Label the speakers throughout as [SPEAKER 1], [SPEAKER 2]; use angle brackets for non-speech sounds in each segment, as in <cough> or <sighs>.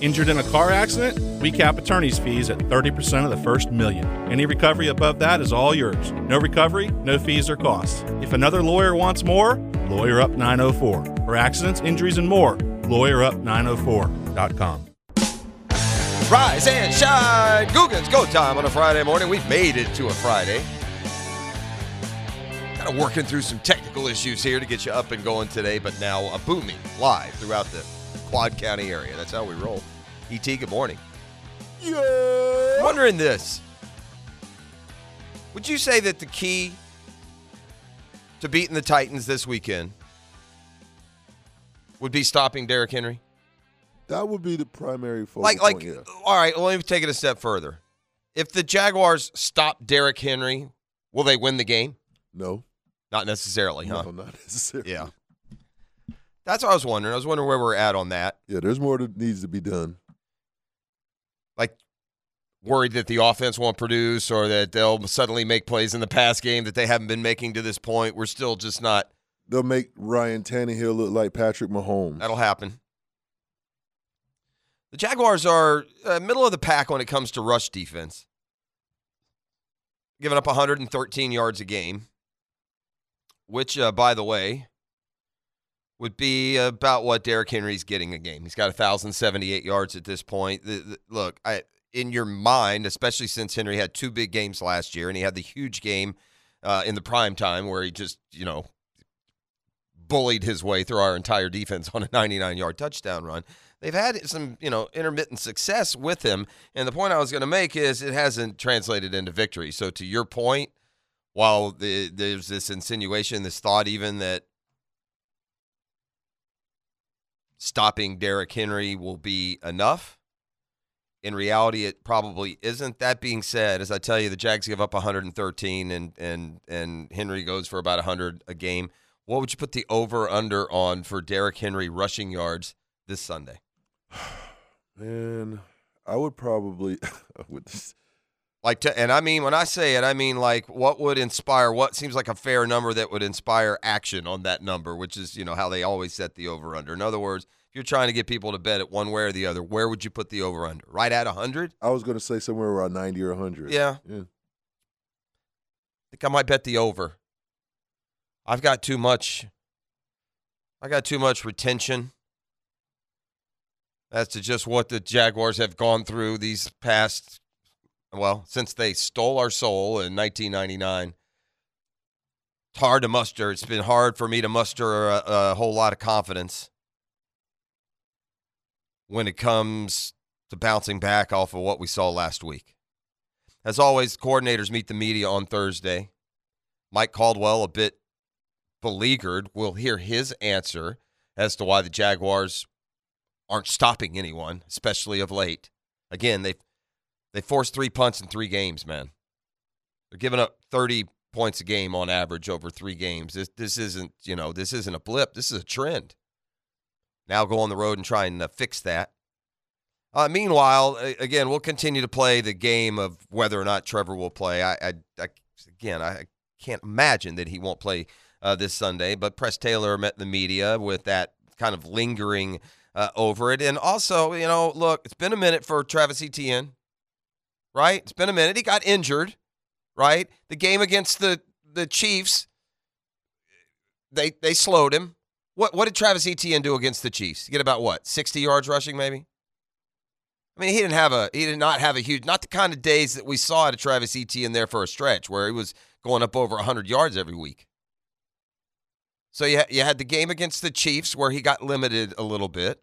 [SPEAKER 1] Injured in a car accident? We cap attorney's fees at 30% of the first million. Any recovery above that is all yours. No recovery, no fees or costs. If another lawyer wants more, Lawyer Up 904. For accidents, injuries, and more, lawyerup904.com.
[SPEAKER 2] Rise and shine. Googans, go time on a Friday morning. We've made it to a Friday. Kind of working through some technical issues here to get you up and going today, but now a booming live throughout the Quad County area. That's how we roll. ET, good morning. Yeah. Wondering this. Would you say that the key to beating the Titans this weekend would be stopping Derrick Henry?
[SPEAKER 3] That would be the primary focus.
[SPEAKER 2] like like
[SPEAKER 3] point, yeah.
[SPEAKER 2] all right well, let me take it a step further if the jaguars stop Derrick henry will they win the game
[SPEAKER 3] no,
[SPEAKER 2] not necessarily huh
[SPEAKER 3] no, not <laughs> necessarily.
[SPEAKER 2] yeah that's what i was wondering i was wondering where we're at on that
[SPEAKER 3] yeah. There's more that needs to be done.
[SPEAKER 2] like worried that the offense won't produce or that they'll suddenly make plays in the pass game that they haven't been making to this point we're still just not
[SPEAKER 3] They'll make Ryan Tannehill look like Patrick Mahomes.
[SPEAKER 2] that'll happen the jaguars are uh, middle of the pack when it comes to rush defense giving up 113 yards a game, which, uh, by the way, would be about what Derrick Henry's getting a game. He's got 1,078 yards at this point. The, the- look, I, in your mind, especially since Henry had two big games last year and he had the huge game uh, in the prime time where he just, you know, bullied his way through our entire defense on a 99 yard touchdown run. They've had some, you know, intermittent success with him. And the point I was going to make is it hasn't translated into victory. So to your point, while the, there's this insinuation, this thought even that stopping Derrick Henry will be enough, in reality, it probably isn't. That being said, as I tell you, the Jags give up 113 and and and Henry goes for about 100 a game. What would you put the over under on for Derrick Henry rushing yards this Sunday?
[SPEAKER 3] Man, I would probably. <laughs> I would just-
[SPEAKER 2] Like, to, and I mean, when I say it, I mean like, what would inspire? What seems like a fair number that would inspire action on that number, which is you know how they always set the over under. In other words, if you're trying to get people to bet it one way or the other, where would you put the over under? Right at 100?
[SPEAKER 3] I was going to say somewhere around 90 or 100.
[SPEAKER 2] Yeah.
[SPEAKER 3] Yeah.
[SPEAKER 2] I think I might bet the over. I've got too much. I got too much retention as to just what the Jaguars have gone through these past, well, since they stole our soul in 1999. It's hard to muster. It's been hard for me to muster a, a whole lot of confidence when it comes to bouncing back off of what we saw last week. As always, coordinators meet the media on Thursday. Mike Caldwell, a bit beleaguered, will hear his answer as to why the Jaguars aren't stopping anyone, especially of late. Again, they they forced three punts in three games, man. They're giving up 30 points a game on average over three games. This this isn't, you know, this isn't a blip. This is a trend. Now go on the road and try and uh, fix that. Uh, meanwhile, a- again, we'll continue to play the game of whether or not Trevor will play. I, I, I again, I can't imagine that he won't play uh, this Sunday. But Press Taylor met the media with that kind of lingering uh, over it, and also, you know, look, it's been a minute for Travis Etienne, right? It's been a minute. He got injured, right? The game against the the Chiefs, they they slowed him. What what did Travis Etienne do against the Chiefs? Get about what sixty yards rushing, maybe. I mean, he didn't have a he did not have a huge not the kind of days that we saw out of Travis Etienne there for a stretch where he was going up over hundred yards every week. So you ha- you had the game against the Chiefs where he got limited a little bit.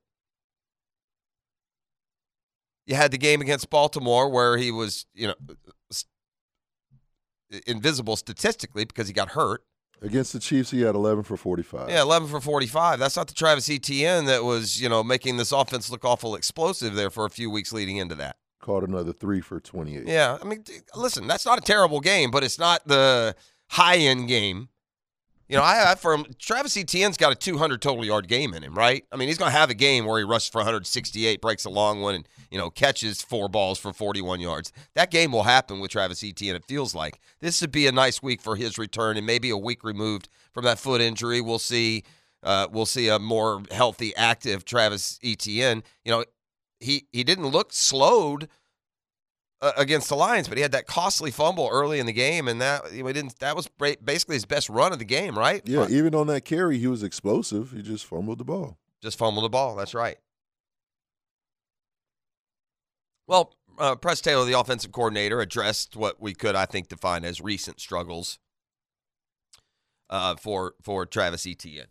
[SPEAKER 2] You had the game against Baltimore where he was you know s- invisible statistically because he got hurt.
[SPEAKER 3] Against the Chiefs, he had 11 for 45.
[SPEAKER 2] Yeah, 11 for 45. That's not the Travis Etienne that was, you know, making this offense look awful explosive there for a few weeks leading into that.
[SPEAKER 3] Caught another three for 28.
[SPEAKER 2] Yeah, I mean, d- listen, that's not a terrible game, but it's not the high end game. You know, I, I firm Travis Etienne's got a 200 total yard game in him, right? I mean, he's going to have a game where he rushes for 168, breaks a long one, and you know catches four balls for 41 yards. That game will happen with Travis Etienne. It feels like this would be a nice week for his return, and maybe a week removed from that foot injury, we'll see. Uh, we'll see a more healthy, active Travis Etienne. You know, he he didn't look slowed uh, against the Lions, but he had that costly fumble early in the game, and that he didn't. That was ba- basically his best run of the game, right?
[SPEAKER 3] Yeah, even on that carry, he was explosive. He just fumbled the ball.
[SPEAKER 2] just fumbled the ball. That's right. Well, uh, Press Taylor, the offensive coordinator, addressed what we could, I think, define as recent struggles uh, for for Travis Etienne.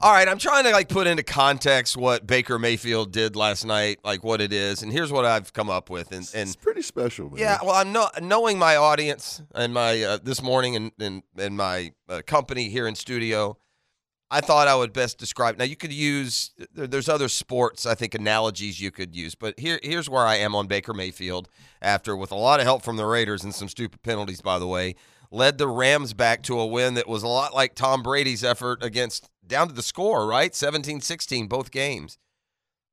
[SPEAKER 2] All right, I'm trying to like put into context what Baker Mayfield did last night, like what it is, and here's what I've come up with, and
[SPEAKER 3] It's,
[SPEAKER 2] and
[SPEAKER 3] it's pretty special, man.
[SPEAKER 2] yeah, well, I'm not knowing my audience and my uh, this morning and and, and my uh, company here in studio. I thought I would best describe. Now you could use there- there's other sports I think analogies you could use, but here here's where I am on Baker Mayfield after with a lot of help from the Raiders and some stupid penalties by the way, led the Rams back to a win that was a lot like Tom Brady's effort against down to the score, right? 17-16 both games.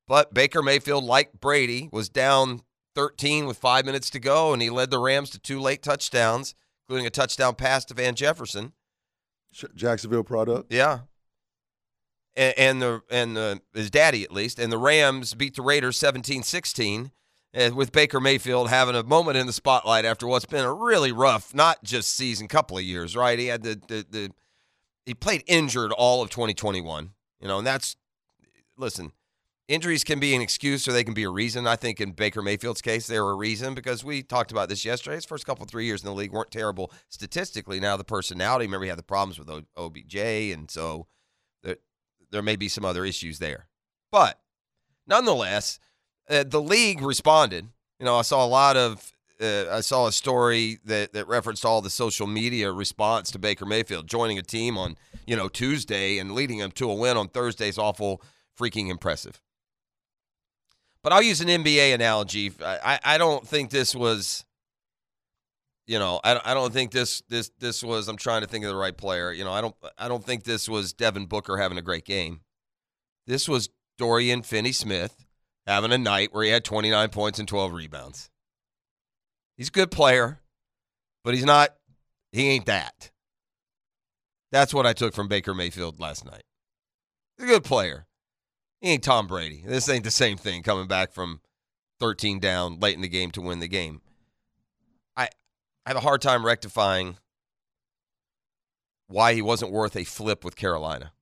[SPEAKER 2] But Baker Mayfield like Brady was down 13 with 5 minutes to go and he led the Rams to two late touchdowns, including a touchdown pass to Van Jefferson.
[SPEAKER 3] Sh- Jacksonville product.
[SPEAKER 2] Yeah. And, and the and the, his daddy at least and the Rams beat the Raiders 17-16 uh, with Baker Mayfield having a moment in the spotlight after what's been a really rough not just season couple of years, right? He had the the, the he played injured all of 2021. You know, and that's listen, injuries can be an excuse or they can be a reason. I think in Baker Mayfield's case, they were a reason because we talked about this yesterday. His first couple three years in the league weren't terrible statistically. Now the personality, remember, he had the problems with O- OBJ, and so there, there may be some other issues there. But nonetheless, uh, the league responded. You know, I saw a lot of. Uh, I saw a story that, that referenced all the social media response to Baker Mayfield joining a team on you know Tuesday and leading them to a win on Thursday's awful freaking impressive. But I'll use an NBA analogy. I, I I don't think this was, you know, I, don't- I don't think this this this was. I'm trying to think of the right player. You know, I don't I don't think this was Devin Booker having a great game. This was Dorian Finney-Smith having a night where he had 29 points and 12 rebounds. He's a good player, but he's not. He ain't that. That's what I took from Baker Mayfield last night. He's a good player. He ain't Tom Brady. This ain't the same thing coming back from 13 down late in the game to win the game. I I have a hard time rectifying why he wasn't worth a flip with Carolina.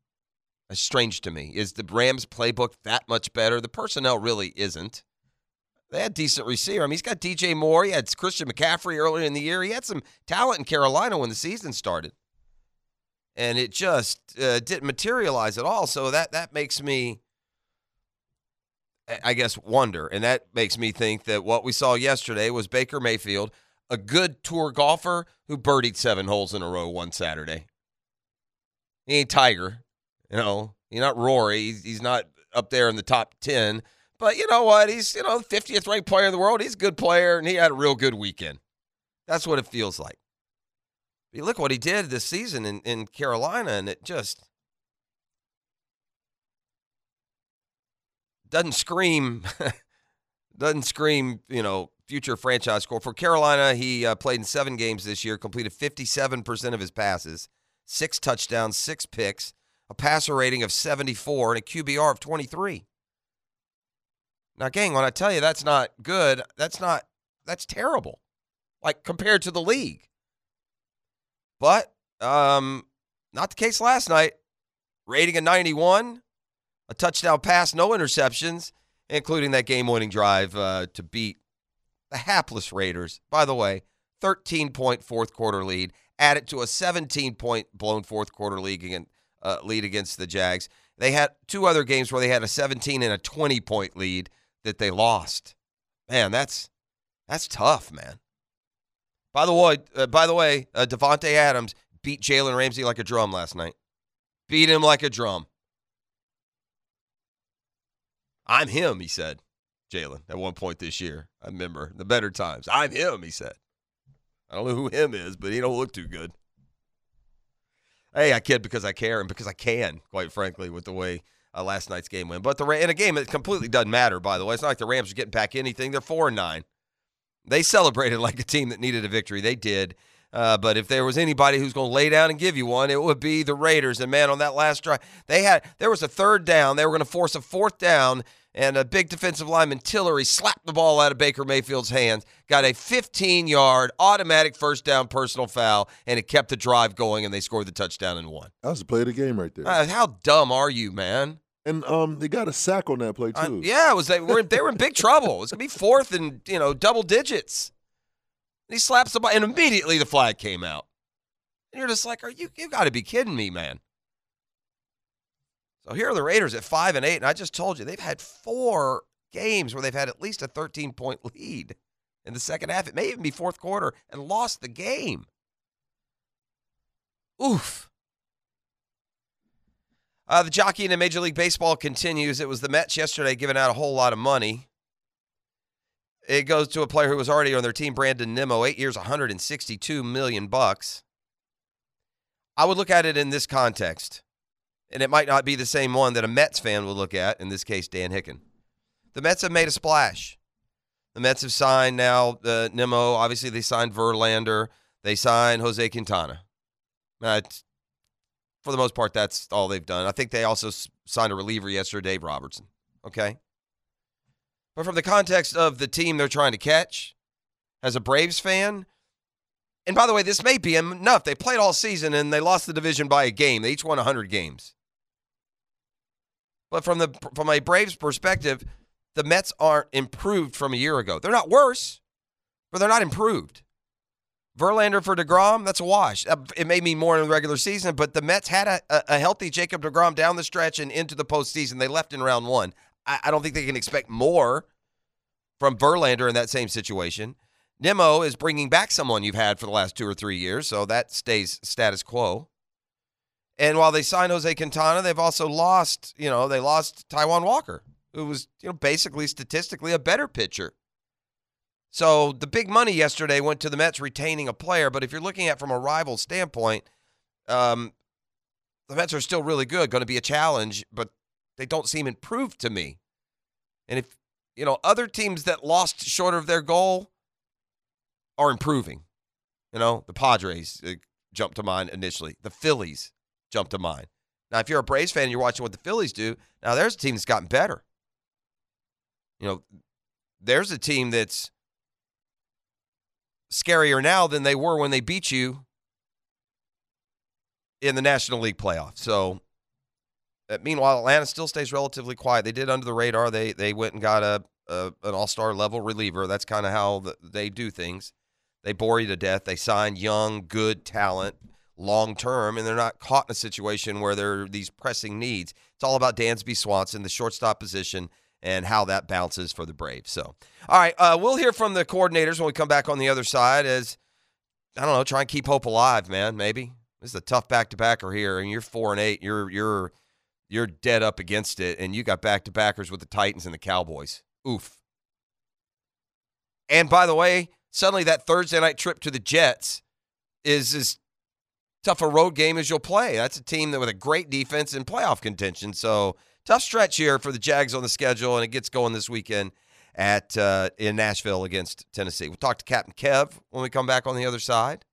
[SPEAKER 2] That's strange to me. Is the Rams playbook that much better? The personnel really isn't. They had decent receiver. I mean, he's got DJ Moore. He had Christian McCaffrey earlier in the year. He had some talent in Carolina when the season started and it just uh, didn't materialize at all. So that that makes me, I- I guess, wonder, and that makes me think that what we saw yesterday was Baker Mayfield, a good tour golfer who birdied seven holes in a row one Saturday. He ain't Tiger, you know. He's not Rory. He's, he's not up there in the top ten. But you know what? He's you know 50th ranked player in the world. He's a good player, and he had a real good weekend. That's what it feels like. You look what he did this season in, in Carolina, and it just doesn't scream, <laughs> doesn't scream, you know, future franchise score. For Carolina, he uh, played in seven games this year, completed 57% of his passes, six touchdowns, six picks, a passer rating of 74, and a QBR of 23. Now, gang, when I tell you that's not good, that's not, that's terrible, like compared to the league. But um, not the case last night. Rating a 91, a touchdown pass, no interceptions, including that game winning drive uh, to beat the hapless Raiders. By the way, 13 point fourth quarter lead, added to a 17 point blown fourth quarter league again, uh, lead against the Jags. They had two other games where they had a 17 and a 20 point lead that they lost. Man, that's that's tough, man. By the way, uh, by the way, uh, Devonte Adams beat Jalen Ramsey like a drum last night. Beat him like a drum. I'm him, he said. Jalen at one point this year. I remember the better times. I'm him, he said. I don't know who him is, but he don't look too good. Hey, I kid because I care and because I can, quite frankly, with the way uh, last night's game went. But the Ra- in a game that completely doesn't matter, by the way. It's not like the Rams are getting back anything. They're four and nine. They celebrated like a team that needed a victory. They did. Uh, but if there was anybody who's going to lay down and give you one, it would be the Raiders. And man, on that last drive, they had there was a third down. They were going to force a fourth down, and a big defensive lineman, Tillery, slapped the ball out of Baker Mayfield's hands, got a 15 yard automatic first down personal foul, and it kept the drive going, and they scored the touchdown and won.
[SPEAKER 3] That was the play of the game right there.
[SPEAKER 2] Uh, how dumb are you, man?
[SPEAKER 3] and um, they got a sack on that play too.
[SPEAKER 2] Uh, yeah, it was they were they were in big trouble. It's gonna be fourth and you know double digits. And he slaps the ball, and immediately the flag came out. And you're just like, are you you got to be kidding me, man? So here are the Raiders at five and eight, and I just told you they've had four games where they've had at least a 13 point lead in the second half. It may even be fourth quarter and lost the game. Oof. Uh, the jockeying in Major League Baseball continues. It was the Mets yesterday giving out a whole lot of money. It goes to a player who was already on their team, Brandon Nimmo, eight years, 162 million bucks. I would look at it in this context, and it might not be the same one that a Mets fan would look at. In this case, Dan Hicken. The Mets have made a splash. The Mets have signed now uh, Nimmo. Obviously, they signed Verlander. They signed Jose Quintana. Uh, it's- for the most part, that's all they've done. I think they also s- signed a reliever yesterday, Dave Robertson. Okay. But from the context of the team they're trying to catch, as a Braves fan, and by the way, this may be enough. They played all season and they lost the division by a game. They each won 100 games. But from the from a Braves perspective, the Mets aren't improved from a year ago. They're not worse, but they're not improved. Verlander for DeGrom, that's a wash. Uh, It may mean more in the regular season, but the Mets had a, a- a healthy Jacob DeGrom down the stretch and into the postseason. They left in round one. I, I don't think they can expect more from Verlander in that same situation. Nimmo is bringing back someone you've had for the last two or three years, so that stays status quo. And while they signed Jose Quintana, they've also lost, you know, they lost Taiwan Walker, who was, you know, basically statistically a better pitcher. So the big money yesterday went to the Mets retaining a player, but if you're looking at from a rival standpoint, um, the Mets are still really good, going to be a challenge, but they don't seem improved to me. And if you know other teams that lost short of their goal are improving, you know the Padres uh, jumped to mind initially, the Phillies jumped to mind. Now, if you're a Braves fan and you're watching what the Phillies do, now there's a team that's gotten better. You know, there's a team that's scarier now than they were when they beat you in the National League playoff. So, uh, meanwhile, Atlanta still stays relatively quiet. They did under the radar. They they went and got a, a an All Star level reliever. That's kind of how th they do things. They bore you to death. They sign young, good talent long term, and they're not caught in a situation where there are these pressing needs. It's all about Dansby Swanson, the shortstop position, and how that bounces for the Braves. So, all right, uh, we'll hear from the coordinators when we come back on the other side. As I don't know, try and keep hope alive, man. Maybe this is a tough back to backer here, and you're four and eight. You're you're you're dead up against it, and you got back to backers with the Titans and the Cowboys. Oof. And by the way, suddenly that Thursday night trip to the Jets is as tough a road game as you'll play. That's a team that with a great defense and playoff contention. So tough stretch here for the Jags on the schedule, and it gets going this weekend at uh, in Nashville against Tennessee. We'll talk to Captain Kev when we come back on the other side.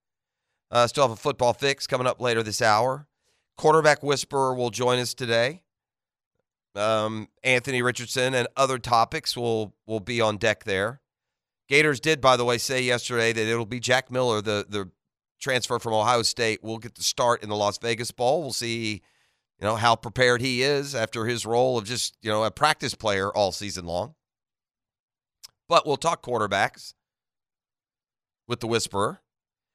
[SPEAKER 2] Uh, still have a football fix coming up later this hour. Quarterback Whisperer will join us today. Um, Anthony Richardson and other topics will will be on deck there. Gators did, by the way, say yesterday that it'll be Jack Miller, the the transfer from Ohio State, will get the start in the Las Vegas Bowl. We'll see, you know, how prepared he is after his role of just you know a practice player all season long. But we'll talk quarterbacks with the Whisperer.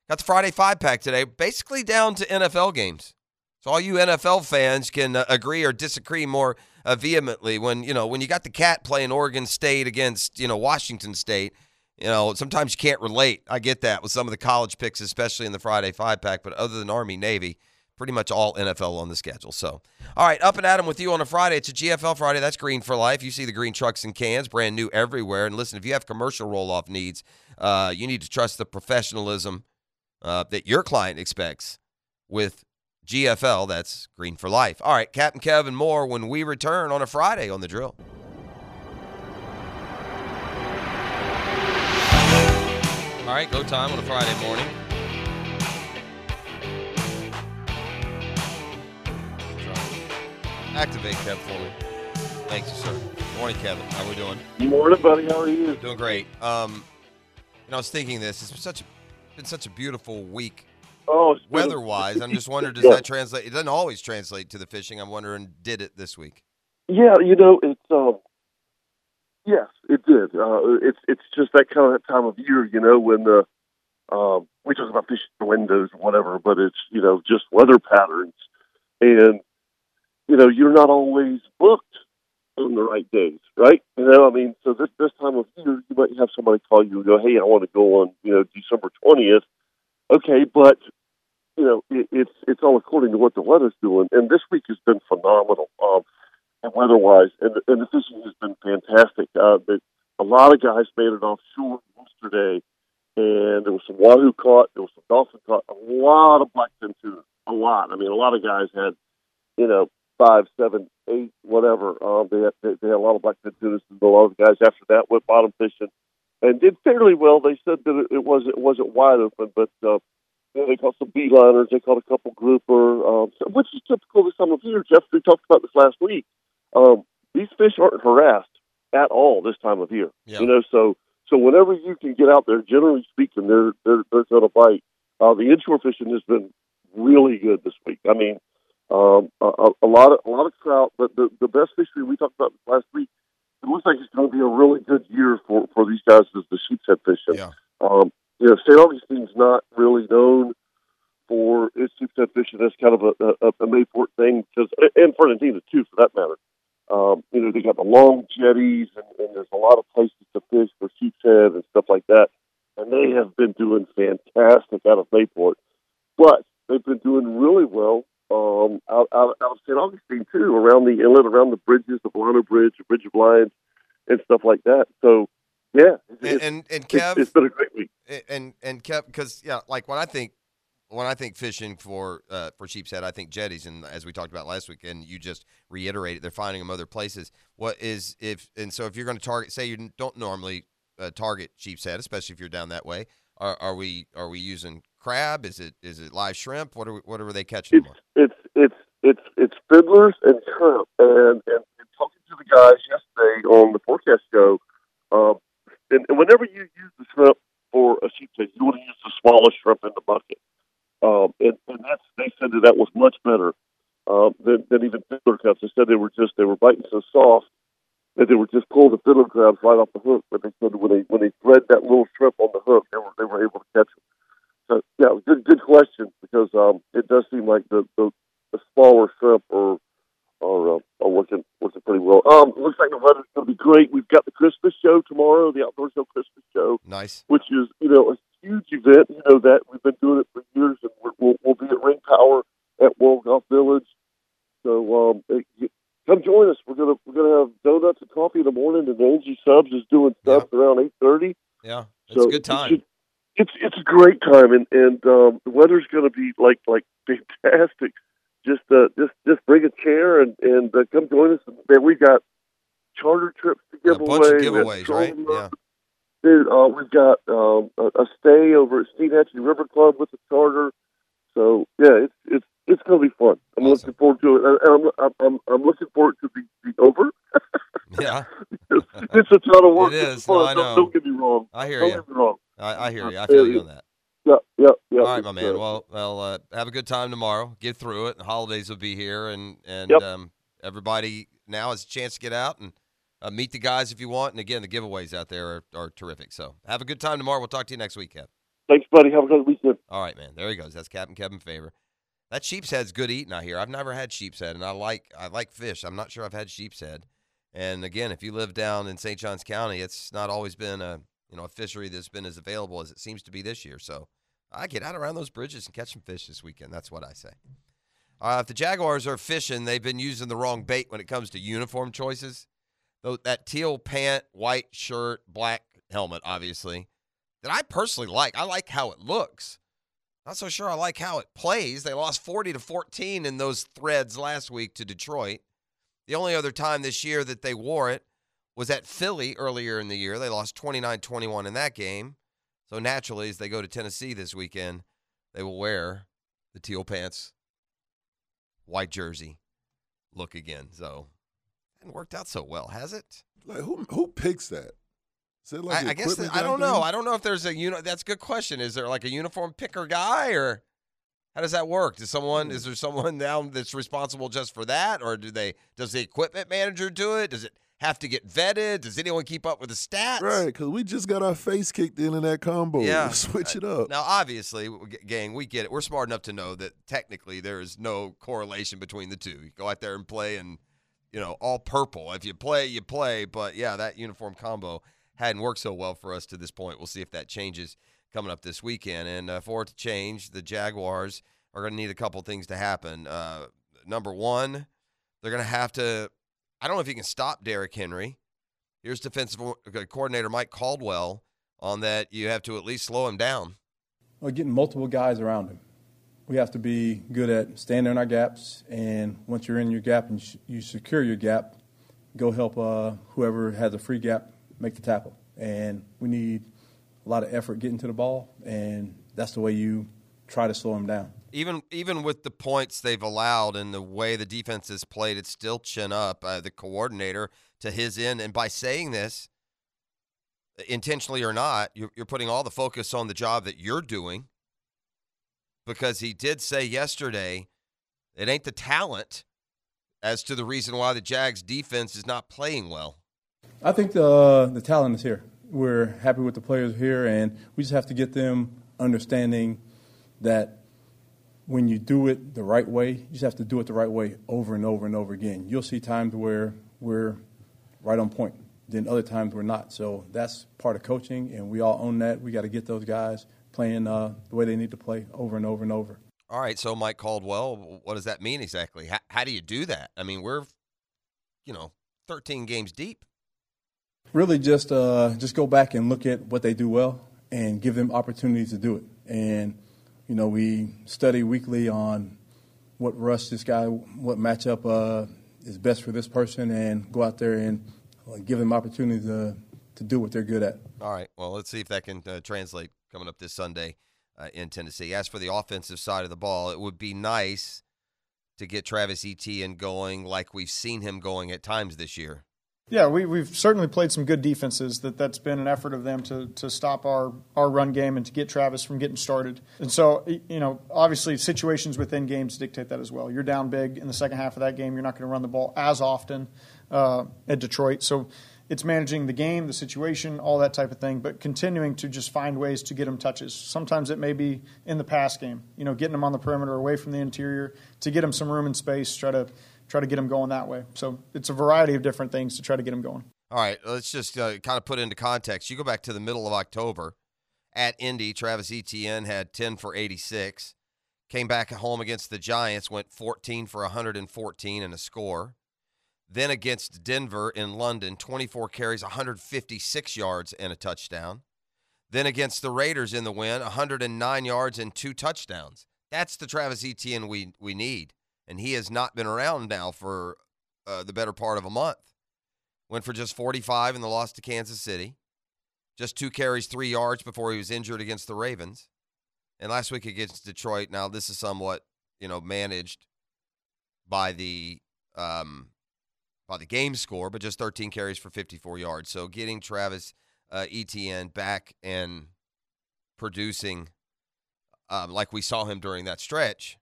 [SPEAKER 2] Got the Friday five pack today, basically down to NFL games. So all you NFL fans can uh, agree or disagree more uh, vehemently when you know when you got the cat playing Oregon State against you know Washington State. You know sometimes you can't relate. I get that with some of the college picks, especially in the Friday five pack. But other than Army Navy, pretty much all NFL on the schedule. So all right, up and at 'em with you on a Friday. It's a GFL Friday. That's green for life. You see the green trucks and cans, brand new everywhere. And listen, if you have commercial roll off needs, uh, you need to trust the professionalism uh, that your client expects with GFL. That's Green for Life. All right, Captain Kevin Moore when we return on a Friday on the drill. All right, go time on a Friday morning. Activate Kev for me. Thank you, sir. Morning, Kevin. How we doing?
[SPEAKER 4] Morning, buddy. How are you?
[SPEAKER 2] Doing great. Um, and I was thinking this. It's been such a been such a beautiful week
[SPEAKER 4] Oh, it's been-
[SPEAKER 2] weather-wise. I'm just wondering,
[SPEAKER 4] <laughs>
[SPEAKER 2] does
[SPEAKER 4] Yeah.
[SPEAKER 2] that translate? It doesn't always translate to the fishing. I'm wondering, did it this week?
[SPEAKER 4] Yeah, you know, it's um, yes, it did. Uh, it's it's just that kind of time of year, you know, when the um, we talk about fishing windows, and whatever, but it's you know just weather patterns, and you know you're not always booked on the right days, right? You know, I mean, so this this time of year, you might have somebody call you and go, "Hey, I want to go on, you know, December twentieth. Okay, but you know, it, it's it's all according to what the weather's doing, and this week has been phenomenal. Um, and weather-wise, and, and the fishing has been fantastic. Uh, but a lot of guys made it offshore yesterday, and there was some wahoo caught, there was some dolphin caught, a lot of blackfin tuna, a lot. I mean, a lot of guys had, you know, five, seven, eight, whatever. Um, they, had, they, they had a lot of blackfin tunas, and a lot of guys after that went bottom fishing and did fairly well. They said that it, it was it wasn't wide open, but. Uh, you know, they caught some beeliners. They caught a couple grouper, um, so- which is typical this time of year. Jeff, we talked about this last week um, these fish aren't harassed at all this time of year.
[SPEAKER 2] Yeah.
[SPEAKER 4] You know, so so whenever you can get out there, generally speaking, they're they're they're going to bite. Uh, the inshore fishing has been really good this week. I mean, um, a, a- a lot of a lot of trout, but the the best fishery we talked about last week. It looks like it's going to be a really good year for for these guys is the sheephead fishing.
[SPEAKER 2] Yeah.
[SPEAKER 4] Um, you know, St. Augustine's not really known for its sheephead fishing. That's kind of a, a, a Mayport thing, because and Fernandina too, for that matter. Um, you know, they got the long jetties, and, and there's a lot of places to fish for sheephead and stuff like that. And they have been doing fantastic out of Mayport, but they've been doing really well um, out, out, out of St. Augustine too, around the inlet, around the bridges, the Volano Bridge, the Bridge of Lions, and stuff like that. So, yeah, it's,
[SPEAKER 2] And and, and
[SPEAKER 4] it's-
[SPEAKER 2] Kev,
[SPEAKER 4] it's been a great week.
[SPEAKER 2] and and kept because yeah, like when I think when I think fishing for uh, for sheepshead, I think jetties, and as we talked about last week, and you just reiterated, they're finding them other places. What is if and so if you're going to target, say you don't normally uh, target sheepshead, especially if you're down that way, are, are we are we using crab? Is it is it live shrimp? What are we, what are they catching?
[SPEAKER 4] it's
[SPEAKER 2] Them on?
[SPEAKER 4] it's it's it's it's fiddlers and shrimp and, and and talking to the guys yesterday on the forecast show, um, and, and whenever you use the shrimp for a sheephead, you want to use the smallest shrimp in the bucket, um, and and that's they said that that was much better um, than than even fiddler crabs. They said they were just they were biting so soft that they were just pulling the fiddler crabs right off the hook. But they said when they when they thread that little shrimp on the hook, they were they were able to catch them. So yeah, good good question because um, it does seem like the the, the smaller shrimp are are, uh, are working working pretty well. Um, looks like the weather's going to be great. We've got the Christmas show tomorrow, the outdoor show Christmas show,
[SPEAKER 2] Nice.
[SPEAKER 4] which is you know a huge event. You know that we've been doing it for years, and we're, we'll we'll be at Ring Power at World Golf Village. So um, it, you, come join us. We're gonna we're gonna have donuts and coffee in the morning, and Angie Subs is doing subs around eight thirty.
[SPEAKER 2] Yeah, it's
[SPEAKER 4] So
[SPEAKER 2] a good
[SPEAKER 4] it
[SPEAKER 2] time.
[SPEAKER 4] should- It's it's a great time, and and um, the weather's going to be like like <laughs> fantastic. Just uh, just just bring a chair and and uh, come join us. Man, we got charter trips to
[SPEAKER 2] a
[SPEAKER 4] give away.
[SPEAKER 2] bunch of
[SPEAKER 4] We got
[SPEAKER 2] giveaways, right?
[SPEAKER 4] stroller
[SPEAKER 2] Yeah,
[SPEAKER 4] Dude, uh, we've got um, a, a stay over at Steenhatchee River Club with the charter. So yeah, it's it's it's going to be fun. I'm
[SPEAKER 2] Awesome.
[SPEAKER 4] looking forward to it. And I'm I'm I'm, I'm looking forward to be, be <laughs> over.
[SPEAKER 2] yeah.
[SPEAKER 4] it's, <laughs> it's a ton of work.
[SPEAKER 2] It
[SPEAKER 4] It's
[SPEAKER 2] is. No,
[SPEAKER 4] fun.
[SPEAKER 2] I
[SPEAKER 4] Don't-
[SPEAKER 2] know.
[SPEAKER 4] Don't get me wrong.
[SPEAKER 2] I hear
[SPEAKER 4] Don't
[SPEAKER 2] you.
[SPEAKER 4] get me wrong.
[SPEAKER 2] I, I hear you. I
[SPEAKER 4] I
[SPEAKER 2] feel
[SPEAKER 4] feel
[SPEAKER 2] you
[SPEAKER 4] you.
[SPEAKER 2] on that.
[SPEAKER 4] Yeah, yeah, yeah.
[SPEAKER 2] All right, my
[SPEAKER 4] it's,
[SPEAKER 2] man.
[SPEAKER 4] uh,
[SPEAKER 2] Well, well, uh, have a good time tomorrow. Get through it. The holidays will be here, and and
[SPEAKER 4] Yep.
[SPEAKER 2] um, everybody now has a chance to get out and uh, meet the guys if you want. And again, the giveaways out there are, are terrific. So have a good time tomorrow. We'll talk to you next week, Kev.
[SPEAKER 4] Thanks, buddy. Have a good weekend.
[SPEAKER 2] All right, man. There he goes. That's Captain Kevin Favor. That sheep's head's good eating. I hear. I've never had sheep's head, and I like I like fish. I'm not sure I've had sheep's head. And again, if you live down in St. Johns County, it's not always been a you know a fishery that's been as available as it seems to be this year. So I get out around those bridges and catch some fish this weekend. That's what I say. Uh, if the Jaguars are fishing, they've been using the wrong bait when it comes to uniform choices. Though that teal pant, white shirt, black helmet, obviously, that I personally like. I like how it looks. Not so sure I like how it plays. They lost 40 to 14 in those threads last week to Detroit. The only other time this year that they wore it was at Philly earlier in the year. They lost 29 21 in that game. So naturally, as they go to Tennessee this weekend, they will wear the teal pants, white jersey look again. So, hadn't worked out so well, has it?
[SPEAKER 3] Like who who picks that? Is it like
[SPEAKER 2] I, I guess
[SPEAKER 3] equipment
[SPEAKER 2] that- I
[SPEAKER 3] guy
[SPEAKER 2] don't know.
[SPEAKER 3] thing?
[SPEAKER 2] I don't know if there's a uni- That's a good question. Is there like a uniform picker guy, or how does that work? Does someone
[SPEAKER 3] Mm.
[SPEAKER 2] is there someone <laughs> now that's responsible just for that, or do they does the equipment manager do it? Does it have to get vetted? Does anyone keep up with the stats?
[SPEAKER 3] Right, because we just got our face kicked in in that combo. <laughs>
[SPEAKER 2] Yeah.
[SPEAKER 3] Switch it up.
[SPEAKER 2] Now, obviously, w- g- gang, we get it. We're smart enough to know that technically there is no correlation between the two. You go out there and play, and you know, all purple. If you play, you play. But yeah, that uniform combo hadn't worked so well for us to this point. We'll see if that changes coming up this weekend. And uh, for it to change, the Jaguars are going to need a couple things to happen. Uh, number one, they're going to have to. I don't know if you can stop Derrick Henry. Here's defensive o- uh, coordinator Mike Caldwell on that. You have to at least slow him down.
[SPEAKER 5] Well, getting multiple guys around him. We have to be good at staying in our gaps, and once you're in your gap and sh- you secure your gap, go help uh, whoever has a free gap make the tackle. And we need a lot of effort getting to the ball, and that's the way you try to slow him down.
[SPEAKER 2] even even with the points they've allowed and the way the defense has played, it's still chin up. Uh, the coordinator to his end, and by saying this, intentionally or not, you're, you're putting all the focus on the job that you're doing. Because he did say yesterday, it ain't the talent as to the reason why the Jags defense is not playing well.
[SPEAKER 5] I think the the talent is here. We're happy with the players here, and we just have to get them understanding that when you do it the right way, you just have to do it the right way over and over and over again. You'll see times where we're right on point, then other times we're not. So that's part of coaching, and we all own that. We got to get those guys playing uh, the way they need to play over and over and over.
[SPEAKER 2] All right, so Mike Caldwell, what does that mean exactly? How, how do you do that? I mean, we're, you know, 13 games deep.
[SPEAKER 5] really just uh, just go back and look at what they do well and give them opportunities to do it. And you know, we study weekly on what rush this guy, what matchup uh, is best for this person, and go out there and uh, give them opportunities to to do what they're good at.
[SPEAKER 2] All right. Well, let's see if that can uh, translate coming up this Sunday uh, in Tennessee. As for the offensive side of the ball, it would be nice to get Travis Etienne going like we've seen him going at times this year.
[SPEAKER 6] Yeah, we, we've certainly played some good defenses. That that's been an effort of them to to stop our our run game and to get Travis from getting started. And so, y- you know, obviously situations within games dictate that as well. You're down big in the second half of that game. You're not going to run the ball as often uh, at Detroit. So. It's managing the game, the situation, all that type of thing, but continuing to just find ways to get them touches. Sometimes it may be in the pass game, you know, getting them on the perimeter, away from the interior, to get them some room and space, try to try to get them going that way. So it's a variety of different things to try to get them going.
[SPEAKER 2] All right. Let's just uh, kind of put into context. You go back to the middle of October at Indy, Travis Etienne had 10 for 86, came back at home against the Giants, went 14 for 114 and a score. Then against Denver in London, 24 carries, 156 yards and a touchdown. Then against the Raiders in the win, 109 yards and two touchdowns. That's the Travis Etienne we, we need. And he has not been around now for uh, the better part of a month. Went for just 45 in the loss to Kansas City. Just two carries, three yards before he was injured against the Ravens. And last week against Detroit. Now, this is somewhat, you know, managed by the um, by the game score, but just 13 carries for 54 yards. So getting Travis uh, Etienne back and producing um, like we saw him during that stretch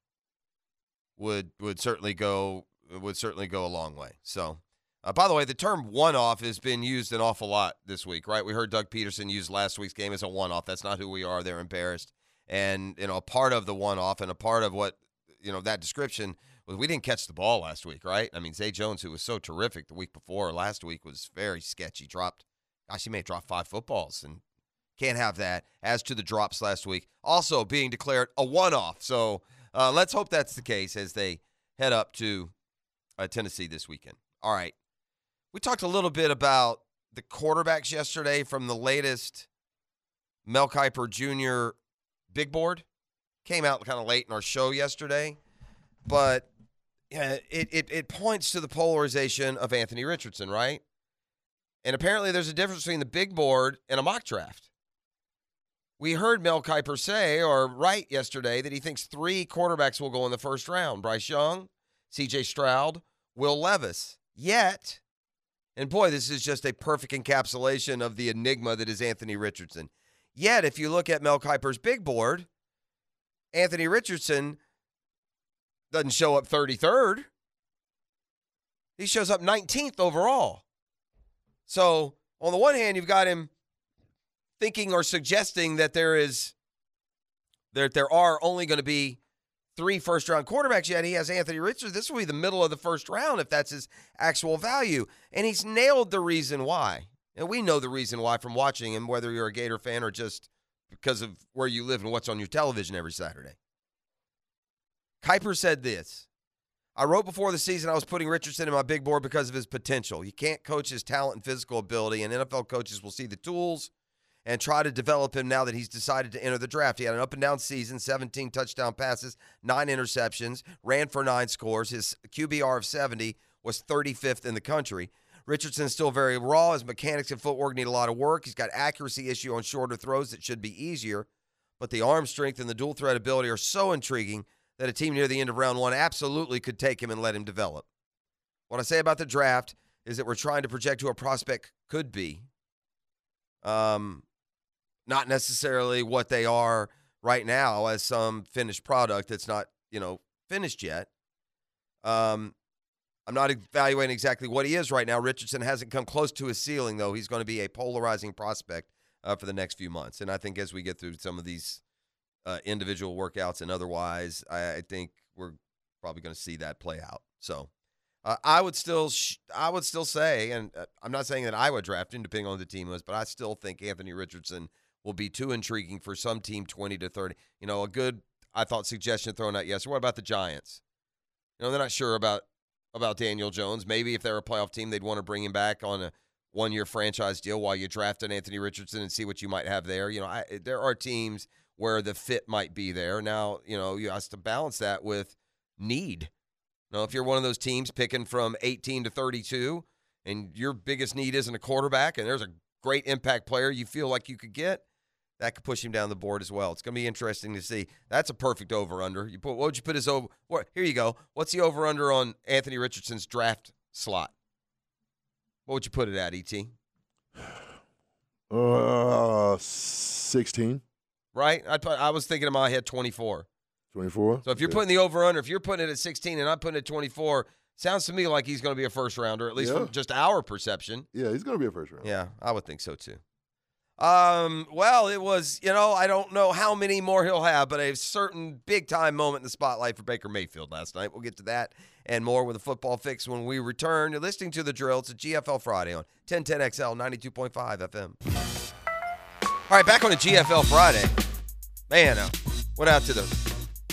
[SPEAKER 2] would would certainly go would certainly go a long way. So, uh, by the way, the term one off has been used an awful lot this week, right? We heard Doug Peterson use last week's game as a one off. That's not who we are. They're embarrassed, and you know, a part of the one off and a part of what you know that description was we didn't catch the ball last week, right? I mean, Zay Jones, who was so terrific the week before, last week was very sketchy. Dropped, gosh, he may have dropped five footballs and. Can't have that. As to the drops last week, also being declared a one off. So uh, let's hope that's the case as they head up to uh, Tennessee this weekend. All right. We talked a little bit about the quarterbacks yesterday from the latest Mel Kiper Jr. big board. Came out kind of late in our show yesterday, but uh, it, it, it points to the polarization of Anthony Richardson, right? And apparently there's a difference between the big board and a mock draft we heard Mel Kiper say or write yesterday that he thinks three quarterbacks will go in the first round Bryce Young, CJ Stroud, Will Levis. Yet, And boy, this is just a perfect encapsulation of the enigma that is Anthony Richardson. Yet, if you look at Mel Kiper's big board, Anthony Richardson doesn't show up 33rd. He shows up 19th overall. So, on the one hand, you've got him thinking or suggesting that there is that there are only going to be three first round quarterbacks yet. He has Anthony Richardson. This will be the middle of the first round if that's his actual value. And he's nailed the reason why. And we know the reason why from watching him, whether you're a Gator fan or just because of where you live and what's on your television every Saturday. Kuiper said this I wrote before the season I was putting Richardson in my big board because of his potential. You can't coach his talent and physical ability, and NFL coaches will see the tools and try to develop him now that he's decided to enter the draft. He had an up and down season 17 touchdown passes, nine interceptions, ran for nine scores. His QBR of 70 was 35th in the country. Richardson's still very raw. His mechanics and footwork need a lot of work. He's got accuracy issue on shorter throws that should be easier, but the arm strength and the dual threat ability are so intriguing that a team near the end of round one absolutely could take him and let him develop. What I say about the draft is that we're trying to project who a prospect could be. Um, not necessarily what they are right now as some finished product that's not you know finished yet. Um, I'm not evaluating exactly what he is right now. Richardson hasn't come close to his ceiling though. He's going to be a polarizing prospect uh, for the next few months, and I think as we get through some of these uh, individual workouts and otherwise, I, I think we're probably going to see that play out. So. Uh, I would still, sh- I would still say, and uh, I'm not saying that I would draft him, depending on who the team was, but I still think Anthony Richardson will be too intriguing for some team 20 to 30. You know, a good I thought suggestion thrown out yesterday. What about the Giants? You know, they're not sure about about Daniel Jones. Maybe if they're a playoff team, they'd want to bring him back on a one year franchise deal while you draft an Anthony Richardson and see what you might have there. You know, I, there are teams where the fit might be there. Now, you know, you has to balance that with need. Now, if you're one of those teams picking from 18 to 32 and your biggest need isn't a quarterback and there's a great impact player you feel like you could get, that could push him down the board as well. It's going to be interesting to see. That's a perfect over under. You put what would you put his over? What, here you go. What's the over under on Anthony Richardson's draft slot? What would you put it at, E ET?
[SPEAKER 3] Uh, 16,
[SPEAKER 2] Right? I put, I was thinking in my head 24.
[SPEAKER 3] 24.
[SPEAKER 2] So if you're
[SPEAKER 3] Yeah.
[SPEAKER 2] putting the over under, if you're putting it at 16 and I'm putting it at 24, sounds to me like he's going to be a first rounder, at least
[SPEAKER 3] Yeah.
[SPEAKER 2] from just our perception.
[SPEAKER 3] yeah, he's gonna be a first round.
[SPEAKER 2] Yeah, I would think so too. Um, well, it was, you know, I don't know how many more he'll have, but a certain big time moment in the spotlight for Baker Mayfield last night. We'll get to that and more with a football fix when we return. You're listening to the drill. It's a GFL Friday on 1010XL 92.5 FM. All right, back on a GFL Friday. Man, I went out to the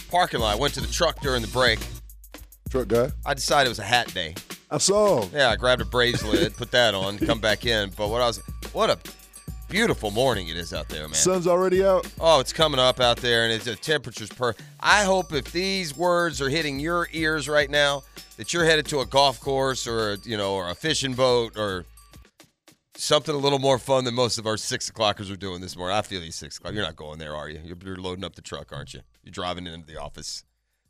[SPEAKER 2] parking lot, went to the truck during the break.
[SPEAKER 3] Truck guy.
[SPEAKER 2] I decided it was a hat day.
[SPEAKER 3] I saw him.
[SPEAKER 2] Yeah, I grabbed a braise lid, put that on, come back in. But what I was, what a beautiful morning it is out there, man.
[SPEAKER 3] Sun's already out.
[SPEAKER 2] oh, it's coming up out there, and it's the temperature's per. I hope if these words are hitting your ears right now, that you're headed to a golf course or you know, or a fishing boat or something a little more fun than most of our six o'clockers are doing this morning. I feel you, six o'clock. You're not going there, are you? You're, you're loading up the truck, aren't you? You're driving into the office.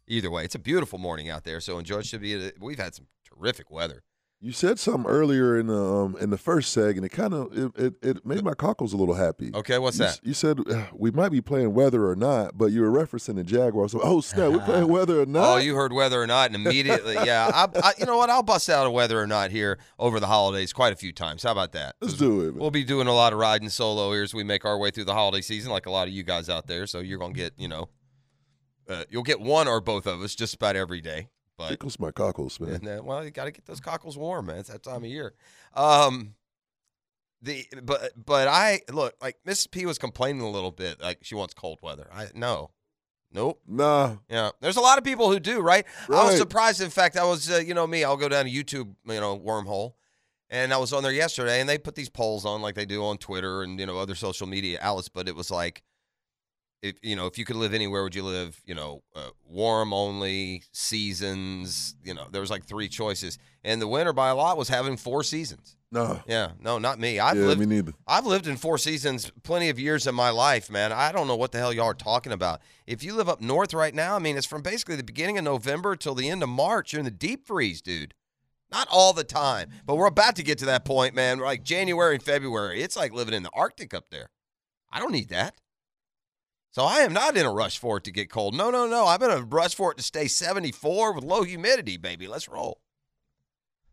[SPEAKER 2] Either way, it's a beautiful morning out there. So enjoy. It Should be. We've had some terrific weather.
[SPEAKER 3] You said something earlier in the um, in the first seg, and it kind of it, it, it made my cockles a little happy.
[SPEAKER 2] Okay, what's
[SPEAKER 3] you,
[SPEAKER 2] that?
[SPEAKER 3] s- You said uh, we might be playing weather or not, but you were referencing the Jaguars. So, oh snap, we're
[SPEAKER 2] <laughs>
[SPEAKER 3] playing weather or not.
[SPEAKER 2] Oh, you heard whether or not, and immediately, yeah. I, I, you know what? I'll bust out a whether or not here over the holidays quite a few times. How about that?
[SPEAKER 3] Let's do it. man.
[SPEAKER 2] We'll be doing a lot of riding solo here as we make our way through the holiday season, like a lot of you guys out there. So you're gonna get, you know, uh, you'll get one or both of us just about every day. But
[SPEAKER 3] Tickles my cockles, man.
[SPEAKER 2] and then, well, you got to get those cockles warm, man. It's that time of year. Um, the but but I look like Mrs. P was complaining a little bit, like she wants cold weather. I no, nope.
[SPEAKER 3] Nah,
[SPEAKER 2] Yeah, there's a lot of people who do, right? I was
[SPEAKER 3] Right.
[SPEAKER 2] surprised. In fact, I was, uh, you know, me. I'll go down a YouTube, you know, wormhole, and I was on there yesterday, and they put these polls on like they do on Twitter and you know other social media outlets. But it was like, if you know, if you could live anywhere, would you live? You know, uh, warm only seasons. You know, there was like three choices, and the winner by a lot was having four seasons.
[SPEAKER 3] nah.
[SPEAKER 2] Yeah, no, not me. I've
[SPEAKER 3] yeah,
[SPEAKER 2] lived
[SPEAKER 3] me neither.
[SPEAKER 2] I've lived in four seasons plenty of years in my life, man. I don't know what the hell y'all are talking about. If you live up north right now, I mean, it's from basically the beginning of November till the end of March. You're in the deep freeze, dude. Not all the time, but we're about to get to that point, man. We're like January and February. It's like living in the Arctic up there. I don't need that. So I am not in a rush for it to get cold. No, no, no. I'm in a rush for it to stay 74 with low humidity, baby. Let's roll.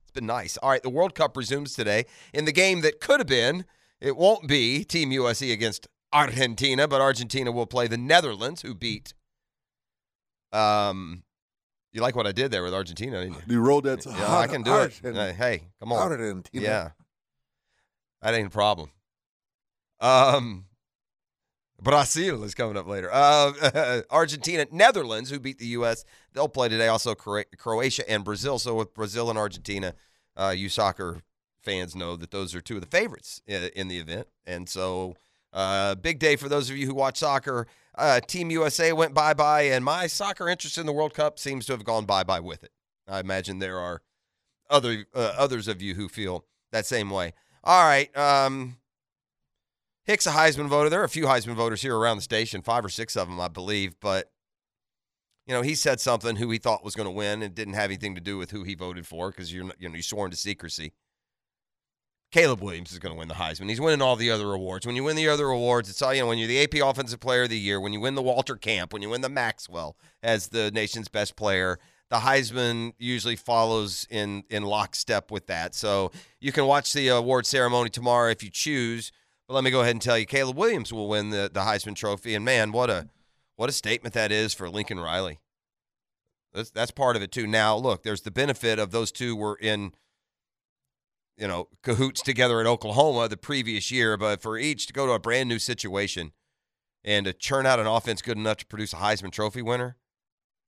[SPEAKER 2] It's been nice. All right, the World Cup resumes today in the game that could have been. It won't be Team USA against Argentina, but Argentina will play the Netherlands, who beat. Um, you like what I did there with Argentina, didn't you?
[SPEAKER 3] You rolled that.
[SPEAKER 2] Yeah, I can do it. Hey, hey, come on.
[SPEAKER 3] Argentina.
[SPEAKER 2] Yeah. That ain't a problem. Um Brazil is coming up later. Uh, <laughs> Argentina, Netherlands, who beat the U.S., they'll play today. Also, Cro- Croatia and Brazil. So, with Brazil and Argentina, uh, you soccer fans know that those are two of the favorites in, in the event. And so, uh, big day for those of you who watch soccer. Uh, Team USA went bye bye, and my soccer interest in the World Cup seems to have gone bye bye with it. I imagine there are other uh, others of you who feel that same way. All right. Um, Hicks, a Heisman voter. There are a few Heisman voters here around the station, five or six of them, I believe. But, you know, he said something who he thought was going to win and didn't have anything to do with who he voted for because you're, not- you know, you're sworn to secrecy. Caleb Williams is going to win the Heisman. He's winning all the other awards. When you win the other awards, it's all, you know, when you're the AP Offensive Player of the Year, when you win the Walter Camp, when you win the Maxwell as the nation's best player, the Heisman usually follows in, in lockstep with that. So you can watch the award ceremony tomorrow if you choose. But let me go ahead and tell you, Caleb Williams will win the, the Heisman Trophy. And man, what a what a statement that is for Lincoln Riley. That's that's part of it too. Now, look, there's the benefit of those two were in, you know, cahoots together at Oklahoma the previous year. But for each to go to a brand new situation and to churn out an offense good enough to produce a Heisman Trophy winner,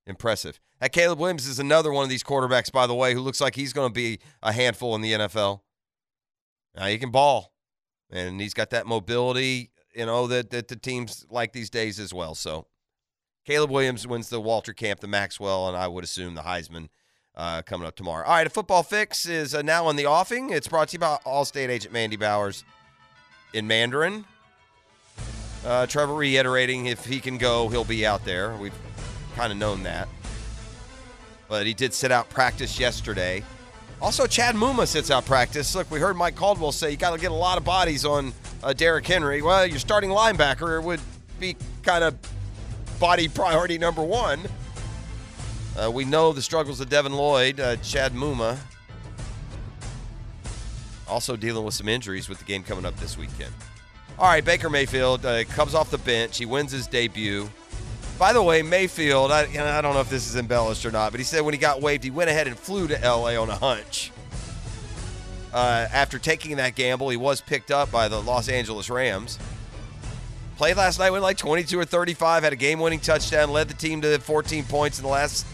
[SPEAKER 2] impressive. That Caleb Williams is another one of these quarterbacks, by the way, who looks like he's going to be a handful in the NFL. Now he can ball and he's got that mobility, you know, that, that the teams like these days as well. So Caleb Williams wins the Walter Camp, the Maxwell, and I would assume the Heisman uh, coming up tomorrow. All right, a football fix is uh, now in the offing. It's brought to you by Allstate agent Mandy Bowers in Mandarin. Uh, Trevor reiterating if he can go, he'll be out there. We've kind of known that. But he did sit out practice yesterday. Also, Chad Muma sits out practice. Look, we heard Mike Caldwell say you got to get a lot of bodies on uh, Derrick Henry. Well, your starting linebacker would be kind of body priority number one. Uh, we know the struggles of Devin Lloyd, uh, Chad Muma, also dealing with some injuries with the game coming up this weekend. All right, Baker Mayfield uh, comes off the bench. He wins his debut. By the way, Mayfield, I, and I don't know if this is embellished or not, but he said when he got waived, he went ahead and flew to LA on a hunch. Uh, after taking that gamble, he was picked up by the Los Angeles Rams. Played last night, went like 22 or 35, had a game winning touchdown, led the team to 14 points in the last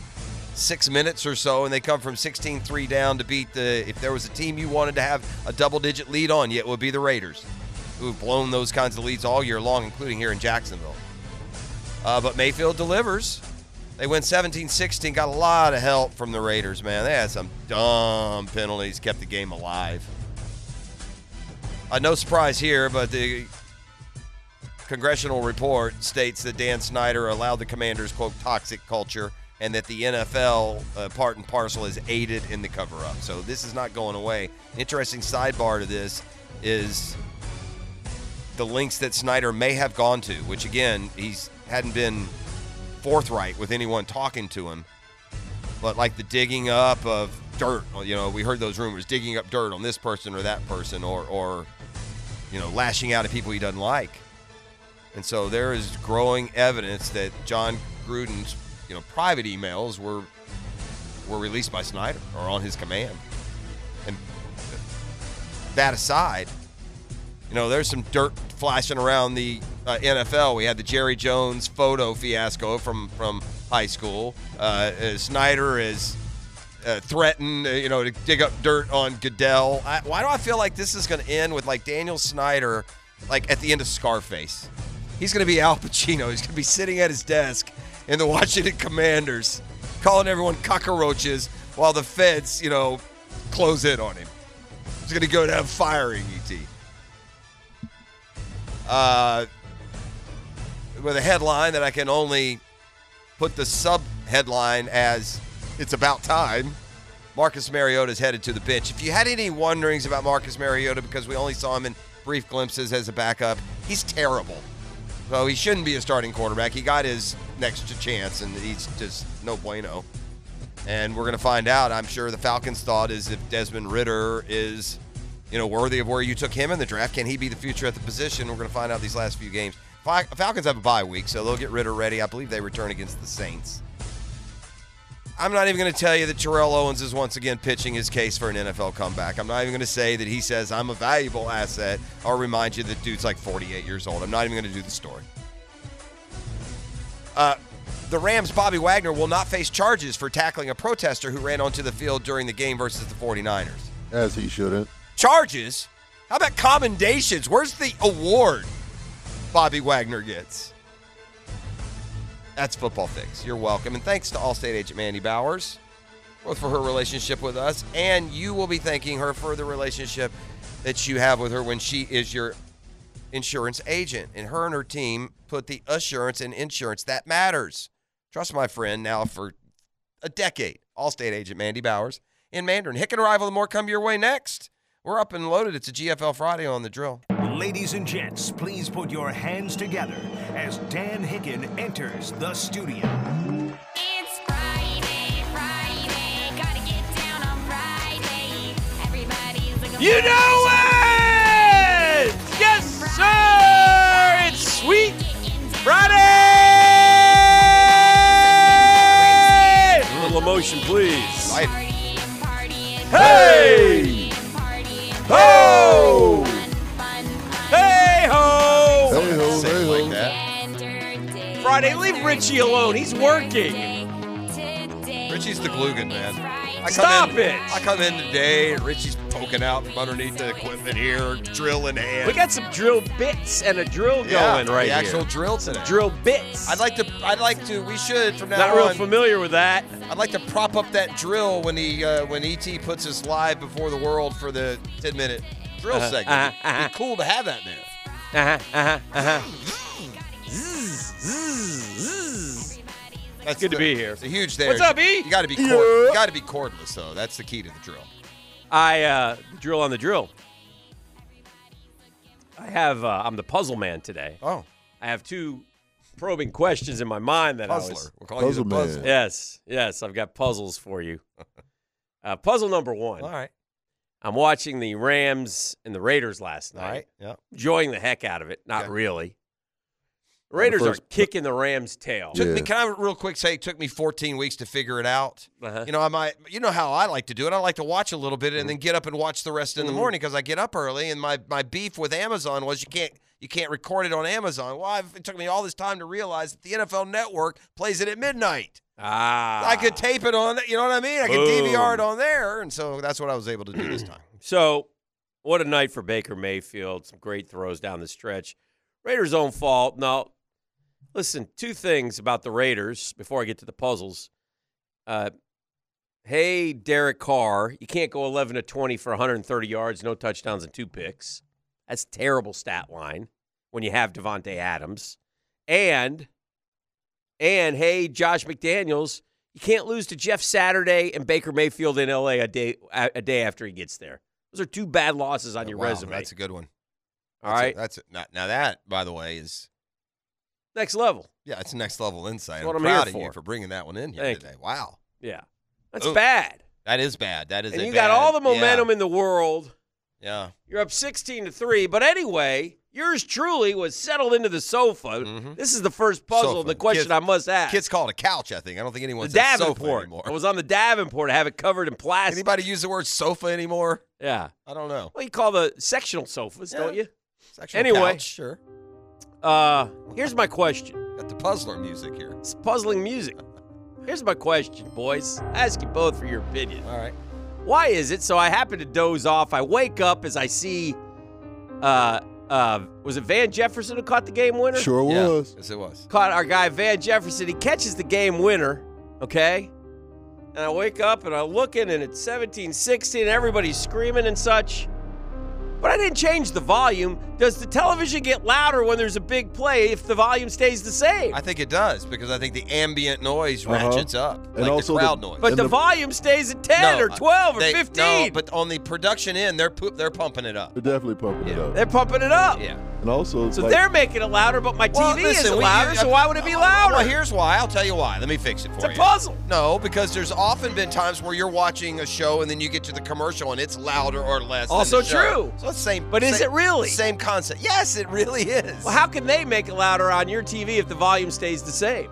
[SPEAKER 2] six minutes or so, and they come from 16 3 down to beat the. If there was a team you wanted to have a double digit lead on, yet it would be the Raiders, who have blown those kinds of leads all year long, including here in Jacksonville. Uh, but Mayfield delivers. They win 17 16, got a lot of help from the Raiders, man. They had some dumb penalties, kept the game alive. Uh, no surprise here, but the congressional report states that Dan Snyder allowed the commanders, quote, toxic culture, and that the NFL uh, part and parcel is aided in the cover up. So this is not going away. Interesting sidebar to this is the links that Snyder may have gone to, which again, he's hadn't been forthright with anyone talking to him. But like the digging up of dirt, you know, we heard those rumors digging up dirt on this person or that person, or or you know, lashing out at people he doesn't like. And so there is growing evidence that John Gruden's you know private emails were were released by Snyder or on his command. And that aside, you know, there's some dirt flashing around the uh, NFL. We had the Jerry Jones photo fiasco from from high school. Uh, uh, Snyder is uh, threatened, uh, you know, to dig up dirt on Goodell. I, why do I feel like this is going to end with like Daniel Snyder, like at the end of Scarface? He's going to be Al Pacino. He's going to be sitting at his desk in the Washington Commanders, calling everyone cockroaches while the feds, you know, close in on him. He's going to go down firing ET uh, with a headline that I can only put the sub headline as it's about time Marcus Mariota is headed to the bench. If you had any wonderings about Marcus Mariota, because we only saw him in brief glimpses as a backup, he's terrible. So he shouldn't be a starting quarterback. He got his next chance, and he's just no bueno. And we're going to find out. I'm sure the Falcons' thought is if Desmond Ritter is, you know, worthy of where you took him in the draft, can he be the future at the position? We're going to find out these last few games. Fal- Falcons have a bye week, so they'll get Ritter ready. I believe they return against the Saints. I'm not even going to tell you that Terrell Owens is once again pitching his case for an NFL comeback. I'm not even going to say that he says I'm a valuable asset or remind you that dude's like 48 years old. I'm not even going to do the story. Uh, the Rams' Bobby Wagner will not face charges for tackling a protester who ran onto the field during the game versus the 49ers.
[SPEAKER 3] As he shouldn't.
[SPEAKER 2] Charges? How about commendations? Where's the award Bobby Wagner gets? That's Football Fix. You're welcome. And thanks to Allstate agent Mandy Bowers, both for her relationship with us, and you will be thanking her for the relationship that you have with her when she is your insurance agent. And her and her team put the assurance in insurance that matters. Trust my friend now for a decade. Allstate agent Mandy Bowers in Mandarin. Hick and Rival, the more come your way next. We're up and loaded. It's a GFL Friday on the drill.
[SPEAKER 7] Ladies and gents, please put your hands together as Dan Hicken enters the studio.
[SPEAKER 8] It's Friday, Friday, gotta get down on Friday. Everybody's looking
[SPEAKER 9] You know it! Yes, sir! It's sweet Friday! A little emotion, please.
[SPEAKER 2] Right.
[SPEAKER 9] Hey! Ho! Hey ho!
[SPEAKER 3] Hey ho,
[SPEAKER 2] Say
[SPEAKER 3] hey
[SPEAKER 2] it
[SPEAKER 3] ho.
[SPEAKER 2] like that.
[SPEAKER 9] Friday, leave Richie alone. He's working.
[SPEAKER 2] Richie's the glue gun man. I come
[SPEAKER 9] Stop
[SPEAKER 2] in-
[SPEAKER 9] it!
[SPEAKER 2] I come in today, and Richie's poking out from underneath the equipment here, drill in hand.
[SPEAKER 9] We got some drill bits and a drill
[SPEAKER 2] Yeah,
[SPEAKER 9] going right
[SPEAKER 2] the actual
[SPEAKER 9] here.
[SPEAKER 2] drill today.
[SPEAKER 9] drill bits.
[SPEAKER 2] I'd like to. I'd like to. We should from now
[SPEAKER 9] Not real
[SPEAKER 2] on.
[SPEAKER 9] familiar with that.
[SPEAKER 2] I'd like to prop up that drill when he uh, when ET puts us live before the world for the ten minute drill
[SPEAKER 9] Uh-huh,
[SPEAKER 2] segment.
[SPEAKER 9] uh-huh,
[SPEAKER 2] It'd
[SPEAKER 9] uh-huh.
[SPEAKER 2] be cool to have that there.
[SPEAKER 9] Uh-huh, uh-huh, uh-huh. Zzz, zzz, zzz.
[SPEAKER 2] That's
[SPEAKER 9] Good to be
[SPEAKER 2] the-
[SPEAKER 9] here.
[SPEAKER 2] It's a huge there.
[SPEAKER 9] What's up, E?
[SPEAKER 2] You got to be cord- you got to be cordless though. That's the key to the drill.
[SPEAKER 9] I uh, drill on the drill. I have. Uh, I'm the puzzle man today.
[SPEAKER 2] Oh,
[SPEAKER 9] I have two probing questions in my mind that I
[SPEAKER 2] puzzler.
[SPEAKER 9] was.
[SPEAKER 2] We'll call you the
[SPEAKER 3] Puzzle man.
[SPEAKER 2] puzzler.
[SPEAKER 9] Yes, yes, I've got puzzles for
[SPEAKER 2] <laughs>
[SPEAKER 9] you. Uh, puzzle number one.
[SPEAKER 2] All right.
[SPEAKER 9] I'm watching the Rams and the Raiders last
[SPEAKER 2] All
[SPEAKER 9] night.
[SPEAKER 2] right. Yep.
[SPEAKER 9] Enjoying the heck out of it. Not
[SPEAKER 2] Okay.
[SPEAKER 9] really. Raiders
[SPEAKER 3] first-
[SPEAKER 9] are kicking the Rams' tail.
[SPEAKER 2] Took
[SPEAKER 3] Yeah.
[SPEAKER 2] me. Can I real quick say it took me 14 weeks to figure it out?
[SPEAKER 9] Uh-huh.
[SPEAKER 2] You know, I might. You know how I like to do it. I like to watch a little bit and then get up and watch the rest in the morning because I get up early. And my my beef with Amazon was you can't you can't record it on Amazon. Well, I've, it took me all this time to realize that the NFL Network plays it at midnight.
[SPEAKER 9] Ah,
[SPEAKER 2] I could tape it on. You know what I mean? I could DVR it
[SPEAKER 9] Boom.
[SPEAKER 2] on there, and so that's what I was able to do
[SPEAKER 9] <clears throat>
[SPEAKER 2] this time.
[SPEAKER 9] So, what a night for Baker Mayfield. Some great throws down the stretch. Raiders' own fault. Now, listen, two things about the Raiders before I get to the puzzles. Uh, hey, Derek Carr, you can't go 11 to 20 for 130 yards, no touchdowns, and two picks. That's terrible stat line when you have Devontae Adams. And, and hey, Josh McDaniels, you can't lose to Jeff Saturday and Baker Mayfield in LA a day a a day after he gets there. Those are two bad losses on your
[SPEAKER 2] Wow,
[SPEAKER 9] resume.
[SPEAKER 2] That's a good one.
[SPEAKER 9] All
[SPEAKER 2] That's a-
[SPEAKER 9] right,
[SPEAKER 2] that's a, now, now that by the way is
[SPEAKER 9] next level.
[SPEAKER 2] yeah, it's next level insight.
[SPEAKER 9] what I'm here
[SPEAKER 2] proud of you
[SPEAKER 9] for.
[SPEAKER 2] for bringing that one in here
[SPEAKER 9] Thank you.
[SPEAKER 2] today. Wow,
[SPEAKER 9] Yeah, that's
[SPEAKER 2] Ooh.
[SPEAKER 9] bad.
[SPEAKER 2] that is bad. That is
[SPEAKER 9] and
[SPEAKER 2] a
[SPEAKER 9] you
[SPEAKER 2] bad-
[SPEAKER 9] got all the
[SPEAKER 2] yeah,
[SPEAKER 9] momentum in the world.
[SPEAKER 2] yeah.
[SPEAKER 9] You're up 16 to 3. But anyway, yours truly was settled into the sofa.
[SPEAKER 2] Mhm.
[SPEAKER 9] This is the first puzzle.
[SPEAKER 2] Sofa.
[SPEAKER 9] The question
[SPEAKER 2] Kids-
[SPEAKER 9] I must ask
[SPEAKER 2] Kids call it a couch, I think. I don't think
[SPEAKER 9] the
[SPEAKER 2] anyone says sofa
[SPEAKER 9] Davenport. <laughs>
[SPEAKER 2] anymore.
[SPEAKER 9] I was on the Davenport. I have it covered in plastic.
[SPEAKER 2] Anybody use the word sofa anymore?
[SPEAKER 9] Yeah.
[SPEAKER 2] I don't know.
[SPEAKER 9] Well, you call the sectional sofas,
[SPEAKER 2] Yeah.
[SPEAKER 9] don't you?
[SPEAKER 2] Sexual
[SPEAKER 9] Anyway.
[SPEAKER 2] couch, sure.
[SPEAKER 9] Uh, here's my question.
[SPEAKER 2] Got the puzzler music here.
[SPEAKER 9] It's puzzling music. Here's my question, boys. I ask you both for your opinion.
[SPEAKER 2] All right.
[SPEAKER 9] Why is it? So I happen to doze off. I wake up as I see. Uh, uh, was it Van Jefferson who caught the game winner?
[SPEAKER 3] Sure
[SPEAKER 2] Yeah,
[SPEAKER 3] was.
[SPEAKER 2] Yes, it was.
[SPEAKER 9] Caught our guy Van Jefferson. He catches the game winner. Okay. And I wake up and I'm looking and it's 17 16. Everybody's screaming and such. But I didn't change the volume. Does the television get louder when there's a big play if the volume stays the same?
[SPEAKER 2] I think it does because I think the ambient noise
[SPEAKER 3] Uh-huh.
[SPEAKER 2] ratchets up,
[SPEAKER 3] And
[SPEAKER 2] like
[SPEAKER 3] also the-
[SPEAKER 2] the crowd noise.
[SPEAKER 9] but
[SPEAKER 3] and
[SPEAKER 9] the,
[SPEAKER 3] the-
[SPEAKER 9] volume stays at 10 or
[SPEAKER 2] I-
[SPEAKER 9] 12 or
[SPEAKER 2] they-
[SPEAKER 9] 15.
[SPEAKER 2] No, but on the production end, they're pu- they're pumping it up.
[SPEAKER 3] They're definitely pumping it
[SPEAKER 2] Yeah.
[SPEAKER 3] up.
[SPEAKER 9] They're pumping it up.
[SPEAKER 2] Yeah.
[SPEAKER 3] And also, it's
[SPEAKER 9] So
[SPEAKER 3] like,
[SPEAKER 9] they're making it louder, but my TV
[SPEAKER 2] Well,
[SPEAKER 9] isn't
[SPEAKER 2] listen, we-
[SPEAKER 9] louder, so why would it be louder?
[SPEAKER 2] Oh, Well, here's why. I'll tell you why. Let me fix it for
[SPEAKER 9] it's a
[SPEAKER 2] you.
[SPEAKER 9] puzzle.
[SPEAKER 2] No, because there's often been times where you're watching a show and then you get to the commercial and it's louder or less. than
[SPEAKER 9] Also
[SPEAKER 2] the show.
[SPEAKER 9] Oh, true.
[SPEAKER 2] So it's same.
[SPEAKER 9] But is
[SPEAKER 2] same-
[SPEAKER 9] it really?
[SPEAKER 2] Same concept. Yes, it really is.
[SPEAKER 9] Well, how can they make it louder on your TV if the volume stays the same?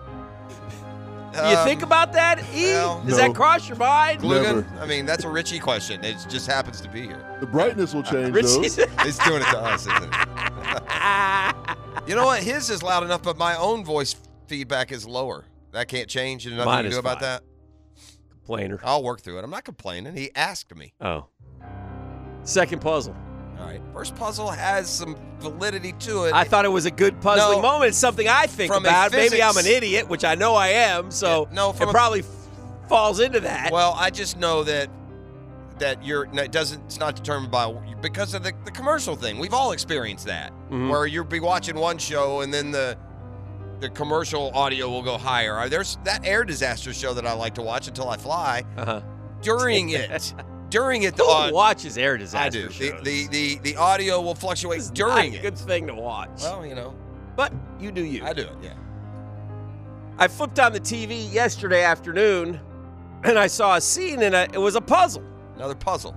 [SPEAKER 9] Do you
[SPEAKER 2] Um,
[SPEAKER 9] think about that, E?
[SPEAKER 2] well-
[SPEAKER 9] Does
[SPEAKER 3] No.
[SPEAKER 9] that cross your mind?
[SPEAKER 3] Glu-
[SPEAKER 2] Glugan?
[SPEAKER 3] Never.
[SPEAKER 2] I mean, that's a Richie question. It just happens to be here.
[SPEAKER 3] the brightness
[SPEAKER 2] <laughs>
[SPEAKER 3] will change, though.
[SPEAKER 9] Richie's-
[SPEAKER 2] He's doing it to us, isn't it?
[SPEAKER 9] <laughs>
[SPEAKER 2] You know what? His is loud enough, but my own voice feedback is lower. That can't change. There's nothing
[SPEAKER 9] Mine
[SPEAKER 2] you
[SPEAKER 9] is
[SPEAKER 2] can do
[SPEAKER 9] fine.
[SPEAKER 2] about that.
[SPEAKER 9] Planer.
[SPEAKER 2] I'll work through it. I'm not complaining. He asked me.
[SPEAKER 9] Oh. Second puzzle.
[SPEAKER 2] All right. First puzzle has some validity to it.
[SPEAKER 9] I thought it was a good puzzling
[SPEAKER 2] No.
[SPEAKER 9] moment. It's something I think
[SPEAKER 2] From a
[SPEAKER 9] about. Maybe I'm an
[SPEAKER 2] physics-
[SPEAKER 9] idiot, which I know I am, so
[SPEAKER 2] Yeah, no,
[SPEAKER 9] it
[SPEAKER 2] from a-
[SPEAKER 9] probably f- falls into that.
[SPEAKER 2] Well, I just know that that you're no, it doesn't it's not determined by because of the, the commercial thing. We've all experienced that
[SPEAKER 9] Mhm.
[SPEAKER 2] where you'll be watching one show and then the the commercial audio will go higher. Uh, There's that air disaster show that I like to watch until I fly.
[SPEAKER 9] uh-huh. <laughs>
[SPEAKER 2] During it, during it, the
[SPEAKER 9] Who
[SPEAKER 2] au-
[SPEAKER 9] watches air
[SPEAKER 2] I
[SPEAKER 9] disaster
[SPEAKER 2] do. The,
[SPEAKER 9] shows?
[SPEAKER 2] the the the audio will fluctuate
[SPEAKER 9] It's not
[SPEAKER 2] during
[SPEAKER 9] a
[SPEAKER 2] it.
[SPEAKER 9] good thing to watch.
[SPEAKER 2] Well, you know,
[SPEAKER 9] but you do you.
[SPEAKER 2] I do it. Yeah.
[SPEAKER 9] I flipped on the TV yesterday afternoon, and I saw a scene, and I, it was a puzzle.
[SPEAKER 2] Another puzzle.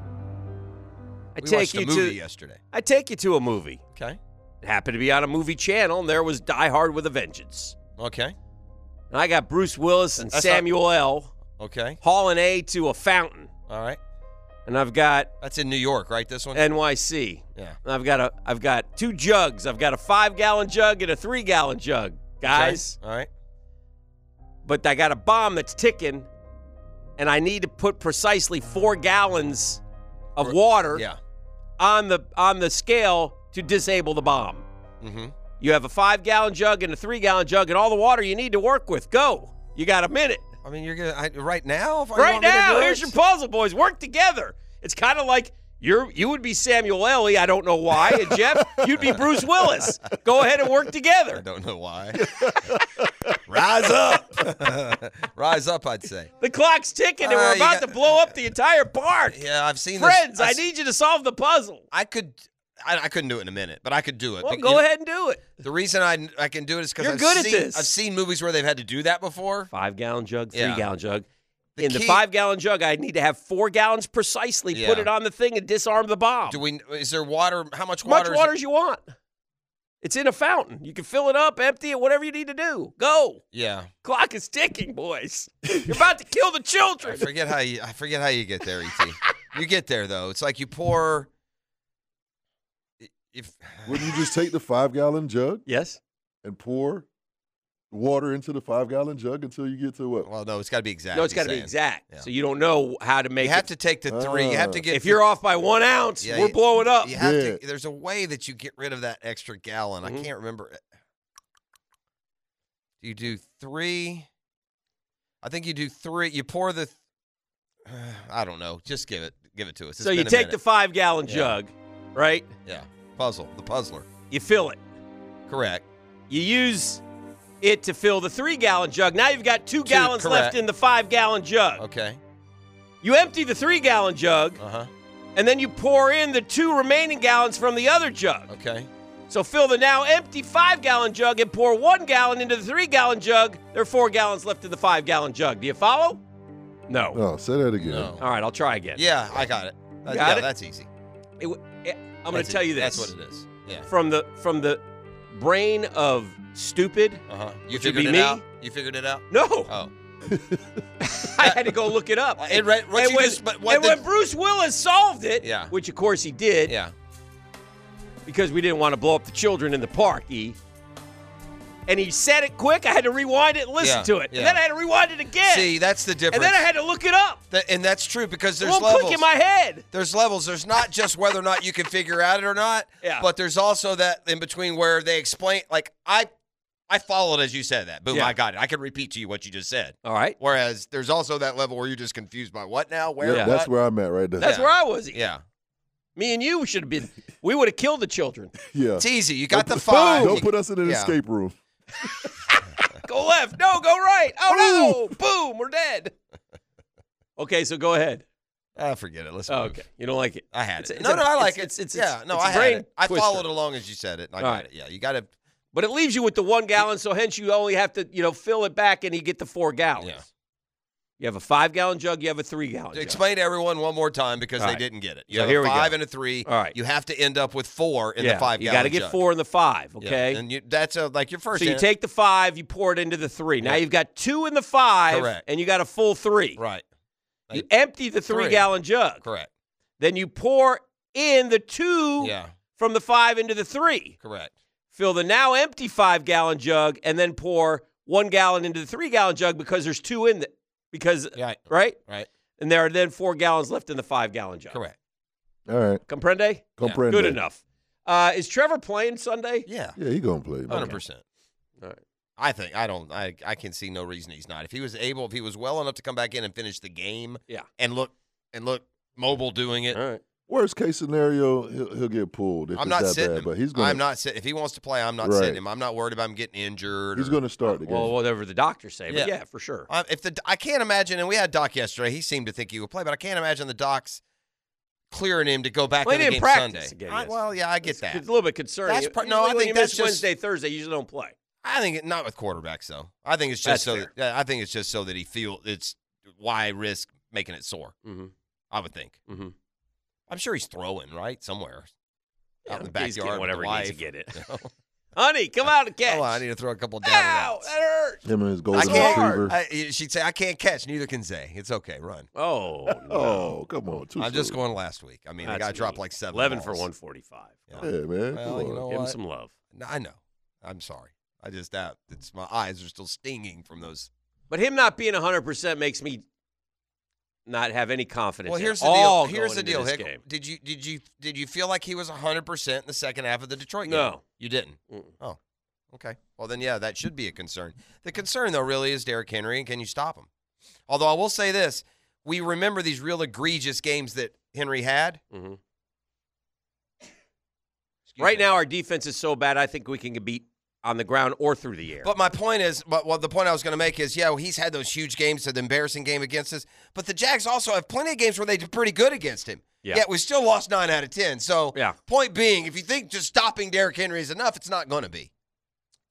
[SPEAKER 9] I
[SPEAKER 2] we
[SPEAKER 9] take
[SPEAKER 2] watched
[SPEAKER 9] you
[SPEAKER 2] a movie
[SPEAKER 9] to
[SPEAKER 2] yesterday.
[SPEAKER 9] I take you to a movie.
[SPEAKER 2] Okay.
[SPEAKER 9] It happened to be on a movie channel, and there was Die Hard with a Vengeance.
[SPEAKER 2] Okay.
[SPEAKER 9] And I got Bruce Willis and
[SPEAKER 2] That's not-
[SPEAKER 9] Samuel L.
[SPEAKER 2] Okay.
[SPEAKER 9] hauling A to a fountain,
[SPEAKER 2] All right.
[SPEAKER 9] and I've got
[SPEAKER 2] That's in New York, right? This one.
[SPEAKER 9] NYC.
[SPEAKER 2] yeah.
[SPEAKER 9] And I've got a I've got two jugs. I've got a five gallon jug and a three gallon jug, guys.
[SPEAKER 2] Okay. All right.
[SPEAKER 9] But I got a bomb that's ticking, and I need to put precisely four gallons of
[SPEAKER 2] Ro-
[SPEAKER 9] water
[SPEAKER 2] Yeah.
[SPEAKER 9] on the on the scale to disable the bomb.
[SPEAKER 2] Mm-hmm.
[SPEAKER 9] You have a five gallon jug and a three gallon jug, and all the water you need to work with. Go. You got a minute.
[SPEAKER 2] I mean, you're gonna I, right now. If I
[SPEAKER 9] right
[SPEAKER 2] want me to
[SPEAKER 9] now.
[SPEAKER 2] do
[SPEAKER 9] Here's
[SPEAKER 2] it?
[SPEAKER 9] your puzzle, boys. Work together. It's kind of like you're you would be Samuel Ellie. I don't know why, and Jeff, you'd be Bruce Willis. Go ahead and work
[SPEAKER 2] I
[SPEAKER 9] together.
[SPEAKER 2] don't know why. <laughs> Rise up. <laughs> Rise up. I'd say.
[SPEAKER 9] The clock's ticking, and
[SPEAKER 2] Uh,
[SPEAKER 9] we're
[SPEAKER 2] you
[SPEAKER 9] about
[SPEAKER 2] got-
[SPEAKER 9] to blow up the entire park.
[SPEAKER 2] Yeah, I've seen
[SPEAKER 9] Friends,
[SPEAKER 2] This.
[SPEAKER 9] I
[SPEAKER 2] s-
[SPEAKER 9] need you to solve the puzzle.
[SPEAKER 2] I could. I, I couldn't do it in a minute, but I could do it.
[SPEAKER 9] Well,
[SPEAKER 2] But,
[SPEAKER 9] go
[SPEAKER 2] you know,
[SPEAKER 9] ahead and do it.
[SPEAKER 2] The reason I I can do it is because
[SPEAKER 9] You're
[SPEAKER 2] I've
[SPEAKER 9] good at
[SPEAKER 2] seen,
[SPEAKER 9] this.
[SPEAKER 2] I've seen movies where they've had to do that before.
[SPEAKER 9] Five gallon jug, three
[SPEAKER 2] Yeah.
[SPEAKER 9] gallon jug.
[SPEAKER 2] The
[SPEAKER 9] In the
[SPEAKER 2] key-
[SPEAKER 9] five gallon jug, I need to have four gallons precisely. Put
[SPEAKER 2] Yeah.
[SPEAKER 9] it on the thing and disarm the bomb.
[SPEAKER 2] Do we? Is there water? How much
[SPEAKER 9] as much
[SPEAKER 2] water? is-
[SPEAKER 9] water as you want. It's in a fountain. You can fill it up, empty it, whatever you need to do. Go.
[SPEAKER 2] yeah.
[SPEAKER 9] Clock is ticking, <laughs> boys. You're about to kill the
[SPEAKER 2] I
[SPEAKER 9] children.
[SPEAKER 2] forget how you. I forget how you get there, Et. you get there though. It's like you pour. If
[SPEAKER 3] Wouldn't you just take the five gallon jug
[SPEAKER 9] Yes.
[SPEAKER 3] and pour water into the five gallon jug until you get to what?
[SPEAKER 2] well, no, it's got to be exact.
[SPEAKER 9] No, it's
[SPEAKER 2] he's
[SPEAKER 9] got to be
[SPEAKER 2] saying.
[SPEAKER 9] exact.
[SPEAKER 2] Yeah.
[SPEAKER 9] So you don't know how to make
[SPEAKER 2] You have
[SPEAKER 9] it.
[SPEAKER 2] to take the three. You have to
[SPEAKER 3] Ah.
[SPEAKER 2] get.
[SPEAKER 9] if you're off by one ounce,
[SPEAKER 2] Yeah,
[SPEAKER 9] we're
[SPEAKER 2] you-
[SPEAKER 9] blowing up.
[SPEAKER 2] you have to,
[SPEAKER 3] Yeah.
[SPEAKER 2] there's a way that you get rid of that extra gallon. I
[SPEAKER 9] Mhm.
[SPEAKER 2] can't remember. eh, it. You do <sighs> three. I think you do three. You pour the. I don't know. Just give it. Give it to us. It's
[SPEAKER 9] so you
[SPEAKER 2] been a
[SPEAKER 9] take the
[SPEAKER 2] minute.
[SPEAKER 9] five gallon
[SPEAKER 2] Yeah.
[SPEAKER 9] jug, right?
[SPEAKER 2] yeah puzzle. The puzzler.
[SPEAKER 9] You fill it.
[SPEAKER 2] Correct.
[SPEAKER 9] You use it to fill the three gallon jug. Now you've got two,
[SPEAKER 2] Two,
[SPEAKER 9] gallons left
[SPEAKER 2] correct.
[SPEAKER 9] in the five gallon jug.
[SPEAKER 2] Okay.
[SPEAKER 9] You empty the three gallon jug,
[SPEAKER 2] Uh huh.
[SPEAKER 9] and then you pour in the two remaining gallons from the other jug.
[SPEAKER 2] Okay.
[SPEAKER 9] So fill the now empty five gallon jug and pour one gallon into the three gallon jug. There are four gallons left in the five gallon jug. Do you follow? No.
[SPEAKER 3] Oh, say that again.
[SPEAKER 2] No.
[SPEAKER 9] All right, I'll try again.
[SPEAKER 2] Yeah, I got it. That-
[SPEAKER 9] Got
[SPEAKER 2] yeah,
[SPEAKER 9] it?
[SPEAKER 2] That's easy.
[SPEAKER 9] It w- it- I'm going
[SPEAKER 2] That's
[SPEAKER 9] to
[SPEAKER 2] it.
[SPEAKER 9] tell you this.
[SPEAKER 2] That's what it is. Yeah.
[SPEAKER 9] From the from the brain of stupid.
[SPEAKER 2] Uh huh. You
[SPEAKER 9] Would you
[SPEAKER 2] figured
[SPEAKER 9] be
[SPEAKER 2] it
[SPEAKER 9] me?
[SPEAKER 2] out. You figured it out.
[SPEAKER 9] No,
[SPEAKER 2] Oh.
[SPEAKER 9] I had to go look it up.
[SPEAKER 2] <laughs> And right- what you
[SPEAKER 9] when,
[SPEAKER 2] just- but what
[SPEAKER 9] and
[SPEAKER 2] the-
[SPEAKER 9] when Bruce Willis solved it,
[SPEAKER 2] Yeah.
[SPEAKER 9] which of course he did,
[SPEAKER 2] Yeah.
[SPEAKER 9] because we didn't want to blow up the children in the park. E. And he said it quick. I had to rewind it and listen
[SPEAKER 2] Yeah,
[SPEAKER 9] to it.
[SPEAKER 2] yeah.
[SPEAKER 9] And then I had to rewind it again.
[SPEAKER 2] See, that's the difference.
[SPEAKER 9] and then I had to look it up.
[SPEAKER 2] Th- and that's true because
[SPEAKER 9] It
[SPEAKER 2] there's
[SPEAKER 9] won't
[SPEAKER 2] levels.
[SPEAKER 9] click in my head.
[SPEAKER 2] there's levels. There's not just whether or not you can figure out it or not.
[SPEAKER 9] Yeah.
[SPEAKER 2] But there's also that in between where they explain. Like I, I followed as you said that. Boom!
[SPEAKER 9] Yeah.
[SPEAKER 2] I got it. I can repeat to you what you just said.
[SPEAKER 9] All right.
[SPEAKER 2] Whereas there's also that level where you're just confused by what now, where.
[SPEAKER 9] Yeah.
[SPEAKER 3] That's
[SPEAKER 2] what?
[SPEAKER 3] where I'm at right now.
[SPEAKER 9] That's
[SPEAKER 2] Yeah.
[SPEAKER 9] where I was.
[SPEAKER 2] Yeah.
[SPEAKER 9] Me and you should have been. We would have killed the children.
[SPEAKER 3] <laughs> Yeah.
[SPEAKER 2] It's easy. You got
[SPEAKER 3] Don't
[SPEAKER 2] the
[SPEAKER 3] put-
[SPEAKER 2] five.
[SPEAKER 3] Don't put us in an
[SPEAKER 2] Yeah.
[SPEAKER 3] escape room.
[SPEAKER 9] Go left. No, go right. Oh no! Boom! We're dead. <laughs> Okay, so go ahead.
[SPEAKER 2] Ah, forget it. Let's
[SPEAKER 9] Oh,
[SPEAKER 2] move.
[SPEAKER 9] okay, you don't like it.
[SPEAKER 2] I had it.
[SPEAKER 9] It's-
[SPEAKER 2] no,
[SPEAKER 9] it's a-
[SPEAKER 2] no, I like
[SPEAKER 9] it's-
[SPEAKER 2] it.
[SPEAKER 9] it's- it's-
[SPEAKER 2] yeah, no,
[SPEAKER 9] it's a
[SPEAKER 2] I had
[SPEAKER 9] brain
[SPEAKER 2] it. I
[SPEAKER 9] twister.
[SPEAKER 2] followed along as you said it. and I
[SPEAKER 9] All
[SPEAKER 2] got
[SPEAKER 9] right.
[SPEAKER 2] it. Yeah, you got to.
[SPEAKER 9] But it leaves you with the one gallon, so hence you only have to, you know, fill it back and you get the four gallons.
[SPEAKER 2] Yeah.
[SPEAKER 9] You have a five gallon jug, you have a three gallon jug.
[SPEAKER 2] Explain to everyone one more time because
[SPEAKER 9] All
[SPEAKER 2] they
[SPEAKER 9] right.
[SPEAKER 2] didn't get it. You
[SPEAKER 9] So
[SPEAKER 2] have
[SPEAKER 9] here
[SPEAKER 2] a
[SPEAKER 9] we go.
[SPEAKER 2] five and a three.
[SPEAKER 9] All right.
[SPEAKER 2] You have to end up with four in
[SPEAKER 9] yeah.
[SPEAKER 2] the five.
[SPEAKER 9] You
[SPEAKER 2] got
[SPEAKER 9] gotta
[SPEAKER 2] to
[SPEAKER 9] get four in the five,
[SPEAKER 2] Yeah.
[SPEAKER 9] okay?
[SPEAKER 2] And you, that's a, like your first.
[SPEAKER 9] so you
[SPEAKER 2] in-
[SPEAKER 9] take the five, you pour it into the three. Now
[SPEAKER 2] Yeah.
[SPEAKER 9] you've got two in the five,
[SPEAKER 2] Correct.
[SPEAKER 9] and you got a full three.
[SPEAKER 2] right.
[SPEAKER 9] You empty the three,
[SPEAKER 2] Three.
[SPEAKER 9] gallon jug.
[SPEAKER 2] Correct.
[SPEAKER 9] Then you pour in the two
[SPEAKER 2] Yeah.
[SPEAKER 9] from the five into the three.
[SPEAKER 2] Correct.
[SPEAKER 9] Fill the now empty five gallon jug and then pour one gallon into the three gallon jug because there's two in the because
[SPEAKER 2] Yeah.
[SPEAKER 9] right?
[SPEAKER 2] Right.
[SPEAKER 9] And there are then four gallons left in the five gallon jug.
[SPEAKER 2] Correct.
[SPEAKER 3] All right.
[SPEAKER 9] Comprende?
[SPEAKER 3] Comprende.
[SPEAKER 9] Good enough. Uh, is Trevor playing Sunday?
[SPEAKER 2] Yeah.
[SPEAKER 3] Yeah, he gonna play. man.
[SPEAKER 2] Hundred percent.
[SPEAKER 9] All right.
[SPEAKER 2] I think I don't. I I can see no reason he's not. If he was able, if he was well enough to come back in and finish the game.
[SPEAKER 9] Yeah.
[SPEAKER 2] And look and look mobile doing it.
[SPEAKER 9] All right.
[SPEAKER 3] Worst case scenario, he'll, he'll get pulled if
[SPEAKER 2] I'm
[SPEAKER 3] it's
[SPEAKER 2] not
[SPEAKER 3] that
[SPEAKER 2] sitting
[SPEAKER 3] bad.
[SPEAKER 2] him.
[SPEAKER 3] But he's gonna
[SPEAKER 2] I'm not sitting. If he wants to play, I'm not
[SPEAKER 3] Right.
[SPEAKER 2] sitting him. I'm not worried about him getting injured.
[SPEAKER 3] he's
[SPEAKER 2] or-
[SPEAKER 3] gonna start the game.
[SPEAKER 9] Well, whatever the doctors say, but
[SPEAKER 2] Yeah.
[SPEAKER 9] yeah, for sure.
[SPEAKER 2] Uh, if the I can't imagine, and we had Doc yesterday. He seemed to think he would play, but I can't imagine the Docs clearing him to go back
[SPEAKER 9] Well,
[SPEAKER 2] in
[SPEAKER 9] he
[SPEAKER 2] the
[SPEAKER 9] didn't
[SPEAKER 2] game
[SPEAKER 9] practice
[SPEAKER 2] Sunday.
[SPEAKER 9] again
[SPEAKER 2] I-
[SPEAKER 9] yesterday.
[SPEAKER 2] well, yeah, I get
[SPEAKER 9] It's
[SPEAKER 2] that.
[SPEAKER 9] a little bit concerning.
[SPEAKER 2] That's pro-
[SPEAKER 9] Usually
[SPEAKER 2] no, I
[SPEAKER 9] when
[SPEAKER 2] think
[SPEAKER 9] you
[SPEAKER 2] that's
[SPEAKER 9] miss
[SPEAKER 2] just-
[SPEAKER 9] Wednesday, Thursday. You usually don't
[SPEAKER 2] <laughs>
[SPEAKER 9] play.
[SPEAKER 2] I think it, not with quarterbacks though. I think it's
[SPEAKER 9] That's
[SPEAKER 2] just so. That,
[SPEAKER 9] fair.
[SPEAKER 2] yeah, I think it's just so that he feel it's why risk making it sore.
[SPEAKER 9] Mm-hmm.
[SPEAKER 2] I would think.
[SPEAKER 9] Mhm.
[SPEAKER 2] I'm sure he's throwing right somewhere out in the backyard.
[SPEAKER 9] he's getting
[SPEAKER 2] with
[SPEAKER 9] whatever
[SPEAKER 2] the
[SPEAKER 9] he needs to
[SPEAKER 2] wife.
[SPEAKER 9] get it.
[SPEAKER 2] You know? <laughs>
[SPEAKER 9] Honey, come out and catch.
[SPEAKER 2] Oh, I need to throw a couple down. and
[SPEAKER 9] Ow,
[SPEAKER 2] outs.
[SPEAKER 9] that hurts.
[SPEAKER 3] Him and his
[SPEAKER 2] I
[SPEAKER 3] golden
[SPEAKER 2] can't.
[SPEAKER 3] retriever.
[SPEAKER 2] I, she'd say, "I can't catch." Neither can Zay. It's okay. Run.
[SPEAKER 9] Oh, no.
[SPEAKER 3] <laughs> oh, come on. Too
[SPEAKER 2] I'm just
[SPEAKER 3] slow.
[SPEAKER 2] going last week. I mean,
[SPEAKER 9] That's
[SPEAKER 2] the guy dropped
[SPEAKER 9] mean.
[SPEAKER 2] like seven.
[SPEAKER 9] Eleven for
[SPEAKER 2] balls.
[SPEAKER 9] one forty-five.
[SPEAKER 2] Yeah.
[SPEAKER 3] Yeah, man.
[SPEAKER 2] Well,
[SPEAKER 3] come
[SPEAKER 2] you
[SPEAKER 3] on.
[SPEAKER 2] know
[SPEAKER 9] Give him
[SPEAKER 2] what?
[SPEAKER 9] some love.
[SPEAKER 2] No, I know. I'm sorry. I just that it's my eyes are still stinging from those.
[SPEAKER 9] But him not being hundred percent makes me not have any confidence.
[SPEAKER 2] Well,
[SPEAKER 9] at
[SPEAKER 2] here's the
[SPEAKER 9] all
[SPEAKER 2] deal. Here's
[SPEAKER 9] going into
[SPEAKER 2] the deal,
[SPEAKER 9] this
[SPEAKER 2] Hick.
[SPEAKER 9] game.
[SPEAKER 2] Did you did you did you feel like he was 100% in the second half of the Detroit game?
[SPEAKER 9] No.
[SPEAKER 2] You didn't.
[SPEAKER 9] Mm-mm.
[SPEAKER 2] Oh. Okay. Well, then yeah, that should be a concern. The concern though really is Derrick Henry and can you stop him? Although I will say this, we remember these real egregious games that Henry had.
[SPEAKER 9] Mhm.
[SPEAKER 2] Excuse
[SPEAKER 9] Right
[SPEAKER 2] me.
[SPEAKER 9] now, our defense is so bad. I think we can get beat on the ground or through the air.
[SPEAKER 2] But my point is, but well, the point I was going to make is, yeah, well, he's had those huge games, so the embarrassing game against us. But the Jags also have plenty of games where they did pretty good against him.
[SPEAKER 9] Yeah.
[SPEAKER 2] Yet we still lost nine out of ten. So
[SPEAKER 9] Yeah.
[SPEAKER 2] point being, if you think just stopping Derrick Henry is enough, it's not going to be.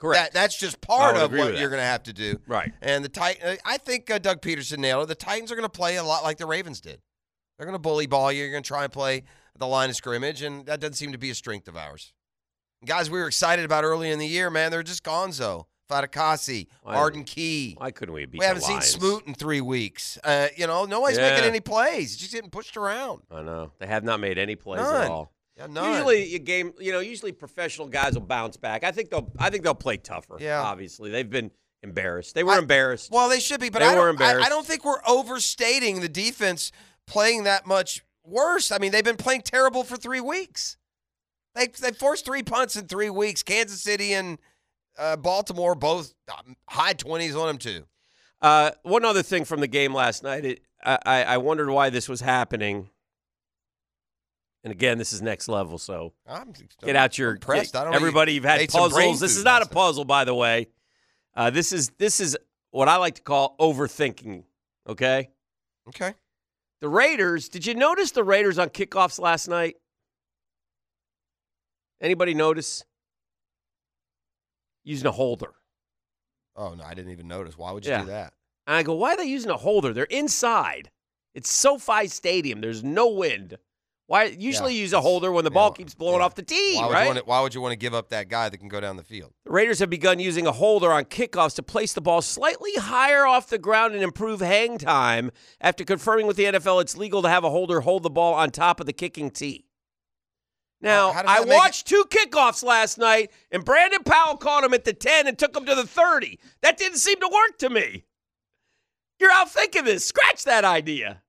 [SPEAKER 9] Correct.
[SPEAKER 2] That, that's just
[SPEAKER 9] I
[SPEAKER 2] part
[SPEAKER 9] would
[SPEAKER 2] of
[SPEAKER 9] agree
[SPEAKER 2] what
[SPEAKER 9] with
[SPEAKER 2] you're
[SPEAKER 9] that.
[SPEAKER 2] going to have to do.
[SPEAKER 9] right.
[SPEAKER 2] And the Titan, I think uh, Doug Peterson nailed it. The Titans are going to play a lot like the Ravens did. They're going to bully ball you. You're going to try and play the line of scrimmage, and that doesn't seem to be a strength of ours. Guys, we were excited about early in the year, man. They're just Gonzo, Fatakasi,
[SPEAKER 9] Why-
[SPEAKER 2] Arden Key.
[SPEAKER 9] Why couldn't we beat?
[SPEAKER 2] We haven't
[SPEAKER 9] the
[SPEAKER 2] seen
[SPEAKER 9] Lions?
[SPEAKER 2] Smoot in three weeks. Uh, you know, no one's
[SPEAKER 9] Yeah.
[SPEAKER 2] making any plays. He's just getting pushed around.
[SPEAKER 9] I know they have not made any plays at
[SPEAKER 2] None.
[SPEAKER 9] all.
[SPEAKER 2] Yeah, none.
[SPEAKER 9] Usually, your game, you know, usually professional guys will bounce back. I think they'll, I think they'll play tougher.
[SPEAKER 2] Yeah.
[SPEAKER 9] obviously they've been embarrassed. They were
[SPEAKER 2] I-
[SPEAKER 9] embarrassed.
[SPEAKER 2] Well, they should be, but
[SPEAKER 9] They
[SPEAKER 2] I,
[SPEAKER 9] were
[SPEAKER 2] don't, I, I
[SPEAKER 9] embarrassed.
[SPEAKER 2] don't think we're overstating the defense playing that much worse. I mean, they've been playing terrible for three weeks. They they forced three punts in three weeks. Kansas City and uh, Baltimore both um, high twenties on them too.
[SPEAKER 9] Uh, one other thing from the game last night, it, I, I I wondered why this was happening. And again, this is next level, so
[SPEAKER 2] I'm
[SPEAKER 9] get out your
[SPEAKER 2] impressed.
[SPEAKER 9] get-
[SPEAKER 2] I don't
[SPEAKER 9] everybody. You've had
[SPEAKER 2] ate some brain
[SPEAKER 9] puzzles. This
[SPEAKER 2] food
[SPEAKER 9] is not a
[SPEAKER 2] last night.
[SPEAKER 9] puzzle, by the way. Uh, this is this is what I like to call overthinking. Okay,
[SPEAKER 2] Okay.
[SPEAKER 9] the Raiders. Did you notice the Raiders on kickoffs last night? Anybody notice using a holder?
[SPEAKER 2] Oh no, I didn't even notice. Why would you
[SPEAKER 9] Yeah.
[SPEAKER 2] do that?
[SPEAKER 9] And I go, why are they using a holder? They're inside. It's SoFi Stadium. There's no wind. Why usually
[SPEAKER 2] Yeah,
[SPEAKER 9] you use a
[SPEAKER 2] it's-
[SPEAKER 9] holder when the
[SPEAKER 2] yeah,
[SPEAKER 9] ball keeps blowing
[SPEAKER 2] yeah.
[SPEAKER 9] off the tee,
[SPEAKER 2] why, would you
[SPEAKER 9] right?
[SPEAKER 2] want to, why would you want to give up that guy that can go down the field?
[SPEAKER 9] the Raiders have begun using a holder on kickoffs to place the ball slightly higher off the ground and improve hang time after confirming with the NFL it's legal to have a holder hold the ball on top of the kicking tee. Now,
[SPEAKER 2] How- how does
[SPEAKER 9] I
[SPEAKER 2] that make it-
[SPEAKER 9] watched two kickoffs last night, and Brandon Powell caught him at the 10 and took him to the 30. That didn't seem to work to me. You're out thinking this. Scratch that idea.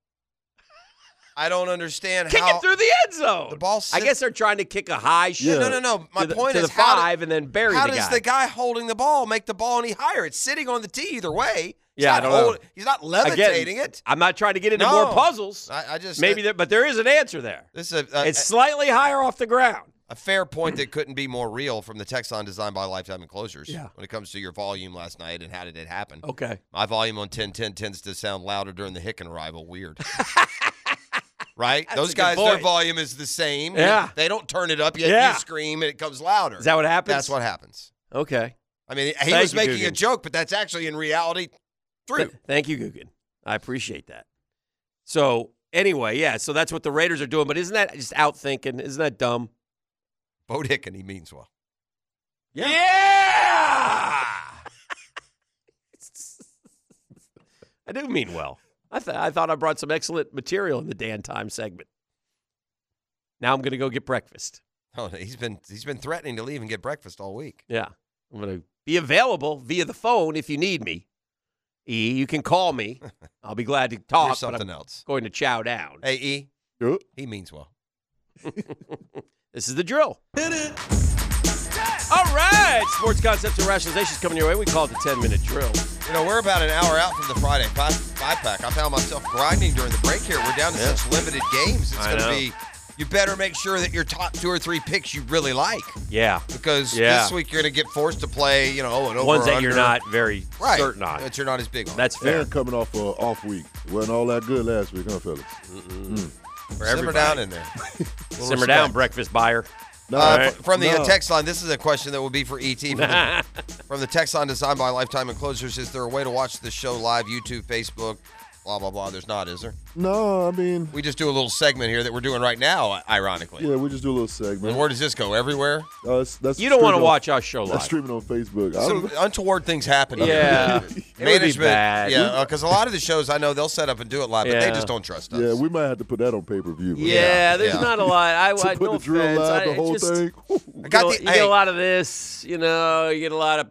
[SPEAKER 2] I don't understand
[SPEAKER 9] kick
[SPEAKER 2] how
[SPEAKER 9] it through the end zone.
[SPEAKER 2] the ball
[SPEAKER 9] I
[SPEAKER 2] sit-
[SPEAKER 9] guess they're trying to kick a high shot.
[SPEAKER 2] No, no, no. My
[SPEAKER 9] to the,
[SPEAKER 2] point
[SPEAKER 9] to
[SPEAKER 2] is
[SPEAKER 9] the
[SPEAKER 2] how do-
[SPEAKER 9] five and then bury
[SPEAKER 2] How
[SPEAKER 9] the
[SPEAKER 2] does
[SPEAKER 9] guy.
[SPEAKER 2] the guy holding the ball make the ball any higher? It's sitting on the tee either way. He's
[SPEAKER 9] Yeah, I
[SPEAKER 2] not
[SPEAKER 9] don't know.
[SPEAKER 2] hold- He's not
[SPEAKER 9] I get-
[SPEAKER 2] levitating it.
[SPEAKER 9] I'm not trying to get into
[SPEAKER 2] No.
[SPEAKER 9] more puzzles.
[SPEAKER 2] I, I just
[SPEAKER 9] Maybe there, but there is an answer there.
[SPEAKER 2] this is a, a,
[SPEAKER 9] it's slightly higher off the ground.
[SPEAKER 2] a fair point that couldn't be more real from the Texon Design by Lifetime Enclosures.
[SPEAKER 9] Yeah.
[SPEAKER 2] When it comes to your volume last night and how did it happen?
[SPEAKER 9] Okay.
[SPEAKER 2] My volume on 1010 tends to sound louder during the Hicken arrival.
[SPEAKER 9] <laughs>
[SPEAKER 2] Weird. right?
[SPEAKER 9] That's a
[SPEAKER 2] Those
[SPEAKER 9] good
[SPEAKER 2] guys, their
[SPEAKER 9] point.
[SPEAKER 2] volume is the same.
[SPEAKER 9] Yeah.
[SPEAKER 2] They don't turn it up yet.
[SPEAKER 9] Yeah.
[SPEAKER 2] You scream and it comes louder.
[SPEAKER 9] Is that what happens?
[SPEAKER 2] That's what happens.
[SPEAKER 9] Okay.
[SPEAKER 2] I mean, he
[SPEAKER 9] Thank
[SPEAKER 2] was
[SPEAKER 9] you,
[SPEAKER 2] making a
[SPEAKER 9] Dugan.
[SPEAKER 2] joke, but that's actually in reality true.
[SPEAKER 9] Th- thank you, Guggen. I appreciate that. So anyway, yeah. So that's what the Raiders are doing. But isn't that just out thinking? Isn't that dumb?
[SPEAKER 2] Bo Dick and he means well.
[SPEAKER 9] Yeah. <laughs> I do mean well. I, th- I thought I brought some excellent material in the Dan Time segment. Now I'm going to go get breakfast.
[SPEAKER 2] Oh, he's been he's been threatening to leave and get breakfast all week.
[SPEAKER 9] Yeah. I'm going to be available via the phone if you need me. E, you can call
[SPEAKER 2] <laughs>
[SPEAKER 9] me. I'll be glad to
[SPEAKER 2] Or
[SPEAKER 9] talk, but
[SPEAKER 2] something
[SPEAKER 9] I'm
[SPEAKER 2] else.
[SPEAKER 9] going to chow down.
[SPEAKER 2] Hey, E,
[SPEAKER 3] Yep.
[SPEAKER 2] he means well.
[SPEAKER 9] <laughs> This is the drill. All right. Sports concepts and rationalizations coming your way. We call it the 10 minute
[SPEAKER 2] <laughs>
[SPEAKER 9] drill.
[SPEAKER 2] You know, we're about an hour out from the Friday five, five pack. I found myself grinding during the break here. We're down to such limited games. It's
[SPEAKER 9] I
[SPEAKER 2] going to
[SPEAKER 9] know.
[SPEAKER 2] be, you better make sure that your top two or three picks you really like
[SPEAKER 9] Yeah.
[SPEAKER 2] because
[SPEAKER 9] Yeah.
[SPEAKER 2] this week you're going to get forced to play, you know, an over
[SPEAKER 9] Ones that you're
[SPEAKER 2] under.
[SPEAKER 9] not very
[SPEAKER 2] right,
[SPEAKER 9] certain on.
[SPEAKER 2] That you're not as big on.
[SPEAKER 9] That's fair.
[SPEAKER 3] And coming off a off week. Wasn't all that good last week, huh, fellas? Mm.
[SPEAKER 2] For Simmer down in there. Little
[SPEAKER 9] Simmer down,
[SPEAKER 2] respect.
[SPEAKER 9] breakfast buyer.
[SPEAKER 3] No,
[SPEAKER 2] Uh,
[SPEAKER 9] All right.
[SPEAKER 2] f- From the uh,
[SPEAKER 3] No.
[SPEAKER 2] text line, this is a question that will be for ET. From the
[SPEAKER 9] <laughs>
[SPEAKER 2] from the text line designed by Lifetime Enclosures. Is there a way to watch the show live, YouTube, Facebook, blah, blah, blah? There's not, is there?
[SPEAKER 3] No, I mean,
[SPEAKER 2] We just do a little segment here that we're doing right now, ironically.
[SPEAKER 3] yeah, we just do a little
[SPEAKER 2] And
[SPEAKER 3] segment.
[SPEAKER 2] where does this go? Everywhere?
[SPEAKER 3] Uh, that's, that's
[SPEAKER 9] You don't want to
[SPEAKER 3] streaming on-
[SPEAKER 9] watch our show
[SPEAKER 3] That's
[SPEAKER 9] live.
[SPEAKER 3] streaming on Facebook. I
[SPEAKER 2] Some
[SPEAKER 3] don't-
[SPEAKER 2] untoward things happen. here.
[SPEAKER 9] Yeah. It would be
[SPEAKER 2] Management.
[SPEAKER 9] bad.
[SPEAKER 2] Yeah, because a lot of the shows I know they'll set up and do it live, but they
[SPEAKER 9] Yeah.
[SPEAKER 2] just don't trust us.
[SPEAKER 3] yeah, we might have to put that on pay per view.
[SPEAKER 9] Yeah, there's
[SPEAKER 2] yeah.
[SPEAKER 9] not a lot.
[SPEAKER 3] <laughs>
[SPEAKER 9] I,
[SPEAKER 3] to
[SPEAKER 9] I
[SPEAKER 3] put
[SPEAKER 9] no
[SPEAKER 3] the drill
[SPEAKER 9] offense.
[SPEAKER 3] live,
[SPEAKER 9] I,
[SPEAKER 3] the
[SPEAKER 9] it
[SPEAKER 3] whole
[SPEAKER 9] just,
[SPEAKER 3] thing.
[SPEAKER 2] I
[SPEAKER 9] You,
[SPEAKER 2] got
[SPEAKER 9] know,
[SPEAKER 2] the,
[SPEAKER 9] you
[SPEAKER 2] hey,
[SPEAKER 9] get a lot of this, you know, you get a lot of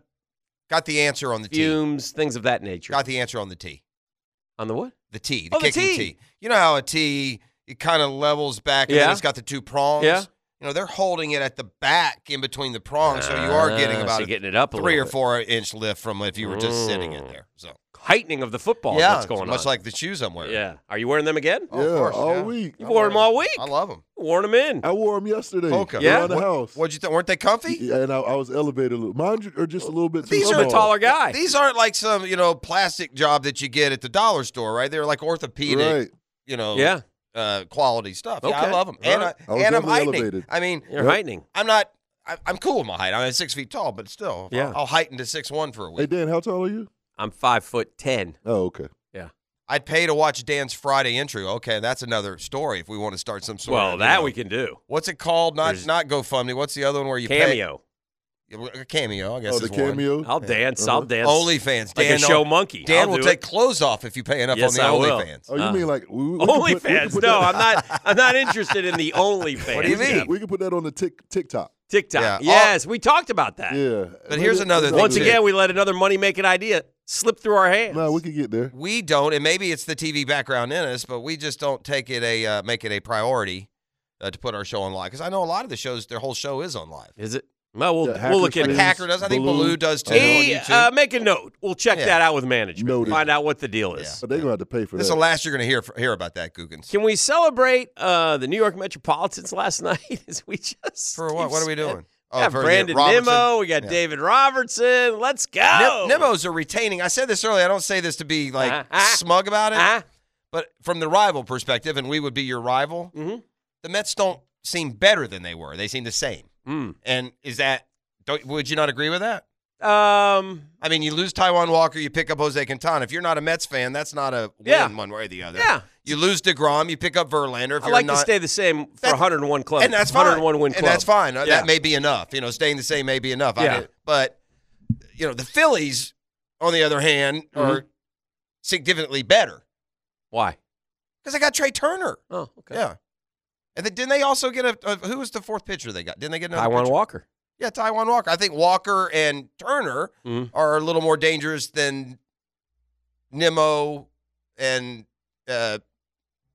[SPEAKER 2] got the answer on the T.
[SPEAKER 9] fumes, things of that nature.
[SPEAKER 2] Got the answer on the T.
[SPEAKER 9] On the what?
[SPEAKER 2] The T. The
[SPEAKER 9] Oh, the
[SPEAKER 2] kicking
[SPEAKER 9] tee.
[SPEAKER 2] tee. You know how a T it kind of levels back and then
[SPEAKER 9] Yeah.
[SPEAKER 2] it's got the two prongs.
[SPEAKER 9] Yeah.
[SPEAKER 2] You know, they're holding it at the back in between the prongs, so you are getting
[SPEAKER 9] Ah,
[SPEAKER 2] about
[SPEAKER 9] so
[SPEAKER 2] a
[SPEAKER 9] getting it up a
[SPEAKER 2] three
[SPEAKER 9] little
[SPEAKER 2] or
[SPEAKER 9] bit.
[SPEAKER 2] four inch lift from if you were just sitting in
[SPEAKER 9] Mm.
[SPEAKER 2] there. So
[SPEAKER 9] heightening of the football.
[SPEAKER 2] Oh. yeah,
[SPEAKER 9] that's going
[SPEAKER 2] much
[SPEAKER 9] on.
[SPEAKER 2] like the shoes I'm wearing.
[SPEAKER 9] yeah. Are you wearing them again?
[SPEAKER 2] Oh, of
[SPEAKER 3] Yeah,
[SPEAKER 2] course,
[SPEAKER 3] all
[SPEAKER 2] yeah.
[SPEAKER 3] week.
[SPEAKER 9] You've worn them all week.
[SPEAKER 2] I love them.
[SPEAKER 9] Worn them in.
[SPEAKER 3] I wore them yesterday.
[SPEAKER 2] Polka.
[SPEAKER 3] They're
[SPEAKER 9] Yeah?
[SPEAKER 3] on the
[SPEAKER 2] What-
[SPEAKER 3] house.
[SPEAKER 2] What'd you think? Weren't they comfy?
[SPEAKER 3] and I, I was elevated a little. Mine are just a little bit. too
[SPEAKER 2] These
[SPEAKER 9] I'm
[SPEAKER 2] are
[SPEAKER 9] a
[SPEAKER 3] small.
[SPEAKER 9] taller guy.
[SPEAKER 2] These aren't like some, you know, plastic job that you get at the dollar store, right? They're like orthopedic,
[SPEAKER 3] Right.
[SPEAKER 2] you know,
[SPEAKER 9] Yeah,
[SPEAKER 2] uh, quality stuff. Yeah, I
[SPEAKER 9] Okay.
[SPEAKER 2] love them. And, I,
[SPEAKER 3] Right. I was
[SPEAKER 2] and I'm
[SPEAKER 3] definitely
[SPEAKER 2] heightening.
[SPEAKER 3] elevated.
[SPEAKER 2] I mean,
[SPEAKER 9] you're heightening.
[SPEAKER 2] I'm not, I, I'm cool with my height. I'm six feet tall, but still,
[SPEAKER 9] Yeah.
[SPEAKER 2] I'll, I'll heighten to six one for a
[SPEAKER 3] Hey
[SPEAKER 2] week.
[SPEAKER 3] Dan, how tall are you?
[SPEAKER 9] I'm five foot ten.
[SPEAKER 3] Oh, okay.
[SPEAKER 2] I'd pay to watch Dan's Friday entry. Okay, that's another story if we want to start some sort
[SPEAKER 9] Well,
[SPEAKER 2] of.
[SPEAKER 9] that
[SPEAKER 2] we
[SPEAKER 9] we can do.
[SPEAKER 2] What's it called? Not
[SPEAKER 9] There's-
[SPEAKER 2] not GoFundMe. What's the other one where you
[SPEAKER 9] Cameo.
[SPEAKER 2] Pay? A cameo, I guess.
[SPEAKER 3] Oh, the
[SPEAKER 2] is one.
[SPEAKER 3] cameo.
[SPEAKER 9] I'll dance. I'll
[SPEAKER 3] Uh-huh.
[SPEAKER 9] dance.
[SPEAKER 2] OnlyFans.
[SPEAKER 9] like
[SPEAKER 2] Dan
[SPEAKER 9] a show
[SPEAKER 2] will-
[SPEAKER 9] monkey.
[SPEAKER 2] Dan
[SPEAKER 9] I'll
[SPEAKER 2] will
[SPEAKER 9] do
[SPEAKER 2] take
[SPEAKER 9] it.
[SPEAKER 2] clothes off if you pay enough
[SPEAKER 9] Yes,
[SPEAKER 2] on
[SPEAKER 9] I
[SPEAKER 2] the
[SPEAKER 9] will.
[SPEAKER 2] OnlyFans.
[SPEAKER 3] Oh, you
[SPEAKER 9] Uh,
[SPEAKER 3] mean like we, we can put- we can
[SPEAKER 9] OnlyFans.
[SPEAKER 3] put
[SPEAKER 9] No,
[SPEAKER 3] that-
[SPEAKER 9] I'm
[SPEAKER 3] <laughs>
[SPEAKER 9] not. I'm not interested in the OnlyFans.
[SPEAKER 2] What do you
[SPEAKER 3] we can-
[SPEAKER 2] mean?
[SPEAKER 3] We can put that on the tick TikTok.
[SPEAKER 9] TikTok.
[SPEAKER 2] Yeah.
[SPEAKER 9] Yes, we talked about that.
[SPEAKER 3] Yeah.
[SPEAKER 2] But here's another thing,
[SPEAKER 9] Once
[SPEAKER 2] too.
[SPEAKER 9] again, we let another money making idea slip through our hands.
[SPEAKER 3] No, we could get there.
[SPEAKER 2] We don't, and maybe it's the TV background in us, but we just don't take it a uh, make it a priority uh, to put our show on live. Because I know a lot of the shows, their whole show is on live.
[SPEAKER 9] Is it? Well, we'll,
[SPEAKER 3] Yeah,
[SPEAKER 9] we'll look
[SPEAKER 3] Hackers
[SPEAKER 9] into
[SPEAKER 2] Like
[SPEAKER 3] Please,
[SPEAKER 9] it.
[SPEAKER 2] Hacker does, I think
[SPEAKER 3] Baloo.
[SPEAKER 2] Baloo does too.
[SPEAKER 9] Hey,
[SPEAKER 2] on YouTube.
[SPEAKER 9] uh, make a note. We'll check
[SPEAKER 2] Yeah.
[SPEAKER 9] that out with management.
[SPEAKER 3] Noted.
[SPEAKER 9] Find out what the deal is.
[SPEAKER 3] But they're gonna have to pay for
[SPEAKER 2] this is
[SPEAKER 3] that.
[SPEAKER 2] the last you're going to hear hear about that, Googans.
[SPEAKER 9] Can we celebrate uh, the New York Metropolitans last <laughs> night? As we just
[SPEAKER 2] For what?
[SPEAKER 9] keep
[SPEAKER 2] What are we
[SPEAKER 9] spin-
[SPEAKER 2] doing? Oh,
[SPEAKER 9] We got
[SPEAKER 2] for the
[SPEAKER 9] Brandon
[SPEAKER 2] Robertson.
[SPEAKER 9] Nimmo. We got
[SPEAKER 2] Yeah.
[SPEAKER 9] David Robertson. Let's go.
[SPEAKER 2] Nim- Nimmos are retaining. I said this earlier. I don't say this to be like
[SPEAKER 9] Uh, uh,
[SPEAKER 2] smug about it,
[SPEAKER 9] Huh?
[SPEAKER 2] but from the rival perspective, and we would be your rival.
[SPEAKER 9] Mhm.
[SPEAKER 2] The Mets don't seem better than they were. They seem the same.
[SPEAKER 9] Mm.
[SPEAKER 2] And is that? Don't, would you not agree with that?
[SPEAKER 9] Um.
[SPEAKER 2] I mean, you lose Taiwan Walker, you pick up Jose Quintana. If you're not a Mets fan, that's not a win
[SPEAKER 9] Yeah.
[SPEAKER 2] one way or the other.
[SPEAKER 9] Yeah.
[SPEAKER 2] You lose DeGrom, you pick up Verlander. If
[SPEAKER 9] I
[SPEAKER 2] you're
[SPEAKER 9] like
[SPEAKER 2] not,
[SPEAKER 9] to stay the same for
[SPEAKER 2] That-
[SPEAKER 9] 101 club.
[SPEAKER 2] and that's fine.
[SPEAKER 9] 101 win
[SPEAKER 2] and
[SPEAKER 9] club.
[SPEAKER 2] that's fine.
[SPEAKER 9] Yeah.
[SPEAKER 2] That may be enough. You know, staying the same may be enough. I
[SPEAKER 9] Yeah.
[SPEAKER 2] did- but you know, the Phillies, on the other hand, are significantly better
[SPEAKER 9] Mm-hmm. Why?
[SPEAKER 2] because they got Trey Turner.
[SPEAKER 9] Oh, okay.
[SPEAKER 2] Yeah. And then, didn't they also get a, a who was the fourth pitcher they got? Didn't they get another
[SPEAKER 9] Taiwan
[SPEAKER 2] pitcher?
[SPEAKER 9] Walker.
[SPEAKER 2] Yeah, Taiwan Walker. I think Walker and Turner
[SPEAKER 9] Mhm.
[SPEAKER 2] are a little more dangerous than Nimmo and uh,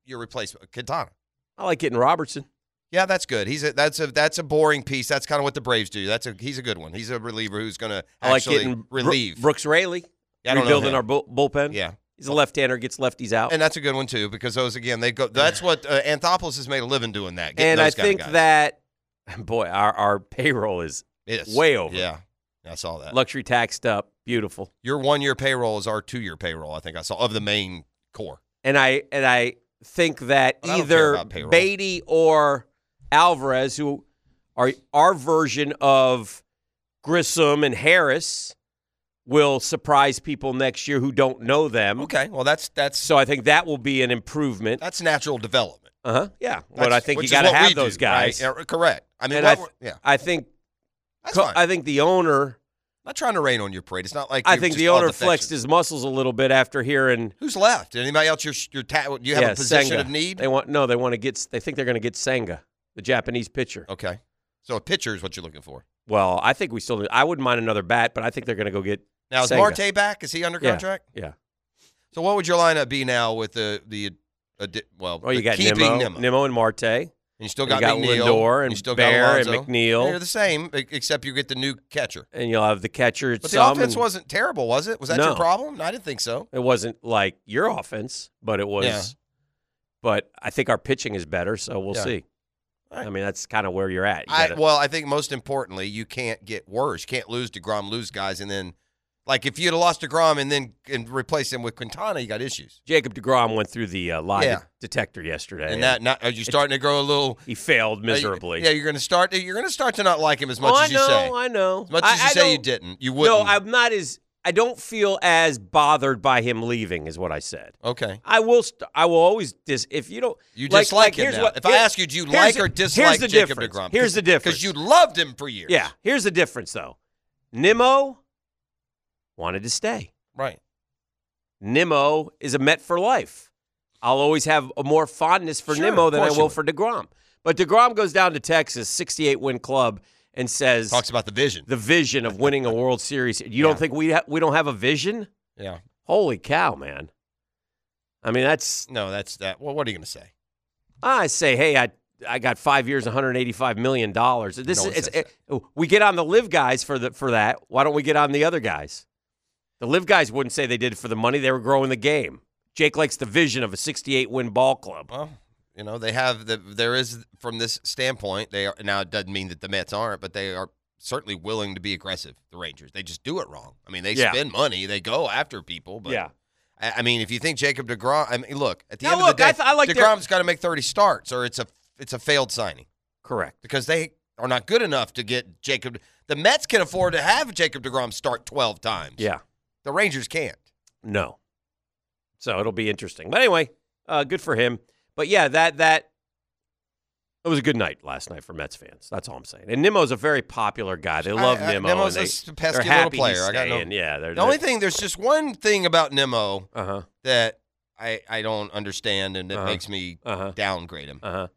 [SPEAKER 2] your replacement Quintana.
[SPEAKER 9] I like getting Robertson.
[SPEAKER 2] Yeah, that's good. He's a, that's a that's a boring piece. That's kind of what the Braves do. That's a he's a good one. He's a reliever who's going to
[SPEAKER 9] I like
[SPEAKER 2] actually
[SPEAKER 9] getting Bro-
[SPEAKER 2] relieve.
[SPEAKER 9] Brooks Raley.
[SPEAKER 2] I don't know
[SPEAKER 9] rebuilding
[SPEAKER 2] him.
[SPEAKER 9] our bull- bullpen.
[SPEAKER 2] Yeah.
[SPEAKER 9] He's a left-hander, gets lefties out.
[SPEAKER 2] And that's a good one too, because those again, they
[SPEAKER 9] <sighs>
[SPEAKER 2] go. That's what uh, Anthopoulos has made a living doing that. getting
[SPEAKER 9] and I
[SPEAKER 2] those kind of
[SPEAKER 9] think
[SPEAKER 2] guys.
[SPEAKER 9] that, <laughs> boy, our, our payroll is
[SPEAKER 2] It is.
[SPEAKER 9] way over.
[SPEAKER 2] Yeah, I saw that.
[SPEAKER 9] luxury taxed up. Beautiful.
[SPEAKER 2] your one year payroll is our two year payroll. I think I saw of the main core.
[SPEAKER 9] And I and I think that
[SPEAKER 2] But I don't care
[SPEAKER 9] either
[SPEAKER 2] about payroll.
[SPEAKER 9] Beatty or Alvarez, who are our version of Grissom and Harris, will surprise people next year who don't know them.
[SPEAKER 2] Okay, well that's that's
[SPEAKER 9] So I think that will be an improvement.
[SPEAKER 2] that's natural development.
[SPEAKER 9] Uh huh. Yeah. But
[SPEAKER 2] That's-
[SPEAKER 9] I think you
[SPEAKER 2] which is
[SPEAKER 9] got to
[SPEAKER 2] what we
[SPEAKER 9] have
[SPEAKER 2] do,
[SPEAKER 9] those guys.
[SPEAKER 2] right? Yeah, correct. I mean,
[SPEAKER 9] And
[SPEAKER 2] what
[SPEAKER 9] I th-
[SPEAKER 2] we're- yeah,
[SPEAKER 9] I think
[SPEAKER 2] that's
[SPEAKER 9] co-
[SPEAKER 2] fine.
[SPEAKER 9] I think the owner.
[SPEAKER 2] I'm not trying to rain on your parade. It's not like
[SPEAKER 9] I
[SPEAKER 2] you're
[SPEAKER 9] think
[SPEAKER 2] just
[SPEAKER 9] the
[SPEAKER 2] all
[SPEAKER 9] owner
[SPEAKER 2] defection.
[SPEAKER 9] flexed his muscles a little bit after hearing.
[SPEAKER 2] Who's left? Anybody else? Your your ta- do you have
[SPEAKER 9] yeah,
[SPEAKER 2] a position
[SPEAKER 9] Senga.
[SPEAKER 2] of need?
[SPEAKER 9] They want no. They want to get. They think they're going to get Senga, the Japanese pitcher.
[SPEAKER 2] okay, so a pitcher is what you're looking for.
[SPEAKER 9] Well, I think we still. I wouldn't mind another bat, but I think they're going to go get.
[SPEAKER 2] Now is
[SPEAKER 9] Senga.
[SPEAKER 2] Marte back? Is he under
[SPEAKER 9] Yeah.
[SPEAKER 2] contract?
[SPEAKER 9] Yeah.
[SPEAKER 2] So what would your lineup be now with the the addi- well?
[SPEAKER 9] Oh, you
[SPEAKER 2] the
[SPEAKER 9] got
[SPEAKER 2] keeping
[SPEAKER 9] Nimmo,
[SPEAKER 2] Nimmo.
[SPEAKER 9] Nimmo, and Marte.
[SPEAKER 2] And you still
[SPEAKER 9] and you
[SPEAKER 2] got,
[SPEAKER 9] got
[SPEAKER 2] McNeil.
[SPEAKER 9] Lindor and
[SPEAKER 2] you still
[SPEAKER 9] Bear
[SPEAKER 2] got
[SPEAKER 9] and
[SPEAKER 2] Alonso.
[SPEAKER 9] McNeil.
[SPEAKER 2] They're the same, e- except you get the new catcher.
[SPEAKER 9] And you'll have the catcher.
[SPEAKER 2] But the
[SPEAKER 9] some,
[SPEAKER 2] offense
[SPEAKER 9] and
[SPEAKER 2] wasn't terrible, was it? Was that
[SPEAKER 9] No.
[SPEAKER 2] your problem? I didn't think so.
[SPEAKER 9] It wasn't like your offense, but it was.
[SPEAKER 2] Yeah.
[SPEAKER 9] But I think our pitching is better, so we'll
[SPEAKER 2] Yeah.
[SPEAKER 9] see.
[SPEAKER 2] All right.
[SPEAKER 9] I mean, that's kind of where you're at. You
[SPEAKER 2] I,
[SPEAKER 9] gotta-
[SPEAKER 2] well, I think most importantly, you can't get worse. You can't lose Degrom, lose guys, and then like if you'd have lost Degrom and then and replaced him with Quintana, you uh, got issues.
[SPEAKER 9] Jacob Degrom went through the uh, lie
[SPEAKER 2] Yeah.
[SPEAKER 9] detector yesterday.
[SPEAKER 2] and that not, are you starting to grow a little
[SPEAKER 9] he failed miserably.
[SPEAKER 2] Yeah, you're going to start. You're going to start to not like him as much
[SPEAKER 9] oh, I
[SPEAKER 2] as you
[SPEAKER 9] know,
[SPEAKER 2] say.
[SPEAKER 9] I know.
[SPEAKER 2] As much
[SPEAKER 9] I,
[SPEAKER 2] as you
[SPEAKER 9] I
[SPEAKER 2] say you
[SPEAKER 9] don't-
[SPEAKER 2] didn't, you
[SPEAKER 9] No,
[SPEAKER 2] wouldn't.
[SPEAKER 9] I'm not as. I don't feel as bothered by him leaving, is what I said.
[SPEAKER 2] okay,
[SPEAKER 9] I will. St- I will always dis. If you don't,
[SPEAKER 2] you
[SPEAKER 9] like-
[SPEAKER 2] dislike
[SPEAKER 9] like,
[SPEAKER 2] him
[SPEAKER 9] here's
[SPEAKER 2] now.
[SPEAKER 9] what-
[SPEAKER 2] if I
[SPEAKER 9] here-
[SPEAKER 2] ask you, do you
[SPEAKER 9] here's
[SPEAKER 2] like
[SPEAKER 9] the-
[SPEAKER 2] or
[SPEAKER 9] here's
[SPEAKER 2] dislike
[SPEAKER 9] the
[SPEAKER 2] Jacob
[SPEAKER 9] difference.
[SPEAKER 2] Degrom?
[SPEAKER 9] Here's the difference.
[SPEAKER 2] because you loved him for years.
[SPEAKER 9] yeah. Here's the difference, though. Nimmo wanted to stay.
[SPEAKER 2] right.
[SPEAKER 9] Nimmo is a Met for life. I'll always have a more fondness for
[SPEAKER 2] Sure,
[SPEAKER 9] Nimmo
[SPEAKER 2] of
[SPEAKER 9] than I
[SPEAKER 2] course you
[SPEAKER 9] will
[SPEAKER 2] would.
[SPEAKER 9] for Degrom. But Degrom goes down to Texas, 68 win club, and says
[SPEAKER 2] Talks about the vision.
[SPEAKER 9] the vision of winning a World Series. You
[SPEAKER 2] Yeah.
[SPEAKER 9] don't think we ha- we don't have a vision?
[SPEAKER 2] yeah.
[SPEAKER 9] Holy cow, man! I mean, that's
[SPEAKER 2] No, that's that. Well, what are you going to say?
[SPEAKER 9] I say, hey, I I got five years, 185 million dollars. This
[SPEAKER 2] No one
[SPEAKER 9] is
[SPEAKER 2] says
[SPEAKER 9] it's, oh, we get on the live guys for the for that. Why don't we get on the other guys? The live guys wouldn't say they did it for the money. They were growing the game. Jake likes the vision of a 68 win ball club.
[SPEAKER 2] Well, you know, they have the there is from this standpoint, they are now it doesn't mean that the Mets aren't, but they are certainly willing to be aggressive, the Rangers. They just do it wrong. I mean, they
[SPEAKER 9] Yeah.
[SPEAKER 2] spend money, they go after people, but I, I mean, if you think Jacob DeGrom, I mean, look, at the
[SPEAKER 9] Now
[SPEAKER 2] end
[SPEAKER 9] look,
[SPEAKER 2] of the day,
[SPEAKER 9] I th- I like their-
[SPEAKER 2] DeGrom's got to make 30 starts or it's a it's a failed signing
[SPEAKER 9] correct.
[SPEAKER 2] because they are not good enough to get Jacob the Mets can afford to have Jacob DeGrom start 12 times.
[SPEAKER 9] Yeah,
[SPEAKER 2] The Rangers can't.
[SPEAKER 9] no. So it'll be interesting. But anyway, uh, good for him. But yeah, that that it was a good night last night for Mets fans. That's all I'm saying. And Nimmo's a very popular guy. They love
[SPEAKER 2] I- I-
[SPEAKER 9] Nimmo.
[SPEAKER 2] Nimmo's
[SPEAKER 9] and
[SPEAKER 2] a
[SPEAKER 9] they,
[SPEAKER 2] pesky
[SPEAKER 9] they're
[SPEAKER 2] little
[SPEAKER 9] happy he's
[SPEAKER 2] player. I got no-
[SPEAKER 9] staying. Yeah, they're,
[SPEAKER 2] The only thing there's just one thing about Nemo
[SPEAKER 9] Uh huh.
[SPEAKER 2] that I, I don't understand and that
[SPEAKER 9] Uh-huh.
[SPEAKER 2] makes me
[SPEAKER 9] Uh huh.
[SPEAKER 2] downgrade him.
[SPEAKER 9] Uh huh.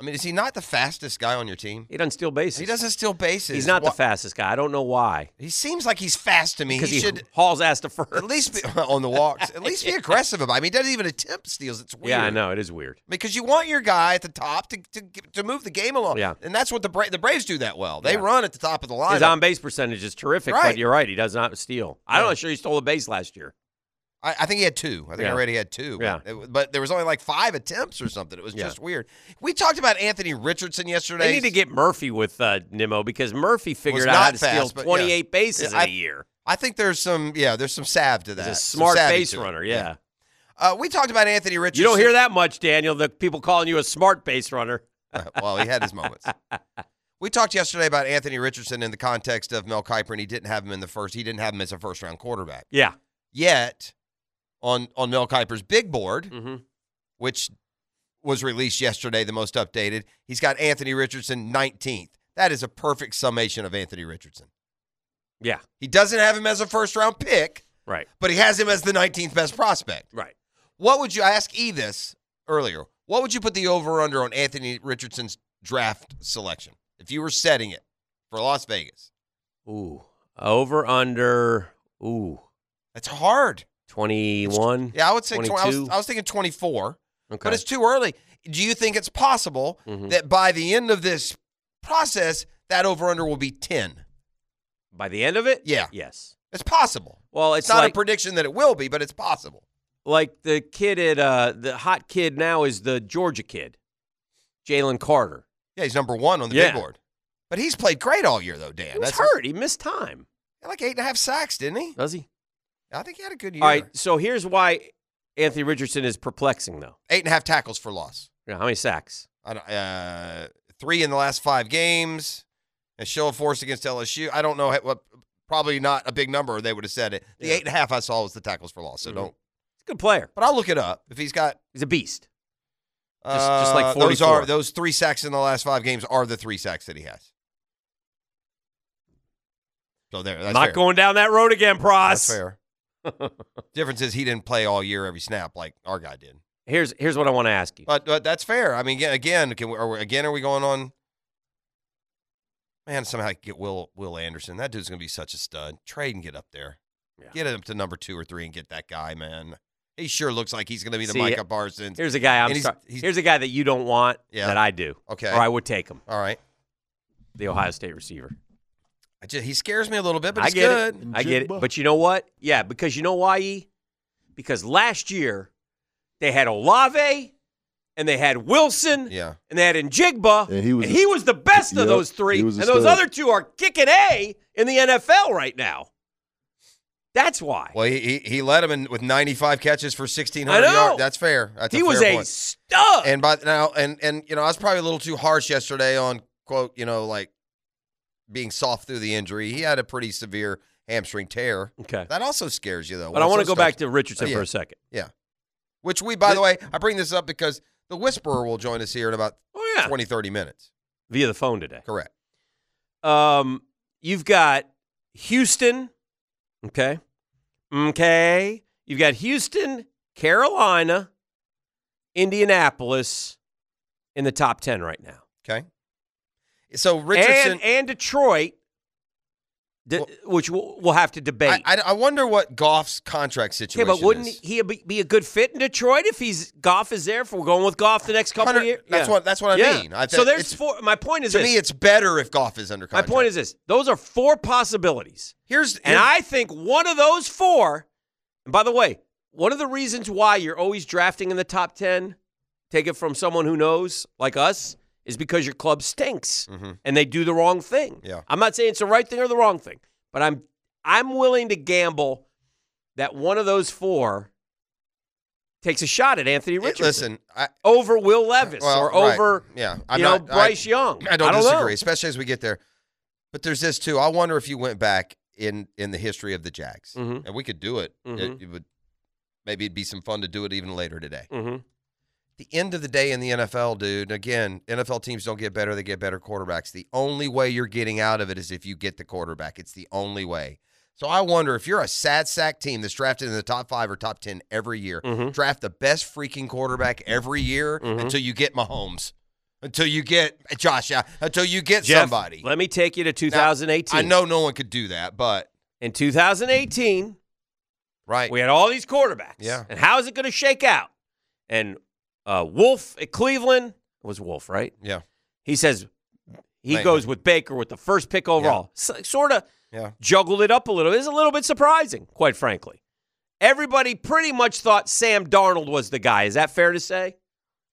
[SPEAKER 2] I mean, is he not the fastest guy on your team?
[SPEAKER 9] He doesn't steal bases.
[SPEAKER 2] He doesn't steal bases.
[SPEAKER 9] He's not
[SPEAKER 2] Wha-
[SPEAKER 9] the fastest guy. I don't know why.
[SPEAKER 2] He seems like he's fast to me.
[SPEAKER 9] Because
[SPEAKER 2] He,
[SPEAKER 9] he,
[SPEAKER 2] should
[SPEAKER 9] hauls ass to first.
[SPEAKER 2] at least be <laughs> on the walks.
[SPEAKER 9] <laughs>
[SPEAKER 2] At least be aggressive about. It. I mean, he doesn't even attempt steals. It's weird.
[SPEAKER 9] yeah, I know it is weird.
[SPEAKER 2] Because you want your guy at the top to, to, to move the game along.
[SPEAKER 9] Yeah.
[SPEAKER 2] And that's what the Bra- the Braves do that well. They
[SPEAKER 9] Yeah.
[SPEAKER 2] run at the top of the line.
[SPEAKER 9] His on base percentage is terrific,
[SPEAKER 2] Right.
[SPEAKER 9] but you're right. He does not steal. I'm
[SPEAKER 2] Yeah.
[SPEAKER 9] not sure he stole a base last year.
[SPEAKER 2] I, I think he had two. I think I
[SPEAKER 9] Yeah.
[SPEAKER 2] read he had two.
[SPEAKER 9] Yeah.
[SPEAKER 2] But, it- but there was only like five attempts or something. It was
[SPEAKER 9] Yeah.
[SPEAKER 2] just weird. We talked about Anthony Richardson yesterday.
[SPEAKER 9] They need to get Murphy with uh, Nimmo because Murphy figured out
[SPEAKER 2] not
[SPEAKER 9] how to
[SPEAKER 2] fast, but
[SPEAKER 9] steal
[SPEAKER 2] yeah.
[SPEAKER 9] 28 bases
[SPEAKER 2] I-
[SPEAKER 9] in a year.
[SPEAKER 2] I think there's some yeah, there's some salve to that.
[SPEAKER 9] He's a
[SPEAKER 2] some
[SPEAKER 9] smart
[SPEAKER 2] savvy
[SPEAKER 9] base
[SPEAKER 2] to it.
[SPEAKER 9] runner. Yeah.
[SPEAKER 2] Uh, we talked about Anthony Richardson.
[SPEAKER 9] You don't hear that much, Daniel. The people calling you a smart base
[SPEAKER 2] <laughs>
[SPEAKER 9] runner.
[SPEAKER 2] well, he had
[SPEAKER 9] <laughs>
[SPEAKER 2] his moments. We talked yesterday about Anthony Richardson in the context of Mel Kiper, and he didn't have him in the first. He didn't have him as a first round quarterback
[SPEAKER 9] Yeah.
[SPEAKER 2] yet. On on Mel Kiper's big board,
[SPEAKER 9] Mm-hmm.
[SPEAKER 2] which was released yesterday, the most updated, he's got Anthony Richardson 19th. That is a perfect summation of Anthony Richardson.
[SPEAKER 9] Yeah.
[SPEAKER 2] He doesn't have him as a first round pick,
[SPEAKER 9] Right.
[SPEAKER 2] but he has him as the 19th best prospect.
[SPEAKER 9] Right.
[SPEAKER 2] What would you I asked E this earlier? What would you put the over under on Anthony Richardson's draft selection if you were setting it for Las Vegas?
[SPEAKER 9] Ooh. Over under. Ooh.
[SPEAKER 2] That's hard.
[SPEAKER 9] 21.
[SPEAKER 2] Yeah, I would say 20, I, was,
[SPEAKER 9] 22.
[SPEAKER 2] I was thinking 24,
[SPEAKER 9] Okay.
[SPEAKER 2] but it's too early. Do you think it's possible
[SPEAKER 9] Mhm.
[SPEAKER 2] that by the end of this process, that over under will be 10?
[SPEAKER 9] By the end of it?
[SPEAKER 2] Yeah.
[SPEAKER 9] Yes.
[SPEAKER 2] It's possible.
[SPEAKER 9] Well,
[SPEAKER 2] It's,
[SPEAKER 9] it's
[SPEAKER 2] not
[SPEAKER 9] like,
[SPEAKER 2] a prediction that it will be, but it's possible.
[SPEAKER 9] like the kid at uh, the hot kid now is the Georgia kid, Jalen Carter.
[SPEAKER 2] Yeah, he's number one on the
[SPEAKER 9] Yeah.
[SPEAKER 2] big board. But he's played great all year, though, Dan.
[SPEAKER 9] He was
[SPEAKER 2] That's
[SPEAKER 9] hurt. He missed time.
[SPEAKER 2] He had like eight and a half sacks, didn't he?
[SPEAKER 9] Does he?
[SPEAKER 2] I think he had a good year.
[SPEAKER 9] All right. So here's why Anthony Richardson is perplexing, though.
[SPEAKER 2] Eight and a half tackles for loss.
[SPEAKER 9] Yeah, how many sacks?
[SPEAKER 2] I don't, uh, three in the last five games. A show of force against LSU. I don't know how- what. Probably not a big number. They would have said it. The
[SPEAKER 9] Yeah.
[SPEAKER 2] eight and a half I saw was the tackles for loss. So
[SPEAKER 9] Mhm.
[SPEAKER 2] don't.
[SPEAKER 9] He's a good player.
[SPEAKER 2] But I'll look it up if he's got.
[SPEAKER 9] He's a beast.
[SPEAKER 2] Uh,
[SPEAKER 9] Just- just like
[SPEAKER 2] those are
[SPEAKER 9] 44.
[SPEAKER 2] those three sacks in the last five games are the three sacks that he has. So there. That's
[SPEAKER 9] Not
[SPEAKER 2] fair.
[SPEAKER 9] going down that road again, Pross. <laughs>
[SPEAKER 2] That's fair. Difference is he didn't play all year every snap like our guy did.
[SPEAKER 9] Here's here's what I want to ask you.
[SPEAKER 2] But, but that's fair. I mean, again, again, can we, are we, again, are we going on? Man, somehow I could get Will Will Anderson. That dude's gonna be such a stud. Trade and get up there.
[SPEAKER 9] Yeah.
[SPEAKER 2] Get him to number two or three and get that guy, man. He sure looks like he's gonna be the
[SPEAKER 9] See,
[SPEAKER 2] Micah Parsons.
[SPEAKER 9] Here's a guy I'm
[SPEAKER 2] And he's-
[SPEAKER 9] sorry.
[SPEAKER 2] he's-
[SPEAKER 9] Here's a guy that you don't want
[SPEAKER 2] Yeah.
[SPEAKER 9] that I do.
[SPEAKER 2] Okay.
[SPEAKER 9] Or I would take him.
[SPEAKER 2] All right.
[SPEAKER 9] The Ohio State receiver.
[SPEAKER 2] I just, he scares me a little bit, but
[SPEAKER 9] I
[SPEAKER 2] he's
[SPEAKER 9] get
[SPEAKER 2] good.
[SPEAKER 9] it. I get it. But you know what? Yeah, because you know why? E? Because last year they had Olave and they had Wilson
[SPEAKER 2] Yeah.
[SPEAKER 9] and they had Njigba.
[SPEAKER 3] And he was a-
[SPEAKER 9] the best of
[SPEAKER 3] Yep,
[SPEAKER 9] those three.
[SPEAKER 3] he
[SPEAKER 9] And
[SPEAKER 3] was a
[SPEAKER 9] those
[SPEAKER 3] stud.
[SPEAKER 9] other two are kicking A in the NFL right now. That's why.
[SPEAKER 2] Well, he he, he led him in with 95 catches for
[SPEAKER 9] I
[SPEAKER 2] 1600
[SPEAKER 9] know.
[SPEAKER 2] yards. That's fair. That's
[SPEAKER 9] he
[SPEAKER 2] a
[SPEAKER 9] was
[SPEAKER 2] fair
[SPEAKER 9] a
[SPEAKER 2] point.
[SPEAKER 9] stud.
[SPEAKER 2] and by now and and you know i was probably a little too harsh yesterday on quote you know like being soft through the injury he had a pretty severe hamstring tear
[SPEAKER 9] okay.
[SPEAKER 2] that also scares you though
[SPEAKER 9] But I want to
[SPEAKER 2] Once
[SPEAKER 9] go
[SPEAKER 2] those
[SPEAKER 9] back
[SPEAKER 2] starts-
[SPEAKER 9] to Richardson
[SPEAKER 2] Oh, yeah.
[SPEAKER 9] for a second.
[SPEAKER 2] which we by the way i bring this up because the whisperer will join us here in about
[SPEAKER 9] Oh, yeah.
[SPEAKER 2] 20 30 minutes
[SPEAKER 9] Via the phone today.
[SPEAKER 2] correct
[SPEAKER 9] Um, you've got Houston. Okay. Okay. You've got Houston, Carolina, Indianapolis in the top 10 right now.
[SPEAKER 2] okay so richardson
[SPEAKER 9] And, and Detroit, de-
[SPEAKER 2] Well-
[SPEAKER 9] which we'll, we'll have to debate.
[SPEAKER 2] I, I, I wonder what Goff's contract
[SPEAKER 9] okay,
[SPEAKER 2] situation
[SPEAKER 9] but wouldn't
[SPEAKER 2] is.
[SPEAKER 9] he be, be a good fit in Detroit if he's Goff is there? If we're going with Goff the next couple of
[SPEAKER 2] Hundred-
[SPEAKER 9] years,
[SPEAKER 2] that's
[SPEAKER 9] Yeah.
[SPEAKER 2] what- that's what I
[SPEAKER 9] Yeah.
[SPEAKER 2] mean. I
[SPEAKER 9] so
[SPEAKER 2] think
[SPEAKER 9] there's
[SPEAKER 2] it's-
[SPEAKER 9] four. My point is
[SPEAKER 2] to
[SPEAKER 9] this.
[SPEAKER 2] me it's better if Goff is under
[SPEAKER 9] my
[SPEAKER 2] contract
[SPEAKER 9] point is this. Those are four possibilities.
[SPEAKER 2] here's
[SPEAKER 9] And
[SPEAKER 2] here's-
[SPEAKER 9] I think one of those four, and by the way, one of the reasons why you're always drafting in the top 10, take it from someone who knows, like us, is because your club stinks
[SPEAKER 2] Mhm.
[SPEAKER 9] and they do the wrong thing.
[SPEAKER 2] Yeah.
[SPEAKER 9] I'm not saying it's the right thing or the wrong thing, but I'm I'm willing to gamble that one of those four takes a shot at Anthony
[SPEAKER 2] it-
[SPEAKER 9] Richardson
[SPEAKER 2] listen I,
[SPEAKER 9] over Will Levis
[SPEAKER 2] well,
[SPEAKER 9] or
[SPEAKER 2] right.
[SPEAKER 9] over
[SPEAKER 2] yeah
[SPEAKER 9] you
[SPEAKER 2] i'm
[SPEAKER 9] know
[SPEAKER 2] not I-
[SPEAKER 9] Bryce Young.
[SPEAKER 2] I don't,
[SPEAKER 9] know.
[SPEAKER 2] disagree, especially as we get there. But there's this too. I wonder if you went back in in the history of the Jags,
[SPEAKER 9] Mhm.
[SPEAKER 2] and we could do it.
[SPEAKER 9] Mhm.
[SPEAKER 2] It, it would maybe it'd be some fun to do it even later today.
[SPEAKER 9] Mhm.
[SPEAKER 2] The end of the day in the NFL, dude. Again, NFL teams don't get better; they get better quarterbacks. The only way you're getting out of it is if you get the quarterback. It's the only way. So I wonder if you're a sad sack team that's drafted in the top five or top ten every year,
[SPEAKER 9] Mhm.
[SPEAKER 2] draft the best freaking quarterback every year
[SPEAKER 9] Mhm.
[SPEAKER 2] until you get Mahomes, until you get Josh, Allen, until you get
[SPEAKER 9] Jeff,
[SPEAKER 2] somebody.
[SPEAKER 9] Let me take you to 2018.
[SPEAKER 2] I know no one could do that, but
[SPEAKER 9] In 2018,
[SPEAKER 2] right,
[SPEAKER 9] we had all these quarterbacks.
[SPEAKER 2] Yeah.
[SPEAKER 9] And how is it going to shake out? And uh, Wolf at Cleveland it was Wolf, right?
[SPEAKER 2] yeah,
[SPEAKER 9] He says he
[SPEAKER 2] Baker.
[SPEAKER 9] goes with Baker with the first pick overall. sort of
[SPEAKER 2] Yeah.
[SPEAKER 9] juggled it up a little. It's a little bit surprising, quite frankly. Everybody pretty much thought Sam Darnold was the guy. Is that fair to say?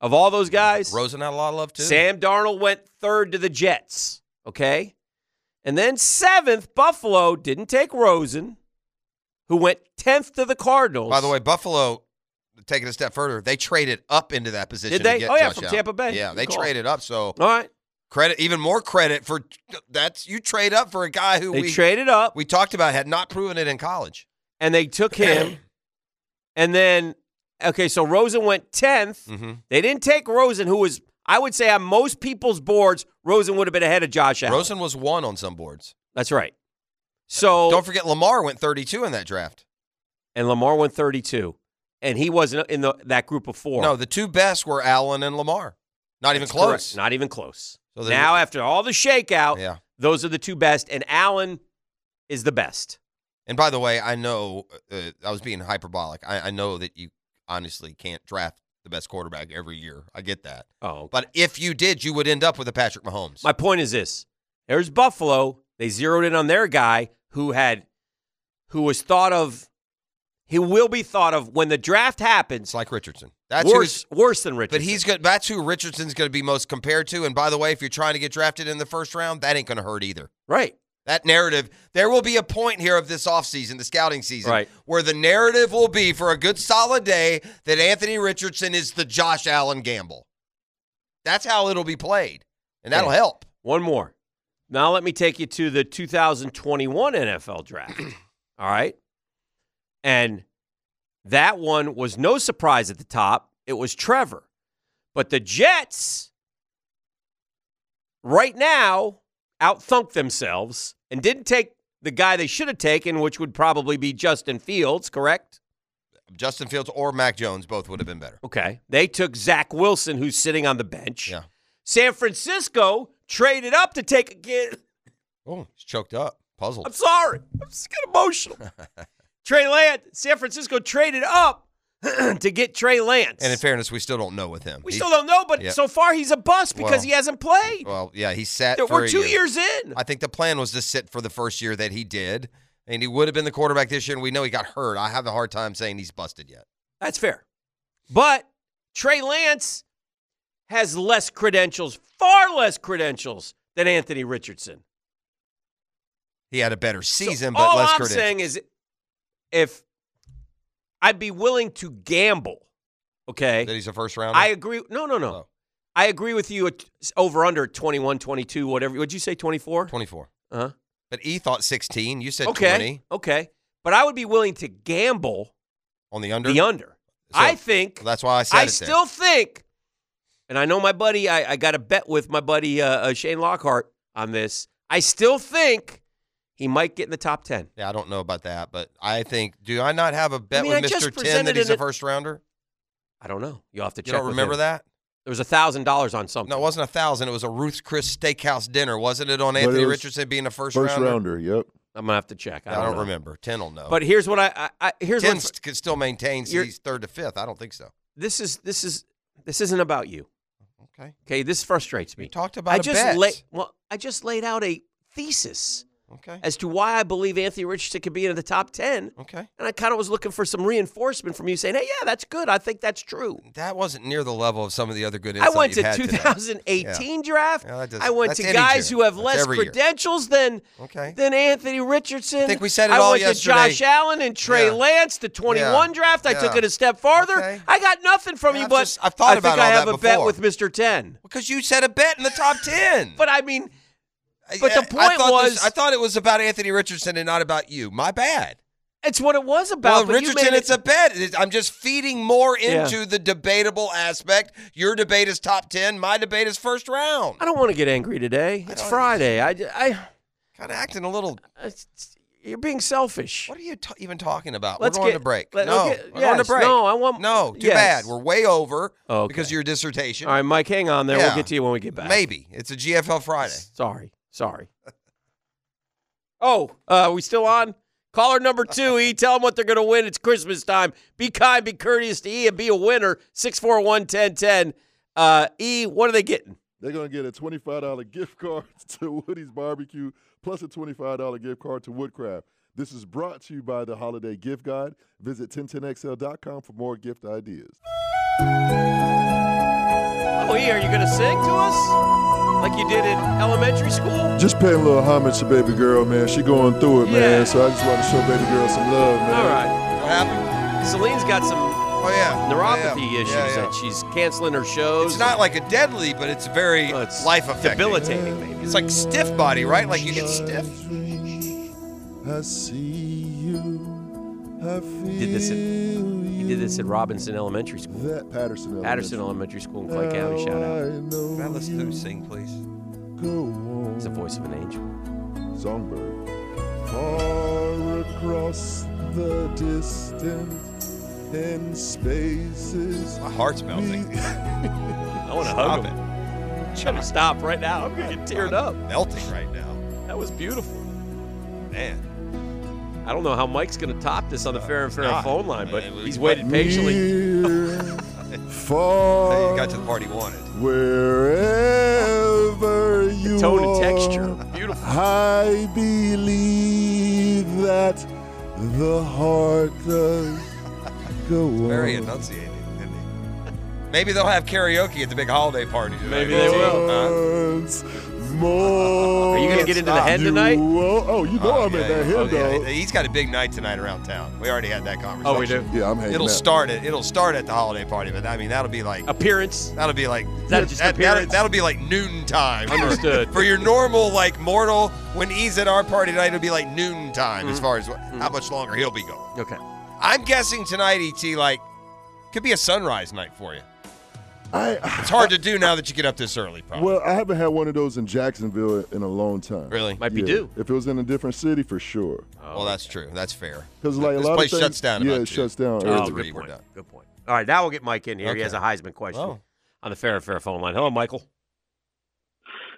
[SPEAKER 9] Of all those guys,
[SPEAKER 2] Rosen had a lot of love too.
[SPEAKER 9] Sam Darnold went third to the Jets. Okay. And then seventh, Buffalo didn't take Rosen, who went 10th to the Cardinals.
[SPEAKER 2] By the way, Buffalo taking a step further, they traded up into that position.
[SPEAKER 9] Did they?
[SPEAKER 2] To get
[SPEAKER 9] Oh, yeah,
[SPEAKER 2] Josh
[SPEAKER 9] from
[SPEAKER 2] Allen.
[SPEAKER 9] Tampa Bay.
[SPEAKER 2] Yeah,
[SPEAKER 9] Good
[SPEAKER 2] they
[SPEAKER 9] call.
[SPEAKER 2] traded up. So
[SPEAKER 9] all right.
[SPEAKER 2] credit, even more credit for that's you trade up for a guy who
[SPEAKER 9] They
[SPEAKER 2] we
[SPEAKER 9] traded up
[SPEAKER 2] we talked about had not proven it in college.
[SPEAKER 9] and they
[SPEAKER 2] <clears throat>
[SPEAKER 9] took him. and then, okay, so Rosen went 10th.
[SPEAKER 2] Mm-hmm.
[SPEAKER 9] They didn't take Rosen, who was, I would say, on most people's boards, Rosen would have been ahead of Josh Allen.
[SPEAKER 2] Rosen was one on some boards.
[SPEAKER 9] That's right. So,
[SPEAKER 2] Don't forget, Lamar went 32 in that draft.
[SPEAKER 9] and Lamar went 32, and he wasn't in the, that group of four.
[SPEAKER 2] No, the two best were Allen and Lamar. Not even
[SPEAKER 9] That's
[SPEAKER 2] close.
[SPEAKER 9] correct. Not even close.
[SPEAKER 2] So there's-
[SPEAKER 9] now, after all the shakeout,
[SPEAKER 2] yeah.
[SPEAKER 9] those are the two best, and Allen is the best.
[SPEAKER 2] And by the way, I know uh, I was being hyperbolic. I, I know that you honestly can't draft the best quarterback every year. I get that.
[SPEAKER 9] Oh,
[SPEAKER 2] But if you did, you would end up with a Patrick Mahomes.
[SPEAKER 9] my point is this: there's Buffalo. They zeroed in on their guy who had who was thought of, he will be thought of when the draft happens
[SPEAKER 2] It's like Richardson. That's who
[SPEAKER 9] worse, worse than Richardson.
[SPEAKER 2] But he's good. That's who Richardson's going to be most compared to. And by the way, if you're trying to get drafted in the first round, that ain't going to hurt either.
[SPEAKER 9] right.
[SPEAKER 2] That narrative, there will be a point here of this offseason, the scouting season,
[SPEAKER 9] Right.
[SPEAKER 2] where the narrative will be for a good solid day that Anthony Richardson is the Josh Allen gamble. That's how it'll be played. And that'll
[SPEAKER 9] Yeah.
[SPEAKER 2] help.
[SPEAKER 9] One more. Now let me take you to the 2021 NFL
[SPEAKER 2] <clears throat>
[SPEAKER 9] draft. All right. And that one was no surprise at the top. It was Trevor. But the Jets right now outthunk themselves and didn't take the guy they should have taken, which would probably be Justin Fields, correct?
[SPEAKER 2] Justin Fields or Mac Jones both would have been better.
[SPEAKER 9] Okay. They took Zach Wilson, who's sitting on the bench.
[SPEAKER 2] Yeah.
[SPEAKER 9] San Francisco traded up to take a kid.
[SPEAKER 2] Oh, he's choked up, puzzled.
[SPEAKER 9] I'm sorry. I'm just getting
[SPEAKER 2] <laughs>
[SPEAKER 9] emotional. Trey Lance, San Francisco traded up <clears throat> to get Trey Lance.
[SPEAKER 2] and in fairness, we still don't know with him.
[SPEAKER 9] we
[SPEAKER 2] He-
[SPEAKER 9] still don't know, but
[SPEAKER 2] Yeah.
[SPEAKER 9] so far he's a bust because
[SPEAKER 2] Well,
[SPEAKER 9] he hasn't played.
[SPEAKER 2] Well, yeah, he sat
[SPEAKER 9] There-
[SPEAKER 2] for
[SPEAKER 9] We're
[SPEAKER 2] a
[SPEAKER 9] two
[SPEAKER 2] year.
[SPEAKER 9] years in.
[SPEAKER 2] I think the plan was to sit for the first year that he did, and he would have been the quarterback this year. And we know he got hurt. I have a hard time saying he's busted yet.
[SPEAKER 9] That's fair. But Trey Lance has less credentials, far less credentials than Anthony Richardson.
[SPEAKER 2] He had a better season,
[SPEAKER 9] So
[SPEAKER 2] but
[SPEAKER 9] all
[SPEAKER 2] less
[SPEAKER 9] I'm
[SPEAKER 2] credentials.
[SPEAKER 9] saying is, if I'd be willing to gamble, okay,
[SPEAKER 2] that he's a first rounder.
[SPEAKER 9] I agree. No, no, no.
[SPEAKER 2] Oh.
[SPEAKER 9] I agree with you at over under 21, 22, whatever. Would you say 24?
[SPEAKER 2] twenty-four,
[SPEAKER 9] Uh-huh.
[SPEAKER 2] but E thought sixteen. You said
[SPEAKER 9] Okay.
[SPEAKER 2] twenty
[SPEAKER 9] Okay. But I would be willing to gamble
[SPEAKER 2] on the under.
[SPEAKER 9] the under.
[SPEAKER 2] So,
[SPEAKER 9] I think,
[SPEAKER 2] That's why I said
[SPEAKER 9] I
[SPEAKER 2] it there.
[SPEAKER 9] still think, and I know my buddy, I, I got a bet with my buddy uh, uh, Shane Lockhart on this. I still think he might get in the top 10.
[SPEAKER 2] Yeah, I don't know about that, but I think. Do I not have a bet
[SPEAKER 9] mean, I
[SPEAKER 2] with
[SPEAKER 9] just
[SPEAKER 2] Mister Ten
[SPEAKER 9] presented
[SPEAKER 2] that he's
[SPEAKER 9] it
[SPEAKER 2] a
[SPEAKER 9] at-
[SPEAKER 2] first rounder?
[SPEAKER 9] I don't know. You'll have to
[SPEAKER 2] You
[SPEAKER 9] check.
[SPEAKER 2] don't
[SPEAKER 9] with
[SPEAKER 2] remember
[SPEAKER 9] him.
[SPEAKER 2] that?
[SPEAKER 9] There was a $1,000 on something.
[SPEAKER 2] No, it wasn't a thousand. It was a Ruth's Chris Steakhouse dinner, wasn't it? On
[SPEAKER 3] But it
[SPEAKER 2] Anthony
[SPEAKER 3] was
[SPEAKER 2] Richardson being a first,
[SPEAKER 3] First
[SPEAKER 2] rounder.
[SPEAKER 3] rounder. Yep.
[SPEAKER 9] I'm going to have to check.
[SPEAKER 2] I don't,
[SPEAKER 9] know.
[SPEAKER 2] remember. Ten will know.
[SPEAKER 9] But here's what I, I, I here's
[SPEAKER 2] Ten
[SPEAKER 9] what
[SPEAKER 2] st- could still maintain
[SPEAKER 9] You're-
[SPEAKER 2] he's third to fifth. I don't think so.
[SPEAKER 9] this is this is this isn't about you.
[SPEAKER 2] Okay.
[SPEAKER 9] Okay, this frustrates me.
[SPEAKER 2] We talked about
[SPEAKER 9] I
[SPEAKER 2] a
[SPEAKER 9] just
[SPEAKER 2] bet.
[SPEAKER 9] la- well, I just laid out a thesis
[SPEAKER 2] Okay.
[SPEAKER 9] as to why I believe Anthony Richardson could be in the top ten,
[SPEAKER 2] Okay.
[SPEAKER 9] and I kind of was looking for some reinforcement from you saying, "Hey, yeah, that's good. I think that's true."
[SPEAKER 2] That wasn't near the level of some of the other good
[SPEAKER 9] I
[SPEAKER 2] insight
[SPEAKER 9] went
[SPEAKER 2] you've
[SPEAKER 9] to
[SPEAKER 2] had today.
[SPEAKER 9] 2018 draft.
[SPEAKER 2] Yeah, that doesn't-
[SPEAKER 9] I went
[SPEAKER 2] that's
[SPEAKER 9] to
[SPEAKER 2] any
[SPEAKER 9] guys
[SPEAKER 2] year.
[SPEAKER 9] who have
[SPEAKER 2] That's
[SPEAKER 9] less
[SPEAKER 2] every year.
[SPEAKER 9] credentials than
[SPEAKER 2] Okay.
[SPEAKER 9] than Anthony Richardson.
[SPEAKER 2] I think we said it all
[SPEAKER 9] went to
[SPEAKER 2] yesterday.
[SPEAKER 9] Josh Allen and Trey
[SPEAKER 2] Yeah.
[SPEAKER 9] Lance, the 21
[SPEAKER 2] Yeah.
[SPEAKER 9] draft. I took
[SPEAKER 2] Yeah.
[SPEAKER 9] it a step farther.
[SPEAKER 2] Okay.
[SPEAKER 9] I got nothing from
[SPEAKER 2] Yeah,
[SPEAKER 9] you,
[SPEAKER 2] I've
[SPEAKER 9] but
[SPEAKER 2] just- I've thought
[SPEAKER 9] I think
[SPEAKER 2] about
[SPEAKER 9] I
[SPEAKER 2] all
[SPEAKER 9] have
[SPEAKER 2] that
[SPEAKER 9] a bet
[SPEAKER 2] before.
[SPEAKER 9] with Mr. 10.
[SPEAKER 2] Because you said a bet in the top ten.
[SPEAKER 9] But I mean,
[SPEAKER 2] I-
[SPEAKER 9] but the
[SPEAKER 2] I- I
[SPEAKER 9] point
[SPEAKER 2] thought this-
[SPEAKER 9] was-
[SPEAKER 2] I thought it was about Anthony Richardson and not about you. My bad.
[SPEAKER 9] it's what it was about.
[SPEAKER 2] well,
[SPEAKER 9] but you
[SPEAKER 2] Richardson,
[SPEAKER 9] made it-
[SPEAKER 2] it's a bet. It- I'm just feeding more
[SPEAKER 9] Yeah.
[SPEAKER 2] into the debatable aspect. Your debate is top ten. My debate is first round.
[SPEAKER 9] I don't want to get angry today. It's
[SPEAKER 2] don't-
[SPEAKER 9] Friday. I, I,
[SPEAKER 2] Kind of acting a little.
[SPEAKER 9] it's- you're being selfish.
[SPEAKER 2] What are you t- even talking about?
[SPEAKER 9] Let's
[SPEAKER 2] we're going
[SPEAKER 9] get-
[SPEAKER 2] to break.
[SPEAKER 9] let-
[SPEAKER 2] no,
[SPEAKER 9] okay,
[SPEAKER 2] we're going to
[SPEAKER 9] yes,
[SPEAKER 2] break.
[SPEAKER 9] no, I want-
[SPEAKER 2] No, too
[SPEAKER 9] yes.
[SPEAKER 2] bad. We're way over
[SPEAKER 9] Okay.
[SPEAKER 2] because of your dissertation.
[SPEAKER 9] All right, Mike, hang on there.
[SPEAKER 2] Yeah.
[SPEAKER 9] We'll get to you when we get back.
[SPEAKER 2] Maybe it's a GFL Friday.
[SPEAKER 9] Sorry. Sorry. Oh, uh, we still on? Caller number two,
[SPEAKER 2] <laughs>
[SPEAKER 9] E. Tell them what they're going to win. It's Christmas time. Be kind, be courteous to E, and be a winner. 641 1010. Uh, e, what are they getting?
[SPEAKER 3] They're gonna get a twenty-five dollar gift card <laughs> to Woody's Barbecue, plus a twenty-five dollar gift card to Woodcraft. This is brought to you by the Holiday Gift Guide. Visit 1010xl.com for more gift ideas.
[SPEAKER 9] Oh, E, are you going to sing to us like you did in elementary school?
[SPEAKER 3] Just paying a little homage to baby girl, man. She going through it,
[SPEAKER 9] Yeah.
[SPEAKER 3] man. So I just want to show baby girl some love, man.
[SPEAKER 9] All right.
[SPEAKER 2] What happened?
[SPEAKER 9] Celine's got some
[SPEAKER 2] Oh yeah,
[SPEAKER 9] neuropathy
[SPEAKER 2] Yeah, yeah.
[SPEAKER 9] issues
[SPEAKER 2] Yeah, yeah.
[SPEAKER 9] that she's canceling her shows.
[SPEAKER 2] It's not like a deadly, but it's very
[SPEAKER 9] Well, it's
[SPEAKER 2] life affecting.
[SPEAKER 9] debilitating, maybe.
[SPEAKER 2] It's like stiff body, right? Like you get stiff.
[SPEAKER 3] I see you. I feel
[SPEAKER 9] He did this in, he did this at Robinson Elementary School,
[SPEAKER 3] that Patterson.
[SPEAKER 9] Patterson Elementary School in Clay County. Shout out.
[SPEAKER 2] Can I listen to him
[SPEAKER 3] Patterson.
[SPEAKER 2] sing, please?
[SPEAKER 3] Go on.
[SPEAKER 9] It's the voice of an angel.
[SPEAKER 3] songbird. Far across the distance and spaces.
[SPEAKER 2] My heart's melting.
[SPEAKER 3] we-
[SPEAKER 9] I want to
[SPEAKER 2] Stop
[SPEAKER 9] hug him.
[SPEAKER 2] it.
[SPEAKER 9] Shut up. Stop right now. I'm going to get teared up.
[SPEAKER 2] Melting <laughs> right now,
[SPEAKER 9] That was beautiful.
[SPEAKER 2] man.
[SPEAKER 9] I don't know how Mike's going to top this on the Fair and Fair
[SPEAKER 2] God.
[SPEAKER 9] phone line, but
[SPEAKER 2] Uh,
[SPEAKER 9] he's
[SPEAKER 2] what-
[SPEAKER 9] waited patiently.
[SPEAKER 2] <laughs>
[SPEAKER 3] Near,
[SPEAKER 2] Hey,
[SPEAKER 3] far,
[SPEAKER 2] you got to the part he wanted.
[SPEAKER 3] wherever you
[SPEAKER 9] Tone and
[SPEAKER 3] are,
[SPEAKER 9] texture. Beautiful.
[SPEAKER 3] I believe that the heart does go on.
[SPEAKER 2] <laughs> Very enunciated, isn't he? Maybe they'll have karaoke at the big holiday party tonight.
[SPEAKER 9] Maybe they will.
[SPEAKER 2] Huh?
[SPEAKER 3] Once more.
[SPEAKER 9] Are you gonna get into the head
[SPEAKER 3] You
[SPEAKER 9] tonight?
[SPEAKER 3] will- Oh, you know
[SPEAKER 2] Oh,
[SPEAKER 3] I'm
[SPEAKER 2] yeah,
[SPEAKER 3] in that
[SPEAKER 2] yeah.
[SPEAKER 3] head,
[SPEAKER 2] Oh, yeah.
[SPEAKER 3] though.
[SPEAKER 2] He's got a big night tonight around town. We already had that conversation.
[SPEAKER 9] Oh, we do.
[SPEAKER 3] Yeah, I'm hanging
[SPEAKER 2] It'll
[SPEAKER 3] out.
[SPEAKER 2] start at it'll start at the holiday party, but I mean that'll be like
[SPEAKER 9] Appearance.
[SPEAKER 2] that'll be like
[SPEAKER 9] that just
[SPEAKER 2] that,
[SPEAKER 9] appearance?
[SPEAKER 2] will be like noon time. for-
[SPEAKER 9] Understood.
[SPEAKER 2] For, your normal like mortal, when he's at our party tonight, it'll be like noon time
[SPEAKER 9] Mm-hmm.
[SPEAKER 2] as far as what how much longer he'll be going.
[SPEAKER 9] Okay.
[SPEAKER 2] I'm guessing tonight, Et, like could be a sunrise night for you.
[SPEAKER 3] I,
[SPEAKER 2] It's
[SPEAKER 3] <laughs>
[SPEAKER 2] hard to do now that you get up this early, probably.
[SPEAKER 3] well, I haven't had one of those in Jacksonville in a long time.
[SPEAKER 2] really?
[SPEAKER 9] Might be
[SPEAKER 3] Yeah.
[SPEAKER 9] due. Oh.
[SPEAKER 3] If it was in a different city, for sure.
[SPEAKER 2] Well, that's true. That's fair.
[SPEAKER 3] Because like
[SPEAKER 2] this
[SPEAKER 3] a lot
[SPEAKER 2] place
[SPEAKER 3] of things,
[SPEAKER 2] shuts down.
[SPEAKER 3] Yeah,
[SPEAKER 2] about
[SPEAKER 3] it
[SPEAKER 2] two.
[SPEAKER 3] shuts down.
[SPEAKER 2] Two
[SPEAKER 3] early.
[SPEAKER 2] or
[SPEAKER 9] Oh, good
[SPEAKER 2] three, we're
[SPEAKER 9] point.
[SPEAKER 2] done.
[SPEAKER 9] Good point. All right, now we'll get Mike in here. He
[SPEAKER 2] Okay.
[SPEAKER 9] has a Heisman question
[SPEAKER 2] Oh.
[SPEAKER 9] on the Fair and Fair phone line. Hello, Michael.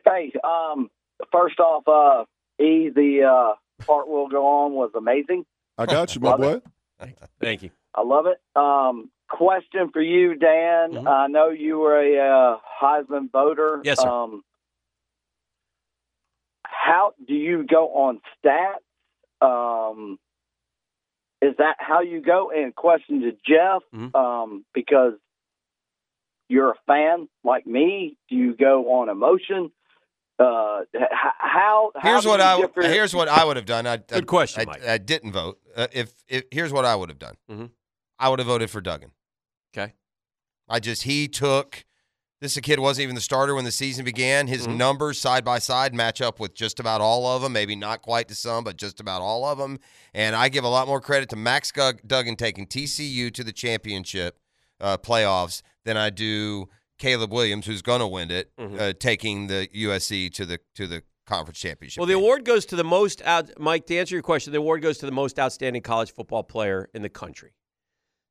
[SPEAKER 10] Hey, um, first off, uh, E, the uh, part we'll go on was amazing.
[SPEAKER 3] I got you, my
[SPEAKER 10] Love
[SPEAKER 3] boy.
[SPEAKER 9] Thank you.
[SPEAKER 10] I love it. Um, question for you, Dan.
[SPEAKER 2] Mm-hmm.
[SPEAKER 10] I know you were a uh, Heisman voter.
[SPEAKER 9] Yes, sir.
[SPEAKER 10] Um, how do you go on stats? Um, is that how you go? And question to Jeff,
[SPEAKER 2] Mm-hmm.
[SPEAKER 9] Mhm.
[SPEAKER 10] um, because you're a fan like me. Do you go on emotion? Uh, h- h- how, how?
[SPEAKER 2] Here's
[SPEAKER 10] do
[SPEAKER 2] what
[SPEAKER 10] you
[SPEAKER 2] I
[SPEAKER 10] differ-
[SPEAKER 2] here's what I would have done. I, I,
[SPEAKER 9] Good question,
[SPEAKER 2] I,
[SPEAKER 9] Mike.
[SPEAKER 2] I didn't vote. Uh, if, if here's what I would have done.
[SPEAKER 9] Mhm.
[SPEAKER 2] I would have voted for Duggan.
[SPEAKER 9] Okay.
[SPEAKER 2] I just he took this kid wasn't even the starter when the season began. His
[SPEAKER 9] Mhm.
[SPEAKER 2] numbers side by side match up with just about all of them. Maybe not quite to some, but just about all of them. And I give a lot more credit to Max Gug- Duggan taking TCU to the championship uh, playoffs than I do Caleb Williams, who's going to win it,
[SPEAKER 9] Mhm.
[SPEAKER 2] uh, taking the USC to the to the conference championship.
[SPEAKER 9] Well, the
[SPEAKER 2] game.
[SPEAKER 9] award goes to the most out. Mike, to answer your question, the award goes to the most outstanding college football player in the country.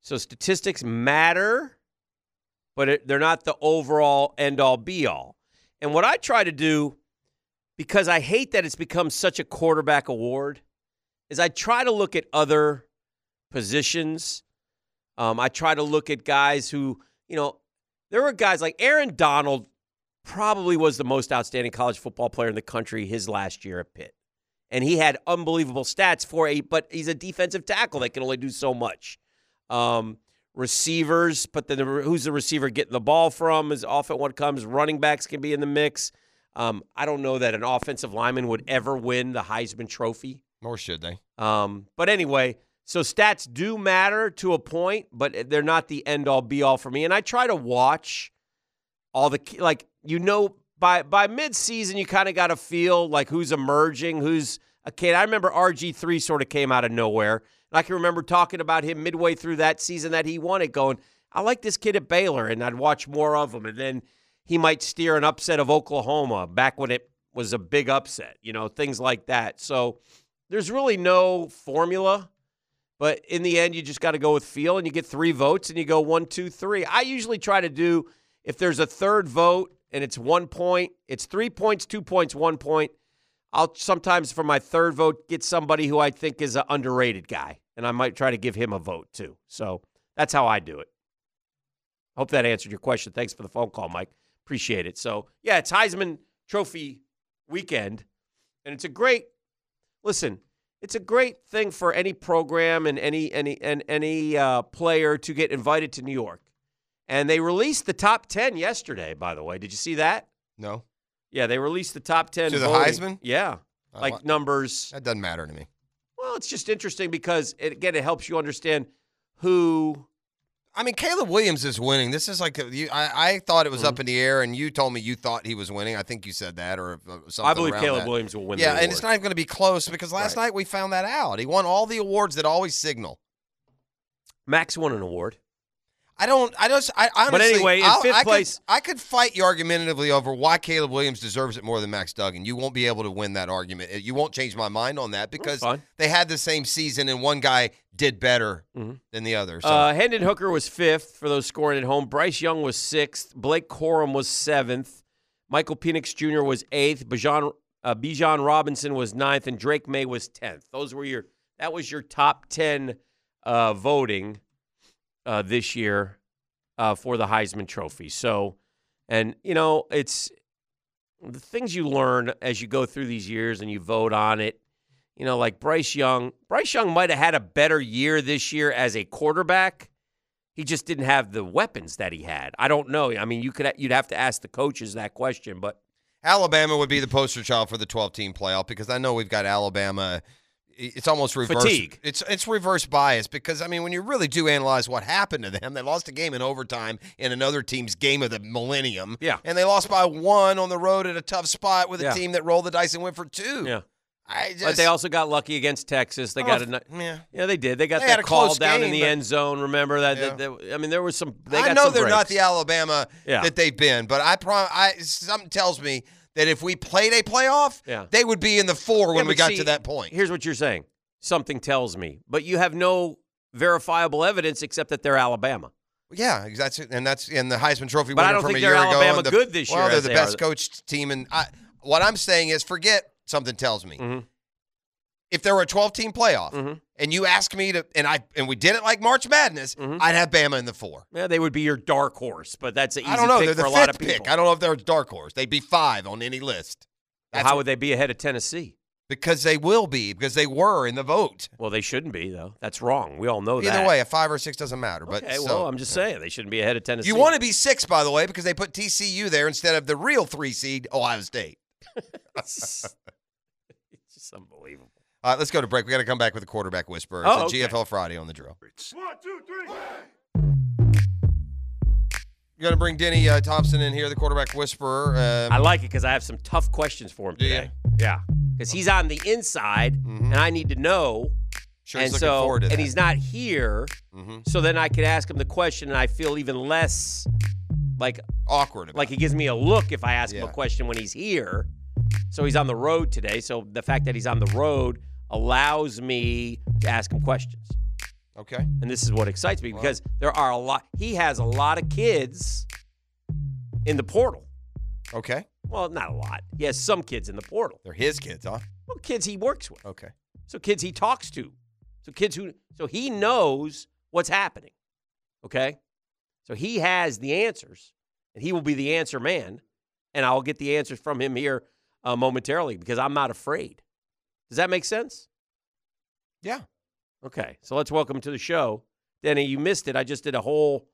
[SPEAKER 9] So statistics matter, but it, they're not the overall end all be all. And what I try to do, because I hate that it's become such a quarterback award, is I try to look at other positions. Um, I try to look at guys who, you know, there were guys like Aaron Donald probably was the most outstanding college football player in the country his last year at Pitt. And he had unbelievable stats for a, but he's a defensive tackle that can only do so much. Um, receivers, but then the, who's the receiver getting the ball from is often what comes. Running backs can be in the mix. Um, I don't know that an offensive lineman would ever win the Heisman Trophy.
[SPEAKER 2] Nor should they.
[SPEAKER 9] Um, but anyway, so stats do matter to a point, but they're not the end all be all for me. And I try to watch all the ki- like you know by by mid season you kind of got to feel like who's emerging, who's a kid. I remember RG three sort of came out of nowhere, and I can remember talking about him midway through that season that he won it, going, "I like this kid at Baylor," and I'd watch more of him, and then he might steer an upset of Oklahoma back when it was a big upset, you know, things like that. So there's really no formula, but in the end, you just got to go with feel and you get three votes and you go one, two, three. I usually try to do if there's a third vote and it's one point, it's three points, two points, one point. I'll sometimes for my third vote get somebody who I think is an underrated guy, and I might try to give him a vote too. So that's how I do it. Hope that answered your question. Thanks for the phone call, Mike. Appreciate it. So yeah, it's Heisman Trophy weekend, and it's a great listen, it's a great thing for any program and any any and any uh, player to get invited to New York. And they released the top ten yesterday. By the way, did you see that?
[SPEAKER 2] No,
[SPEAKER 9] Yeah, they released the top ten
[SPEAKER 2] To the
[SPEAKER 9] voting.
[SPEAKER 2] Heisman?
[SPEAKER 9] Yeah,
[SPEAKER 2] I
[SPEAKER 9] like
[SPEAKER 2] wa-
[SPEAKER 9] numbers.
[SPEAKER 2] that doesn't matter to me.
[SPEAKER 9] Well, it's just interesting because it, again, it helps you understand who.
[SPEAKER 2] I mean, Caleb Williams is winning. This is like you, I, I thought it was
[SPEAKER 9] Mm-hmm.
[SPEAKER 2] up in the air, and you told me you thought he was winning. I think you said that or uh, something.
[SPEAKER 9] I believe
[SPEAKER 2] around
[SPEAKER 9] Caleb
[SPEAKER 2] that.
[SPEAKER 9] Williams will win. the
[SPEAKER 2] Yeah, and
[SPEAKER 9] award.
[SPEAKER 2] it's not even going to be close because last
[SPEAKER 9] Right.
[SPEAKER 2] night we found that out. He won all the awards that always signal.
[SPEAKER 9] Max won an award.
[SPEAKER 2] I don't. I just. I honestly.
[SPEAKER 9] anyway, in
[SPEAKER 2] I'll-
[SPEAKER 9] fifth
[SPEAKER 2] I could-
[SPEAKER 9] place-
[SPEAKER 2] I could fight you argumentatively over why Caleb Williams deserves it more than Max Duggan. You won't be able to win that argument. Uh, You won't change my mind on that because
[SPEAKER 9] fine.
[SPEAKER 2] they had the same season and one guy did better
[SPEAKER 9] Mhm.
[SPEAKER 2] than the other. So
[SPEAKER 9] Uh, Hendon Hooker was fifth for those scoring at home. Bryce Young was sixth. Blake Corum was seventh. Michael Penix Jr. was eighth. Bijan uh, Bijan Robinson was ninth, and Drake May was tenth. Those were your that was your top ten uh, voting uh, this year uh, for the Heisman Trophy. So, and you know it's the things you learn as you go through these years and you vote on it you know, like Bryce Young. Bryce Young might have had a better year this year as a quarterback. He just didn't have the weapons that he had. I don't know. I mean, you could you'd have to ask the coaches that question, but
[SPEAKER 2] Alabama would be the poster child for the 12 team playoff because I know we've got Alabama. It's almost reverse.
[SPEAKER 9] Fatigue.
[SPEAKER 2] It's it's reverse bias because I mean when you really do analyze what happened to them, they lost a game in overtime in another team's game of the millennium.
[SPEAKER 9] Yeah.
[SPEAKER 2] and they lost by one on the road at a tough spot with a
[SPEAKER 9] Yeah.
[SPEAKER 2] team that rolled the dice and went for two.
[SPEAKER 9] yeah.
[SPEAKER 2] I just,
[SPEAKER 9] But they also got lucky against Texas. They
[SPEAKER 2] I
[SPEAKER 9] got
[SPEAKER 2] don't
[SPEAKER 9] a
[SPEAKER 2] know if- yeah.
[SPEAKER 9] yeah, they did. They got
[SPEAKER 2] They had
[SPEAKER 9] that
[SPEAKER 2] a
[SPEAKER 9] call
[SPEAKER 2] close
[SPEAKER 9] down in
[SPEAKER 2] game,
[SPEAKER 9] the
[SPEAKER 2] but-
[SPEAKER 9] end zone. Remember that? that-
[SPEAKER 2] Yeah.
[SPEAKER 9] that- I mean, there was some. They
[SPEAKER 2] I
[SPEAKER 9] got
[SPEAKER 2] know
[SPEAKER 9] some
[SPEAKER 2] they're not
[SPEAKER 9] breaks.
[SPEAKER 2] the Alabama
[SPEAKER 9] Yeah.
[SPEAKER 2] that they've been, but I prom- I something tells me that if we played a playoff,
[SPEAKER 9] Yeah.
[SPEAKER 2] they would be in the four
[SPEAKER 9] Yeah,
[SPEAKER 2] when we
[SPEAKER 9] but
[SPEAKER 2] got
[SPEAKER 9] see,
[SPEAKER 2] to that point.
[SPEAKER 9] Here's what you're saying. Something tells me, but you have no verifiable evidence except that they're Alabama.
[SPEAKER 2] Yeah, exactly, and that's in the Heisman Trophy
[SPEAKER 9] But I
[SPEAKER 2] winner
[SPEAKER 9] don't
[SPEAKER 2] from
[SPEAKER 9] think
[SPEAKER 2] a
[SPEAKER 9] they're
[SPEAKER 2] year ago.
[SPEAKER 9] Alabama
[SPEAKER 2] and the-
[SPEAKER 9] good this year
[SPEAKER 2] Well, they're
[SPEAKER 9] as
[SPEAKER 2] the
[SPEAKER 9] they
[SPEAKER 2] best
[SPEAKER 9] are.
[SPEAKER 2] coached team, and I, what I'm saying is, forget something tells me.
[SPEAKER 9] Mhm.
[SPEAKER 2] If there were a 12 team playoff,
[SPEAKER 9] Mhm.
[SPEAKER 2] and you asked me to, and I and we did it like March Madness,
[SPEAKER 9] Mhm.
[SPEAKER 2] I'd have Bama in the four.
[SPEAKER 9] Yeah, they would be your dark horse, but that's an easy
[SPEAKER 2] I don't know.
[SPEAKER 9] pick
[SPEAKER 2] They're
[SPEAKER 9] for
[SPEAKER 2] the
[SPEAKER 9] a lot
[SPEAKER 2] fifth
[SPEAKER 9] of people.
[SPEAKER 2] pick. I don't know if they're a dark horse. They'd be five on any list.
[SPEAKER 9] Well,
[SPEAKER 2] That's
[SPEAKER 9] how
[SPEAKER 2] what-
[SPEAKER 9] would they be ahead of Tennessee?
[SPEAKER 2] because they will be because they were in the vote.
[SPEAKER 9] Well, they shouldn't be though. That's wrong. We all know
[SPEAKER 2] Either
[SPEAKER 9] that.
[SPEAKER 2] way, a five or six doesn't matter. But
[SPEAKER 9] okay,
[SPEAKER 2] so-
[SPEAKER 9] well, I'm just saying they shouldn't be ahead of Tennessee.
[SPEAKER 2] You want to be six, by the way, because they put TCU there instead of the real three seed
[SPEAKER 9] <laughs>
[SPEAKER 2] Ohio State.
[SPEAKER 9] it's just unbelievable.
[SPEAKER 2] All right, let's go to break. We got to come back with a quarterback whisper. It's
[SPEAKER 9] Oh,
[SPEAKER 2] a
[SPEAKER 9] okay.
[SPEAKER 2] GFL Friday on the drill. One, two, three. You're going to bring Denny uh, Thompson in here, the quarterback whisperer. Um,
[SPEAKER 9] I like it because I have some tough questions for him
[SPEAKER 2] Do ya?
[SPEAKER 9] today. Yeah, because he's on the inside, and I need to know.
[SPEAKER 2] Mm-hmm. sure
[SPEAKER 9] and
[SPEAKER 2] he's looking
[SPEAKER 9] so,
[SPEAKER 2] forward to that.
[SPEAKER 9] and he's not here,
[SPEAKER 2] Mhm.
[SPEAKER 9] so then I could ask him the question, and I feel even less like
[SPEAKER 2] awkward. About
[SPEAKER 9] like
[SPEAKER 2] it.
[SPEAKER 9] he gives me a look if I ask him
[SPEAKER 2] Yeah.
[SPEAKER 9] a question when he's here. So he's on the road today. So the fact that he's on the road allows me to ask him questions.
[SPEAKER 2] okay.
[SPEAKER 9] And this is what excites me because there are a lot, he has a lot of kids in the portal.
[SPEAKER 2] Okay.
[SPEAKER 9] Well, not a lot. He has some kids in the portal.
[SPEAKER 2] They're his kids, huh?
[SPEAKER 9] Well, kids he works with.
[SPEAKER 2] Okay.
[SPEAKER 9] So kids he talks to. So kids who so he knows what's happening. Okay? So he has the answers and he will be the answer man and I'll get the answers from him here uh, momentarily because I'm not afraid. Does that make sense?
[SPEAKER 2] Yeah.
[SPEAKER 9] Okay. So let's welcome to the show. Denny, you missed it. I just did a whole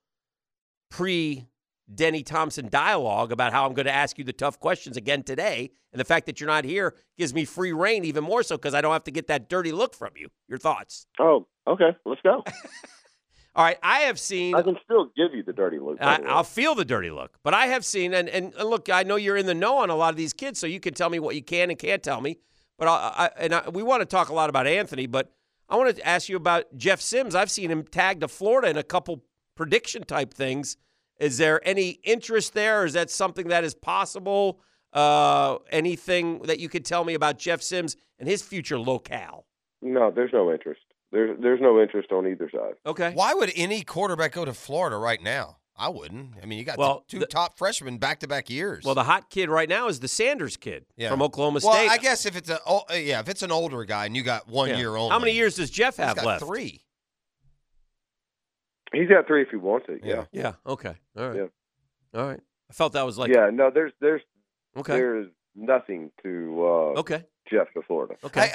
[SPEAKER 9] pre Denny Thompson dialogue about how I'm going to ask you the tough questions again today. And the fact that you're not here gives me free reign even more so because I don't have to get that dirty look from you. Your thoughts.
[SPEAKER 4] Oh, okay. Let's go.
[SPEAKER 9] <laughs> All right. I have seen.
[SPEAKER 4] I can still give you the dirty look. by
[SPEAKER 9] I,
[SPEAKER 4] the way.
[SPEAKER 9] I'll feel the dirty look, but I have seen and, and and look. I know you're in the know on a lot of these kids, so you can tell me what you can and can't tell me. But I, I and I, we want to talk a lot about Anthony, but I want to ask you about Jeff Sims. I've seen him tagged to Florida in a couple prediction type things. Is there any interest there? Is that something that is possible? Uh, anything that you could tell me about Jeff Sims and his future locale?
[SPEAKER 4] No, there's no interest. There's there's no interest on either side.
[SPEAKER 9] Okay.
[SPEAKER 2] Why would any quarterback go to Florida right now? I wouldn't. I mean, you got the
[SPEAKER 9] Well,
[SPEAKER 2] two
[SPEAKER 9] the-
[SPEAKER 2] top freshmen back to back years.
[SPEAKER 9] Well, the hot kid right now is the Sanders kid
[SPEAKER 2] Yeah.
[SPEAKER 9] from Oklahoma
[SPEAKER 2] well,
[SPEAKER 9] State.
[SPEAKER 2] I guess if it's a oh, uh, yeah, if it's an older guy and you got one
[SPEAKER 9] Yeah.
[SPEAKER 2] year only,
[SPEAKER 9] How many years does Jeff
[SPEAKER 2] He's
[SPEAKER 9] have
[SPEAKER 2] got
[SPEAKER 9] left?
[SPEAKER 2] Three.
[SPEAKER 4] He's got three if he wants it. Yeah.
[SPEAKER 9] Yeah. Okay. All right.
[SPEAKER 4] Yeah.
[SPEAKER 9] All right. I felt that was like
[SPEAKER 4] yeah. No, there's there's
[SPEAKER 9] okay.
[SPEAKER 4] there's nothing to uh,
[SPEAKER 9] Okay.
[SPEAKER 4] Jeff to Florida.
[SPEAKER 9] Okay.
[SPEAKER 2] Hey,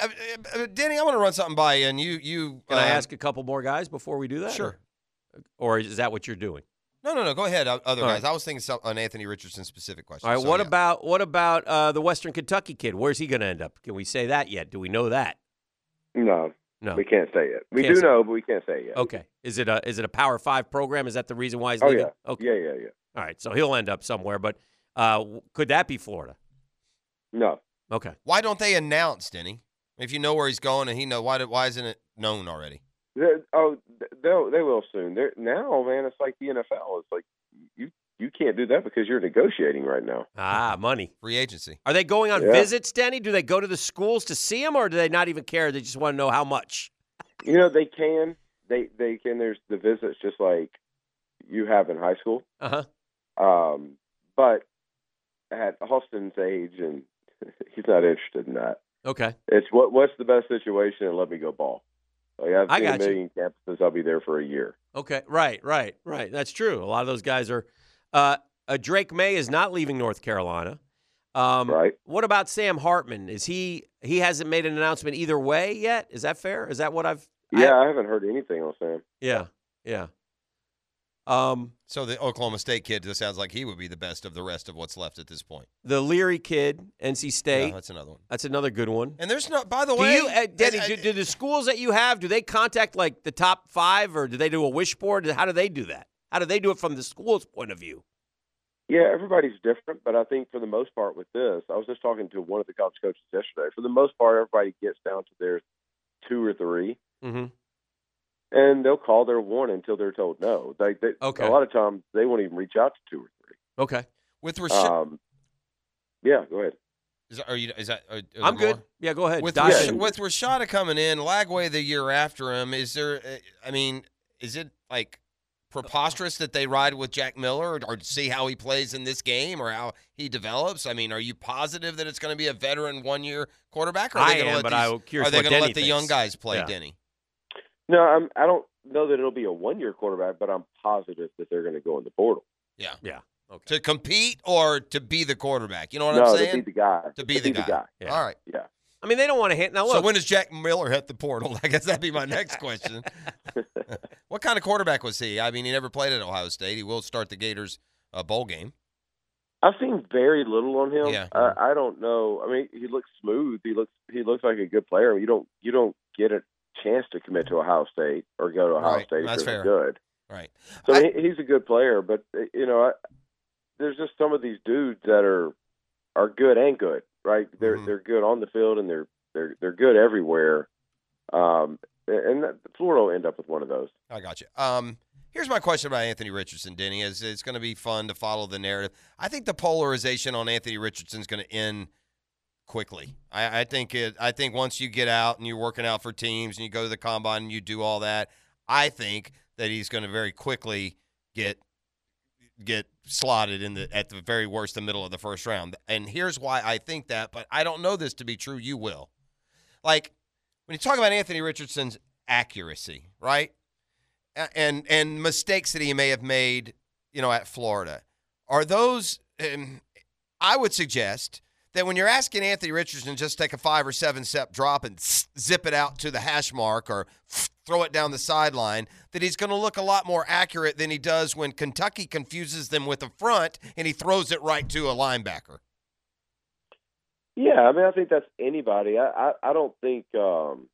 [SPEAKER 2] uh, uh, Denny, I want to run something by you, and you you
[SPEAKER 9] Can I
[SPEAKER 2] uh,
[SPEAKER 9] ask a couple more guys before we do that?
[SPEAKER 2] Sure.
[SPEAKER 9] Or, or is that what you're doing?
[SPEAKER 2] No, no, no. Go ahead. o- Other
[SPEAKER 9] All
[SPEAKER 2] guys. I was thinking some, an Anthony Richardson specific question.
[SPEAKER 9] All right.
[SPEAKER 2] so,
[SPEAKER 9] what
[SPEAKER 2] yeah.
[SPEAKER 9] about what about uh, the Western Kentucky kid? Where's he going to end up? Can we say that yet? Do we know that?
[SPEAKER 4] No,
[SPEAKER 9] No.
[SPEAKER 4] we can't say it. We
[SPEAKER 9] Can't
[SPEAKER 4] do
[SPEAKER 9] say-
[SPEAKER 4] know, but we can't say it. Yet.
[SPEAKER 9] Okay. Is it a is it a Power Five program? Is that the reason why he's
[SPEAKER 4] Oh
[SPEAKER 9] leaving?
[SPEAKER 4] yeah.
[SPEAKER 9] Okay.
[SPEAKER 4] Yeah, yeah, yeah.
[SPEAKER 9] All right. So he'll end up somewhere, but uh, w- could that be Florida?
[SPEAKER 4] No,
[SPEAKER 9] Okay.
[SPEAKER 2] Why don't they announce Denny? If you know where he's going and he know why, did- why isn't it known already?
[SPEAKER 4] They're, oh, they'll they will soon. They're, now, man, it's like the NFL. It's like you you can't do that because you're negotiating right now.
[SPEAKER 9] Ah, money.
[SPEAKER 2] Free agency.
[SPEAKER 9] Are they going on
[SPEAKER 4] Yeah.
[SPEAKER 9] visits, Denny? Do they go to the schools to see him, or do they not even care? They just want to know how much.
[SPEAKER 4] You know they can they they can. There's the visits just like you have in high school.
[SPEAKER 9] Uh
[SPEAKER 2] Uh-huh.
[SPEAKER 9] huh.
[SPEAKER 4] Um, but at Austin's age, and <laughs> he's not interested in that.
[SPEAKER 9] Okay.
[SPEAKER 4] It's what what's the best situation, and let me go ball. Like I've
[SPEAKER 9] I
[SPEAKER 4] seen
[SPEAKER 9] got
[SPEAKER 4] a
[SPEAKER 9] you.
[SPEAKER 4] million campuses. I'll be there for a year.
[SPEAKER 9] Okay, right, right, right. That's true. A lot of those guys are. Uh, uh, Drake May is not leaving North Carolina. Um,
[SPEAKER 4] Right.
[SPEAKER 9] What about Sam Hartman? Is he he hasn't made an announcement either way yet? Is that fair? Is that what I've? I-
[SPEAKER 11] Yeah, I haven't heard anything on Sam.
[SPEAKER 9] yeah. Yeah. Um,
[SPEAKER 2] So the Oklahoma State kid, this sounds like he would be the best of the rest of what's left at this point.
[SPEAKER 9] the Leary kid, NC State.
[SPEAKER 2] that's another one.
[SPEAKER 9] That's another good one.
[SPEAKER 2] And there's not. By the
[SPEAKER 9] do
[SPEAKER 2] way,
[SPEAKER 9] you, uh, Denny?
[SPEAKER 2] I-
[SPEAKER 9] do, do the schools that you have do they contact like the top five, or do they do a wish board? How do they do that? How do they do it from the school's point of view?
[SPEAKER 11] Yeah, everybody's different, but I think for the most part with this, I was just talking to one of the college coaches yesterday. For the most part, everybody gets down to their two or three,
[SPEAKER 9] Mm-hmm.
[SPEAKER 11] and they'll call their one until they're told no. They, they
[SPEAKER 9] Okay.
[SPEAKER 11] a lot of times they won't even reach out to two or three.
[SPEAKER 9] Okay,
[SPEAKER 2] with respect,
[SPEAKER 11] Um, yeah, go ahead.
[SPEAKER 2] is, are you? Is that? Are, are there
[SPEAKER 9] I'm good.
[SPEAKER 2] more?
[SPEAKER 9] Yeah, go ahead.
[SPEAKER 2] With
[SPEAKER 9] Dive
[SPEAKER 2] Rash-
[SPEAKER 9] in.
[SPEAKER 2] with Rashada coming in, Lagway the year after him, is there? uh, I mean, is it like preposterous that they ride with Jack Miller or, or see how he plays in this game or how he develops? I mean, are you positive that it's going to be a veteran one year quarterback? Or are
[SPEAKER 9] I
[SPEAKER 2] they gonna
[SPEAKER 9] am,
[SPEAKER 2] let
[SPEAKER 9] but
[SPEAKER 2] these-
[SPEAKER 9] I'm curious
[SPEAKER 2] Are they
[SPEAKER 9] what
[SPEAKER 2] gonna
[SPEAKER 9] Denny
[SPEAKER 2] let the young
[SPEAKER 9] thinks.
[SPEAKER 2] guys play,
[SPEAKER 9] Yeah.
[SPEAKER 2] Denny?
[SPEAKER 11] No, I'm, I don't know that it'll be a one-year quarterback, but I'm positive that they're going to go in the portal.
[SPEAKER 2] Yeah.
[SPEAKER 9] Yeah. Okay.
[SPEAKER 2] To compete or to be the quarterback? You know what
[SPEAKER 11] no,
[SPEAKER 2] I'm
[SPEAKER 11] to
[SPEAKER 2] saying?
[SPEAKER 11] be the guy.
[SPEAKER 2] To be the guy.
[SPEAKER 9] Yeah.
[SPEAKER 2] All right.
[SPEAKER 11] Yeah.
[SPEAKER 9] I mean, they don't want to hit. Now look.
[SPEAKER 2] So when does Jack Miller hit the portal? <laughs> I guess that'd be my next question. what kind of quarterback was he? I mean, he never played at Ohio State. He will start the Gators uh, bowl game.
[SPEAKER 11] I've seen very little on him.
[SPEAKER 2] Yeah.
[SPEAKER 11] I, I don't know. I mean, he looks smooth. He looks he looks like a good player. You don't you don't get a chance to commit to Ohio State or go to Ohio
[SPEAKER 2] Right.
[SPEAKER 11] State
[SPEAKER 2] That's
[SPEAKER 11] if you're
[SPEAKER 2] fair.
[SPEAKER 11] good.
[SPEAKER 2] Right.
[SPEAKER 11] So
[SPEAKER 2] I-
[SPEAKER 11] he, he's a good player, but uh, you know, I, there's just some of these dudes that are are good and good, right? They're
[SPEAKER 2] Mhm.
[SPEAKER 11] they're good on the field and they're they're they're good everywhere. Um, and that, Florida will end up with one of those.
[SPEAKER 2] I got you. Um, here's my question about Anthony Richardson, Denny. Is it's going to be fun to follow the narrative? I think the polarization on Anthony Richardson is going to end quickly. I, I think it. I think once you get out and you're working out for teams and you go to the combine and you do all that, I think that he's going to very quickly get get slotted in the at the very worst the middle of the first round. And here's why I think that, but I don't know this to be true. You will. Like when you talk about Anthony Richardson's accuracy, right? A- And and mistakes that he may have made, you know, at Florida. Are those um, I would suggest that when you're asking Anthony Richardson to just take a 5 or 7 step drop and s- zip it out to the hash mark or throw it down the sideline that he's going to look a lot more accurate than he does when Kentucky confuses them with a front and he throws it right to a linebacker.
[SPEAKER 11] Yeah, I mean, I think that's anybody. I, I, I don't think, um,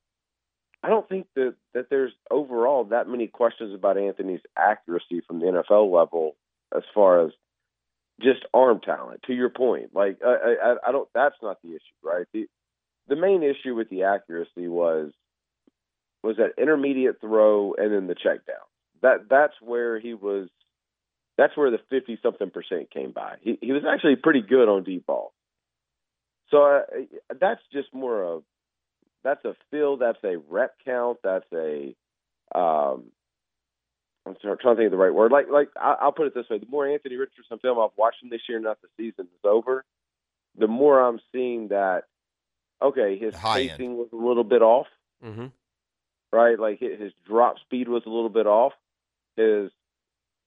[SPEAKER 11] I don't think that that there's overall that many questions about Anthony's accuracy from the NFL level as far as just arm talent. To your point, like I, I, I- I don't. That's not the issue, right? The the main issue with the accuracy was was that intermediate throw and then the check down. That that's where he was. That's where the fifty something percent came by. He he was actually pretty good on deep ball. So uh, that's just more of that's a fill, that's a rep count, that's a um, I'm sorry, I'm trying to think of the right word. Like like I, I'll put it this way: the more Anthony Richardson film I've watched him this year, not the season is over, the more I'm seeing that okay, his
[SPEAKER 2] High end.
[SPEAKER 11] spacing was a little bit off
[SPEAKER 9] mm-hmm.
[SPEAKER 11] right? Like hi- his drop speed was a little bit off. His,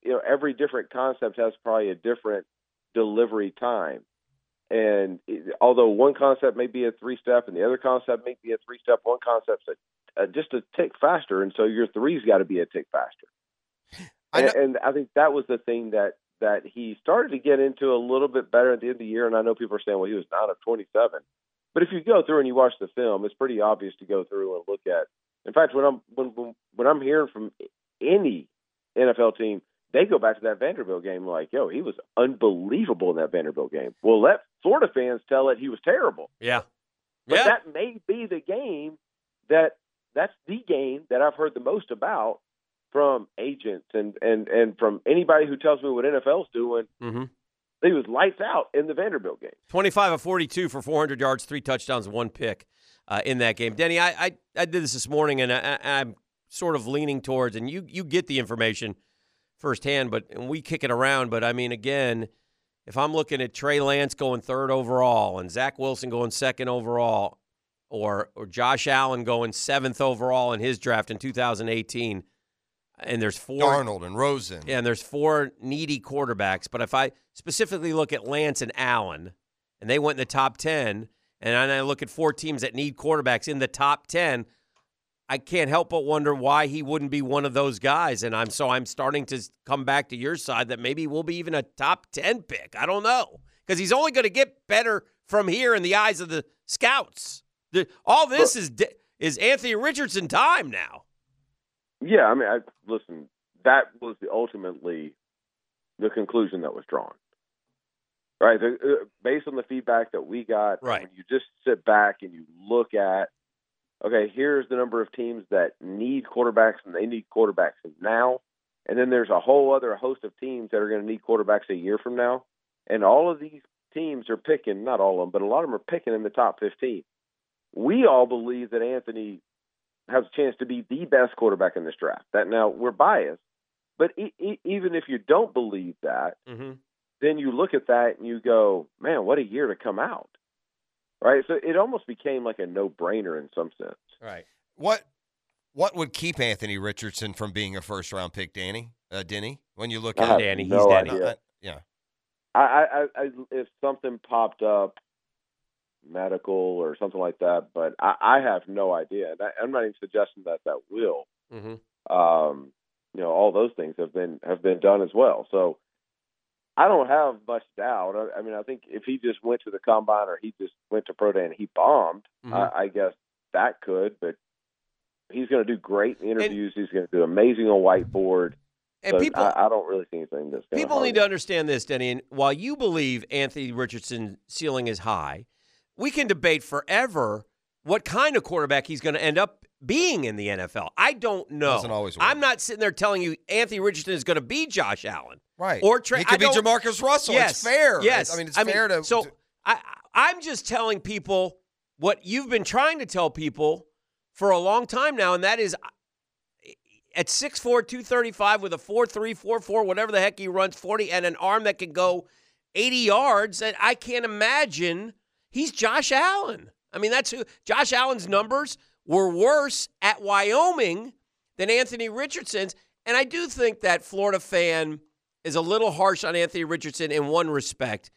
[SPEAKER 11] you know, every different concept has probably a different delivery time. And it- although one concept may be a three step and the other concept may be a three step, one concept's a, a, just a tick faster. And so your three's got to be a tick faster.
[SPEAKER 2] I
[SPEAKER 11] And,
[SPEAKER 2] know-
[SPEAKER 11] and I think that was the thing that, that he started to get into a little bit better at the end of the year. And I know people are saying, well, he was nine of 27. But if you go through and you watch the film, it's pretty obvious to go through and look at in fact, when I'm when when- when I'm hearing from any NFL team, they go back to that Vanderbilt game like, "Yo, he was unbelievable in that Vanderbilt game." Well, let Florida fans tell it he was terrible,
[SPEAKER 9] Yeah.
[SPEAKER 11] but
[SPEAKER 9] yeah.
[SPEAKER 11] that may be the game that that's the game that I've heard the most about from agents and and and from anybody who tells me what NFL's doing.
[SPEAKER 9] <laughs> mm-hmm.
[SPEAKER 11] He was lights out in the Vanderbilt game.
[SPEAKER 9] 25 of 42 for 400 yards, three touchdowns, one pick uh, in that game. Denny, I, I, I did this this morning, and I, I- I'm sort of leaning towards, and you, you get the information firsthand, but and we kick it around. But I mean, again, if I'm looking at Trey Lance going third overall and Zach Wilson going second overall, or or Josh Allen going seventh overall in his draft in 2018, and there's four
[SPEAKER 2] Darnold and Rosen.
[SPEAKER 9] yeah, and there's four needy quarterbacks. But if I specifically look at Lance and Allen, and they went in the top 10, and I- and I look at four teams that need quarterbacks in the top 10, I can't help but wonder why he wouldn't be one of those guys. And I'm so I'm starting to come back to your side that maybe we'll be even a top 10 pick. I don't know. Because he's only going to get better from here in the eyes of the scouts. The- all this is di- is Anthony Richardson time now.
[SPEAKER 11] Yeah, I mean, I, listen, that was the ultimately the conclusion that was drawn. Right, the, uh, based on the feedback that we got, right. when you just sit back and you look at, okay, here's the number of teams that need quarterbacks and they need quarterbacks now, and then there's a whole other host of teams that are going to need quarterbacks a year from now, and all of these teams are picking, not all of them, but a lot of them are picking in the top 15. We all believe that Anthony has a chance to be the best quarterback in this draft. That now we're biased, but e- e- even if you don't believe that,
[SPEAKER 9] Mm-hmm.
[SPEAKER 11] then you look at that and you go, "Man, what a year to come out!" Right? So it almost became like a no-brainer in some sense.
[SPEAKER 9] Right.
[SPEAKER 2] What what would keep Anthony Richardson from being a first round pick, Danny? Uh, Denny, when you look
[SPEAKER 11] I
[SPEAKER 2] at
[SPEAKER 11] have
[SPEAKER 2] it?
[SPEAKER 11] Danny, he's no Danny. idea.
[SPEAKER 2] Uh, yeah.
[SPEAKER 11] I, I, I, I- if something popped up, medical or something like that, but I, I have no idea. And I, I'm not even suggesting that that will.
[SPEAKER 9] Mm-hmm.
[SPEAKER 11] um, you know, all those things have been have been done as well. So I don't have much doubt. I, I mean, I think if he just went to the combine or he just went to pro day and he bombed,
[SPEAKER 9] Mhm.
[SPEAKER 2] Mm-hmm.
[SPEAKER 11] I, I guess that could. But he's going to do great in interviews. he's going to do amazing on whiteboard.
[SPEAKER 9] And
[SPEAKER 11] so
[SPEAKER 9] people-
[SPEAKER 11] I, I don't really see anything that's going
[SPEAKER 9] People need to understand this, Denny. And while you believe Anthony Richardson's ceiling is high, we can debate forever what kind of quarterback he's going to end up being in the NFL. I don't know.
[SPEAKER 2] Doesn't always
[SPEAKER 9] I'm not sitting there telling you Anthony Richardson is going to be Josh Allen,
[SPEAKER 2] Right.
[SPEAKER 9] Or Trey.
[SPEAKER 2] He could
[SPEAKER 9] I
[SPEAKER 2] be
[SPEAKER 9] don't-
[SPEAKER 2] Jamarcus Russell.
[SPEAKER 9] Yes,
[SPEAKER 2] It's fair.
[SPEAKER 9] Yes.
[SPEAKER 2] I mean, it's fair to-
[SPEAKER 9] So I, I- I'm just telling people what you've been trying to tell people for a long time now, and that is at 6'4, 235 with a 4'3, 4'4, whatever the heck he runs, 40, and an arm that can go 80 yards, that I can't imagine he's Josh Allen. I mean, that's who Josh Allen's numbers were worse at Wyoming than Anthony Richardson's. And I do think that Florida fan is a little harsh on Anthony Richardson in one respect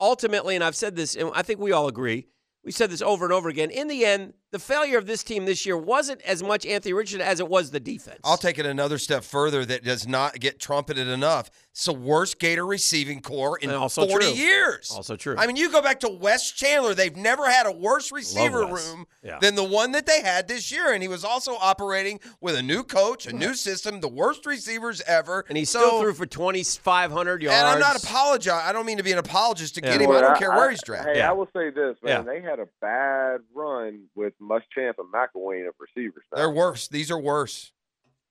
[SPEAKER 9] ultimately, and I've said this, and I think we all agree, we said this over and over again. In the end, the failure of this team this year wasn't as much Anthony Richardson as it was the defense.
[SPEAKER 2] I'll take it another step further that does not get trumpeted enough. It's the worst Gator receiving core in
[SPEAKER 9] And also
[SPEAKER 2] 40
[SPEAKER 9] true.
[SPEAKER 2] years.
[SPEAKER 9] Also true.
[SPEAKER 2] I mean, you go back to Wes Chandler, they've never had a worse receiver
[SPEAKER 9] Wes.
[SPEAKER 2] room
[SPEAKER 9] Yeah.
[SPEAKER 2] than the one that they had this year. And he was also operating with a new coach, a new system, the worst receivers ever.
[SPEAKER 9] and he
[SPEAKER 2] so,
[SPEAKER 9] still threw for 2,500 yards.
[SPEAKER 2] And I'm not apologi I don't mean to be an apologist to
[SPEAKER 9] Yeah.
[SPEAKER 2] get him. I
[SPEAKER 11] Well,
[SPEAKER 2] don't
[SPEAKER 11] I-
[SPEAKER 2] care
[SPEAKER 11] I-
[SPEAKER 2] where he's drafted.
[SPEAKER 11] Hey, I will say this, man.
[SPEAKER 2] Yeah.
[SPEAKER 11] They had a bad run with Muschamp and McElwain of receivers.
[SPEAKER 2] They're worse. These are worse.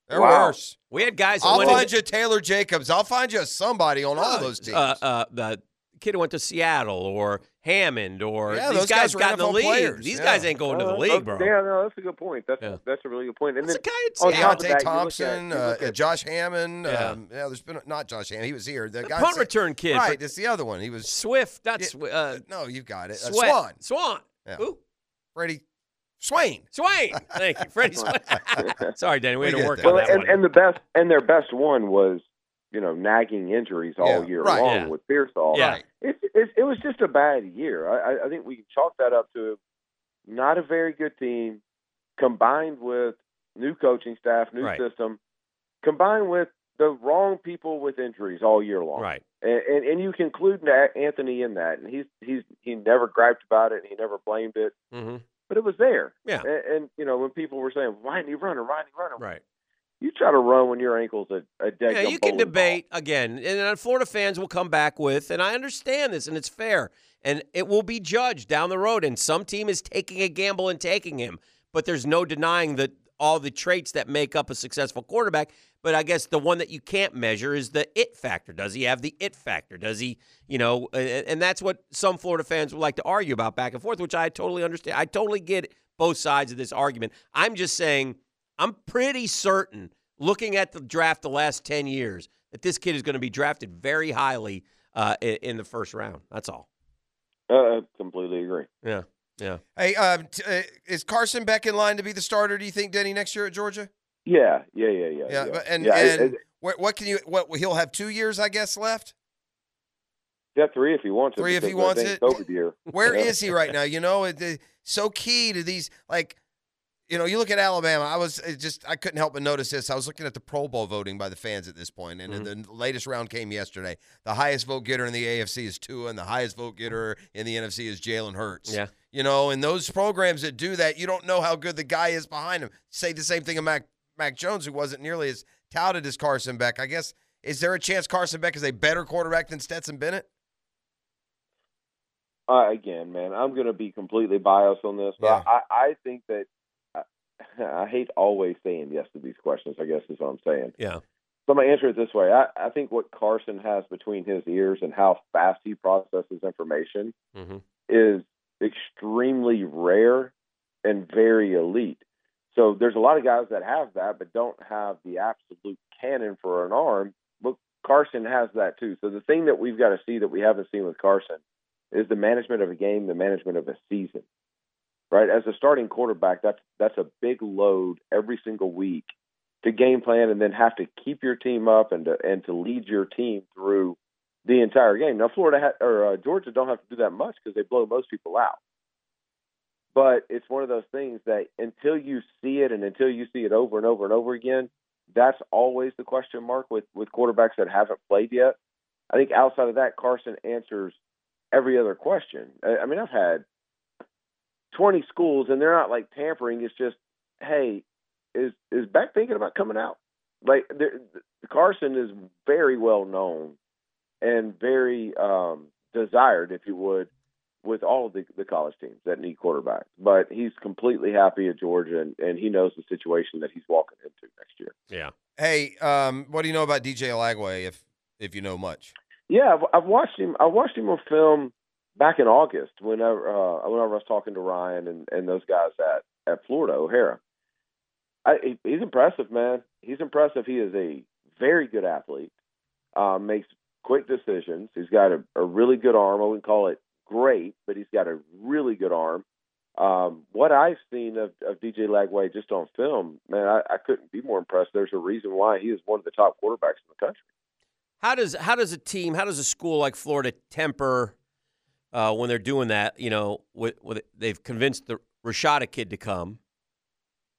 [SPEAKER 2] They're
[SPEAKER 11] Wow.
[SPEAKER 2] worse.
[SPEAKER 9] We had guys who
[SPEAKER 2] I'll
[SPEAKER 9] went
[SPEAKER 2] find
[SPEAKER 9] to-
[SPEAKER 2] you Taylor Jacobs. I'll find you somebody on all those teams.
[SPEAKER 9] Uh, uh, the kid who went to Seattle or Hammond or
[SPEAKER 2] Yeah,
[SPEAKER 9] these
[SPEAKER 2] those guys
[SPEAKER 9] guys,
[SPEAKER 2] were
[SPEAKER 9] got in the
[SPEAKER 2] NFL
[SPEAKER 9] league.
[SPEAKER 2] players.
[SPEAKER 9] These
[SPEAKER 2] Yeah.
[SPEAKER 9] guys ain't going to the
[SPEAKER 11] Uh,
[SPEAKER 9] league, bro.
[SPEAKER 11] Yeah, no, that's a good point. That's that's a really good point. And then
[SPEAKER 2] Oh,
[SPEAKER 11] on top of that,
[SPEAKER 2] Deontay
[SPEAKER 11] you look at-
[SPEAKER 2] Thompson,
[SPEAKER 11] you
[SPEAKER 2] uh,
[SPEAKER 11] look at-
[SPEAKER 2] Josh Hammond.
[SPEAKER 9] Yeah.
[SPEAKER 2] Um, yeah, there's been not Josh Hammond. He was here. The,
[SPEAKER 9] The
[SPEAKER 2] guy
[SPEAKER 9] punt
[SPEAKER 2] said-
[SPEAKER 9] return kid.
[SPEAKER 2] Right,
[SPEAKER 9] for-
[SPEAKER 2] it's the other one. He was
[SPEAKER 9] Swift, not
[SPEAKER 2] Yeah,
[SPEAKER 9] Swi uh,
[SPEAKER 2] no, you've got it. Uh,
[SPEAKER 9] Sweat.
[SPEAKER 2] Swan.
[SPEAKER 9] Swan.
[SPEAKER 2] Yeah.
[SPEAKER 9] Who?
[SPEAKER 2] Brady Swain. <laughs>
[SPEAKER 9] Swain. Thank you, Freddie Swain. Sorry, Danny, we,
[SPEAKER 2] We
[SPEAKER 9] had to
[SPEAKER 2] get
[SPEAKER 9] work
[SPEAKER 2] there.
[SPEAKER 9] on
[SPEAKER 11] Well,
[SPEAKER 9] that
[SPEAKER 11] and,
[SPEAKER 9] one.
[SPEAKER 11] and the best and their best one was you know nagging injuries all
[SPEAKER 2] Yeah,
[SPEAKER 11] year
[SPEAKER 2] right.
[SPEAKER 11] long
[SPEAKER 9] Yeah.
[SPEAKER 11] with Pearsall.
[SPEAKER 9] Yeah. Right.
[SPEAKER 11] It, it, it was just a bad year. I, I- I think we can chalk that up to not a very good team combined with new coaching staff, new
[SPEAKER 9] Right.
[SPEAKER 11] system, combined with the wrong people with injuries all year long.
[SPEAKER 9] right.
[SPEAKER 11] And, and and you can include Na- Anthony in that, and he's he's he never griped about it, and he never blamed it,
[SPEAKER 9] Mm-hmm.
[SPEAKER 11] but it was there.
[SPEAKER 9] Yeah.
[SPEAKER 11] And, and you know when people were saying, "Why didn't he run? Or why didn't he run?" or
[SPEAKER 9] Right.
[SPEAKER 11] you try to run when your ankle's a, a dead.
[SPEAKER 9] Yeah, you can debate again, and uh, Florida fans will come back with, and I understand this, and it's fair, and it will be judged down the road. And some team is taking a gamble and taking him, but there's no denying that all the traits that make up a successful quarterback. But I guess the one that you can't measure is the it factor. Does he have the it factor? Does he, you know, a- a- and that's what some Florida fans would like to argue about back and forth, which I totally understand. I totally get both sides of this argument. I'm just saying. I'm pretty certain, looking at the draft the last 10 years, that this kid is going to be drafted very highly uh, in, in the first round. That's all.
[SPEAKER 11] Uh, completely agree.
[SPEAKER 9] Yeah. Yeah.
[SPEAKER 2] Hey, um, t- uh, is Carson Beck in line to be the starter? Do you think Denny next year at Georgia?
[SPEAKER 11] Yeah, yeah, yeah, Uh, yeah.
[SPEAKER 2] Yeah, but- and
[SPEAKER 11] Yeah, it-
[SPEAKER 2] and
[SPEAKER 11] it-
[SPEAKER 2] what, what can you? What he'll have two years, I guess, left.
[SPEAKER 11] Yeah, three if he wants it.
[SPEAKER 2] Three if he
[SPEAKER 11] because I
[SPEAKER 2] wants
[SPEAKER 11] think
[SPEAKER 2] it.
[SPEAKER 11] COVID year.
[SPEAKER 2] <laughs> Where
[SPEAKER 11] <laughs> Yeah.
[SPEAKER 2] is he right now? You know, it, it- so key to these. Like, you know, you look at Alabama. I was it just I couldn't help but notice this. I was looking at the Pro Bowl voting by the fans at this point, and the latest round came yesterday. The highest vote getter in the AFC is Tua, and the highest vote getter in the NFC is Jalen Hurts.
[SPEAKER 9] Yeah.
[SPEAKER 2] You know, and those programs that do that, you don't know how good the guy is behind him. Say the same thing of Mac Mac Jones, who wasn't nearly as touted as Carson Beck. I guess is there a chance Carson Beck is a better quarterback than Stetson Bennett?
[SPEAKER 11] Uh, again, man, I'm going to be completely biased on this, but
[SPEAKER 2] Yeah.
[SPEAKER 11] I, I think that I, <laughs> I hate always saying yes to these questions. I guess is what I'm saying.
[SPEAKER 9] Yeah.
[SPEAKER 11] So I'm going to answer it this way. I, I think what Carson has between his ears and how fast he processes information
[SPEAKER 9] Mm-hmm.
[SPEAKER 11] is extremely rare and very elite. So there's a lot of guys that have that, but don't have the absolute cannon for an arm. But Carson has that too. So the thing that we've got to see that we haven't seen with Carson is the management of a game, the management of a season. Right? As a starting quarterback, that's that's a big load every single week to game plan and then have to keep your team up and to, and to lead your team through the entire game. Now, Florida ha- or uh, Georgia don't have to do that much because they blow most people out. But it's one of those things that until you see it and until you see it over and over and over again, that's always the question mark with with quarterbacks that haven't played yet. I think outside of that, Carson answers every other question. I, I mean, I've had twenty schools, and they're not like tampering. It's just, hey, is is Beck thinking about coming out? Like there, Carson is very well known and very um, desired, if you would, with all of the, the college teams that need quarterbacks. But he's completely happy at Georgia, and, and he knows the situation that he's walking into next year.
[SPEAKER 9] Yeah.
[SPEAKER 2] Hey, um, what do you know about DJ Lagway? If if you know much,
[SPEAKER 11] Yeah, I've, I've watched him. I watched him on film back in August whenever uh, whenever I was talking to Ryan and, and those guys at at Florida O'Hara. I, he- he's impressive, man. He's impressive. He is a very good athlete. Uh, makes quick decisions. He's got a, a really good arm. I wouldn't call it great, but he's got a really good arm. Um, what I've seen of, of DJ Lagway just on film, man, I, I couldn't be more impressed. There's a reason why he is one of the top quarterbacks in the country.
[SPEAKER 9] How does how does a team, how does a school like Florida temper uh, when they're doing that? You know, with, with, they've convinced the Rashada kid to come,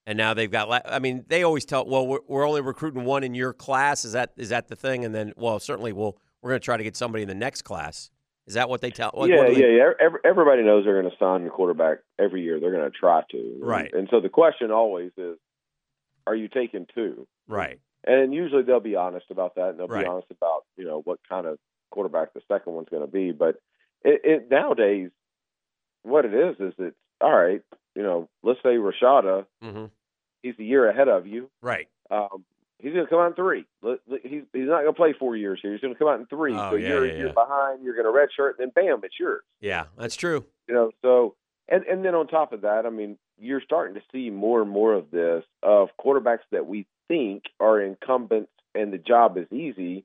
[SPEAKER 9] and now they've got. la- I mean, they always tell, well, we're, we're only recruiting one in your class. Is that is that the thing? And then, well, certainly, we'll we're going to try to get somebody in the next class. Is that what they tell? like,
[SPEAKER 11] yeah,
[SPEAKER 9] what do they-
[SPEAKER 11] yeah, yeah. Every, everybody knows they're going to sign a quarterback every year. They're going to try to.
[SPEAKER 9] Right.
[SPEAKER 11] And so the question always is, are you taking two?
[SPEAKER 9] Right.
[SPEAKER 11] And usually they'll be honest about that, and they'll
[SPEAKER 9] Right.
[SPEAKER 11] be honest about you know what kind of quarterback the second one's going to be. But it, it nowadays, what it is is it's all right. You know, let's say Rashada,
[SPEAKER 9] Mhm.
[SPEAKER 11] he's a year ahead of you.
[SPEAKER 9] Right.
[SPEAKER 11] Um, he's going to come out in three. Let- let- He's he's not going to play four years here. He's going to come out in three.
[SPEAKER 9] Oh,
[SPEAKER 11] so
[SPEAKER 9] yeah,
[SPEAKER 11] you're
[SPEAKER 9] yeah,
[SPEAKER 11] you're
[SPEAKER 9] yeah.
[SPEAKER 11] behind. You're going to redshirt, and then bam, it's yours
[SPEAKER 9] Yeah, that's true.
[SPEAKER 11] you know so and and then on top of that i mean you're starting to see more and more of this of quarterbacks that we think are incumbents and the job is easy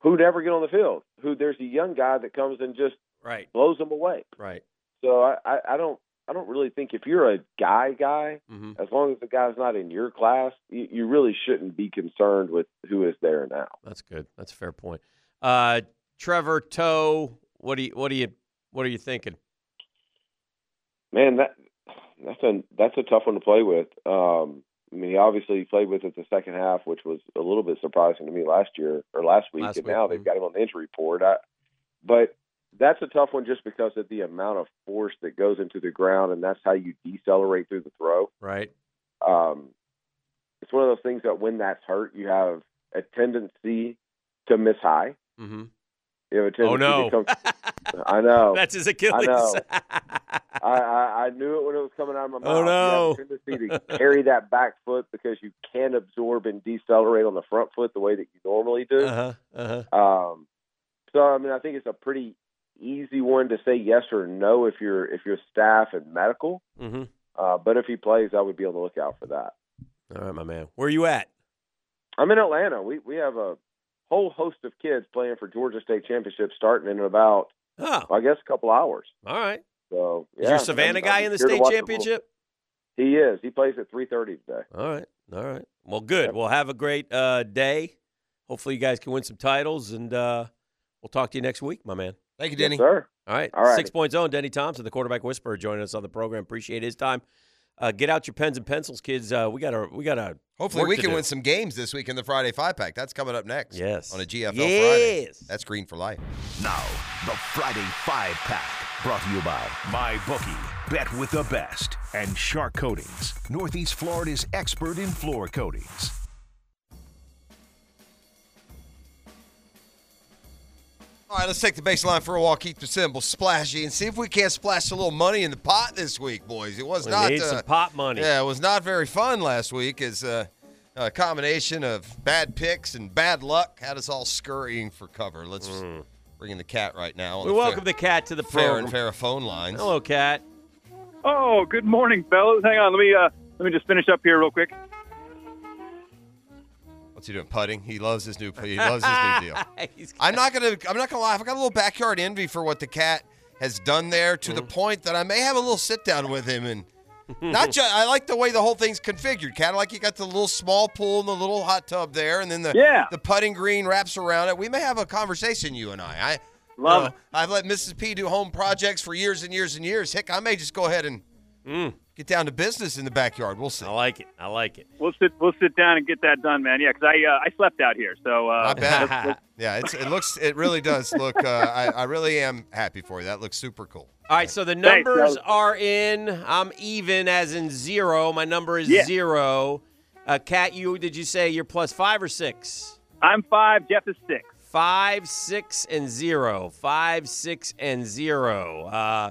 [SPEAKER 11] who never get on the field who there's a young guy that comes and just
[SPEAKER 9] Right.
[SPEAKER 11] blows them away
[SPEAKER 9] Right.
[SPEAKER 11] so i i, I don't i don't really think if you're a guy guy
[SPEAKER 9] hmm
[SPEAKER 11] as long as the guy's not in your class you, you really shouldn't be concerned with who is there now
[SPEAKER 9] That's good. That's a fair point. Uh, Trevor Toe, what do you what do you what are you thinking?
[SPEAKER 11] Man, that that's a that's a tough one to play with. Um, I mean, he obviously played with it the second half, which was a little bit surprising to me last year or last week,
[SPEAKER 9] Last
[SPEAKER 11] and
[SPEAKER 9] week,
[SPEAKER 11] now they've
[SPEAKER 9] mhm.
[SPEAKER 11] got him on the injury report. I, but that's a tough one just because of the amount of force that goes into the ground, and that's how you decelerate through the throw.
[SPEAKER 9] Right.
[SPEAKER 11] Um, it's one of those things that when that's hurt, you have a tendency to miss high.
[SPEAKER 9] Mm-hmm.
[SPEAKER 11] You have a tendency
[SPEAKER 9] Oh
[SPEAKER 11] to
[SPEAKER 9] no.
[SPEAKER 11] come.
[SPEAKER 9] <laughs>
[SPEAKER 11] I know.
[SPEAKER 9] That's his Achilles. <laughs>
[SPEAKER 11] know. I, I, I knew it when it was coming out of my mouth.
[SPEAKER 9] Oh,
[SPEAKER 11] You have a tendency to carry that back foot because you can absorb and decelerate on the front foot the way that you normally do.
[SPEAKER 9] uh-huh. Uh-huh.
[SPEAKER 11] Um, so I mean, I think it's a pretty easy one to say yes or no if you're if you're staff and medical.
[SPEAKER 9] Mm-hmm.
[SPEAKER 11] Uh, but if he plays, I would be on the lookout for that.
[SPEAKER 9] All right, my man. Where are you at?
[SPEAKER 11] I'm in Atlanta. We we have a whole host of kids playing for Georgia State Championship starting in about
[SPEAKER 9] Oh,
[SPEAKER 11] I guess a couple hours.
[SPEAKER 9] all
[SPEAKER 11] So
[SPEAKER 9] Is
[SPEAKER 11] yeah,
[SPEAKER 9] your Savannah
[SPEAKER 11] I'm-
[SPEAKER 9] guy
[SPEAKER 11] I'm
[SPEAKER 9] in the
[SPEAKER 11] here to
[SPEAKER 9] state
[SPEAKER 11] watch little-
[SPEAKER 9] championship?
[SPEAKER 11] He is. He plays at 3:30 today.
[SPEAKER 9] All right. All right. Well, good. Well, have a great uh, day. Hopefully, you guys can win some titles, and uh, We'll talk to you next week, my man.
[SPEAKER 2] Thank you,
[SPEAKER 11] Yes, Denny. sir.
[SPEAKER 9] All right.
[SPEAKER 11] All righty.
[SPEAKER 9] Six Point Zone, Denny Thompson, the quarterback whisperer, joining us on the program. Appreciate his time. Uh, get out your pens and pencils, kids. Uh, we got to, we got to.
[SPEAKER 2] Hopefully, we can win some games this week in the Friday Five Pack. That's coming up next.
[SPEAKER 9] Yes.
[SPEAKER 2] On a GFL Friday.
[SPEAKER 9] Yes.
[SPEAKER 2] That's green for life.
[SPEAKER 7] Now, the Friday Five Pack, brought to you by MyBookie. Bet with the best and Shark Coatings, Northeast Florida's expert in floor coatings.
[SPEAKER 2] All right, let's take the baseline for a walk. Keep the symbol splashy and see if we can't splash a little money in the pot this week, boys. It was
[SPEAKER 9] We
[SPEAKER 2] not uh,
[SPEAKER 9] need some pot money.
[SPEAKER 2] Yeah, it was not very fun last week. As a, a combination of bad picks and bad luck had us all scurrying for cover. Let's bring in the cat right now.
[SPEAKER 9] Mm.
[SPEAKER 2] on
[SPEAKER 9] We
[SPEAKER 2] the
[SPEAKER 9] welcome
[SPEAKER 2] fair,
[SPEAKER 9] the cat to the
[SPEAKER 2] fair
[SPEAKER 9] program.
[SPEAKER 2] and fair phone lines.
[SPEAKER 9] Hello, cat.
[SPEAKER 12] Oh, good morning, fellas. Hang on, let me uh, let me just finish up here real quick.
[SPEAKER 2] What's he doing? Putting. He loves his new. He loves his new deal.
[SPEAKER 9] <laughs> He's-
[SPEAKER 2] I'm not gonna. I'm not gonna lie. I've got a little backyard envy for what the cat has done there, to the
[SPEAKER 9] Mm-hmm.
[SPEAKER 2] point that I may have a little sit down with him and not just. I like the way the whole thing's configured. Cat, I like you got the little small pool and the little hot tub there, and then the
[SPEAKER 12] Yeah.
[SPEAKER 2] the putting green wraps around it. We may have a conversation, you and I. I
[SPEAKER 12] Love
[SPEAKER 2] you
[SPEAKER 12] it.
[SPEAKER 2] I've let Mrs. P do home projects for years and years and years. Heck, I may just go ahead and get down to business in the backyard. We'll see. I
[SPEAKER 9] like it. Mm. I like it.
[SPEAKER 12] We'll sit we'll sit down and get that done, man. Yeah, 'cause I uh, I slept out here, so uh,
[SPEAKER 2] I
[SPEAKER 9] <laughs>
[SPEAKER 2] bet.
[SPEAKER 12] let's- let's-
[SPEAKER 2] yeah, it's, it looks. It really does look. Uh, I, I really am happy for you. That looks super cool.
[SPEAKER 9] All right, so the
[SPEAKER 2] Thanks,
[SPEAKER 9] numbers
[SPEAKER 2] Alex.
[SPEAKER 9] are in. I'm even, as in zero. My number is
[SPEAKER 12] Yeah.
[SPEAKER 9] zero. Uh, Cat, you did you say you're plus five or six?
[SPEAKER 12] I'm five. Jeff is six.
[SPEAKER 9] Five, six, and zero. Five, six, and zero. Uh,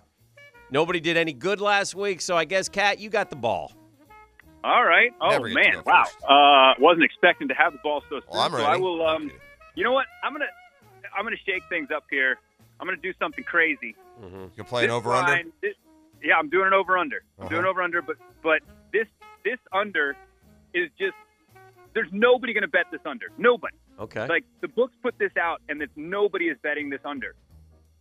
[SPEAKER 9] nobody did any good last week, so I guess Cat, you got the ball.
[SPEAKER 12] <laughs> All right. Oh
[SPEAKER 9] Never get to
[SPEAKER 12] man,
[SPEAKER 9] go
[SPEAKER 12] wow. Uh, wasn't expecting to have the ball so soon.
[SPEAKER 9] Well, I'm
[SPEAKER 12] so
[SPEAKER 9] ready.
[SPEAKER 12] I will. Um, you know what? I'm gonna I'm gonna shake things up here. I'm gonna do something crazy.
[SPEAKER 9] Mm-hmm.
[SPEAKER 2] You're playing
[SPEAKER 12] This
[SPEAKER 2] over under.
[SPEAKER 12] line- this- yeah, I'm doing an over under. I'm
[SPEAKER 2] Uh-huh.
[SPEAKER 12] doing over under, but but this this under is just there's nobody going to bet this under. Nobody.
[SPEAKER 9] Okay.
[SPEAKER 12] Like the books put this out, and it's nobody is betting this under.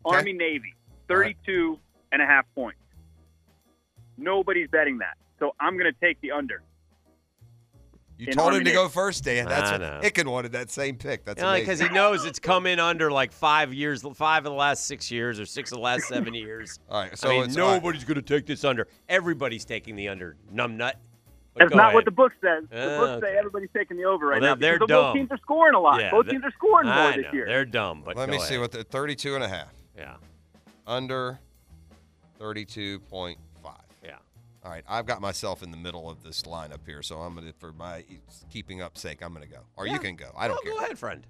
[SPEAKER 2] Okay.
[SPEAKER 12] Army Navy, 32 and a half points. Nobody's betting that. So I'm going to take the under.
[SPEAKER 2] You
[SPEAKER 12] in
[SPEAKER 2] told
[SPEAKER 12] Army
[SPEAKER 2] him to
[SPEAKER 12] Navy.
[SPEAKER 2] go first, Dan. That's
[SPEAKER 9] I
[SPEAKER 2] what,
[SPEAKER 9] know.
[SPEAKER 2] Hicken wanted that same pick. That's amazing.
[SPEAKER 9] because he knows it's come in under like five years, five of the last six years, or six of the last seven years.
[SPEAKER 2] <laughs> All right,
[SPEAKER 9] I
[SPEAKER 2] so
[SPEAKER 9] mean,
[SPEAKER 2] it's- all right.
[SPEAKER 9] nobody's going to take this under. Everybody's taking the under. Numbnut. But
[SPEAKER 12] That's
[SPEAKER 9] go
[SPEAKER 12] not
[SPEAKER 9] ahead.
[SPEAKER 12] what the book says. The
[SPEAKER 9] Ah,
[SPEAKER 12] books say
[SPEAKER 9] okay.
[SPEAKER 12] everybody's taking the over right
[SPEAKER 9] Well,
[SPEAKER 12] now.
[SPEAKER 9] they're-
[SPEAKER 12] because
[SPEAKER 9] they're
[SPEAKER 12] Both
[SPEAKER 9] dumb.
[SPEAKER 12] teams are scoring a lot.
[SPEAKER 9] Yeah,
[SPEAKER 12] both
[SPEAKER 9] they-
[SPEAKER 12] teams are scoring more
[SPEAKER 9] I
[SPEAKER 12] this
[SPEAKER 9] know,
[SPEAKER 12] year.
[SPEAKER 9] They're dumb, but
[SPEAKER 2] Let me
[SPEAKER 9] go
[SPEAKER 2] see
[SPEAKER 9] ahead.
[SPEAKER 2] what the 32 and a half.
[SPEAKER 9] Yeah.
[SPEAKER 2] Under 32.5.
[SPEAKER 9] Yeah.
[SPEAKER 2] All right, I've got myself in the middle of this lineup here, so I'm gonna for my keeping up sake, I'm gonna go, or you can go. I don't
[SPEAKER 9] No,
[SPEAKER 2] care.
[SPEAKER 9] Go ahead, friend.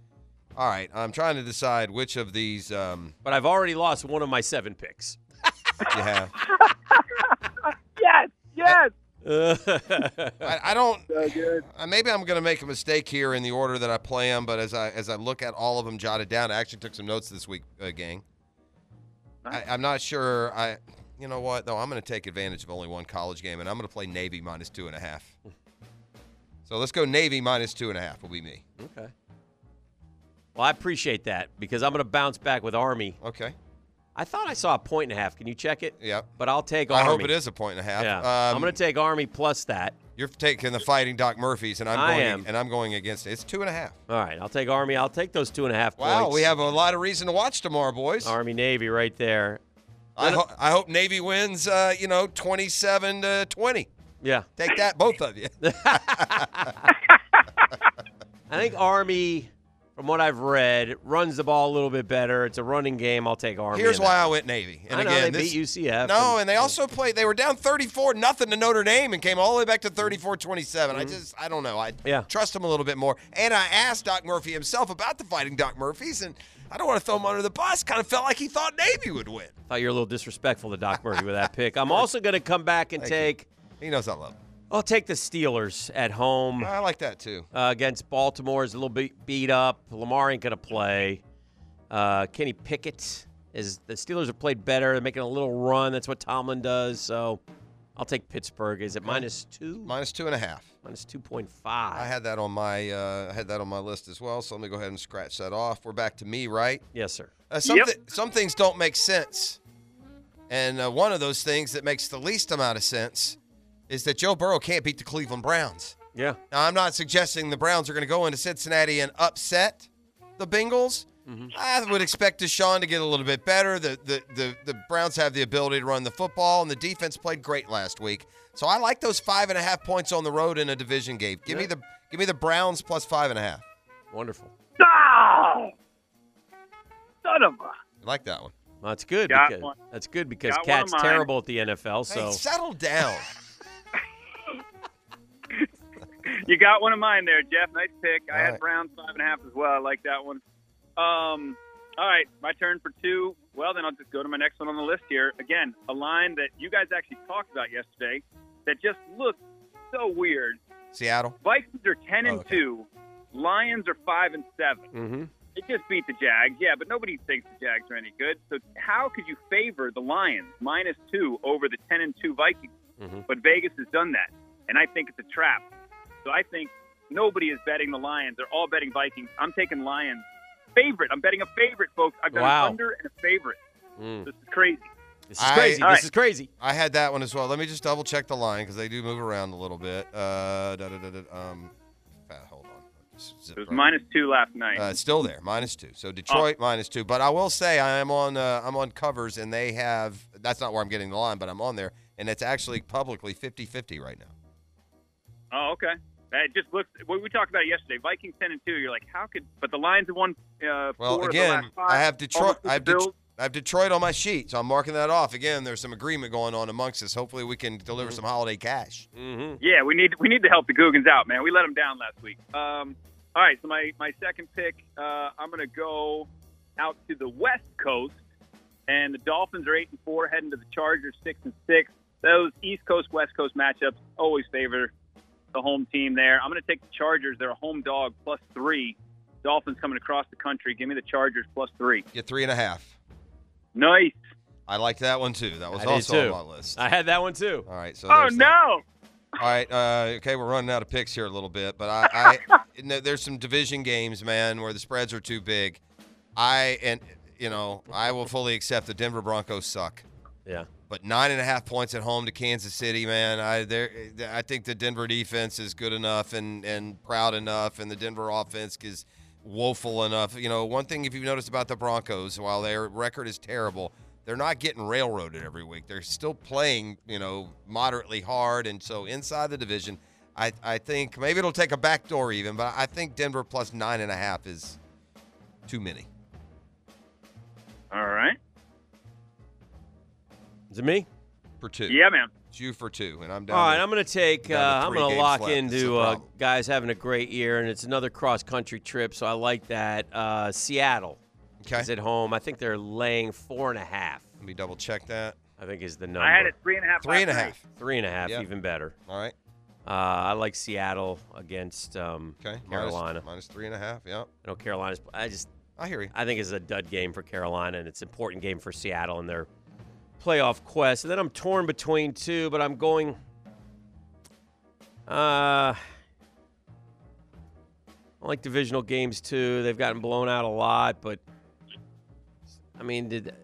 [SPEAKER 2] All right, I'm trying to decide which of these um,
[SPEAKER 9] But I've already lost one of my seven picks.
[SPEAKER 2] <laughs> you have.
[SPEAKER 12] Uh, Yes, yes.
[SPEAKER 2] <laughs> I, I don't. Uh, maybe I'm going to make a mistake here in the order that I play them, but as I as I look at all of them jotted down, I actually took some notes this week, uh, gang. I, I'm not sure. I, you know what? No, I'm going to take advantage of only one college game, and I'm going to play Navy minus two and a half. So let's go Navy minus two and a half. Will be me.
[SPEAKER 9] Okay. Well, I appreciate that because I'm going to bounce back with Army.
[SPEAKER 2] Okay.
[SPEAKER 9] I thought I saw a point and a half. Can you check it?
[SPEAKER 2] Yep.
[SPEAKER 9] But I'll take
[SPEAKER 2] I
[SPEAKER 9] Army.
[SPEAKER 2] hope it is a point and a half.
[SPEAKER 9] Yeah.
[SPEAKER 2] Um,
[SPEAKER 9] I'm going to take Army plus that.
[SPEAKER 2] You're taking the fighting Doc Murphys, and I'm
[SPEAKER 9] I
[SPEAKER 2] going
[SPEAKER 9] am.
[SPEAKER 2] and I'm going against it. It's two and a half.
[SPEAKER 9] All right. I'll take Army. I'll take those two and a half
[SPEAKER 2] Wow,
[SPEAKER 9] points.
[SPEAKER 2] we have a lot of reason to watch tomorrow, boys.
[SPEAKER 9] Army Navy right there.
[SPEAKER 2] I, ho- I hope Navy wins. Uh, you know, 27 to 20.
[SPEAKER 9] Yeah.
[SPEAKER 2] Take that, both
[SPEAKER 9] <laughs>
[SPEAKER 2] of you.
[SPEAKER 9] I think Army, from what I've read, runs the ball a little bit better. It's a running game. I'll take Army.
[SPEAKER 2] Here's
[SPEAKER 9] in that.
[SPEAKER 2] why I went Navy. And
[SPEAKER 9] I know,
[SPEAKER 2] again,
[SPEAKER 9] they
[SPEAKER 2] this-
[SPEAKER 9] beat UCF.
[SPEAKER 2] No, and they also played. They were down 34 nothing to Notre Dame and came all the way back to 34-27. I just, I don't know. I
[SPEAKER 9] Mm-hmm. Yeah.
[SPEAKER 2] trust them a little bit more. And I asked Doc Murphy himself about the fighting Doc Murphys, and I don't want to throw him under the bus. Kind of felt like he thought Navy would win.
[SPEAKER 9] Thought you were a little disrespectful to Doc Murphy with that pick.
[SPEAKER 2] <laughs>
[SPEAKER 9] I'm also going to come back and
[SPEAKER 2] Thank
[SPEAKER 9] take.
[SPEAKER 2] He knows I love him. Ah.
[SPEAKER 9] I'll take the Steelers at home
[SPEAKER 2] I like that too.
[SPEAKER 9] uh, against Baltimore. Is a little bit beat up. Lamar ain't going to play. Uh, Kenny Pickett is. The Steelers have played better. They're making a little run. That's what Tomlin does. So I'll take Pittsburgh. Is it minus two?
[SPEAKER 2] Minus two and a half.
[SPEAKER 9] Minus two point five.
[SPEAKER 2] I had that on my uh, I had that on my list as well. So let me go ahead and scratch that off. We're back to me, right?
[SPEAKER 9] Yes, sir.
[SPEAKER 2] Uh, some,
[SPEAKER 9] Yep.
[SPEAKER 2] thi- some things don't make sense. And uh, one of those things that makes the least amount of sense is that Joe Burrow can't beat the Cleveland Browns.
[SPEAKER 9] Yeah.
[SPEAKER 2] Now, I'm not suggesting the Browns are going to go into Cincinnati and upset the Bengals,
[SPEAKER 9] Mm-hmm.
[SPEAKER 2] I would expect Deshaun to get a little bit better. The, the the the Browns have the ability to run the football, and the defense played great last week. So I like those five and a half points on the road in a division game. Give me the give me the Browns plus five and a half.
[SPEAKER 9] Wonderful.
[SPEAKER 12] Ah! Son of a.
[SPEAKER 2] I like that one.
[SPEAKER 9] Well, that's good.
[SPEAKER 12] Got
[SPEAKER 9] because,
[SPEAKER 12] one.
[SPEAKER 9] That's good because
[SPEAKER 12] Got one of
[SPEAKER 9] Cat's
[SPEAKER 12] mine.
[SPEAKER 9] terrible at the NFL. So
[SPEAKER 2] Hey, settle down.
[SPEAKER 12] you got one of mine there, Jeff. Nice pick. I
[SPEAKER 2] All
[SPEAKER 12] had
[SPEAKER 2] right.
[SPEAKER 12] Browns five and a half as well. I like that one. Um, all right, my turn for two. Well, then I'll just go to my next one on the list here. Again, a line that you guys actually talked about yesterday that just looked so weird.
[SPEAKER 2] Seattle.
[SPEAKER 12] Vikings are ten and
[SPEAKER 2] Oh, okay.
[SPEAKER 12] two. Lions are five and seven.
[SPEAKER 9] Mm-hmm.
[SPEAKER 12] They just beat the Jags, yeah, but nobody thinks the Jags are any good. So how could you favor the Lions minus two over the ten and two Vikings?
[SPEAKER 9] Mhm.
[SPEAKER 12] But Vegas has done that, and I think it's a trap. So I think nobody is betting the Lions. They're all betting Vikings. I'm taking Lions favorite. I'm betting a favorite, folks. I've got
[SPEAKER 2] Wow.
[SPEAKER 12] an under and a favorite.
[SPEAKER 9] Mm.
[SPEAKER 12] This is crazy.
[SPEAKER 9] This is crazy.
[SPEAKER 12] All
[SPEAKER 9] this
[SPEAKER 12] right.
[SPEAKER 9] is crazy.
[SPEAKER 2] I had that one as well. Let me just double check the line because they do move around a little bit. Uh, da, da, da, da, um, uh, hold on. Just zip
[SPEAKER 12] It was
[SPEAKER 2] right-
[SPEAKER 12] minus two last night. Oh.
[SPEAKER 2] Uh, it's still there, minus two. So
[SPEAKER 9] Uh,
[SPEAKER 2] Detroit minus two. But I will say I am on uh, I'm on covers and they have that's not where I'm getting the line, but I'm on there and it's actually publicly 50-50 right now.
[SPEAKER 12] Oh, okay. That just looks. What we talked about yesterday, Vikings ten and two. You're like, how could? But the Lions have won. Uh,
[SPEAKER 2] Well,
[SPEAKER 12] four of the
[SPEAKER 2] again,
[SPEAKER 12] last five,
[SPEAKER 2] I have Detroit.
[SPEAKER 12] almost with
[SPEAKER 2] I have,
[SPEAKER 12] the
[SPEAKER 2] Det-
[SPEAKER 12] Bills.
[SPEAKER 2] I have Detroit on my sheet, so I'm marking that off. Again, there's some agreement going on amongst us. Hopefully, we can deliver some holiday cash.
[SPEAKER 9] Mm-hmm.
[SPEAKER 12] Yeah, we need we need to help the Googans out, man. We let them down last week. Um, all right, so my my second pick, uh, I'm going to go out to the West Coast, and the Dolphins are eight and four, heading to the Chargers six and six. Those East Coast West Coast matchups always favor the home team there. I'm going to take the Chargers. They're a home dog plus three. Dolphins coming across the country. Give me the Chargers plus three.
[SPEAKER 2] Get three and a half.
[SPEAKER 12] Nice.
[SPEAKER 2] I like that one too. That was
[SPEAKER 9] I did
[SPEAKER 2] also on
[SPEAKER 9] too.
[SPEAKER 2] my list.
[SPEAKER 9] I had that one too.
[SPEAKER 2] All right, so
[SPEAKER 12] Oh
[SPEAKER 2] there's that.
[SPEAKER 12] no.
[SPEAKER 2] All right. Uh, okay, we're running out of picks here a little bit, but I, I no, there's some division games, man, where the spreads are too big. I and you know I will fully accept the Denver Broncos suck,
[SPEAKER 9] Yeah.
[SPEAKER 2] but nine and a half points at home to Kansas City, man. I there I think the Denver defense is good enough and and proud enough, and the Denver offense is woeful enough. You know, one thing if you've noticed about the Broncos, while their record is terrible, they're not getting railroaded every week. They're still playing, you know, moderately hard. And so inside the division, I, I think maybe it'll take a back door even, but I think Denver plus nine and a half is too many.
[SPEAKER 12] All right.
[SPEAKER 9] Is it me?
[SPEAKER 2] For two.
[SPEAKER 12] Yeah, man.
[SPEAKER 2] It's you for two, and I'm
[SPEAKER 9] All
[SPEAKER 2] down.
[SPEAKER 9] right,
[SPEAKER 2] to-
[SPEAKER 9] I'm going to take. Uh,
[SPEAKER 2] down to
[SPEAKER 9] I'm
[SPEAKER 2] three
[SPEAKER 9] going to
[SPEAKER 2] games
[SPEAKER 9] lock
[SPEAKER 2] left. That's the
[SPEAKER 9] into uh,
[SPEAKER 2] problem.
[SPEAKER 9] guys having a great year, and it's another cross country trip, so I like that. Uh, Seattle
[SPEAKER 2] Okay.
[SPEAKER 9] is at home. I think they're laying four and a half.
[SPEAKER 2] Let me double check that.
[SPEAKER 9] I think is the number.
[SPEAKER 12] I had it three and a half.
[SPEAKER 2] Three and a
[SPEAKER 12] last night.
[SPEAKER 2] half.
[SPEAKER 9] Three and a half,
[SPEAKER 2] Yeah.
[SPEAKER 9] even better.
[SPEAKER 2] All right.
[SPEAKER 9] Uh, I like Seattle against um,
[SPEAKER 2] Okay. Minus-
[SPEAKER 9] Carolina.
[SPEAKER 2] minus three and a half. Yeah.
[SPEAKER 9] I know Carolina's. I just
[SPEAKER 2] I hear you.
[SPEAKER 9] I think it's a dud game for Carolina, and it's an important game for Seattle in their playoff quest. And then I'm torn between two, but I'm going. Uh, I like divisional games too. They've gotten blown out a lot, but I mean, did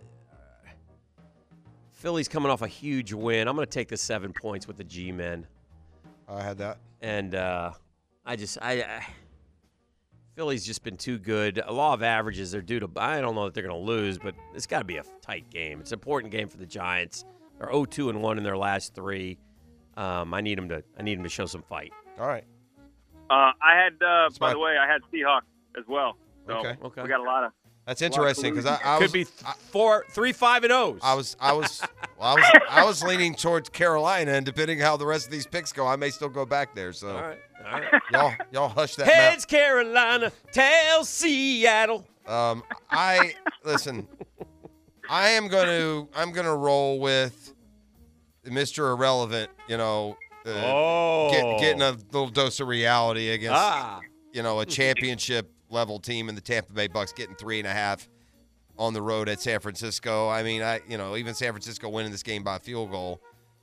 [SPEAKER 9] Philly's coming off a huge win? I'm going to take the seven points with the G-men,
[SPEAKER 2] I had that.
[SPEAKER 9] and uh, I just I. I Philly's just been too good. A law of averages, they're due to. I don't know that they're going to lose, but it's got to be a tight game. It's an important game for the Giants. They're 0-2 and one in their last three. Um, I need them to. I need them to show some fight.
[SPEAKER 2] All right.
[SPEAKER 12] Uh, I had, uh, by
[SPEAKER 2] my-
[SPEAKER 12] the way, I had Seahawks as well. So
[SPEAKER 2] Okay.
[SPEAKER 9] Okay.
[SPEAKER 12] we got a lot of.
[SPEAKER 2] That's interesting because I, I
[SPEAKER 9] Could
[SPEAKER 2] was
[SPEAKER 9] be th- four, three, five, and O's.
[SPEAKER 2] I was
[SPEAKER 9] <laughs>
[SPEAKER 2] I was well, I was I was leaning towards Carolina, and depending how the rest of these picks go, I may still go back there. So
[SPEAKER 9] All right. All right.
[SPEAKER 2] Oh. <laughs> y'all y'all hush that. mouth.
[SPEAKER 9] Heads Carolina, tails Seattle.
[SPEAKER 2] Um, I listen. I am going to I'm going to roll with Mr. Irrelevant. You know, uh,
[SPEAKER 9] Oh.
[SPEAKER 2] get, getting a little dose of reality against
[SPEAKER 9] Ah.
[SPEAKER 2] you know a championship level team in the Tampa Bay Bucks, getting three and a half on the road at San Francisco. I mean, I you know even San Francisco winning this game by a field goal.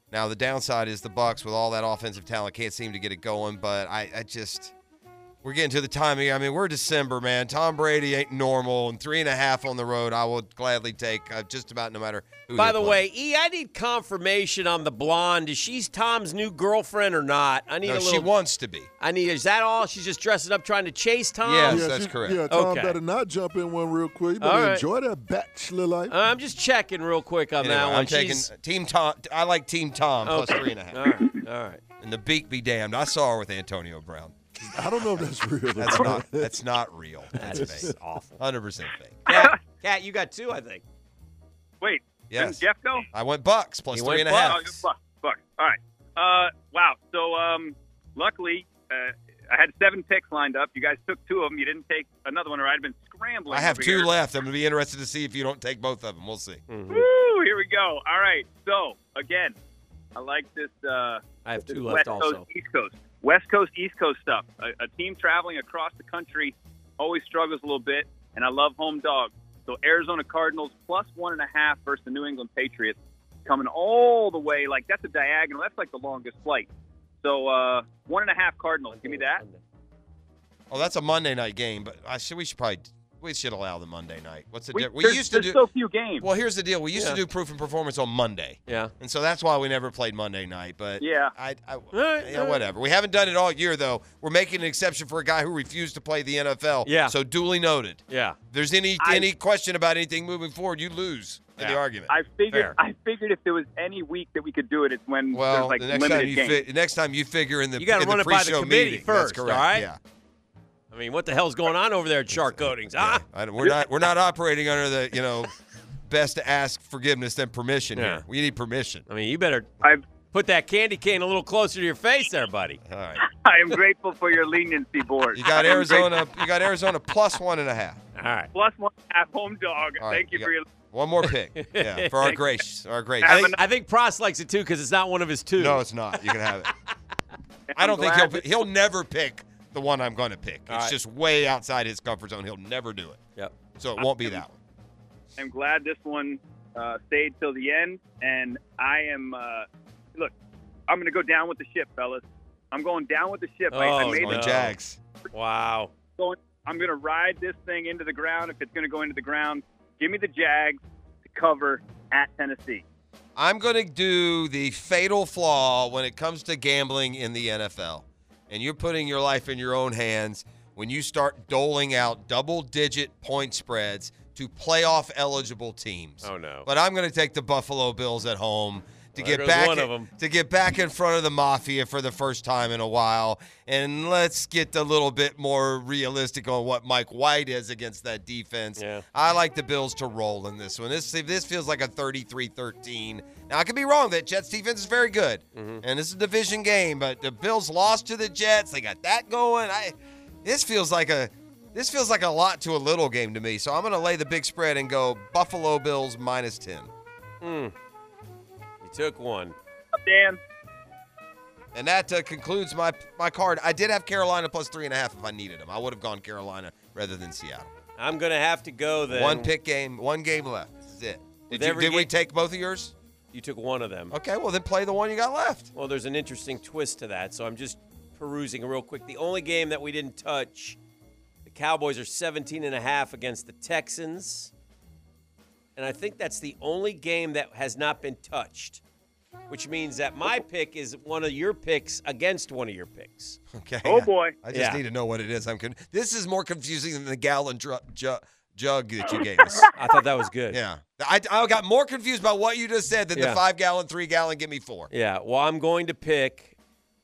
[SPEAKER 2] Now the downside is the Bucks with all that offensive talent can't seem to get it going. But I, I just We're getting to the time. here. I mean, we're December, man. Tom Brady ain't normal, and three and a half on the road, I would gladly take uh, just about no matter who.
[SPEAKER 9] By
[SPEAKER 2] they're
[SPEAKER 9] the
[SPEAKER 2] playing.
[SPEAKER 9] way, E, I need confirmation on the blonde. Is she Tom's new girlfriend or not? I need
[SPEAKER 2] No,
[SPEAKER 9] a little.
[SPEAKER 2] she wants to be.
[SPEAKER 9] I need. Is that all? She's just dressing up, trying to chase Tom.
[SPEAKER 3] Yeah, you- Yeah, Tom better not jump in one real quick. You better
[SPEAKER 9] All right.
[SPEAKER 3] enjoy that bachelor life.
[SPEAKER 9] Uh, I'm just checking real quick on
[SPEAKER 2] Anyway,
[SPEAKER 9] that
[SPEAKER 2] I'm
[SPEAKER 9] one.
[SPEAKER 2] taking
[SPEAKER 9] She's-
[SPEAKER 2] Team Tom. I like Team Tom Um, plus
[SPEAKER 9] Okay.
[SPEAKER 2] three and a half.
[SPEAKER 9] All right, all right.
[SPEAKER 2] And the beak be damned. I saw her with Antonio Brown.
[SPEAKER 7] <laughs>
[SPEAKER 3] I don't know if that's real.
[SPEAKER 2] That's not. That's not real. That's
[SPEAKER 9] That is
[SPEAKER 2] fake. awful. Hundred percent fake.
[SPEAKER 9] Cat, you got two, I think.
[SPEAKER 12] Wait,
[SPEAKER 2] Yes.
[SPEAKER 12] Jeff go?
[SPEAKER 2] I went Bucks plus
[SPEAKER 9] He
[SPEAKER 2] three
[SPEAKER 9] went
[SPEAKER 2] and a half.
[SPEAKER 12] Oh, you're fucked, fucked. All right. Uh, wow. So, um, luckily, uh, I had seven picks lined up. You guys took two of them. You didn't take another one, or I'd have been scrambling.
[SPEAKER 2] I have
[SPEAKER 12] over
[SPEAKER 2] two
[SPEAKER 12] here.
[SPEAKER 2] left. I'm gonna be interested to see if you don't take both of them. We'll see.
[SPEAKER 9] Mm-hmm.
[SPEAKER 12] Woo! Here we go. All right. So, again, I like this. Uh,
[SPEAKER 9] I have
[SPEAKER 12] this
[SPEAKER 9] two
[SPEAKER 12] West
[SPEAKER 9] left also.
[SPEAKER 12] Coast, East Coast. West Coast, East Coast stuff. A, a team traveling across the country always struggles a little bit, and I love home dogs. So Arizona Cardinals plus one and a half versus the New England Patriots, coming all the way. Like that's a diagonal. That's like the longest flight. So uh, one and a half Cardinals. Give me that.
[SPEAKER 2] Oh, that's a Monday night game, but I should we should probably we should allow the Monday night. What's the
[SPEAKER 12] We-
[SPEAKER 2] difference? We
[SPEAKER 12] there's-
[SPEAKER 2] used to do
[SPEAKER 12] there's so few games.
[SPEAKER 2] Well, here's the deal. We used to
[SPEAKER 12] Yeah.
[SPEAKER 2] do proof and performance on Monday.
[SPEAKER 9] Yeah.
[SPEAKER 2] And so that's why we never played Monday night, but
[SPEAKER 12] Yeah.
[SPEAKER 2] I, I yeah,
[SPEAKER 12] all right.
[SPEAKER 2] whatever. We haven't done it all year though. We're making an exception for a guy who refused to play the NFL.
[SPEAKER 9] Yeah.
[SPEAKER 2] So duly noted.
[SPEAKER 9] Yeah.
[SPEAKER 2] If there's any
[SPEAKER 12] I-
[SPEAKER 2] any question about anything moving forward, you lose in the argument.
[SPEAKER 12] I figured.
[SPEAKER 2] Fair.
[SPEAKER 12] I figured if there was any week that we could do it, it's when
[SPEAKER 2] well,
[SPEAKER 12] there's like
[SPEAKER 2] the next
[SPEAKER 12] limited
[SPEAKER 2] time you
[SPEAKER 12] games.
[SPEAKER 2] fi- next time you figure in the
[SPEAKER 9] You got to
[SPEAKER 2] in
[SPEAKER 9] run
[SPEAKER 2] the
[SPEAKER 9] it by the
[SPEAKER 2] pre-show
[SPEAKER 9] committee
[SPEAKER 2] meeting.
[SPEAKER 9] first,
[SPEAKER 2] That's correct.
[SPEAKER 9] all right?
[SPEAKER 2] Yeah.
[SPEAKER 9] I mean, what the hell's going on over there at Shark Coatings? Ah,
[SPEAKER 2] I don't- we're not we're not operating under the you know <laughs> best to ask forgiveness than permission
[SPEAKER 9] Yeah.
[SPEAKER 2] here. We need permission.
[SPEAKER 9] I mean, you better
[SPEAKER 12] I've,
[SPEAKER 9] <laughs> put that candy cane a little closer to your face, there, buddy.
[SPEAKER 2] All right.
[SPEAKER 12] <laughs> I am grateful for your leniency, board.
[SPEAKER 2] You got Arizona. You got Arizona plus one and a half.
[SPEAKER 9] All right.
[SPEAKER 12] plus one and a half home dog.
[SPEAKER 2] All right,
[SPEAKER 12] Thank you
[SPEAKER 2] you
[SPEAKER 12] for
[SPEAKER 2] got-
[SPEAKER 12] your.
[SPEAKER 2] One more pick. Yeah, for our grace. Our grace.
[SPEAKER 9] <laughs> I think, I think Pross likes it too because it's not one of his two.
[SPEAKER 2] No, it's not. You
[SPEAKER 9] <laughs>
[SPEAKER 2] can have it. I don't think he'll pi- he'll never pick the one I'm going to pick.
[SPEAKER 9] All
[SPEAKER 2] it's
[SPEAKER 9] right.
[SPEAKER 2] just way outside his comfort zone. He'll never do it.
[SPEAKER 9] Yep.
[SPEAKER 2] So it won't be that one.
[SPEAKER 12] I'm glad this one uh, stayed till the end, and I am. Uh, look, I'm going to go down with the ship, fellas. I'm going down with the ship. I, I
[SPEAKER 9] Oh,
[SPEAKER 12] made
[SPEAKER 9] no.
[SPEAKER 12] the-
[SPEAKER 2] Jags.
[SPEAKER 9] Wow.
[SPEAKER 12] going. I'm going to ride this thing into the ground if it's going to go into the ground. Give me the Jags to cover at Tennessee.
[SPEAKER 2] I'm going to do the fatal flaw when it comes to gambling in the NFL. And you're putting your life in your own hands when you start doling out double digit point spreads to playoff eligible teams.
[SPEAKER 9] Oh, no.
[SPEAKER 2] But I'm going to take the Buffalo Bills at home to
[SPEAKER 9] There
[SPEAKER 2] get
[SPEAKER 9] goes
[SPEAKER 2] back
[SPEAKER 9] one
[SPEAKER 2] in-
[SPEAKER 9] of 'em.
[SPEAKER 2] to get back in front of the mafia for the first time in a while. And let's get a little bit more realistic on what Mike White is against that defense.
[SPEAKER 9] Yeah.
[SPEAKER 2] I like the Bills to roll in this one. This this feels like a 33-13. Now I could be wrong. That Jets defense is very good,
[SPEAKER 9] Mm-hmm.
[SPEAKER 2] and this is a division game. But the Bills lost to the Jets. They got that going. I this feels like a this feels like a lot to a little game to me. So I'm gonna lay the big spread and go Buffalo Bills minus ten.
[SPEAKER 9] Mm. You took one.
[SPEAKER 12] Dan,
[SPEAKER 2] And that uh, concludes my my card. I did have Carolina plus three and a half if I needed them. I would have gone Carolina rather than Seattle.
[SPEAKER 9] I'm gonna have to go then.
[SPEAKER 2] One pick game, one game <laughs> left. This is it.
[SPEAKER 9] With
[SPEAKER 2] Did, you,
[SPEAKER 9] every
[SPEAKER 2] did we
[SPEAKER 9] ga-
[SPEAKER 2] take both of yours?
[SPEAKER 9] You took one of them.
[SPEAKER 2] Okay, well then play the one you got left.
[SPEAKER 9] Well, there's an interesting twist to that, so I'm just perusing real quick. The only game that we didn't touch, the Cowboys are 17 and a half against the Texans. And I think that's the only game that has not been touched, which means that my pick is one of your picks against one of your picks.
[SPEAKER 2] Okay.
[SPEAKER 12] Oh, boy.
[SPEAKER 2] I just
[SPEAKER 9] Yeah.
[SPEAKER 2] need to know what it is. I'm con- This is more confusing than the gallon dr- ju- jug that
[SPEAKER 9] <laughs>
[SPEAKER 2] you gave us.
[SPEAKER 9] I thought that was good.
[SPEAKER 2] yeah. I, I got more confused by what you just said than the
[SPEAKER 9] Yeah.
[SPEAKER 2] five gallon, three gallon. Give me four.
[SPEAKER 9] Yeah. Well, I'm going to pick,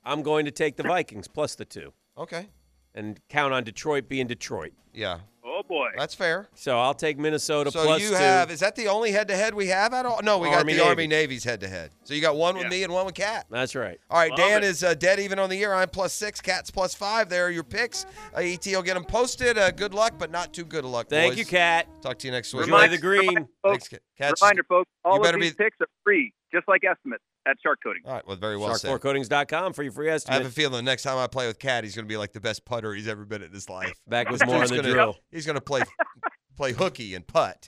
[SPEAKER 9] I'm going to take the Vikings plus the two
[SPEAKER 2] Okay.
[SPEAKER 9] and count on Detroit being Detroit.
[SPEAKER 2] Yeah.
[SPEAKER 12] oh boy,
[SPEAKER 2] That's fair.
[SPEAKER 9] So I'll take Minnesota
[SPEAKER 2] So
[SPEAKER 9] plus
[SPEAKER 2] you
[SPEAKER 9] two.
[SPEAKER 2] have is that the only head to head we have at all? No, we
[SPEAKER 9] Army,
[SPEAKER 2] got the
[SPEAKER 9] Navy.
[SPEAKER 2] Army Navy's head to head. So you got one with
[SPEAKER 12] Yeah.
[SPEAKER 2] me and one with Cat.
[SPEAKER 9] That's right.
[SPEAKER 2] All right,
[SPEAKER 12] Love
[SPEAKER 2] Dan
[SPEAKER 12] it.
[SPEAKER 2] is uh, dead even on the year. I'm plus six, Cat's plus five. There are your picks. Uh, ET will get them posted. Uh, good luck, but not too good a luck.
[SPEAKER 9] Thank
[SPEAKER 2] boys.
[SPEAKER 9] you, Cat.
[SPEAKER 2] Talk to you next week.
[SPEAKER 9] Enjoy the green.
[SPEAKER 2] Thanks,
[SPEAKER 12] folks.
[SPEAKER 2] Cat. Cat's-
[SPEAKER 12] Reminder, folks. All
[SPEAKER 2] better
[SPEAKER 12] of these
[SPEAKER 2] be-
[SPEAKER 12] picks are free, just like estimates at Shark Coating.
[SPEAKER 2] All right, well, very well said.
[SPEAKER 9] Shark4coatings.com for your free
[SPEAKER 2] I have a
[SPEAKER 9] estimate.
[SPEAKER 2] feeling the next time I play with Cat, he's going to be like the best putter he's ever been in his life.
[SPEAKER 9] That goes more on
[SPEAKER 2] He's
[SPEAKER 9] the
[SPEAKER 2] gonna-
[SPEAKER 9] drill.
[SPEAKER 2] He's going to play <laughs> play hooky and putt.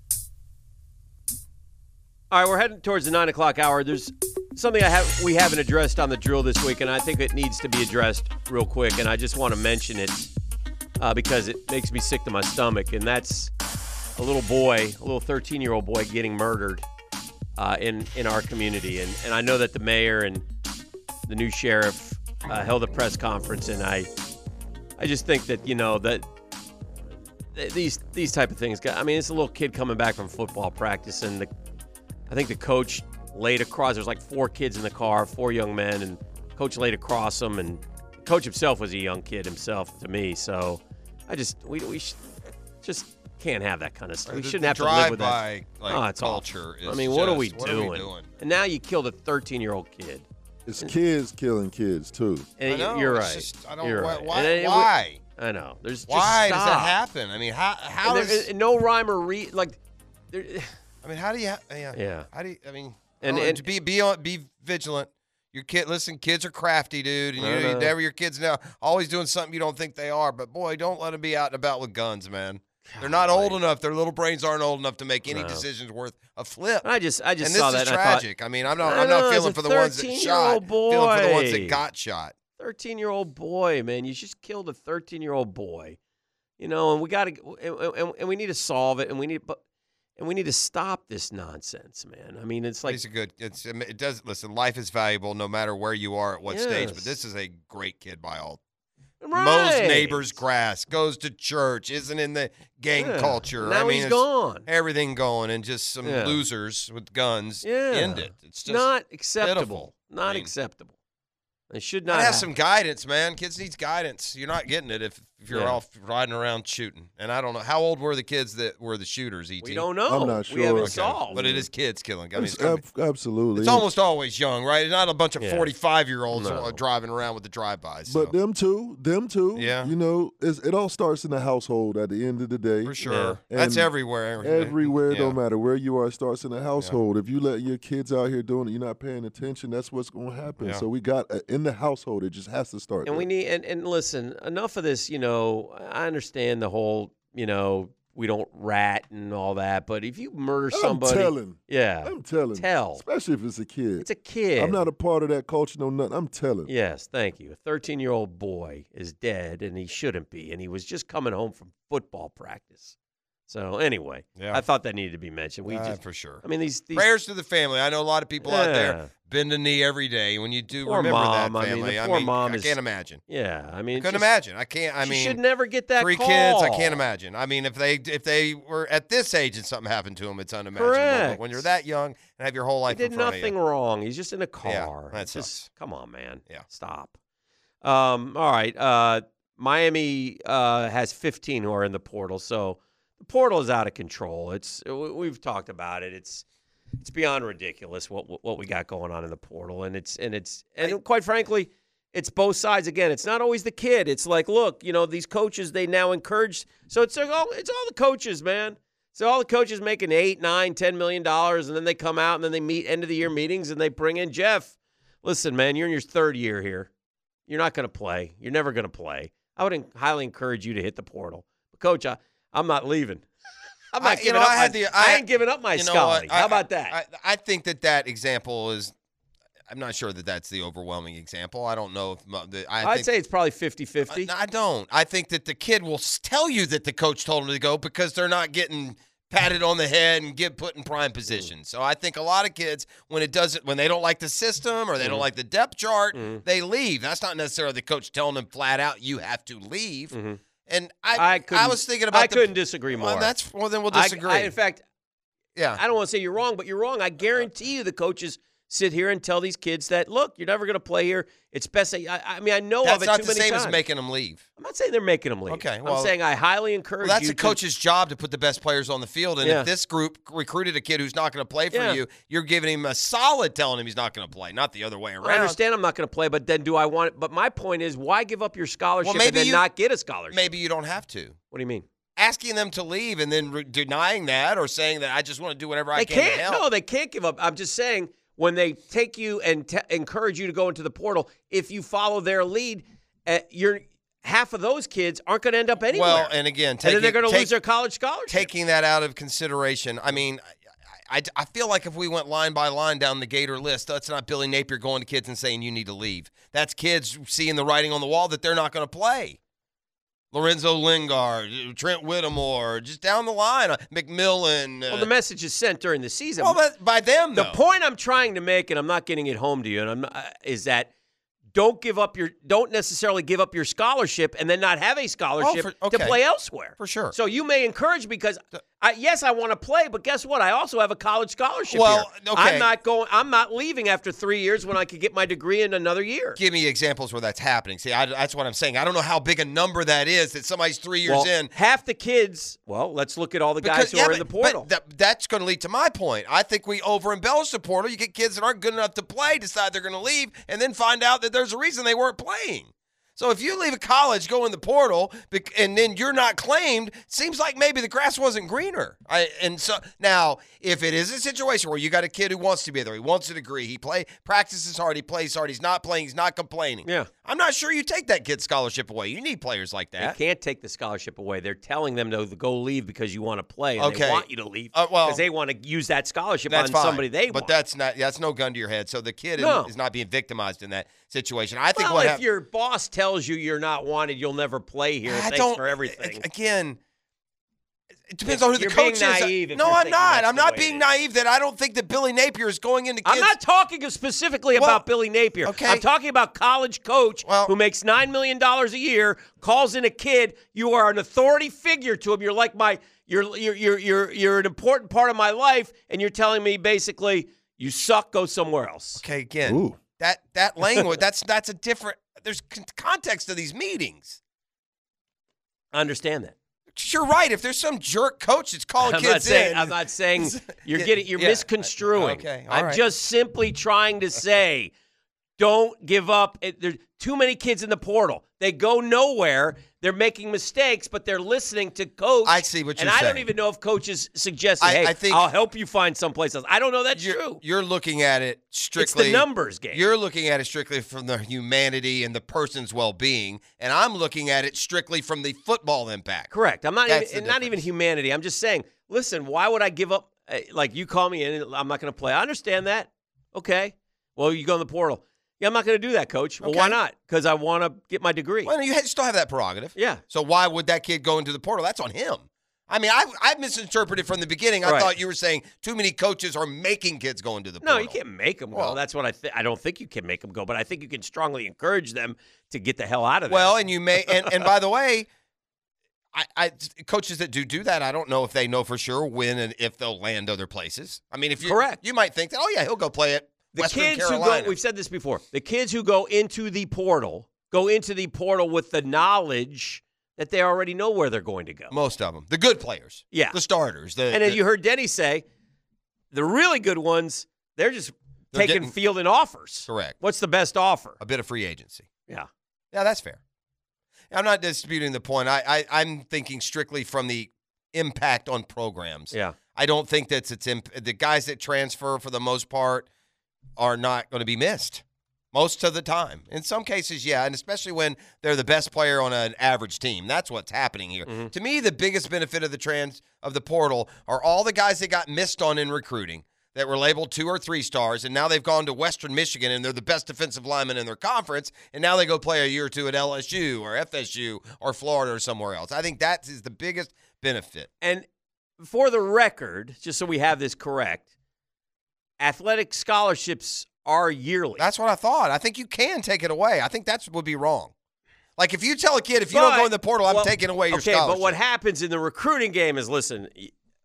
[SPEAKER 9] All right, we're heading towards the nine o'clock hour. There's something I have we haven't addressed on the drill this week, and I think it needs to be addressed real quick. And I just want to mention it uh, because it makes me sick to my stomach. And that's a little boy, a little 13 year old boy getting murdered uh, in, in our community. And, and I know that the mayor and the new sheriff uh, held a press conference. And I, I just think that, you know, that th- these these type of things. I mean, it's a little kid coming back from football practice, and the, I think the coach laid across. There's like four kids in the car, four young men, and coach laid across them. And the coach himself was a young kid himself to me. So I just we we sh- just can't have that kind of stuff. We
[SPEAKER 2] The-
[SPEAKER 9] shouldn't
[SPEAKER 2] the
[SPEAKER 9] have to live with
[SPEAKER 2] drive-by,
[SPEAKER 9] that.
[SPEAKER 2] like,
[SPEAKER 9] oh, it's awful.
[SPEAKER 2] culture
[SPEAKER 9] I
[SPEAKER 2] is
[SPEAKER 9] mean, what are
[SPEAKER 2] just-
[SPEAKER 9] we
[SPEAKER 2] what are we
[SPEAKER 9] doing?
[SPEAKER 2] doing?
[SPEAKER 9] And now you killed a 13 year old kid.
[SPEAKER 3] It's kids killing kids too.
[SPEAKER 9] And
[SPEAKER 2] know,
[SPEAKER 9] you're
[SPEAKER 2] it's
[SPEAKER 9] right.
[SPEAKER 2] just- I don't-
[SPEAKER 9] You're
[SPEAKER 2] why-
[SPEAKER 9] right.
[SPEAKER 2] why-
[SPEAKER 9] And it- it-
[SPEAKER 2] why?
[SPEAKER 9] I know. There's just
[SPEAKER 2] Why does that
[SPEAKER 9] stop.
[SPEAKER 2] happen? I mean, how how
[SPEAKER 9] And there-
[SPEAKER 2] is-
[SPEAKER 9] and no rhyme or re like? There, <sighs>
[SPEAKER 2] I mean, how do you? Ha- yeah.
[SPEAKER 9] Yeah.
[SPEAKER 2] How do you? I mean, oh,
[SPEAKER 9] And-
[SPEAKER 2] and,
[SPEAKER 9] and-
[SPEAKER 2] and be be on be vigilant. Your kid, listen, kids are crafty, dude, and
[SPEAKER 9] I
[SPEAKER 2] you, you
[SPEAKER 9] know.
[SPEAKER 2] never your kids now always doing something you don't think they are. But boy, don't let them be out and about with guns, man. They're not old enough. Their little brains aren't old enough to make any
[SPEAKER 9] No.
[SPEAKER 2] decisions worth a flip.
[SPEAKER 9] I just, I just
[SPEAKER 2] and this
[SPEAKER 9] saw
[SPEAKER 2] is
[SPEAKER 9] that. and I thought-
[SPEAKER 2] tragic. I, mean, I'm not,
[SPEAKER 9] I
[SPEAKER 2] I'm not
[SPEAKER 9] know,
[SPEAKER 2] feeling
[SPEAKER 9] it's
[SPEAKER 2] for
[SPEAKER 9] a
[SPEAKER 2] the ones that shot.
[SPEAKER 9] 13-year-old Boy.
[SPEAKER 2] Feeling for the ones that got shot.
[SPEAKER 9] 13 year old boy, man. You just killed a 13 year old boy. You know, and we got to, and, and, and we need to solve it, and we need, but, and we need to stop this nonsense, man. I mean, it's like,
[SPEAKER 2] He's a good. It's it does. Listen, life is valuable no matter where you are at what stage. But
[SPEAKER 9] Yes.
[SPEAKER 2] this is a great kid by all.
[SPEAKER 9] Right.
[SPEAKER 2] Mows neighbor's grass, goes to church, isn't in the gang
[SPEAKER 9] Yeah.
[SPEAKER 2] culture.
[SPEAKER 9] Now
[SPEAKER 2] I mean,
[SPEAKER 9] he's
[SPEAKER 2] it's
[SPEAKER 9] gone.
[SPEAKER 2] Everything going, and just some
[SPEAKER 9] Yeah.
[SPEAKER 2] losers with guns.
[SPEAKER 9] yeah,
[SPEAKER 2] End it. It's just
[SPEAKER 9] not acceptable.
[SPEAKER 2] pitiful.
[SPEAKER 9] Not
[SPEAKER 2] I mean,
[SPEAKER 9] acceptable. It should
[SPEAKER 2] I'd
[SPEAKER 9] not
[SPEAKER 2] have
[SPEAKER 9] happen.
[SPEAKER 2] some guidance, man. Kids needs guidance. You're not getting it if, if you're
[SPEAKER 9] Yeah.
[SPEAKER 2] off riding around shooting. And I don't know how old were the kids that were the shooters. Et
[SPEAKER 9] We don't know.
[SPEAKER 3] I'm not
[SPEAKER 9] We haven't
[SPEAKER 3] sure. Okay.
[SPEAKER 9] solved.
[SPEAKER 2] but it is kids killing. I mean, it's
[SPEAKER 3] It's
[SPEAKER 2] gotta be-
[SPEAKER 3] ab- absolutely.
[SPEAKER 2] It's almost always young, right? It's not a bunch of
[SPEAKER 9] Yeah.
[SPEAKER 2] 45 year olds
[SPEAKER 9] No.
[SPEAKER 2] driving around with the drive-bys.
[SPEAKER 3] But them too, them too.
[SPEAKER 2] Yeah.
[SPEAKER 3] You know, it's, it all starts in the household at the end of the day.
[SPEAKER 2] For sure. That's
[SPEAKER 3] And
[SPEAKER 2] everywhere.
[SPEAKER 3] Everywhere,
[SPEAKER 2] Yeah.
[SPEAKER 3] no matter where you are, it starts in the household. If you let your kids out here doing it, you're not paying attention. That's what's going to happen.
[SPEAKER 2] Yeah.
[SPEAKER 3] So we got uh, in the household. It just has to start.
[SPEAKER 9] And we
[SPEAKER 3] there.
[SPEAKER 9] need and, and listen, enough of this, you know, I understand the whole, you know, we don't rat and all that, but if you murder somebody
[SPEAKER 3] I'm telling.
[SPEAKER 9] Yeah.
[SPEAKER 3] I'm telling.
[SPEAKER 9] Tell.
[SPEAKER 3] Especially if it's a kid.
[SPEAKER 9] It's a kid.
[SPEAKER 3] I'm not a part of that culture. No nothing. I'm telling.
[SPEAKER 9] Yes, thank you. A 13 year old boy is dead and he shouldn't be. And he was just coming home from football practice. So, anyway,
[SPEAKER 2] Yeah.
[SPEAKER 9] I thought that needed to be mentioned. We
[SPEAKER 2] Ah,
[SPEAKER 9] just,
[SPEAKER 2] for sure.
[SPEAKER 9] I mean, these, these
[SPEAKER 2] Prayers to the family. I know a lot of people out
[SPEAKER 9] Yeah.
[SPEAKER 2] there bend a knee every day. When you do
[SPEAKER 9] Poor
[SPEAKER 2] remember
[SPEAKER 9] mom, I
[SPEAKER 2] that
[SPEAKER 9] mean, the
[SPEAKER 2] family,
[SPEAKER 9] poor mom
[SPEAKER 2] I
[SPEAKER 9] is-
[SPEAKER 2] can't imagine.
[SPEAKER 9] Yeah, I mean,
[SPEAKER 2] I
[SPEAKER 9] it's
[SPEAKER 2] couldn't
[SPEAKER 9] just-
[SPEAKER 2] imagine. I can't. I
[SPEAKER 9] she
[SPEAKER 2] mean,
[SPEAKER 9] should never get that
[SPEAKER 2] three kids. I
[SPEAKER 9] call.
[SPEAKER 2] can't imagine. I mean, if they if they were at this age and something happened to them, it's unimaginable.
[SPEAKER 9] Correct.
[SPEAKER 2] But when you're that young and have your whole life
[SPEAKER 9] He did
[SPEAKER 2] in front of
[SPEAKER 9] nothing
[SPEAKER 2] you,
[SPEAKER 9] wrong. He's just in a car.
[SPEAKER 2] Yeah, that
[SPEAKER 9] It's just, come on, man.
[SPEAKER 2] Yeah.
[SPEAKER 9] Stop. Um, all right. Uh, Miami uh, has 15 who are in the portal. So the portal is out of control. It's we- we've talked about it. It's it's beyond ridiculous what what what we got going on in the portal and it's and it's and quite frankly, it's both sides again. It's not always the kid. It's like, look, you know, these coaches they now encourage. So it's like all it's all the coaches, man. So all the coaches making eight, nine, ten million dollars, and then they come out and then they meet end of the year meetings and they bring in Jeff. Listen, man, you're in your third year here. You're not going to play. You're never going to play. I would en- highly encourage you to hit the portal, but coach, I, I'm not leaving. <laughs> I'm not
[SPEAKER 2] I- you
[SPEAKER 9] giving
[SPEAKER 2] know,
[SPEAKER 9] up.
[SPEAKER 2] I had
[SPEAKER 9] my,
[SPEAKER 2] the-
[SPEAKER 9] I,
[SPEAKER 2] I-
[SPEAKER 9] ain't giving up my
[SPEAKER 2] you know what?
[SPEAKER 9] scholarship. How
[SPEAKER 2] I-
[SPEAKER 9] about that?
[SPEAKER 2] I, I think that that example is. I'm not sure that that's the overwhelming example. I don't know if mo- the, I
[SPEAKER 9] I'd
[SPEAKER 2] think,
[SPEAKER 9] say it's probably 50 50.
[SPEAKER 2] No, I don't. I think that the kid will s- tell you that the coach told him to go because they're not getting patted on the head and get put in
[SPEAKER 9] Mm-hmm.
[SPEAKER 2] prime position. So I think a lot of kids when it doesn't when they don't like the system or they don't
[SPEAKER 9] Mhm.
[SPEAKER 2] like the depth chart,
[SPEAKER 9] Mhm.
[SPEAKER 2] they leave. That's not necessarily the coach telling them flat out you have to leave. And
[SPEAKER 9] Mm-hmm. I
[SPEAKER 2] I I,
[SPEAKER 9] couldn't-
[SPEAKER 2] was thinking about
[SPEAKER 9] I
[SPEAKER 2] the-
[SPEAKER 9] couldn't disagree more.
[SPEAKER 2] Well, that's well then we'll
[SPEAKER 9] I-
[SPEAKER 2] disagree.
[SPEAKER 9] I- in fact,
[SPEAKER 2] yeah.
[SPEAKER 9] I don't want to say you're wrong, but you're wrong. I guarantee you the coaches sit here and tell these kids that, look, you're never going to play here. It's best that I, I mean, I know of
[SPEAKER 2] that's
[SPEAKER 9] it
[SPEAKER 2] not
[SPEAKER 9] too
[SPEAKER 2] the
[SPEAKER 9] many
[SPEAKER 2] same
[SPEAKER 9] times.
[SPEAKER 2] as making them leave.
[SPEAKER 9] I'm not saying they're making them leave.
[SPEAKER 2] Okay,
[SPEAKER 9] I'm
[SPEAKER 2] well-
[SPEAKER 9] saying I highly encourage
[SPEAKER 2] Well, that's
[SPEAKER 9] you
[SPEAKER 2] a
[SPEAKER 9] to-
[SPEAKER 2] coach's job to put the best players on the field. And
[SPEAKER 9] Yeah.
[SPEAKER 2] if this group recruited a kid who's not going to play for
[SPEAKER 9] Yeah.
[SPEAKER 2] you, you're giving him a solid telling him he's not going to play, not the other way around.
[SPEAKER 9] I understand I'm not going to play, but then do I want it? But my point is, why give up your scholarship
[SPEAKER 2] maybe
[SPEAKER 9] and then
[SPEAKER 2] you-
[SPEAKER 9] not get a scholarship?
[SPEAKER 2] Maybe you don't have to.
[SPEAKER 9] What do you mean?
[SPEAKER 2] Asking them to leave and then re- denying that or saying that I just want to do whatever I
[SPEAKER 9] they
[SPEAKER 2] can
[SPEAKER 9] can't.
[SPEAKER 2] to help.
[SPEAKER 9] No, they can't give up. I'm just saying when they take you and te- encourage you to go into the portal, if you follow their lead, uh, you're half of those kids aren't going to end up anywhere.
[SPEAKER 2] Well, and again,
[SPEAKER 9] and
[SPEAKER 2] taking,
[SPEAKER 9] then they're going to
[SPEAKER 2] take-
[SPEAKER 9] lose their college scholarship.
[SPEAKER 2] taking that out of consideration, I mean, I, I, I feel like if we went line by line down the Gator list, that's not Billy Napier going to kids and saying you need to leave. That's kids seeing the writing on the wall that they're not going to play. Lorenzo Lingard, Trent Whittemore, just down the line, uh, McMillan.
[SPEAKER 9] Well, the message is sent during the season.
[SPEAKER 2] Well, but by them,
[SPEAKER 9] The
[SPEAKER 2] though.
[SPEAKER 9] point I'm trying to make, and I'm not getting it home to you, and I'm not, is that don't give up your don't necessarily give up your scholarship and then not have a scholarship
[SPEAKER 2] Oh, for- okay.
[SPEAKER 9] to play elsewhere
[SPEAKER 2] For sure.
[SPEAKER 9] So you may encourage because I, yes, I want to play, but guess what? I also have a college scholarship.
[SPEAKER 2] Well,
[SPEAKER 9] here.
[SPEAKER 2] okay.
[SPEAKER 9] I'm not going. I'm not leaving after three years when I could get my degree in another year.
[SPEAKER 2] Give me examples where that's happening. See, I, that's what I'm saying. I don't know how big a number that is that somebody's three years
[SPEAKER 9] Well,
[SPEAKER 2] in.
[SPEAKER 9] half the kids. Well, let's look at all the guys who
[SPEAKER 2] yeah,
[SPEAKER 9] are in the
[SPEAKER 2] but-
[SPEAKER 9] portal.
[SPEAKER 2] But that- that's going to lead to my point. I think we over embellish the portal. You get kids that aren't good enough to play, decide they're going to leave, and then find out that there's a reason they weren't playing. So if you leave a college, go in the portal, bec- and then you're not claimed, seems like maybe the grass wasn't greener. I, and so now, if it is a situation where you got a kid who wants to be there, he wants a degree, he play practices hard, he plays hard, he's not playing, he's not complaining.
[SPEAKER 9] Yeah.
[SPEAKER 2] I'm not sure you take that kid's scholarship away. You need players like
[SPEAKER 9] They
[SPEAKER 2] that.
[SPEAKER 9] can't take the scholarship away. They're telling them to go leave because you want to play, and
[SPEAKER 2] Okay.
[SPEAKER 9] they want you to leave
[SPEAKER 2] Uh,
[SPEAKER 9] because
[SPEAKER 2] well-
[SPEAKER 9] they want to use that scholarship on
[SPEAKER 2] that's fine,
[SPEAKER 9] somebody they
[SPEAKER 2] but
[SPEAKER 9] want.
[SPEAKER 2] that's not that's no gun to your head. So the kid is-
[SPEAKER 9] No.
[SPEAKER 2] is, not being victimized in that situation. I think
[SPEAKER 9] well,
[SPEAKER 2] what
[SPEAKER 9] if
[SPEAKER 2] hap-
[SPEAKER 9] your boss tells you you're not wanted, you'll never play here.
[SPEAKER 2] I
[SPEAKER 9] Thanks
[SPEAKER 2] don't- e-,
[SPEAKER 9] for everything.
[SPEAKER 2] again. It depends on who the
[SPEAKER 9] You're being
[SPEAKER 2] coach
[SPEAKER 9] naive
[SPEAKER 2] is.
[SPEAKER 9] if
[SPEAKER 2] No,
[SPEAKER 9] you're
[SPEAKER 2] I'm
[SPEAKER 9] thinking
[SPEAKER 2] not.
[SPEAKER 9] that's
[SPEAKER 2] I'm
[SPEAKER 9] the
[SPEAKER 2] not
[SPEAKER 9] way
[SPEAKER 2] being
[SPEAKER 9] it
[SPEAKER 2] naive that I don't think that Billy Napier is going into kids.
[SPEAKER 9] I'm not talking specifically
[SPEAKER 2] Well,
[SPEAKER 9] about Billy Napier.
[SPEAKER 2] okay.
[SPEAKER 9] I'm talking about college coach who makes nine million dollars a year, calls in a kid. You are an authority figure to him. You're like my you're you're you're you're, you're an important part of my life, and you're telling me basically you suck, go somewhere else.
[SPEAKER 2] Okay, again, that that language. that's that's a different. There's con- context to these meetings.
[SPEAKER 9] I <laughs> understand that.
[SPEAKER 2] You're right. If there's some jerk coach that's
[SPEAKER 9] <laughs>
[SPEAKER 2] calling
[SPEAKER 9] I'm
[SPEAKER 2] kids
[SPEAKER 9] not saying,
[SPEAKER 2] in,
[SPEAKER 9] I'm not saying you're
[SPEAKER 2] <laughs> Yeah,
[SPEAKER 9] getting you're
[SPEAKER 2] yeah.
[SPEAKER 9] misconstruing.
[SPEAKER 2] Okay, all
[SPEAKER 9] I'm
[SPEAKER 2] right.
[SPEAKER 9] just simply trying to say, don't give up. It- There's too many kids in the portal. They go nowhere. They're making mistakes, but they're listening to coach.
[SPEAKER 2] I see what
[SPEAKER 9] and
[SPEAKER 2] you're
[SPEAKER 9] I don't
[SPEAKER 2] saying.
[SPEAKER 9] even know if coaches suggested,
[SPEAKER 2] I-
[SPEAKER 9] hey,
[SPEAKER 2] I think-
[SPEAKER 9] I'll help you find someplace else. I don't know that's true.
[SPEAKER 2] you're looking at it strictly
[SPEAKER 9] numbers game.
[SPEAKER 2] You're looking at it strictly from the humanity and the person's well-being, and I'm looking at it strictly from the football impact.
[SPEAKER 9] Correct. I'm not
[SPEAKER 2] That's
[SPEAKER 9] even,
[SPEAKER 2] the
[SPEAKER 9] not even humanity. I'm just saying. Listen, why would I give up? eh, Like you call me in, I'm not going to play. I understand that. Okay. Well, you go in the portal. Yeah, I'm not going to do that, coach. Well, why
[SPEAKER 2] Okay.
[SPEAKER 9] not? Because I want to get my degree.
[SPEAKER 2] Well, you ha- still have that prerogative.
[SPEAKER 9] Yeah.
[SPEAKER 2] So why would that kid go into the portal? That's on him. I mean, I, I misinterpreted from the beginning. I
[SPEAKER 9] Right.
[SPEAKER 2] thought you were saying too many coaches are making kids go into the
[SPEAKER 9] no,
[SPEAKER 2] portal.
[SPEAKER 9] you can't make them go.
[SPEAKER 2] Well-
[SPEAKER 9] That's what I. Th- I don't think you can make them go, but I think you can strongly encourage them to get the hell out of there.
[SPEAKER 2] Well, and you may, and, and
[SPEAKER 9] <laughs>
[SPEAKER 2] by the way, I, I coaches that do do that, I don't know if they know for sure when and if they'll land other places. I mean, if you
[SPEAKER 9] Correct.
[SPEAKER 2] you might think that oh yeah, he'll go play at
[SPEAKER 9] the
[SPEAKER 2] Western
[SPEAKER 9] kids
[SPEAKER 2] Carolina.
[SPEAKER 9] who go. We've said this before. The kids who go into the portal go into the portal with the knowledge that they already know where they're going to go.
[SPEAKER 2] most of them, the good players,
[SPEAKER 9] Yeah.
[SPEAKER 2] the starters. The,
[SPEAKER 9] And as
[SPEAKER 2] the-
[SPEAKER 9] you heard Denny say, the really good ones, they're just
[SPEAKER 2] They're
[SPEAKER 9] taking
[SPEAKER 2] getting-
[SPEAKER 9] fielding offers.
[SPEAKER 2] correct
[SPEAKER 9] What's the best offer?
[SPEAKER 2] a bit of free agency.
[SPEAKER 9] Yeah.
[SPEAKER 2] Yeah, that's fair. I'm not disputing the point. I, I I'm thinking strictly from the impact on programs.
[SPEAKER 9] Yeah.
[SPEAKER 2] I don't think that's it's imp- the guys that transfer for the most part are not going to be missed most of the time. In some cases, yeah, and especially when they're the best player on an average team. That's what's happening here. To me, the biggest benefit of the trans of the portal are all the guys that got missed on in recruiting that were labeled two or three stars, and now they've gone to Western Michigan and they're the best defensive linemen in their conference, and now they go play a year or two at LSU or FSU or Florida or somewhere else. I think that is the biggest benefit.
[SPEAKER 9] And for the record, just so we have this correct, athletic scholarships are yearly.
[SPEAKER 2] That's what I thought. I think you can take it away. I think that would be wrong. Like if you tell a kid if you don't
[SPEAKER 9] But-
[SPEAKER 2] go in the portal, I'm
[SPEAKER 9] well,
[SPEAKER 2] taking away your
[SPEAKER 9] okay,
[SPEAKER 2] scholarship.
[SPEAKER 9] but what happens in the recruiting game is listen,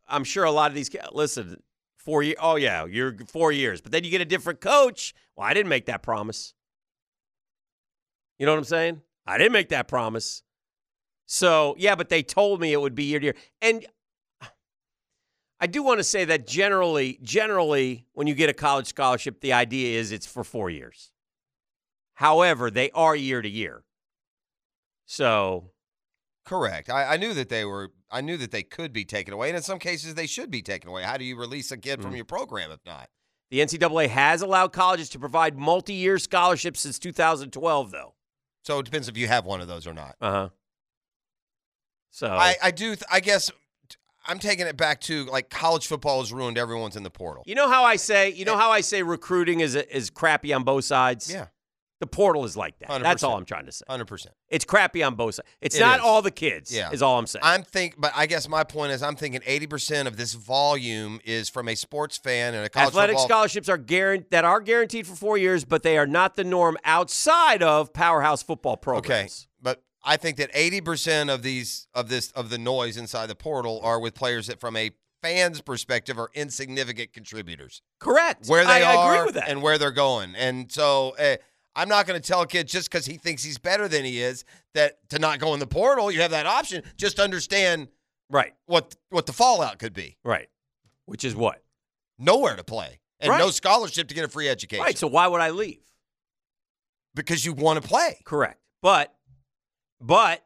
[SPEAKER 9] I'm sure a lot of these ca- listen, four year oh yeah, you're four years. But then you get a different coach. Well, I didn't make that promise. You know what I'm saying? I didn't make that promise. So yeah, but they told me it would be year to year. And I do want to say that generally, generally, when you get a college scholarship, the idea is it's for four years. However, they are year to year. So
[SPEAKER 2] Correct. I, I knew that they were. I knew that they could be taken away, and in some cases, they should be taken away. How do you release a kid from your program if not?
[SPEAKER 9] Mm. The NCAA has allowed colleges to provide multi year scholarships since 2012, though.
[SPEAKER 2] So it depends if you have one of those or not.
[SPEAKER 9] Uh huh. So
[SPEAKER 2] I, I do. Th- I guess I'm taking it back to like college football has ruined everyone's in the portal.
[SPEAKER 9] you know how I say you know how I say recruiting is is crappy on both sides.
[SPEAKER 2] Eh. Yeah.
[SPEAKER 9] The portal is like that. That's
[SPEAKER 2] 100%.
[SPEAKER 9] all I'm trying to say.
[SPEAKER 2] Hundred percent.
[SPEAKER 9] It's crappy on both sides. It's
[SPEAKER 2] It
[SPEAKER 9] not
[SPEAKER 2] is.
[SPEAKER 9] all the kids.
[SPEAKER 2] Yeah.
[SPEAKER 9] is all I'm saying.
[SPEAKER 2] I'm think, but I guess my point is, I'm thinking 80 percent of this volume is from a sports fan and a college
[SPEAKER 9] Athletic
[SPEAKER 2] football.
[SPEAKER 9] scholarships are guaranteed that are guaranteed for four years, but they are not the norm outside of powerhouse football programs.
[SPEAKER 2] Okay, but I think that 80 percent of these of this of the noise inside the portal are with players that, from a fan's perspective, are insignificant contributors.
[SPEAKER 9] Correct.
[SPEAKER 2] Where they
[SPEAKER 9] I
[SPEAKER 2] are
[SPEAKER 9] agree with that.
[SPEAKER 2] and where they're going, and so. eh, I'm not going to tell a kid just because he thinks he's better than he is that to not go in the portal. You have that option. Just understand,
[SPEAKER 9] right,
[SPEAKER 2] what what the fallout could be.
[SPEAKER 9] Right. Which is what?
[SPEAKER 2] Nowhere to play and no
[SPEAKER 9] Right.
[SPEAKER 2] scholarship to get a free education.
[SPEAKER 9] Right. So why would I leave?
[SPEAKER 2] Because you want to play.
[SPEAKER 9] Correct. But, but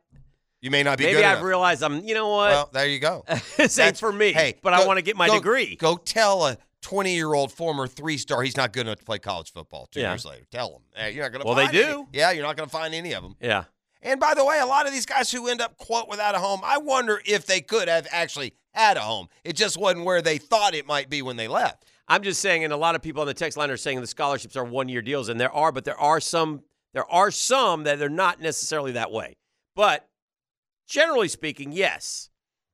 [SPEAKER 2] you may not be
[SPEAKER 9] Maybe
[SPEAKER 2] good
[SPEAKER 9] I've
[SPEAKER 2] enough.
[SPEAKER 9] realized I'm. You know what?
[SPEAKER 2] Well, there you
[SPEAKER 9] <laughs>
[SPEAKER 2] go.
[SPEAKER 9] this ain't for me.
[SPEAKER 2] Hey,
[SPEAKER 9] but I
[SPEAKER 2] go-
[SPEAKER 9] want to get my
[SPEAKER 2] go-
[SPEAKER 9] degree.
[SPEAKER 2] Go tell a 20 year old former three star he's not good enough to play college football two
[SPEAKER 9] Yeah.
[SPEAKER 2] years later. Tell him. Hey, you're not going to
[SPEAKER 9] Well, they
[SPEAKER 2] find any-
[SPEAKER 9] do.
[SPEAKER 2] Yeah, you're not going to find any of them.
[SPEAKER 9] Yeah.
[SPEAKER 2] And by the way, a lot of these guys who end up, quote, without a home, I wonder if they could have actually had a home. It just wasn't where they thought it might be when they left.
[SPEAKER 9] I'm just saying, and a lot of people on the text line are saying the scholarships are one year deals, and there are, but there are some there are some that they're not necessarily that way. But generally speaking, yes.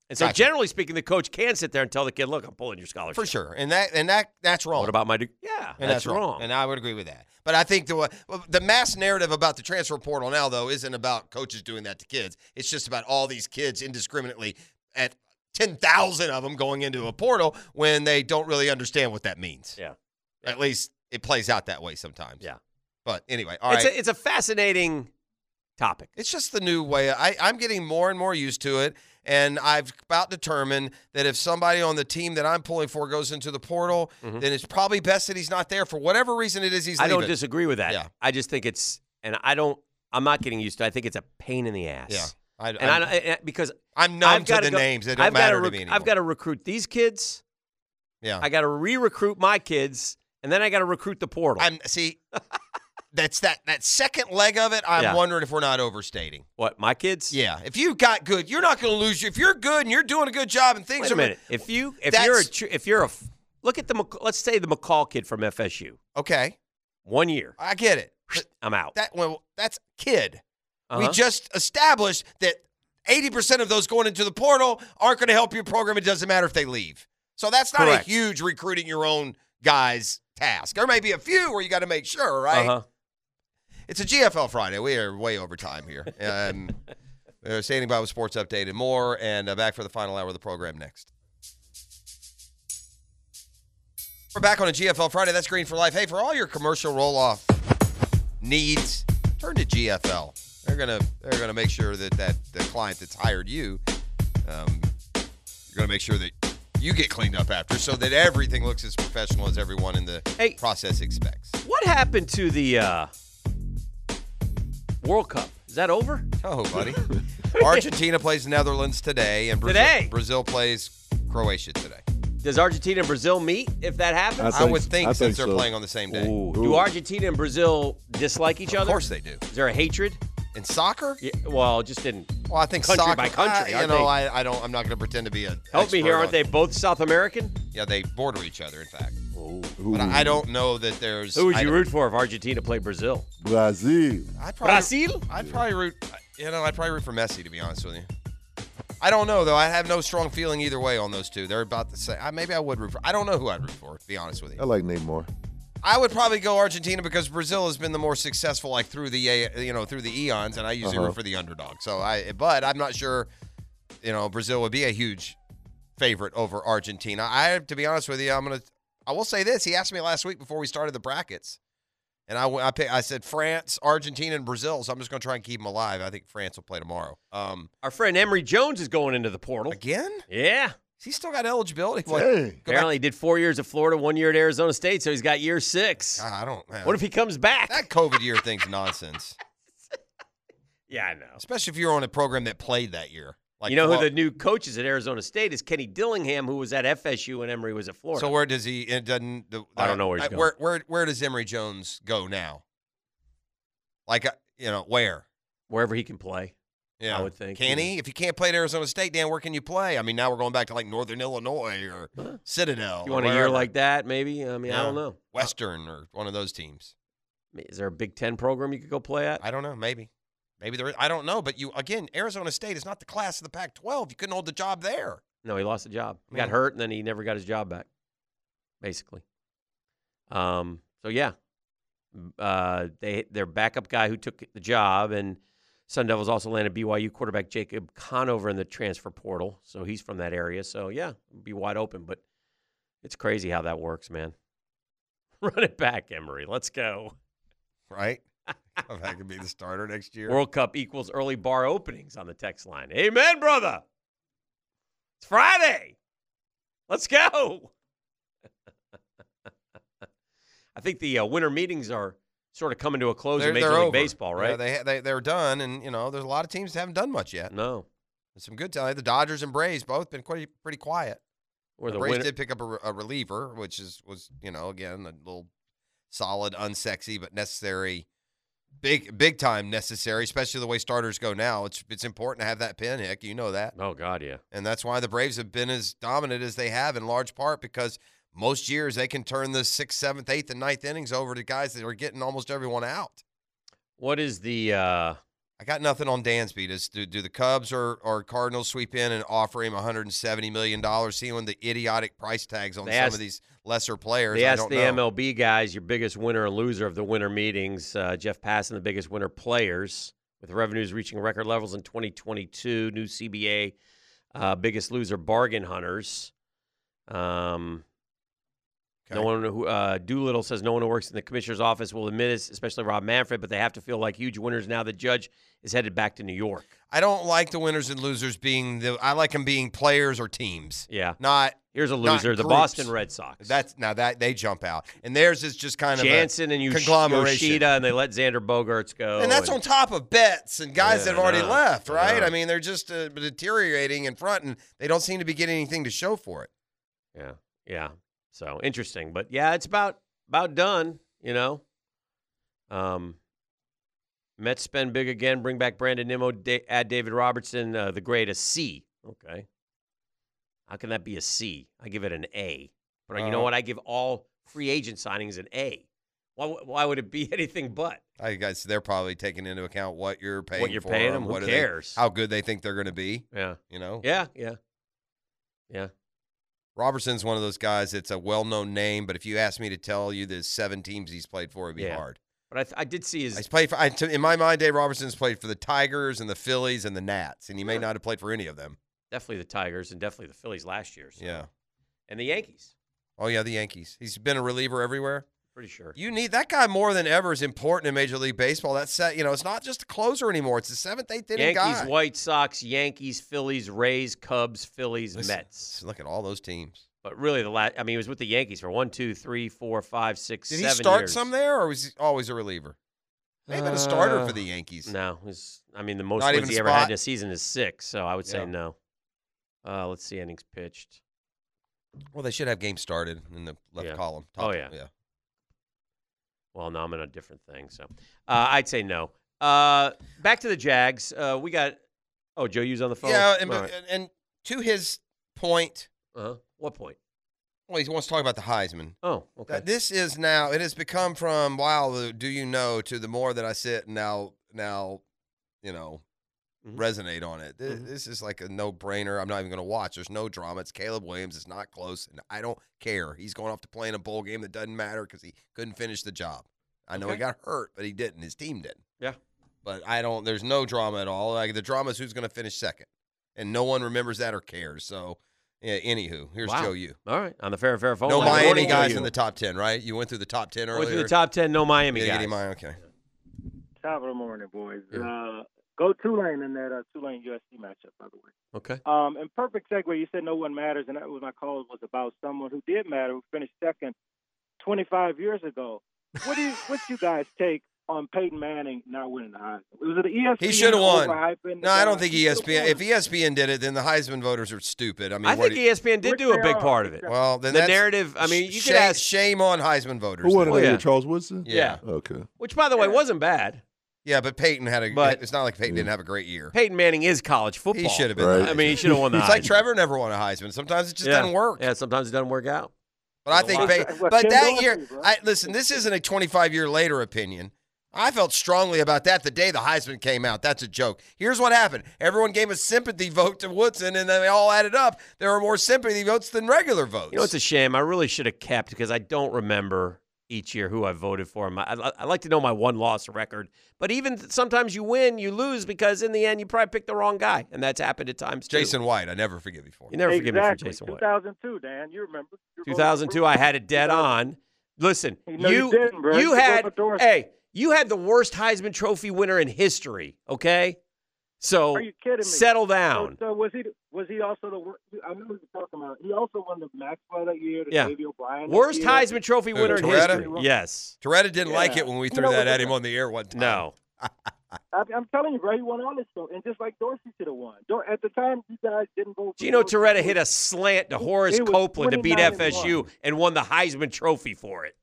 [SPEAKER 9] And so
[SPEAKER 2] Gotcha.
[SPEAKER 9] generally speaking, the coach can sit there and tell the kid, look, I'm pulling your scholarship.
[SPEAKER 2] For sure. And that and that that's wrong.
[SPEAKER 9] What about my degree? Yeah,
[SPEAKER 2] And
[SPEAKER 9] that's,
[SPEAKER 2] that's wrong. And I would agree with that. But I think the wa- the mass narrative about the transfer portal now, though, isn't about coaches doing that to kids. It's just about all these kids indiscriminately at ten thousand of them going into a portal when they don't really understand what that means.
[SPEAKER 9] Yeah.
[SPEAKER 2] At least it plays out that way sometimes.
[SPEAKER 9] Yeah.
[SPEAKER 2] But anyway, all right.
[SPEAKER 9] it's, a, it's a fascinating topic.
[SPEAKER 2] It's just the new way. I, I'm getting more and more used to it. And I've about determined that if somebody on the team that I'm pulling for goes into the portal, then it's probably best that he's not there for whatever reason it is he's
[SPEAKER 9] Mm-hmm. I
[SPEAKER 2] leaving.
[SPEAKER 9] don't disagree with that. I just think it's, and I don't, I'm not getting used to. it. I think it's a pain in the ass.
[SPEAKER 2] Yeah. I-
[SPEAKER 9] and
[SPEAKER 2] I'm-
[SPEAKER 9] I, don't- and- because
[SPEAKER 2] I'm numb
[SPEAKER 9] I've
[SPEAKER 2] to
[SPEAKER 9] gotta
[SPEAKER 2] the names. They don't
[SPEAKER 9] I've gotta
[SPEAKER 2] matter to
[SPEAKER 9] rec-
[SPEAKER 2] me
[SPEAKER 9] I've got to recruit these kids.
[SPEAKER 2] Yeah.
[SPEAKER 9] I got to re-recruit my kids, and then I got to recruit the portal.
[SPEAKER 2] I'm see. <laughs> That's that that second leg of it. I'm
[SPEAKER 9] Yeah.
[SPEAKER 2] wondering if we're not overstating.
[SPEAKER 9] What my kids?
[SPEAKER 2] Yeah. If you got good, you're not going to lose. If you're good and you're doing a good job and things
[SPEAKER 9] Wait a
[SPEAKER 2] are
[SPEAKER 9] minute. If you if
[SPEAKER 2] That's-
[SPEAKER 9] you're a tr- if you're a f- look at the Mc- let's say the McCall kid from FSU.
[SPEAKER 2] Okay.
[SPEAKER 9] One year.
[SPEAKER 2] I get it. But
[SPEAKER 9] I'm out.
[SPEAKER 2] That well, that's kid.
[SPEAKER 9] Uh-huh.
[SPEAKER 2] We just established that 80% of those going into the portal aren't going to help your program. It doesn't matter if they leave. So that's not
[SPEAKER 9] Correct.
[SPEAKER 2] a huge recruiting your own guys task. There may be a few where you got to make sure, right?
[SPEAKER 9] Uh-huh.
[SPEAKER 2] It's a GFL Friday. We are way over time here. Um, uh, standing by with sports update and more, and uh, back for the final hour of the program next. We're back on a GFL Friday. That's Green for Life. Hey, for all your commercial roll-off needs, turn to GFL. They're gonna they're gonna make sure that that the client that's hired you, um, you're gonna make sure that you get cleaned up after, so that everything looks as professional as everyone in the process expects.
[SPEAKER 9] What happened to the uh, World Cup? Is that over?
[SPEAKER 2] Oh,
[SPEAKER 9] <laughs>
[SPEAKER 2] buddy. Argentina plays Netherlands today, and Brazil,
[SPEAKER 9] Today.
[SPEAKER 2] Brazil plays Croatia today.
[SPEAKER 9] Does Argentina and Brazil meet if that happens?
[SPEAKER 2] I, would think since they're playing on the same day.
[SPEAKER 9] Do Argentina and Brazil dislike each other? Of
[SPEAKER 2] course they do.
[SPEAKER 9] Is there a hatred
[SPEAKER 2] in soccer?
[SPEAKER 9] Yeah, well, just in
[SPEAKER 2] Well, I think
[SPEAKER 9] country
[SPEAKER 2] soccer,
[SPEAKER 9] by country.
[SPEAKER 2] I- you
[SPEAKER 9] aren't
[SPEAKER 2] know,
[SPEAKER 9] they?
[SPEAKER 2] I, I don't. I'm not going to pretend to be a.
[SPEAKER 9] help me
[SPEAKER 2] expert
[SPEAKER 9] here. Aren't
[SPEAKER 2] on-
[SPEAKER 9] they both South American?
[SPEAKER 2] Yeah, they border each other. In fact, but I, I don't know that there's.
[SPEAKER 9] Who would
[SPEAKER 2] I
[SPEAKER 9] you
[SPEAKER 2] don't-
[SPEAKER 9] root for if Argentina played Brazil?
[SPEAKER 3] Brazil.
[SPEAKER 2] I'd probably,
[SPEAKER 9] Brazil?
[SPEAKER 2] I'd probably root. You know, I'd probably root for Messi to be honest with you. I don't know though. I have no strong feeling either way on those two. They're about the same. I, maybe I would root for. I don't know who I'd root for. To be honest with you.
[SPEAKER 3] I like Neymar.
[SPEAKER 2] I would probably go Argentina because Brazil has been the more successful, like through the uh, you know through the eons, and I usually
[SPEAKER 3] Uh-huh.
[SPEAKER 2] root for the underdog. So I, but I'm not sure, you know, Brazil would be a huge favorite over Argentina. I, to be honest with you, I'm gonna, I will say this. He asked me last week before we started the brackets, and I w- I, pick, I said France, Argentina, and Brazil. So I'm just gonna try and keep them alive. I think France will play tomorrow. Um,
[SPEAKER 9] Our friend Emery Jones is going into the portal
[SPEAKER 2] again.
[SPEAKER 9] Yeah.
[SPEAKER 2] He's still got eligibility. for
[SPEAKER 3] Dang.
[SPEAKER 9] Apparently, he did four years at Florida, one year at Arizona State, so he's got year six.
[SPEAKER 2] I don't. man.
[SPEAKER 9] What if he comes back?
[SPEAKER 2] That COVID year thing's nonsense.
[SPEAKER 9] <laughs> Yeah, I know.
[SPEAKER 2] Especially if you're on a program that played that year.
[SPEAKER 9] you know
[SPEAKER 2] well-
[SPEAKER 9] who the new coach is at Arizona State is Kenny Dillingham, who was at FSU when Emory was at Florida.
[SPEAKER 2] So where does he? It doesn't. The,
[SPEAKER 9] I don't know where he's
[SPEAKER 2] uh, Where where where does Emory Jones go now? Like uh, you know where?
[SPEAKER 9] Wherever he can play.
[SPEAKER 2] Yeah,
[SPEAKER 9] I would think.
[SPEAKER 2] Can he? If you can't play at Arizona State, Dan, where can you play? I mean, now we're going back to like Northern Illinois or Citadel.
[SPEAKER 9] If you
[SPEAKER 2] or
[SPEAKER 9] want a year
[SPEAKER 2] wherever.
[SPEAKER 9] like that, maybe? I mean, I
[SPEAKER 2] Yeah.
[SPEAKER 9] don't know.
[SPEAKER 2] Western or one of those teams.
[SPEAKER 9] Is there a Big Ten program you could go play at?
[SPEAKER 2] I don't know. Maybe. Maybe there. Is, I don't know. But you again, Arizona State is not the class of the Pac-12. You couldn't hold the job there.
[SPEAKER 9] No, he lost the job. He got
[SPEAKER 2] Yeah.
[SPEAKER 9] hurt, and then he never got his job back, basically. Um. So yeah, uh, they their backup guy who took the job, and Sun Devils also landed BYU quarterback Jacob Conover in the transfer portal. So he's from that area. So yeah, it'd be wide open. But it's crazy how that works, man. <laughs> Run it back, Emory. Let's go.
[SPEAKER 2] Right. <laughs> that could be the starter next year.
[SPEAKER 9] World Cup equals early bar openings on the text line. Amen, brother. It's Friday. Let's go. <laughs> I think the uh, winter meetings are sort of coming to a close in Major League
[SPEAKER 2] over.
[SPEAKER 9] Baseball, right?
[SPEAKER 2] Yeah, they they they're done, and you know there's a lot of teams that haven't done much yet.
[SPEAKER 9] No,
[SPEAKER 2] there's some good talent. The Dodgers and Braves both been pretty pretty quiet.
[SPEAKER 9] Or
[SPEAKER 2] the,
[SPEAKER 9] the
[SPEAKER 2] Braves
[SPEAKER 9] winner-
[SPEAKER 2] did pick up a, re- a reliever, which is was you know again a little solid, unsexy but necessary, big big time necessary, especially the way starters go now. It's it's important to have that pin hick, you know that.
[SPEAKER 9] Oh God, yeah.
[SPEAKER 2] And that's why the Braves have been as dominant as they have in large part because most years they can turn the sixth, seventh, eighth, and ninth innings over to guys that are getting almost everyone out.
[SPEAKER 9] What is the? uh
[SPEAKER 2] I got nothing on Dansby. Does do, do the Cubs or, or Cardinals sweep in and offer him 170 million dollars? Seeing when the idiotic price tags on
[SPEAKER 9] They
[SPEAKER 2] some
[SPEAKER 9] asked-
[SPEAKER 2] of these lesser players.
[SPEAKER 9] They
[SPEAKER 2] I
[SPEAKER 9] asked
[SPEAKER 2] don't
[SPEAKER 9] the
[SPEAKER 2] know.
[SPEAKER 9] MLB guys your biggest winner and loser of the winter meetings. Uh, Jeff Passan, the biggest winner players, with revenues reaching record levels in 2022. New CBA, uh, biggest loser bargain hunters. Um, No one who uh, Doolittle says no one who works in the commissioner's office will admit it, especially Rob Manfred. But they have to feel like huge winners now. The judge is headed back to New York.
[SPEAKER 2] I don't like the winners and losers being the. I like them being players or teams.
[SPEAKER 9] Yeah.
[SPEAKER 2] Not
[SPEAKER 9] Here's a
[SPEAKER 2] not
[SPEAKER 9] loser, the
[SPEAKER 2] groups.
[SPEAKER 9] Boston Red Sox.
[SPEAKER 2] That's now that they jump out, and theirs is just kind of a
[SPEAKER 9] Jansen and Yosh-
[SPEAKER 2] conglomeration.
[SPEAKER 9] Yoshida, and they let Xander Bogarts go.
[SPEAKER 2] and that's on top of bets and guys
[SPEAKER 9] Yeah,
[SPEAKER 2] that have already
[SPEAKER 9] I know.
[SPEAKER 2] left,
[SPEAKER 9] I
[SPEAKER 2] right?
[SPEAKER 9] know.
[SPEAKER 2] I mean, they're just uh, deteriorating in front, and they don't seem to be getting anything to show for it.
[SPEAKER 9] Yeah. Yeah. So interesting, but yeah, it's about about done. You know, um, Mets spend big again. Bring back Brandon Nimmo. Da- add David Robertson, uh, the great a C. Okay. How can that be a C? I give it an A. But you know
[SPEAKER 2] Uh-huh.
[SPEAKER 9] what? I give all free agent signings an A. Why, w- why would it be <laughs> anything but?
[SPEAKER 2] I guess they're probably taking into account what you're paying.
[SPEAKER 9] you're
[SPEAKER 2] for
[SPEAKER 9] paying them, who
[SPEAKER 2] what are they-
[SPEAKER 9] cares?
[SPEAKER 2] how good they think they're going to be.
[SPEAKER 9] Yeah,
[SPEAKER 2] you know.
[SPEAKER 9] Yeah, yeah, yeah.
[SPEAKER 2] Robertson's one of those guys that's a well-known name, but if you ask me to tell you the seven teams he's played for, it'd be
[SPEAKER 9] Yeah.
[SPEAKER 2] hard.
[SPEAKER 9] But I, th- I did see his.
[SPEAKER 2] He's played for, I, to, in my mind, Dave Robertson's played for the Tigers and the Phillies and the Nats, and he may not have played for any of them.
[SPEAKER 9] definitely the Tigers and definitely the Phillies last year. So.
[SPEAKER 2] Yeah.
[SPEAKER 9] And the Yankees,
[SPEAKER 2] Oh yeah, the Yankees. He's been a reliever everywhere.
[SPEAKER 9] pretty sure.
[SPEAKER 2] You need that guy more than ever is important in Major League Baseball. That's set. You know, it's not just a closer anymore. It's the seventh, eighth inning
[SPEAKER 9] Yankees,
[SPEAKER 2] guy.
[SPEAKER 9] White Sox, Yankees, Phillies, Rays, Cubs, Phillies,
[SPEAKER 2] Listen,
[SPEAKER 9] Mets.
[SPEAKER 2] Look at all those teams.
[SPEAKER 9] But really, the last, I mean, he was with the Yankees for one, two, three, four, five, six,
[SPEAKER 2] Did
[SPEAKER 9] seven
[SPEAKER 2] he start
[SPEAKER 9] years.
[SPEAKER 2] some there, or was he always a reliever? May have been a starter for the Yankees.
[SPEAKER 9] Uh, No, he's, I mean, the most
[SPEAKER 2] Not
[SPEAKER 9] wins
[SPEAKER 2] even a
[SPEAKER 9] he ever had
[SPEAKER 2] spot?
[SPEAKER 9] in a season is six, so I would say
[SPEAKER 2] Yeah.
[SPEAKER 9] no. Uh, let's see, innings pitched.
[SPEAKER 2] Well, they should have games started in the left
[SPEAKER 9] Yeah.
[SPEAKER 2] column.
[SPEAKER 9] Oh, yeah. Well, no, I'm in a different thing, so uh, I'd say no. Uh, back to the Jags. Uh, we got, oh, Joe U's on the phone.
[SPEAKER 2] Yeah, Uh, and,
[SPEAKER 9] All right.
[SPEAKER 2] and, and to his point.
[SPEAKER 9] Uh-huh. What point?
[SPEAKER 2] Well, he wants to talk about the Heisman.
[SPEAKER 9] Oh, okay.
[SPEAKER 2] That this is now it has become from wow, the do you know to the more that I sit and now now, you know,
[SPEAKER 9] Mm-hmm.
[SPEAKER 2] resonate on it. This, this is like a no brainer. I'm not even going to watch. There's no drama. It's Caleb Williams. It's not close, and I don't care. He's going off to play in a bowl game that doesn't matter because he couldn't finish the job. I know
[SPEAKER 9] Okay.
[SPEAKER 2] he got hurt, but he didn't. His team didn't.
[SPEAKER 9] Yeah.
[SPEAKER 2] But I don't. There's no drama at all. Like the drama is who's going to finish second, and no one remembers that or cares. So, yeah. Anywho, here's
[SPEAKER 9] Wow.
[SPEAKER 2] Joe. You.
[SPEAKER 9] All right, on the fair and fair phone.
[SPEAKER 2] No
[SPEAKER 9] line. Good
[SPEAKER 2] Miami
[SPEAKER 9] morning, Joe
[SPEAKER 2] guys
[SPEAKER 9] U.
[SPEAKER 2] in the top ten, right? You went through the top ten earlier.
[SPEAKER 9] Went through the top ten. No Miami
[SPEAKER 2] Giggity
[SPEAKER 9] guys.
[SPEAKER 2] Miami, okay.
[SPEAKER 13] Top of the morning, boys. Uh, go Tulane in that uh, Tulane USC matchup, by the way.
[SPEAKER 9] Okay.
[SPEAKER 13] Um, and perfect segue. You said no one matters, and that was my call was about someone who did matter, who finished second 25 years ago. What
[SPEAKER 9] <laughs>
[SPEAKER 13] do you, what you guys take on Peyton Manning not winning the E Heisman? Was it ESPN?
[SPEAKER 2] He should have won.
[SPEAKER 13] overhyping the
[SPEAKER 2] No, I
[SPEAKER 13] guy?
[SPEAKER 2] don't think E
[SPEAKER 13] He should've
[SPEAKER 2] ESPN.
[SPEAKER 13] won.
[SPEAKER 2] If ESPN did it, then the Heisman voters are stupid. I mean,
[SPEAKER 9] I
[SPEAKER 2] what
[SPEAKER 9] think E
[SPEAKER 2] do you-
[SPEAKER 9] ESPN did do a big part of it.
[SPEAKER 2] Well, then
[SPEAKER 9] the
[SPEAKER 2] that's-
[SPEAKER 9] narrative. I mean, you
[SPEAKER 2] shame,
[SPEAKER 9] could ask. Oh,
[SPEAKER 2] shame on Heisman voters.
[SPEAKER 3] Who won it
[SPEAKER 2] then.
[SPEAKER 3] that year? Charles Woodson?
[SPEAKER 2] Yeah.
[SPEAKER 3] Okay.
[SPEAKER 9] Which, by the way, wasn't bad.
[SPEAKER 2] Yeah, but Peyton had a.
[SPEAKER 9] But-
[SPEAKER 2] it's not like Peyton didn't have a great year.
[SPEAKER 9] Peyton Manning is college football.
[SPEAKER 2] He should have been. the
[SPEAKER 9] I mean, he
[SPEAKER 2] Heisman.
[SPEAKER 9] should have won the
[SPEAKER 2] It's like
[SPEAKER 9] Heisman.
[SPEAKER 2] Trevor never won a Heisman. Sometimes it just
[SPEAKER 9] Yeah.
[SPEAKER 2] doesn't work.
[SPEAKER 9] Yeah, sometimes it doesn't work out.
[SPEAKER 2] But I think,
[SPEAKER 8] Well,
[SPEAKER 2] Bay-
[SPEAKER 8] well,
[SPEAKER 2] but
[SPEAKER 8] Ken
[SPEAKER 2] that
[SPEAKER 8] Dorsey,
[SPEAKER 2] year, I, listen, this isn't a 25 year later opinion. I felt strongly about that the day the Heisman came out. That's a joke. Here's what happened: everyone gave a sympathy vote to Woodson, and then they all added up. There were more sympathy votes than regular votes.
[SPEAKER 9] You know, it's a shame. I really should have kept because I don't remember each year who I voted for. My, I, I like to know my one loss record. But even th- sometimes you win, you lose because in the end you probably picked the wrong guy, and that's happened at times. Too.
[SPEAKER 2] Jason White, I never forgive you for.
[SPEAKER 9] You never forgive me for
[SPEAKER 13] Exactly.
[SPEAKER 9] Jason White.
[SPEAKER 13] 2002, Dan. You remember?
[SPEAKER 9] 2002, I had it dead on. Listen,
[SPEAKER 13] No, you
[SPEAKER 9] you
[SPEAKER 13] didn't, bro.
[SPEAKER 9] you
[SPEAKER 13] You
[SPEAKER 9] had
[SPEAKER 13] voted for Dorsey.
[SPEAKER 9] hey, you had the worst Heisman Trophy winner in history. Okay, so
[SPEAKER 13] Are you kidding me?
[SPEAKER 9] settle down.
[SPEAKER 13] So, so was he? Was he also the? wor- I know what you're talking about. He also won the Maxwell that year. The
[SPEAKER 9] Yeah.
[SPEAKER 13] Davey O'Brien. that
[SPEAKER 9] Worst
[SPEAKER 13] year.
[SPEAKER 9] Heisman Trophy
[SPEAKER 2] Who,
[SPEAKER 9] winner in
[SPEAKER 2] Toretta?
[SPEAKER 9] history. Yes,
[SPEAKER 2] Toretta didn't like it when we
[SPEAKER 13] You
[SPEAKER 2] threw
[SPEAKER 13] know
[SPEAKER 2] that
[SPEAKER 13] what
[SPEAKER 2] at
[SPEAKER 13] the-
[SPEAKER 2] him on the air one time.
[SPEAKER 9] No,
[SPEAKER 13] I, I'm telling you, bro, he won all this stuff, and just like Dorsey should have won. Dor- at the time, you guys didn't vote. for
[SPEAKER 9] Gino
[SPEAKER 13] Dorsey.
[SPEAKER 9] Toretta hit a slant to Horace
[SPEAKER 13] it was
[SPEAKER 9] Copeland to beat
[SPEAKER 13] 29 and
[SPEAKER 9] FSU and won the Heisman Trophy for it.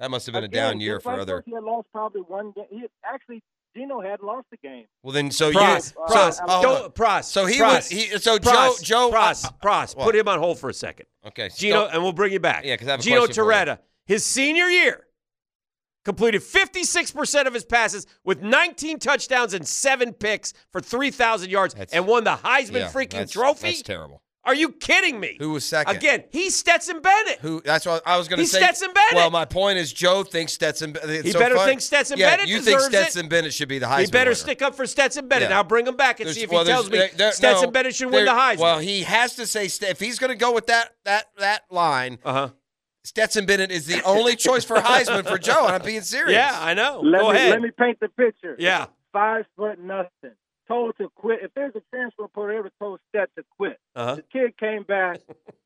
[SPEAKER 2] That must have been a
[SPEAKER 13] Again,
[SPEAKER 2] <laughs> down year
[SPEAKER 13] just
[SPEAKER 2] for
[SPEAKER 13] like
[SPEAKER 2] other.
[SPEAKER 13] Dorsey had lost probably one game. He had, actually, Gino had lost the game. Uh,
[SPEAKER 2] Well, then, so
[SPEAKER 9] Pross,
[SPEAKER 2] you,
[SPEAKER 9] Pross,
[SPEAKER 2] so,
[SPEAKER 9] don't-
[SPEAKER 2] hold on.
[SPEAKER 9] Pross,
[SPEAKER 2] So he
[SPEAKER 9] Pross,
[SPEAKER 2] was. He, so
[SPEAKER 9] Pross,
[SPEAKER 2] Joe, Joe,
[SPEAKER 9] Pross, Pross,
[SPEAKER 2] what?
[SPEAKER 9] put him on hold for a second.
[SPEAKER 2] Okay,
[SPEAKER 9] Gino,
[SPEAKER 2] so-
[SPEAKER 9] and we'll bring you back.
[SPEAKER 2] Yeah, 'cause I have a
[SPEAKER 9] Gino
[SPEAKER 2] question for you.
[SPEAKER 9] Toretta, his senior year, completed 56% of his passes with 19 touchdowns and seven picks for 3,000 yards and won the Heisman
[SPEAKER 2] Yeah,
[SPEAKER 9] freaking
[SPEAKER 2] that's-
[SPEAKER 9] trophy?
[SPEAKER 2] That's terrible.
[SPEAKER 9] Are you kidding me?
[SPEAKER 2] Who was second?
[SPEAKER 9] Again, he's Stetson Bennett.
[SPEAKER 2] Who? That's what I was going to
[SPEAKER 9] He's
[SPEAKER 2] say.
[SPEAKER 9] Stetson Bennett.
[SPEAKER 2] Well, my point is, Joe thinks Stetson. It's
[SPEAKER 9] He
[SPEAKER 2] so
[SPEAKER 9] better
[SPEAKER 2] fun-
[SPEAKER 9] think Stetson
[SPEAKER 2] yeah,
[SPEAKER 9] Bennett
[SPEAKER 2] You think
[SPEAKER 9] deserves it.
[SPEAKER 2] Stetson Bennett should be the Heisman?
[SPEAKER 9] he better
[SPEAKER 2] winner.
[SPEAKER 9] stick up for Stetson Bennett.
[SPEAKER 2] Yeah.
[SPEAKER 9] Now bring him back and see
[SPEAKER 2] There's-
[SPEAKER 9] if
[SPEAKER 2] well,
[SPEAKER 9] he
[SPEAKER 2] there's-
[SPEAKER 9] tells me
[SPEAKER 2] there- there-
[SPEAKER 9] Stetson
[SPEAKER 2] no,
[SPEAKER 9] Bennett should win the
[SPEAKER 2] there-
[SPEAKER 9] Heisman.
[SPEAKER 2] Well, he has to say St- if he's going to go with that that that line.
[SPEAKER 9] Uh-huh.
[SPEAKER 2] Stetson Bennett is the only choice for Heisman for Joe, and I'm being serious.
[SPEAKER 9] Yeah, I know.
[SPEAKER 13] Let
[SPEAKER 9] Go
[SPEAKER 13] me
[SPEAKER 9] ahead.
[SPEAKER 13] let me paint the picture.
[SPEAKER 9] Yeah.
[SPEAKER 13] Five foot nothing. Told to quit. If there's a transfer portal, ever told Stet to quit.
[SPEAKER 9] Uh-huh.
[SPEAKER 13] The kid came
[SPEAKER 9] <laughs>
[SPEAKER 13] back,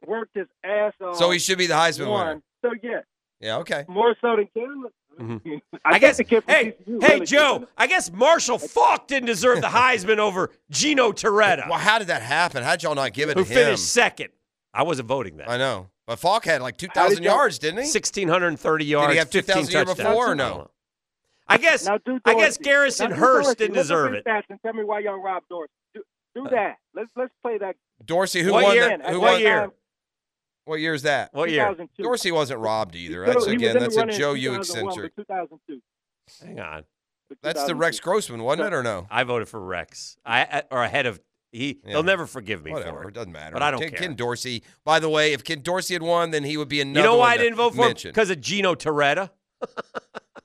[SPEAKER 13] worked his ass off.
[SPEAKER 2] So he should be the Heisman winner.
[SPEAKER 13] won. So yeah,
[SPEAKER 2] Yeah. Okay.
[SPEAKER 13] more so than Cam.
[SPEAKER 9] I,
[SPEAKER 13] think
[SPEAKER 9] guess.
[SPEAKER 13] the kid from
[SPEAKER 9] Hey,
[SPEAKER 13] TCU
[SPEAKER 9] hey,
[SPEAKER 13] really
[SPEAKER 9] Joe. I guess Marshall Falk didn't
[SPEAKER 13] <laughs>
[SPEAKER 9] deserve the Heisman over Gino Toretta,
[SPEAKER 2] Well, how did that happen? How'd y'all not give it
[SPEAKER 9] who
[SPEAKER 2] to him?
[SPEAKER 9] finished second. I wasn't voting that.
[SPEAKER 2] I know. But Falk had like 2,000 yards, didn't he?
[SPEAKER 9] Sixteen hundred and thirty yards.
[SPEAKER 2] Did he have
[SPEAKER 9] 15
[SPEAKER 2] 2,000 year
[SPEAKER 9] touchdowns. I
[SPEAKER 2] before or
[SPEAKER 9] don't
[SPEAKER 2] no?
[SPEAKER 9] know. I guess.
[SPEAKER 13] Now do
[SPEAKER 9] I guess
[SPEAKER 13] Dorsey.
[SPEAKER 9] Garrison
[SPEAKER 13] Now do
[SPEAKER 9] Hurst
[SPEAKER 13] Dorsey.
[SPEAKER 9] didn't
[SPEAKER 13] Look up
[SPEAKER 9] deserve
[SPEAKER 13] his
[SPEAKER 9] it. Uh,
[SPEAKER 13] stats and tell me why y'all robbed Dorsey. Do, do that. Let's let's play that.
[SPEAKER 2] Dorsey, who
[SPEAKER 9] What
[SPEAKER 2] won
[SPEAKER 9] year?
[SPEAKER 2] that? Who
[SPEAKER 9] What
[SPEAKER 2] won-
[SPEAKER 9] year?
[SPEAKER 2] What year is that?
[SPEAKER 9] What year?
[SPEAKER 13] 2002.
[SPEAKER 2] Dorsey wasn't robbed either.
[SPEAKER 13] So
[SPEAKER 2] That's
[SPEAKER 13] he was
[SPEAKER 2] again,
[SPEAKER 13] in the
[SPEAKER 2] that's a
[SPEAKER 13] running in
[SPEAKER 2] Joe U
[SPEAKER 13] 2001,
[SPEAKER 2] eccentric.
[SPEAKER 13] but 2002.
[SPEAKER 9] Hang on.
[SPEAKER 13] but
[SPEAKER 2] That's the
[SPEAKER 13] 2002.
[SPEAKER 2] Rex Grossman, wasn't it, or no?
[SPEAKER 9] I voted for Rex. I- I or ahead of he.
[SPEAKER 2] Yeah.
[SPEAKER 9] They'll never forgive me
[SPEAKER 2] Whatever,
[SPEAKER 9] for
[SPEAKER 2] it doesn't matter.
[SPEAKER 9] But I don't
[SPEAKER 2] Ken,
[SPEAKER 9] care.
[SPEAKER 2] Ken Dorsey. By the way, if Ken Dorsey had won, then he would be another.
[SPEAKER 9] You know
[SPEAKER 2] one
[SPEAKER 9] why I
[SPEAKER 2] to
[SPEAKER 9] didn't vote for him?
[SPEAKER 2] mention.
[SPEAKER 9] Because of Gino Toretta.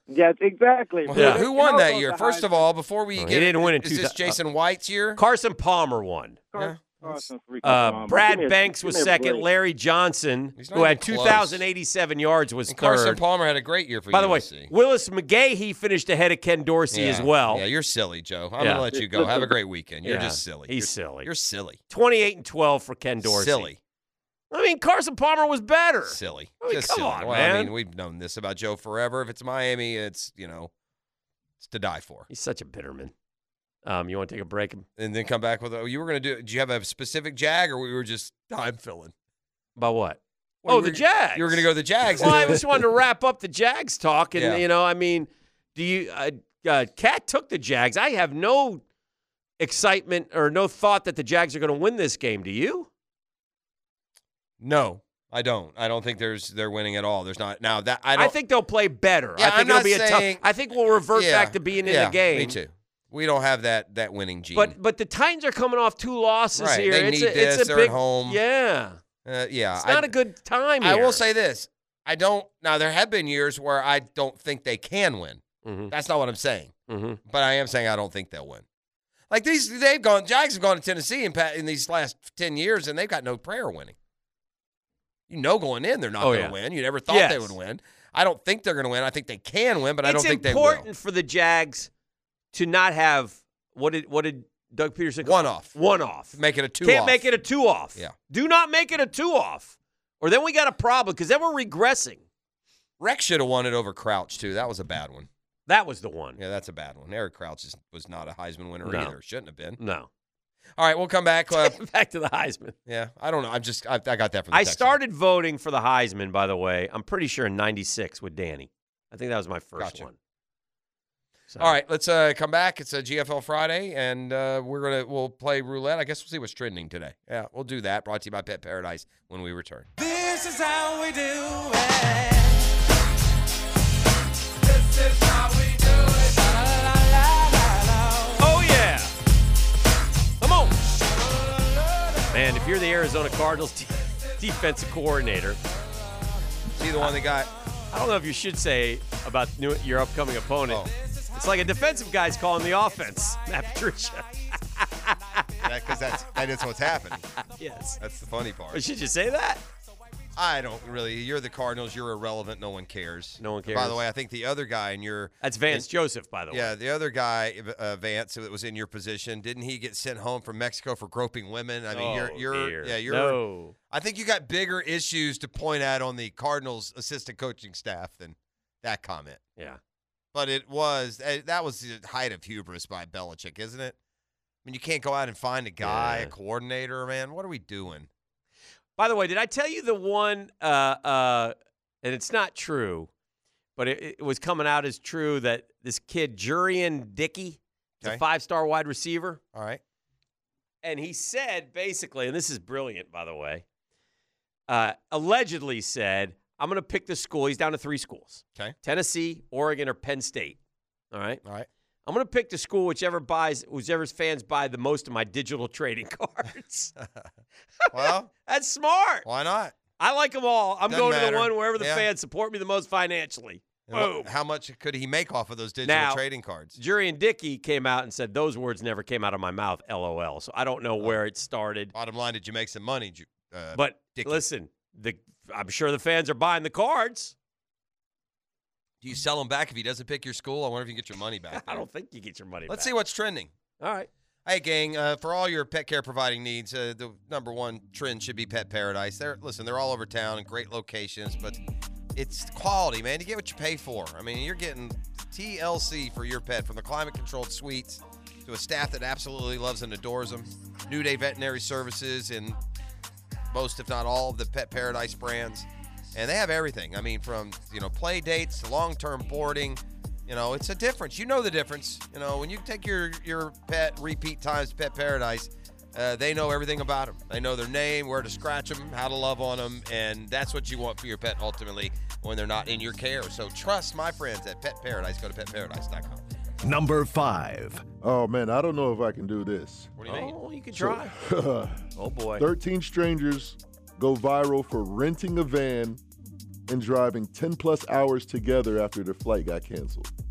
[SPEAKER 13] Yes, exactly.
[SPEAKER 2] Well,
[SPEAKER 9] Yeah.
[SPEAKER 2] who, who
[SPEAKER 13] And
[SPEAKER 2] won
[SPEAKER 13] all
[SPEAKER 2] that
[SPEAKER 13] those
[SPEAKER 2] year?
[SPEAKER 13] are
[SPEAKER 2] First of
[SPEAKER 13] Heisman.
[SPEAKER 2] all, before we
[SPEAKER 9] He
[SPEAKER 2] get
[SPEAKER 9] didn't win in uh,
[SPEAKER 2] is this
[SPEAKER 9] 2000
[SPEAKER 2] Jason White's year?
[SPEAKER 9] Carson Palmer won.
[SPEAKER 13] Carson-
[SPEAKER 2] Yeah.
[SPEAKER 13] Carson freaking
[SPEAKER 9] Uh,
[SPEAKER 13] Palmer.
[SPEAKER 9] Brad
[SPEAKER 13] Give me a-
[SPEAKER 9] Banks
[SPEAKER 13] give
[SPEAKER 9] was
[SPEAKER 13] me a
[SPEAKER 9] second.
[SPEAKER 13] break.
[SPEAKER 9] Larry Johnson,
[SPEAKER 2] He's not
[SPEAKER 9] who had
[SPEAKER 2] even close.
[SPEAKER 9] 2,087 yards, was
[SPEAKER 2] And Carson
[SPEAKER 9] third.
[SPEAKER 2] Palmer had a great year for
[SPEAKER 9] By the way,
[SPEAKER 2] USC.
[SPEAKER 9] Willis McGay he finished ahead of Ken Dorsey
[SPEAKER 2] yeah.
[SPEAKER 9] as well.
[SPEAKER 2] Yeah, you're silly, Joe. I'm
[SPEAKER 9] Yeah.
[SPEAKER 2] gonna let you go. Have a great weekend. You're
[SPEAKER 9] Yeah.
[SPEAKER 2] just silly.
[SPEAKER 9] He's
[SPEAKER 2] You're-
[SPEAKER 9] silly.
[SPEAKER 2] You're silly.
[SPEAKER 9] 28 and 12 for Ken Dorsey.
[SPEAKER 2] Silly.
[SPEAKER 9] I mean, Carson Palmer was better.
[SPEAKER 2] Silly.
[SPEAKER 9] I mean,
[SPEAKER 2] Just
[SPEAKER 9] come
[SPEAKER 2] silly.
[SPEAKER 9] on,
[SPEAKER 2] well, I
[SPEAKER 9] man.
[SPEAKER 2] mean, we've known this about Joe forever. If it's Miami, it's you know, it's to die for.
[SPEAKER 9] He's such a bitterman. Um, you want to take a break?
[SPEAKER 2] And then come back with oh, you were gonna do. Did you have a specific jag, or we were just time filling?
[SPEAKER 9] About what?
[SPEAKER 2] Well,
[SPEAKER 9] oh,
[SPEAKER 2] you
[SPEAKER 9] the
[SPEAKER 2] were-
[SPEAKER 9] Jags.
[SPEAKER 2] You were gonna go to the Jags.
[SPEAKER 9] Well, I just wanted to wrap up the Jags talk, and
[SPEAKER 2] Yeah.
[SPEAKER 9] you know, I mean, do you? Uh, uh, Cat took the Jags. I have no excitement or no thought that the Jags are going to win this game. Do you?
[SPEAKER 2] <laughs> No, I don't. I don't think there's they're winning at all. There's not now that I
[SPEAKER 9] I,
[SPEAKER 2] don't.
[SPEAKER 9] think they'll play better.
[SPEAKER 2] Yeah,
[SPEAKER 9] I think
[SPEAKER 2] I'm
[SPEAKER 9] it'll
[SPEAKER 2] not
[SPEAKER 9] be a
[SPEAKER 2] saying-
[SPEAKER 9] tough. I think we'll revert
[SPEAKER 2] Yeah,
[SPEAKER 9] back to being in
[SPEAKER 2] yeah,
[SPEAKER 9] the game.
[SPEAKER 2] Me too. We don't have that that winning gene.
[SPEAKER 9] But but the Titans are coming off two losses
[SPEAKER 2] Right,
[SPEAKER 9] here.
[SPEAKER 2] they
[SPEAKER 9] it's
[SPEAKER 2] need
[SPEAKER 9] a, it's a
[SPEAKER 2] this, they're at
[SPEAKER 9] big
[SPEAKER 2] home.
[SPEAKER 9] Yeah,
[SPEAKER 2] uh, yeah,
[SPEAKER 9] it's not
[SPEAKER 2] I-
[SPEAKER 9] a good time.
[SPEAKER 2] I will
[SPEAKER 9] here.
[SPEAKER 2] say this: I don't. Now there have been years where I don't think they can win.
[SPEAKER 9] Mhm.
[SPEAKER 2] That's not what I'm saying.
[SPEAKER 9] Mhm.
[SPEAKER 2] But I am saying I don't think they'll win. Like these, they've gone. Jags have gone to Tennessee in, pa- in these last ten years, and they've got no prayer of winning. You know, going in, they're not
[SPEAKER 9] Oh,
[SPEAKER 2] going to
[SPEAKER 9] yeah.
[SPEAKER 2] win. You never thought they
[SPEAKER 9] Yes.
[SPEAKER 2] would win. I don't think they're going to win. I think they can win, but I don't
[SPEAKER 9] it's
[SPEAKER 2] think they will.
[SPEAKER 9] important for the Jags to not have what did what did Doug Peterson call
[SPEAKER 2] One
[SPEAKER 9] it?
[SPEAKER 2] off.
[SPEAKER 9] One off.
[SPEAKER 2] Make it a two.
[SPEAKER 9] Can't
[SPEAKER 2] off.
[SPEAKER 9] make it a two off.
[SPEAKER 2] Yeah.
[SPEAKER 9] Do not make it a two off, or then we got a problem because then we're regressing.
[SPEAKER 2] Rex should have won it over Crouch too. That was a bad one.
[SPEAKER 9] That was the one.
[SPEAKER 2] Yeah, that's a bad one. Eric Crouch is, was not a Heisman winner
[SPEAKER 9] No.
[SPEAKER 2] either. Shouldn't have been.
[SPEAKER 9] No.
[SPEAKER 2] All right, we'll come
[SPEAKER 9] <laughs>
[SPEAKER 2] back. Uh,
[SPEAKER 9] Back to the Heisman.
[SPEAKER 2] yeah, I don't know. I'm just I, I got that from. The
[SPEAKER 9] I
[SPEAKER 2] text
[SPEAKER 9] started voting for the Heisman, by the way. I'm pretty sure in '96 with Danny. I think that was my first
[SPEAKER 2] Gotcha.
[SPEAKER 9] one.
[SPEAKER 2] All right, let's uh, come back. It's a GFL Friday, and uh, we're gonna we'll play roulette. I guess we'll see what's trending today. Yeah, we'll do that. Brought to you by Pet Paradise when we return.
[SPEAKER 8] This is how we do it. This is how we do it. La, la, la, la, la, la.
[SPEAKER 9] Oh yeah. Come on. Man, if you're the Arizona Cardinals de- defensive coordinator,
[SPEAKER 2] see the one they got.
[SPEAKER 9] I don't know if you should say about new, your upcoming opponent.
[SPEAKER 2] Oh.
[SPEAKER 9] It's like a defensive guy's calling the offense, <laughs> Matt Patricia.
[SPEAKER 2] Because that's that is what's happening.
[SPEAKER 9] yes,
[SPEAKER 2] that's the funny part.
[SPEAKER 9] Should you say that?
[SPEAKER 2] I don't really. You're the Cardinals. You're irrelevant. No one cares. No one By
[SPEAKER 9] cares.
[SPEAKER 2] the way, I think the other guy in your
[SPEAKER 9] That's Vance Joseph, by the way.
[SPEAKER 2] Yeah, the other guy, uh, Vance, that was in your position. Didn't he get sent home from Mexico for groping women? I mean, you're,
[SPEAKER 9] Oh,
[SPEAKER 2] you're,
[SPEAKER 9] dear.
[SPEAKER 2] yeah, you're.
[SPEAKER 9] No.
[SPEAKER 2] I think you got bigger issues to point at on the Cardinals assistant coaching staff than that comment.
[SPEAKER 9] Yeah.
[SPEAKER 2] But it was eh, that was the height of hubris by Belichick, isn't it? I mean, you can't go out and find a guy, a
[SPEAKER 9] Yeah.
[SPEAKER 2] coordinator, man. What are we doing?
[SPEAKER 9] By the way, did I tell you the one? Uh, uh, and it's not true, but it, it was coming out as true that this kid Jurian Dickey, is
[SPEAKER 2] Okay.
[SPEAKER 9] a five-star wide receiver.
[SPEAKER 2] All right.
[SPEAKER 9] And he said basically, and this is brilliant, by the way. Uh, allegedly said, "I'm going to pick the school." He's down to three schools:
[SPEAKER 2] okay.
[SPEAKER 9] Tennessee, Oregon, or Penn State. All right.
[SPEAKER 2] All right.
[SPEAKER 9] I'm going to pick the school whichever buys, whichever's fans buy the most of my digital trading <laughs> cards.
[SPEAKER 2] <laughs> well,
[SPEAKER 9] <laughs> that's smart.
[SPEAKER 2] Why not?
[SPEAKER 9] I like them all. I'm
[SPEAKER 2] Doesn't
[SPEAKER 9] going to
[SPEAKER 2] matter.
[SPEAKER 9] the one wherever the
[SPEAKER 2] Yeah.
[SPEAKER 9] fans support me the most financially.
[SPEAKER 2] And wha-
[SPEAKER 9] Boom.
[SPEAKER 2] How much could he make off of those digital
[SPEAKER 9] Now-
[SPEAKER 2] trading cards?
[SPEAKER 9] Jury and Dickey came out and said those words never came out of my mouth. LOL. So I don't know where it started.
[SPEAKER 2] Bottom line, did you make some money? Ju- Uh,
[SPEAKER 9] But listen, the I'm sure the fans are buying the cards.
[SPEAKER 2] Do you sell him back if he doesn't pick your school? I wonder if you get your money back.
[SPEAKER 9] <laughs> I don't think you get your money
[SPEAKER 2] Let's
[SPEAKER 9] back.
[SPEAKER 2] see what's trending.
[SPEAKER 9] All right.
[SPEAKER 2] Hey, gang, uh, for all your pet care providing needs, uh, the number one trend should be Pet Paradise. They're listen, they're all over town in great locations, but it's quality, man. You get what you pay for. I mean, you're getting TLC for your pet from the climate controlled suites to a staff that absolutely loves and adores them. New Day Veterinary Services and most, if not all, of the Pet Paradise brands, and they have everything. I mean, from you know play dates to long-term boarding. You know, it's a difference. You know the difference. You know when you take your your pet repeat times to Pet Paradise, uh, they know everything about them. They know their name, where to scratch them, how to love on them, and that's what you want for your pet ultimately when they're not in your care. So trust my friends at Pet Paradise. Go to petparadise.com.
[SPEAKER 3] Number five. Oh man, I don't know if I can do this.
[SPEAKER 2] What do you mean? Oh,
[SPEAKER 9] you can
[SPEAKER 3] try.
[SPEAKER 2] <laughs>
[SPEAKER 9] oh boy.
[SPEAKER 3] 13 strangers go viral for renting a van and driving 10 plus hours together after their flight got canceled.
[SPEAKER 9] <laughs>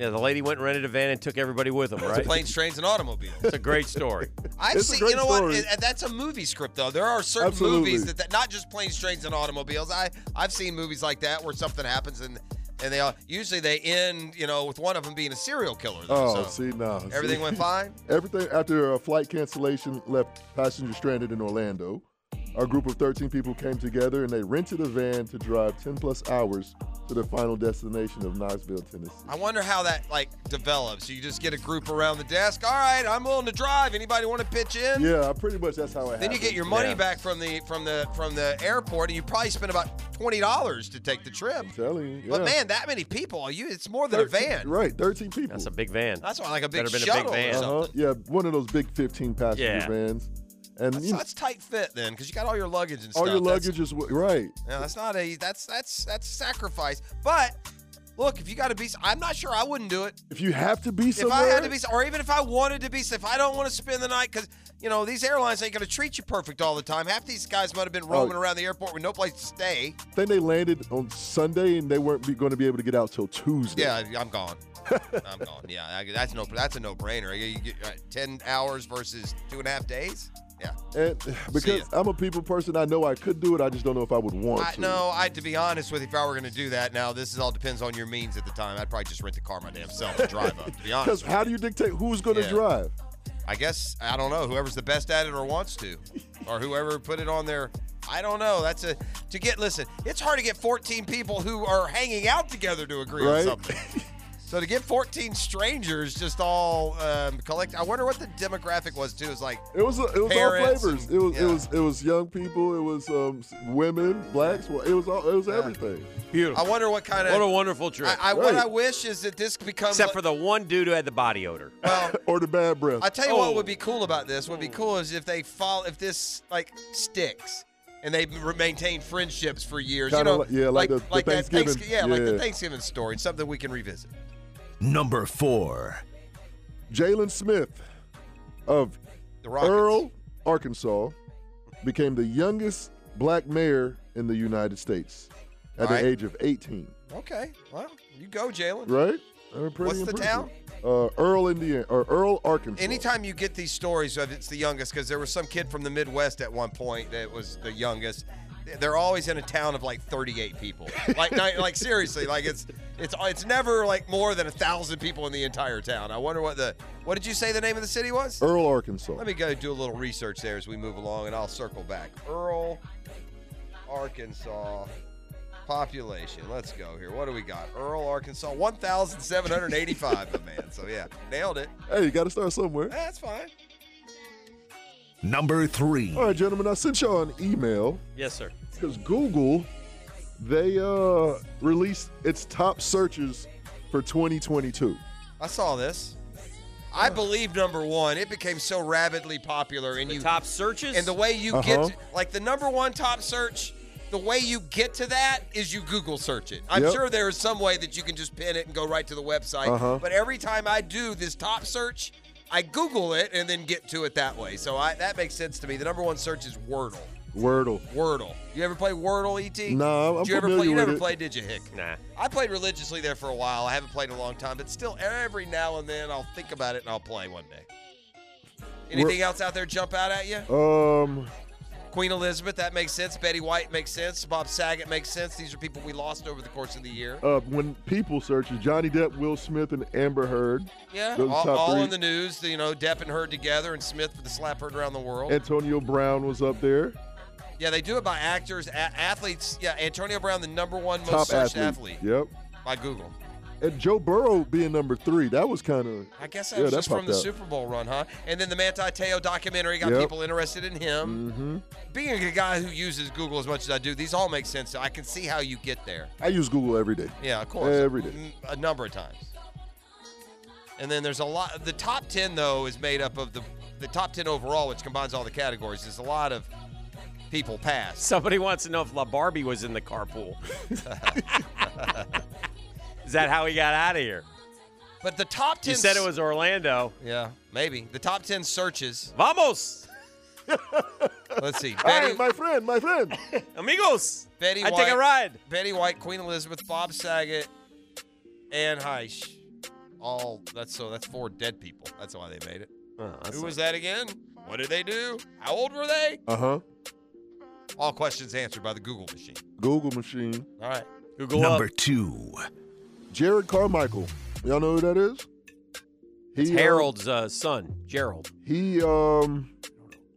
[SPEAKER 9] Yeah, the lady went and rented a van and took everybody with them, right?
[SPEAKER 2] Planes, trains, and automobiles.
[SPEAKER 9] <laughs> It's a great story.
[SPEAKER 2] I've
[SPEAKER 9] It's a
[SPEAKER 2] seen,
[SPEAKER 9] great
[SPEAKER 2] you know what?
[SPEAKER 9] story.
[SPEAKER 2] it- it- That's a movie script, though. There are certain
[SPEAKER 9] Absolutely.
[SPEAKER 2] movies that, that not just planes, trains, and automobiles. I I've seen movies like that where something happens and and they all usually they end, you know, with one of them being a serial killer. Though,
[SPEAKER 3] Oh,
[SPEAKER 2] Mm, so.
[SPEAKER 3] see, no.
[SPEAKER 2] everything
[SPEAKER 3] See?
[SPEAKER 2] went fine.
[SPEAKER 3] <laughs> Everything after a flight cancellation left passengers stranded in Orlando. A group of 13 people came together and they rented a van to drive 10 plus hours to their final destination of Knoxville, Tennessee.
[SPEAKER 2] I wonder how that like develops. You just get a group around the desk. All right, I'm willing to drive. Anybody want to pitch in?
[SPEAKER 3] Yeah, pretty much that's how it
[SPEAKER 2] Then you get your money back from the from the from the airport, and you probably spend about twenty dollars to take the trip.
[SPEAKER 3] telling you,
[SPEAKER 2] But
[SPEAKER 3] yeah.
[SPEAKER 2] man, that many people, you it's more than a
[SPEAKER 3] 13
[SPEAKER 2] van.
[SPEAKER 3] Right, 13 people.
[SPEAKER 9] That's a big van.
[SPEAKER 2] That's why I like a big
[SPEAKER 9] Better been
[SPEAKER 2] shuttle
[SPEAKER 9] a big
[SPEAKER 2] or
[SPEAKER 9] van.
[SPEAKER 2] something.
[SPEAKER 3] Uh-huh. Yeah, one of those big 15 passenger
[SPEAKER 2] Yeah.
[SPEAKER 3] vans. And
[SPEAKER 2] That's,
[SPEAKER 3] you know,
[SPEAKER 2] that's tight fit then, because you got all your luggage and
[SPEAKER 3] all
[SPEAKER 2] stuff.
[SPEAKER 3] your
[SPEAKER 2] That's-
[SPEAKER 3] luggage is w- right.
[SPEAKER 2] yeah, that's not a that's that's that's sacrifice. But look, if you got to be, I'm not sure I wouldn't do it.
[SPEAKER 3] If you have to be
[SPEAKER 2] If
[SPEAKER 3] somewhere,
[SPEAKER 2] I had to be, or even if I wanted to be, if I don't want to spend the night, because you know these airlines ain't going to treat you perfect all the time. Half these guys might have
[SPEAKER 3] Oh.
[SPEAKER 2] been roaming around the airport with no place to stay.
[SPEAKER 3] then they landed on Sunday and they weren't be, going to be able to get out till Tuesday. <sighs>
[SPEAKER 2] Yeah, I'm gone.
[SPEAKER 3] <laughs>
[SPEAKER 2] I'm gone. Yeah, I- that's no, that's a no-brainer. You, you get, uh, Ten hours versus two and a half days. Yeah.
[SPEAKER 3] And because I'm a people person, I know I could do it. I just don't know if I would want
[SPEAKER 2] I,
[SPEAKER 3] to.
[SPEAKER 2] no, I to be honest with you, if I were going to do that now, this is all depends on your means at the time. I'd probably just rent the car my damn self and drive up. To be
[SPEAKER 3] Because
[SPEAKER 2] honest, with you.
[SPEAKER 3] how do you dictate who's going to
[SPEAKER 2] Yeah.
[SPEAKER 3] drive?
[SPEAKER 2] I guess I don't know. Whoever's the best at it or wants to, or whoever put it on their. I don't know. That's a to get. Listen, it's hard to get 14 people who are hanging out together to agree
[SPEAKER 3] <laughs>
[SPEAKER 2] on
[SPEAKER 3] Right?
[SPEAKER 2] something. So to get 14 strangers just all um, collect, I wonder what the demographic was too. It's like
[SPEAKER 3] It was it was
[SPEAKER 2] parents
[SPEAKER 3] all flavors.
[SPEAKER 2] and-
[SPEAKER 3] It was
[SPEAKER 2] yeah.
[SPEAKER 3] it was it was young people. It was um, s- women, blacks. well, It was all it was everything.
[SPEAKER 2] I wonder what kind of
[SPEAKER 9] What a wonderful trip.
[SPEAKER 2] I, I- What I wish is that this becomes
[SPEAKER 9] Except for the one dude who had the body odor.
[SPEAKER 3] <laughs>
[SPEAKER 9] Oh.
[SPEAKER 3] or the bad breath.
[SPEAKER 2] I tell you what would be cool about this. What would be cool is if they fall, if this like sticks and they re- maintain friendships for years.
[SPEAKER 3] Kinda
[SPEAKER 2] you know,
[SPEAKER 3] like- yeah, like the- the
[SPEAKER 2] like that
[SPEAKER 3] Thanksgiving.
[SPEAKER 2] Thanksgi- yeah, like the
[SPEAKER 3] Yeah.
[SPEAKER 2] Thanksgiving story. Something we can revisit.
[SPEAKER 7] Number four.
[SPEAKER 3] Jalen Smith of
[SPEAKER 2] Rockets.
[SPEAKER 3] Earl, Arkansas, became the youngest black mayor in the United States at
[SPEAKER 2] All right.
[SPEAKER 3] the age of 18.
[SPEAKER 2] Okay, well, you go, Jalen.
[SPEAKER 3] Right? Uh, pretty
[SPEAKER 2] What's the
[SPEAKER 3] impressive.
[SPEAKER 2] town?
[SPEAKER 3] Uh, Earl, Indiana, or Earl, Arkansas.
[SPEAKER 2] Anytime you get these stories of it's the youngest, because there was some kid from the Midwest at one point that was the youngest. They're always in a town of like 38 people. Like, not, like seriously, like it's it's it's never like more than a thousand people in the entire town. I wonder what the what did you say the name of the city was?
[SPEAKER 3] Earl, Arkansas.
[SPEAKER 2] Let me go do a little research there as we move along, and I'll circle back. Earl, Arkansas, population. Let's go here. What do we got? Earl, Arkansas, 1,785, my man. So yeah, nailed it.
[SPEAKER 3] Hey, you got to start somewhere.
[SPEAKER 2] That's fine.
[SPEAKER 7] Number three.
[SPEAKER 3] All right, gentlemen, I sent y'all an email
[SPEAKER 9] Yes, sir.
[SPEAKER 3] because Google they uh released its top searches for 2022.
[SPEAKER 2] I saw this. I believe number one. It became so rapidly popular, and you
[SPEAKER 9] top searches,
[SPEAKER 2] and the way you
[SPEAKER 3] Uh-huh.
[SPEAKER 2] get to, like the number one top search. The way you get to that is you Google search it. I'm
[SPEAKER 3] Yep.
[SPEAKER 2] sure there is some way that you can just pin it and go right to the website.
[SPEAKER 3] Uh-huh.
[SPEAKER 2] But every time I do this top search, I Google it and then get to it that way. So I, that makes sense to me. The number one search is Wordle.
[SPEAKER 3] Wordle.
[SPEAKER 2] Wordle. You ever play Wordle, ET?
[SPEAKER 3] Nah, I'm- I'm
[SPEAKER 2] Did you ever play?
[SPEAKER 3] familiar
[SPEAKER 2] You never
[SPEAKER 3] with it.
[SPEAKER 2] played, did you, Hick?
[SPEAKER 9] Nah.
[SPEAKER 2] I played religiously there for a while. I haven't played in a long time, but still, every now and then I'll think about it and I'll play one day. Anything
[SPEAKER 3] We're-
[SPEAKER 2] else out there jump out at you?
[SPEAKER 3] Um,
[SPEAKER 2] Queen Elizabeth, that makes sense. Betty White makes sense. Bob Saget makes sense. These are people we lost over the course of the year.
[SPEAKER 3] uh, when people searches Johnny Depp, Will Smith, and Amber Heard.
[SPEAKER 2] Yeah,
[SPEAKER 3] Those
[SPEAKER 2] all,
[SPEAKER 3] top
[SPEAKER 2] all
[SPEAKER 3] three.
[SPEAKER 2] in the news. You know, Depp and Heard together, and Smith for the slap heard around the world.
[SPEAKER 3] Antonio Brown was up there.
[SPEAKER 2] yeah, they do it by actors, a- athletes. Yeah, Antonio Brown, the number one most
[SPEAKER 3] Top
[SPEAKER 2] searched
[SPEAKER 3] athlete.
[SPEAKER 2] athlete,
[SPEAKER 3] Yep.
[SPEAKER 2] by Google.
[SPEAKER 3] And Joe Burrow being number three. That was kind of.
[SPEAKER 2] I guess that was just from the Super Bowl run, huh? And then the Manti Te'o documentary got
[SPEAKER 3] Yep.
[SPEAKER 2] people interested in him.
[SPEAKER 3] Mm-hmm.
[SPEAKER 2] Being a guy who uses Google as much as I do, these all make sense. I can see how you get there.
[SPEAKER 3] I use Google every day.
[SPEAKER 2] Yeah, of course. Mm.
[SPEAKER 3] Every day.
[SPEAKER 2] M- A number of times. And then there's a lot. The top 10, though, is made up of the, the top 10 overall, which combines all the categories. There's a lot of people pass.
[SPEAKER 9] Somebody wants to know if La Barbie was in the
[SPEAKER 2] <laughs>
[SPEAKER 9] carpool. <laughs> Is that how he got out of here?
[SPEAKER 2] But the top 10.
[SPEAKER 9] You said it was Orlando.
[SPEAKER 2] Yeah, maybe. The top 10 searches.
[SPEAKER 9] Vamos,
[SPEAKER 3] <laughs>
[SPEAKER 2] Let's see.
[SPEAKER 3] Hey,
[SPEAKER 2] Betty,
[SPEAKER 3] my friend, my
[SPEAKER 2] <laughs>
[SPEAKER 3] friend.
[SPEAKER 9] amigos.
[SPEAKER 2] Betty
[SPEAKER 9] I
[SPEAKER 2] White.
[SPEAKER 9] take a ride.
[SPEAKER 2] Betty White, Queen Elizabeth, Bob Saget, Anne Heich. All that's so that's four dead people. That's why they made it.
[SPEAKER 9] Oh,
[SPEAKER 2] Who was that again? What did they do? How old were they?
[SPEAKER 3] Uh huh.
[SPEAKER 2] All questions answered by the Google machine.
[SPEAKER 3] Google machine.
[SPEAKER 2] All right.
[SPEAKER 9] Google
[SPEAKER 7] Number
[SPEAKER 9] up.
[SPEAKER 7] two.
[SPEAKER 3] Jared Carmichael. Y'all know who that is? He,
[SPEAKER 9] It's
[SPEAKER 3] uh,
[SPEAKER 9] Harold's uh, son, Gerald.
[SPEAKER 3] he um,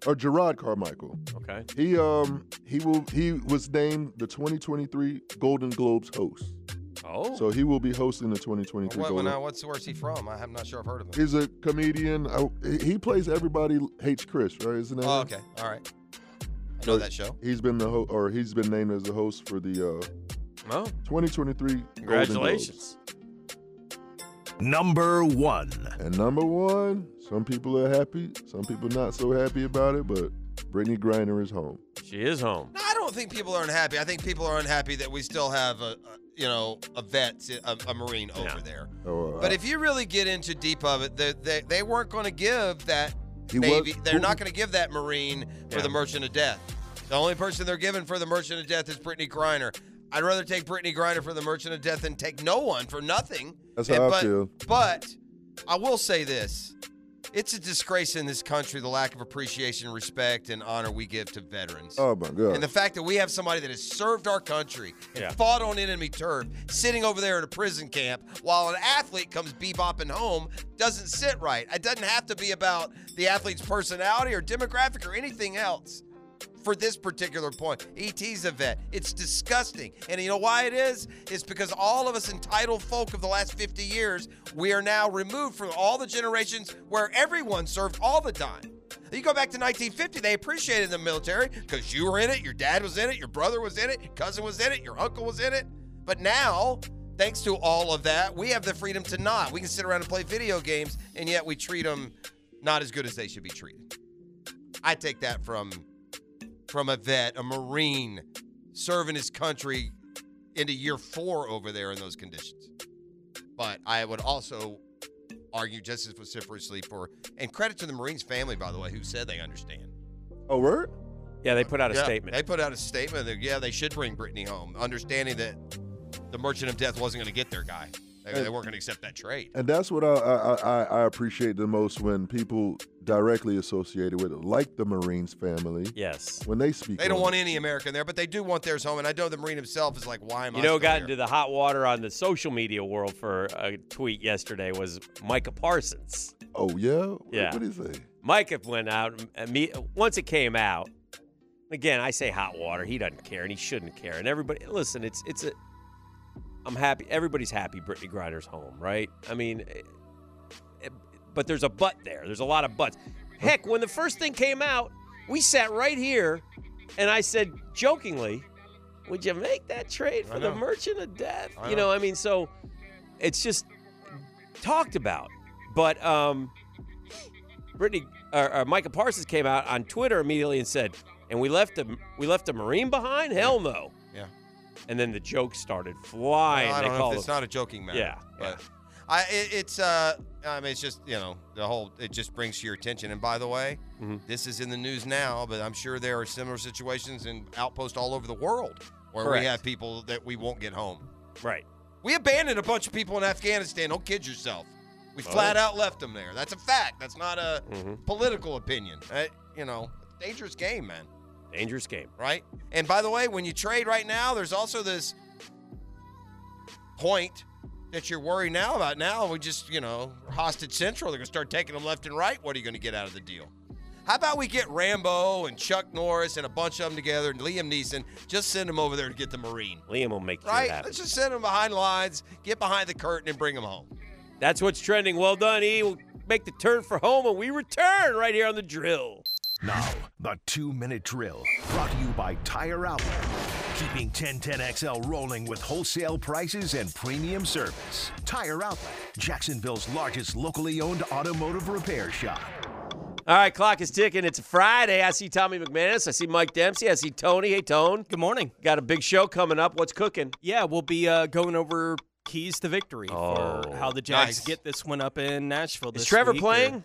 [SPEAKER 3] or Gerard Carmichael.
[SPEAKER 9] Okay.
[SPEAKER 3] He um, he will he was named the 2023 Golden Globes host.
[SPEAKER 9] Oh.
[SPEAKER 3] So he will be hosting the 2023
[SPEAKER 2] What,
[SPEAKER 3] Golden.
[SPEAKER 2] when I, what's where's he from? I, I'm not sure I've heard of him.
[SPEAKER 3] He's a comedian. I, he plays Everybody Hates Chris, right? Isn't that?
[SPEAKER 2] Oh,
[SPEAKER 3] him?
[SPEAKER 2] okay. All right. I know that show.
[SPEAKER 3] He's been the ho- or he's been named as the host for the uh,
[SPEAKER 9] oh,
[SPEAKER 3] 2023 Golden Globes.
[SPEAKER 9] congratulations.
[SPEAKER 7] Number one.
[SPEAKER 3] And number one, some people are happy, some people not so happy about it, but Brittany Griner is home.
[SPEAKER 9] She is home.
[SPEAKER 2] No, I don't think people are unhappy. I think people are unhappy that we still have a, a you know a vet, a, a marine over
[SPEAKER 9] Yeah.
[SPEAKER 2] there.
[SPEAKER 3] Oh, uh,
[SPEAKER 2] But if you really get into deep of it, they, they, they weren't going to give that
[SPEAKER 3] He
[SPEAKER 2] Navy.
[SPEAKER 3] was-
[SPEAKER 2] they're not going to give that Marine for
[SPEAKER 9] Yeah.
[SPEAKER 2] the Merchant of Death. The only person they're giving for the Merchant of Death is Brittany Griner. I'd rather take Brittany Griner for the Merchant of Death than take no one for nothing.
[SPEAKER 3] That's
[SPEAKER 2] And
[SPEAKER 3] how I
[SPEAKER 2] but,
[SPEAKER 3] feel.
[SPEAKER 2] But I will say this. It's a disgrace in this country the lack of appreciation, respect, and honor we give to veterans.
[SPEAKER 3] oh my god,
[SPEAKER 2] And the fact that we have somebody that has served our country and
[SPEAKER 9] Yeah.
[SPEAKER 2] fought on enemy turf sitting over there in a prison camp while an athlete comes bebopping home doesn't sit right. It doesn't have to be about the athlete's personality or demographic or anything else. for this particular point. ET's a vet. It's disgusting. And you know why it is? It's because all of us entitled folk of the last 50 years, we are now removed from all the generations where everyone served all the time. You go back to 1950, they appreciated the military because you were in it, your dad was in it, your brother was in it, your cousin was in it, your uncle was in it. But now, thanks to all of that, we have the freedom to not. We can sit around and play video games, and yet we treat them not as good as they should be treated. I take that from from a vet, a marine, serving his country into year four over there in those conditions. But I would also argue just as vociferously for, and credit to the Marines family, by the way, who said they understand.
[SPEAKER 3] Oh, word?
[SPEAKER 9] Yeah, they put out a
[SPEAKER 2] Yeah,
[SPEAKER 9] statement.
[SPEAKER 2] They put out a statement. That, yeah, they should bring Brittany home, understanding that the Merchant of Death wasn't going to get their guy. They, they weren't going to accept that trade.
[SPEAKER 3] And that's what I, I, I, I appreciate the most when people directly associated with it, like the Marines family.
[SPEAKER 9] Yes.
[SPEAKER 3] When they speak.
[SPEAKER 2] They don't
[SPEAKER 3] on
[SPEAKER 2] want any American there, but they do want theirs home. And I know the Marine himself is like, why am
[SPEAKER 9] You
[SPEAKER 2] I?
[SPEAKER 9] know,
[SPEAKER 2] still
[SPEAKER 9] who got
[SPEAKER 2] here?
[SPEAKER 9] into the hot water on the social media world for a tweet yesterday was Micah Parsons.
[SPEAKER 3] it. Oh, yeah?
[SPEAKER 9] Yeah.
[SPEAKER 3] What do you say?
[SPEAKER 9] Micah went out and me once it came out. Again, I say hot water. He doesn't care, and he shouldn't care. And everybody, listen, it's it's a. I'm happy. Everybody's happy. Brittany Griner's home, right? I mean, eh, eh, but there's a but there. There's a lot of buts. Heck, when the first thing came out, we sat right here, and I said jokingly, "Would you make that trade
[SPEAKER 2] I
[SPEAKER 9] for the
[SPEAKER 2] know.
[SPEAKER 9] Merchant of Death?"
[SPEAKER 2] I
[SPEAKER 9] uh, you
[SPEAKER 2] know.
[SPEAKER 9] know, I mean, so it's just talked about, but um. Brittany or, or Micah Parsons came out on Twitter immediately and said, "And we left the we left a Marine behind? Hell no!"
[SPEAKER 2] Yeah.
[SPEAKER 9] And then the jokes started flying.
[SPEAKER 2] Well, I
[SPEAKER 9] They
[SPEAKER 2] don't know.
[SPEAKER 9] call
[SPEAKER 2] If it's
[SPEAKER 9] it-
[SPEAKER 2] not a joking matter.
[SPEAKER 9] Yeah,
[SPEAKER 2] but I it, it's uh I mean it's just you know the whole it just brings to your attention. And by the way,
[SPEAKER 9] Mm-hmm.
[SPEAKER 2] this is in the news now, but I'm sure there are similar situations in outposts all over the world where
[SPEAKER 9] Correct.
[SPEAKER 2] we have people that we won't get home.
[SPEAKER 9] Right.
[SPEAKER 2] We abandoned a bunch of people in Afghanistan. Don't kid yourself. We
[SPEAKER 9] Oh.
[SPEAKER 2] flat out left them there. That's a fact. That's not a
[SPEAKER 9] Mhm.
[SPEAKER 2] political opinion. Uh, you know, dangerous game, man.
[SPEAKER 9] dangerous game.
[SPEAKER 2] Right. And by the way, when you trade right now, there's also this point that you're worried now about. Now we just, you know, we're hostage central. They're gonna start taking them left and right. What are you gonna get out of the deal? How about we get Rambo and Chuck Norris and a bunch of them together and Liam Neeson? Just send them over there to get the Marine.
[SPEAKER 9] Liam will make
[SPEAKER 2] Right?
[SPEAKER 9] it happen.
[SPEAKER 2] Let's just send them behind lines, get behind the curtain, and bring them home.
[SPEAKER 9] That's what's trending. Well done, E. We'll make the turn for home, and we return right here on the drill.
[SPEAKER 7] Now, the two minute drill brought to you by Tire Outlet, keeping 1010XL rolling with wholesale prices and premium service. Tire Outlet, Jacksonville's largest locally owned automotive repair shop.
[SPEAKER 9] All right, clock is ticking. It's Friday. I see Tommy McManus. I see Mike Dempsey. I see Tony. Hey, Tone. Good morning. Got a big show coming up. What's cooking?
[SPEAKER 14] Yeah, we'll be uh, going over keys to victory
[SPEAKER 9] Oh,
[SPEAKER 14] for how the Jags
[SPEAKER 9] nice.
[SPEAKER 14] get this one up in Nashville. This
[SPEAKER 9] Is Trevor
[SPEAKER 14] week. uh,
[SPEAKER 9] playing?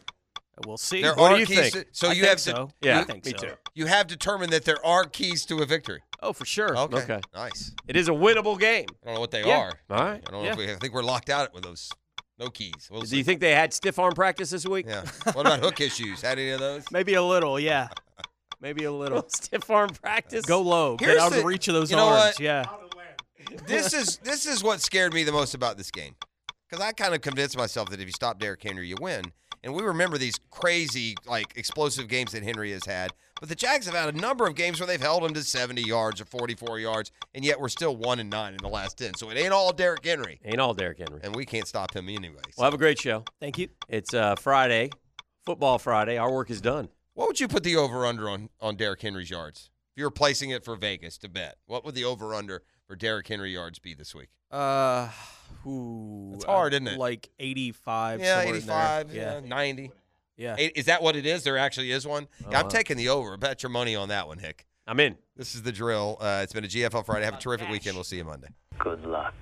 [SPEAKER 14] We'll see.
[SPEAKER 2] There
[SPEAKER 14] what
[SPEAKER 2] are
[SPEAKER 14] do you
[SPEAKER 2] keys
[SPEAKER 14] think?
[SPEAKER 2] to- so
[SPEAKER 14] I
[SPEAKER 2] you
[SPEAKER 14] think
[SPEAKER 2] have to-
[SPEAKER 14] so.
[SPEAKER 2] Yeah,
[SPEAKER 14] I think
[SPEAKER 2] me
[SPEAKER 14] so.
[SPEAKER 2] too. You have determined that there are keys to a victory.
[SPEAKER 14] Oh, for sure.
[SPEAKER 2] Okay. Nice.
[SPEAKER 9] It is a winnable game.
[SPEAKER 2] I don't know what they
[SPEAKER 9] Yeah.
[SPEAKER 2] are.
[SPEAKER 9] All right.
[SPEAKER 2] I don't know
[SPEAKER 9] Yeah.
[SPEAKER 2] if we. I think we're locked out with those. No keys. We'll
[SPEAKER 9] Do
[SPEAKER 2] see.
[SPEAKER 9] you think they had stiff arm practice this week?
[SPEAKER 2] Yeah.
[SPEAKER 14] <laughs>
[SPEAKER 2] What about hook issues? Had any of those?
[SPEAKER 14] Maybe a little, yeah. Maybe a little.
[SPEAKER 9] <laughs> Stiff arm practice.
[SPEAKER 14] Go low.
[SPEAKER 2] Here's
[SPEAKER 14] Get out of
[SPEAKER 2] the-
[SPEAKER 14] the reach of those
[SPEAKER 2] you know
[SPEAKER 14] arms.
[SPEAKER 2] what?
[SPEAKER 14] Yeah.
[SPEAKER 2] this
[SPEAKER 9] <laughs>
[SPEAKER 2] is this is what scared me the most about this game, because I kind of convinced myself that if you stop Derrick Henry, you win. And we remember these crazy, like explosive games that Henry has had. But the Jags have had a number of games where they've held him to 70 yards or 44 yards, and yet we're still one and nine in the last 10. So it ain't all Derrick Henry,
[SPEAKER 9] Ain't all Derrick Henry.
[SPEAKER 2] and we can't stop him anyway.
[SPEAKER 9] We'll have a great show.
[SPEAKER 14] Thank you.
[SPEAKER 9] It's uh, Friday, football Friday. Our work is done.
[SPEAKER 2] What would you put the over under on on Derrick Henry's yards? If you were placing it for Vegas to bet, what would the over under for Derrick Henry yards be this week?
[SPEAKER 14] Uh, ooh,
[SPEAKER 2] It's
[SPEAKER 14] uh,
[SPEAKER 2] hard, isn't it?
[SPEAKER 14] Like 85.
[SPEAKER 2] Yeah,
[SPEAKER 14] somewhere in there.
[SPEAKER 2] 85, yeah, 90.
[SPEAKER 14] Yeah.
[SPEAKER 2] Hey, Is that what it is? There actually is one. Yeah,
[SPEAKER 9] Uh-huh.
[SPEAKER 2] I'm
[SPEAKER 14] wow.
[SPEAKER 2] taking the over. Bet your money on that one, Hick.
[SPEAKER 9] Oh, I'm in.
[SPEAKER 2] This is the drill. Uh, it's been a GFL Friday. Have a terrific weekend. We'll see you Monday.
[SPEAKER 15] Good luck.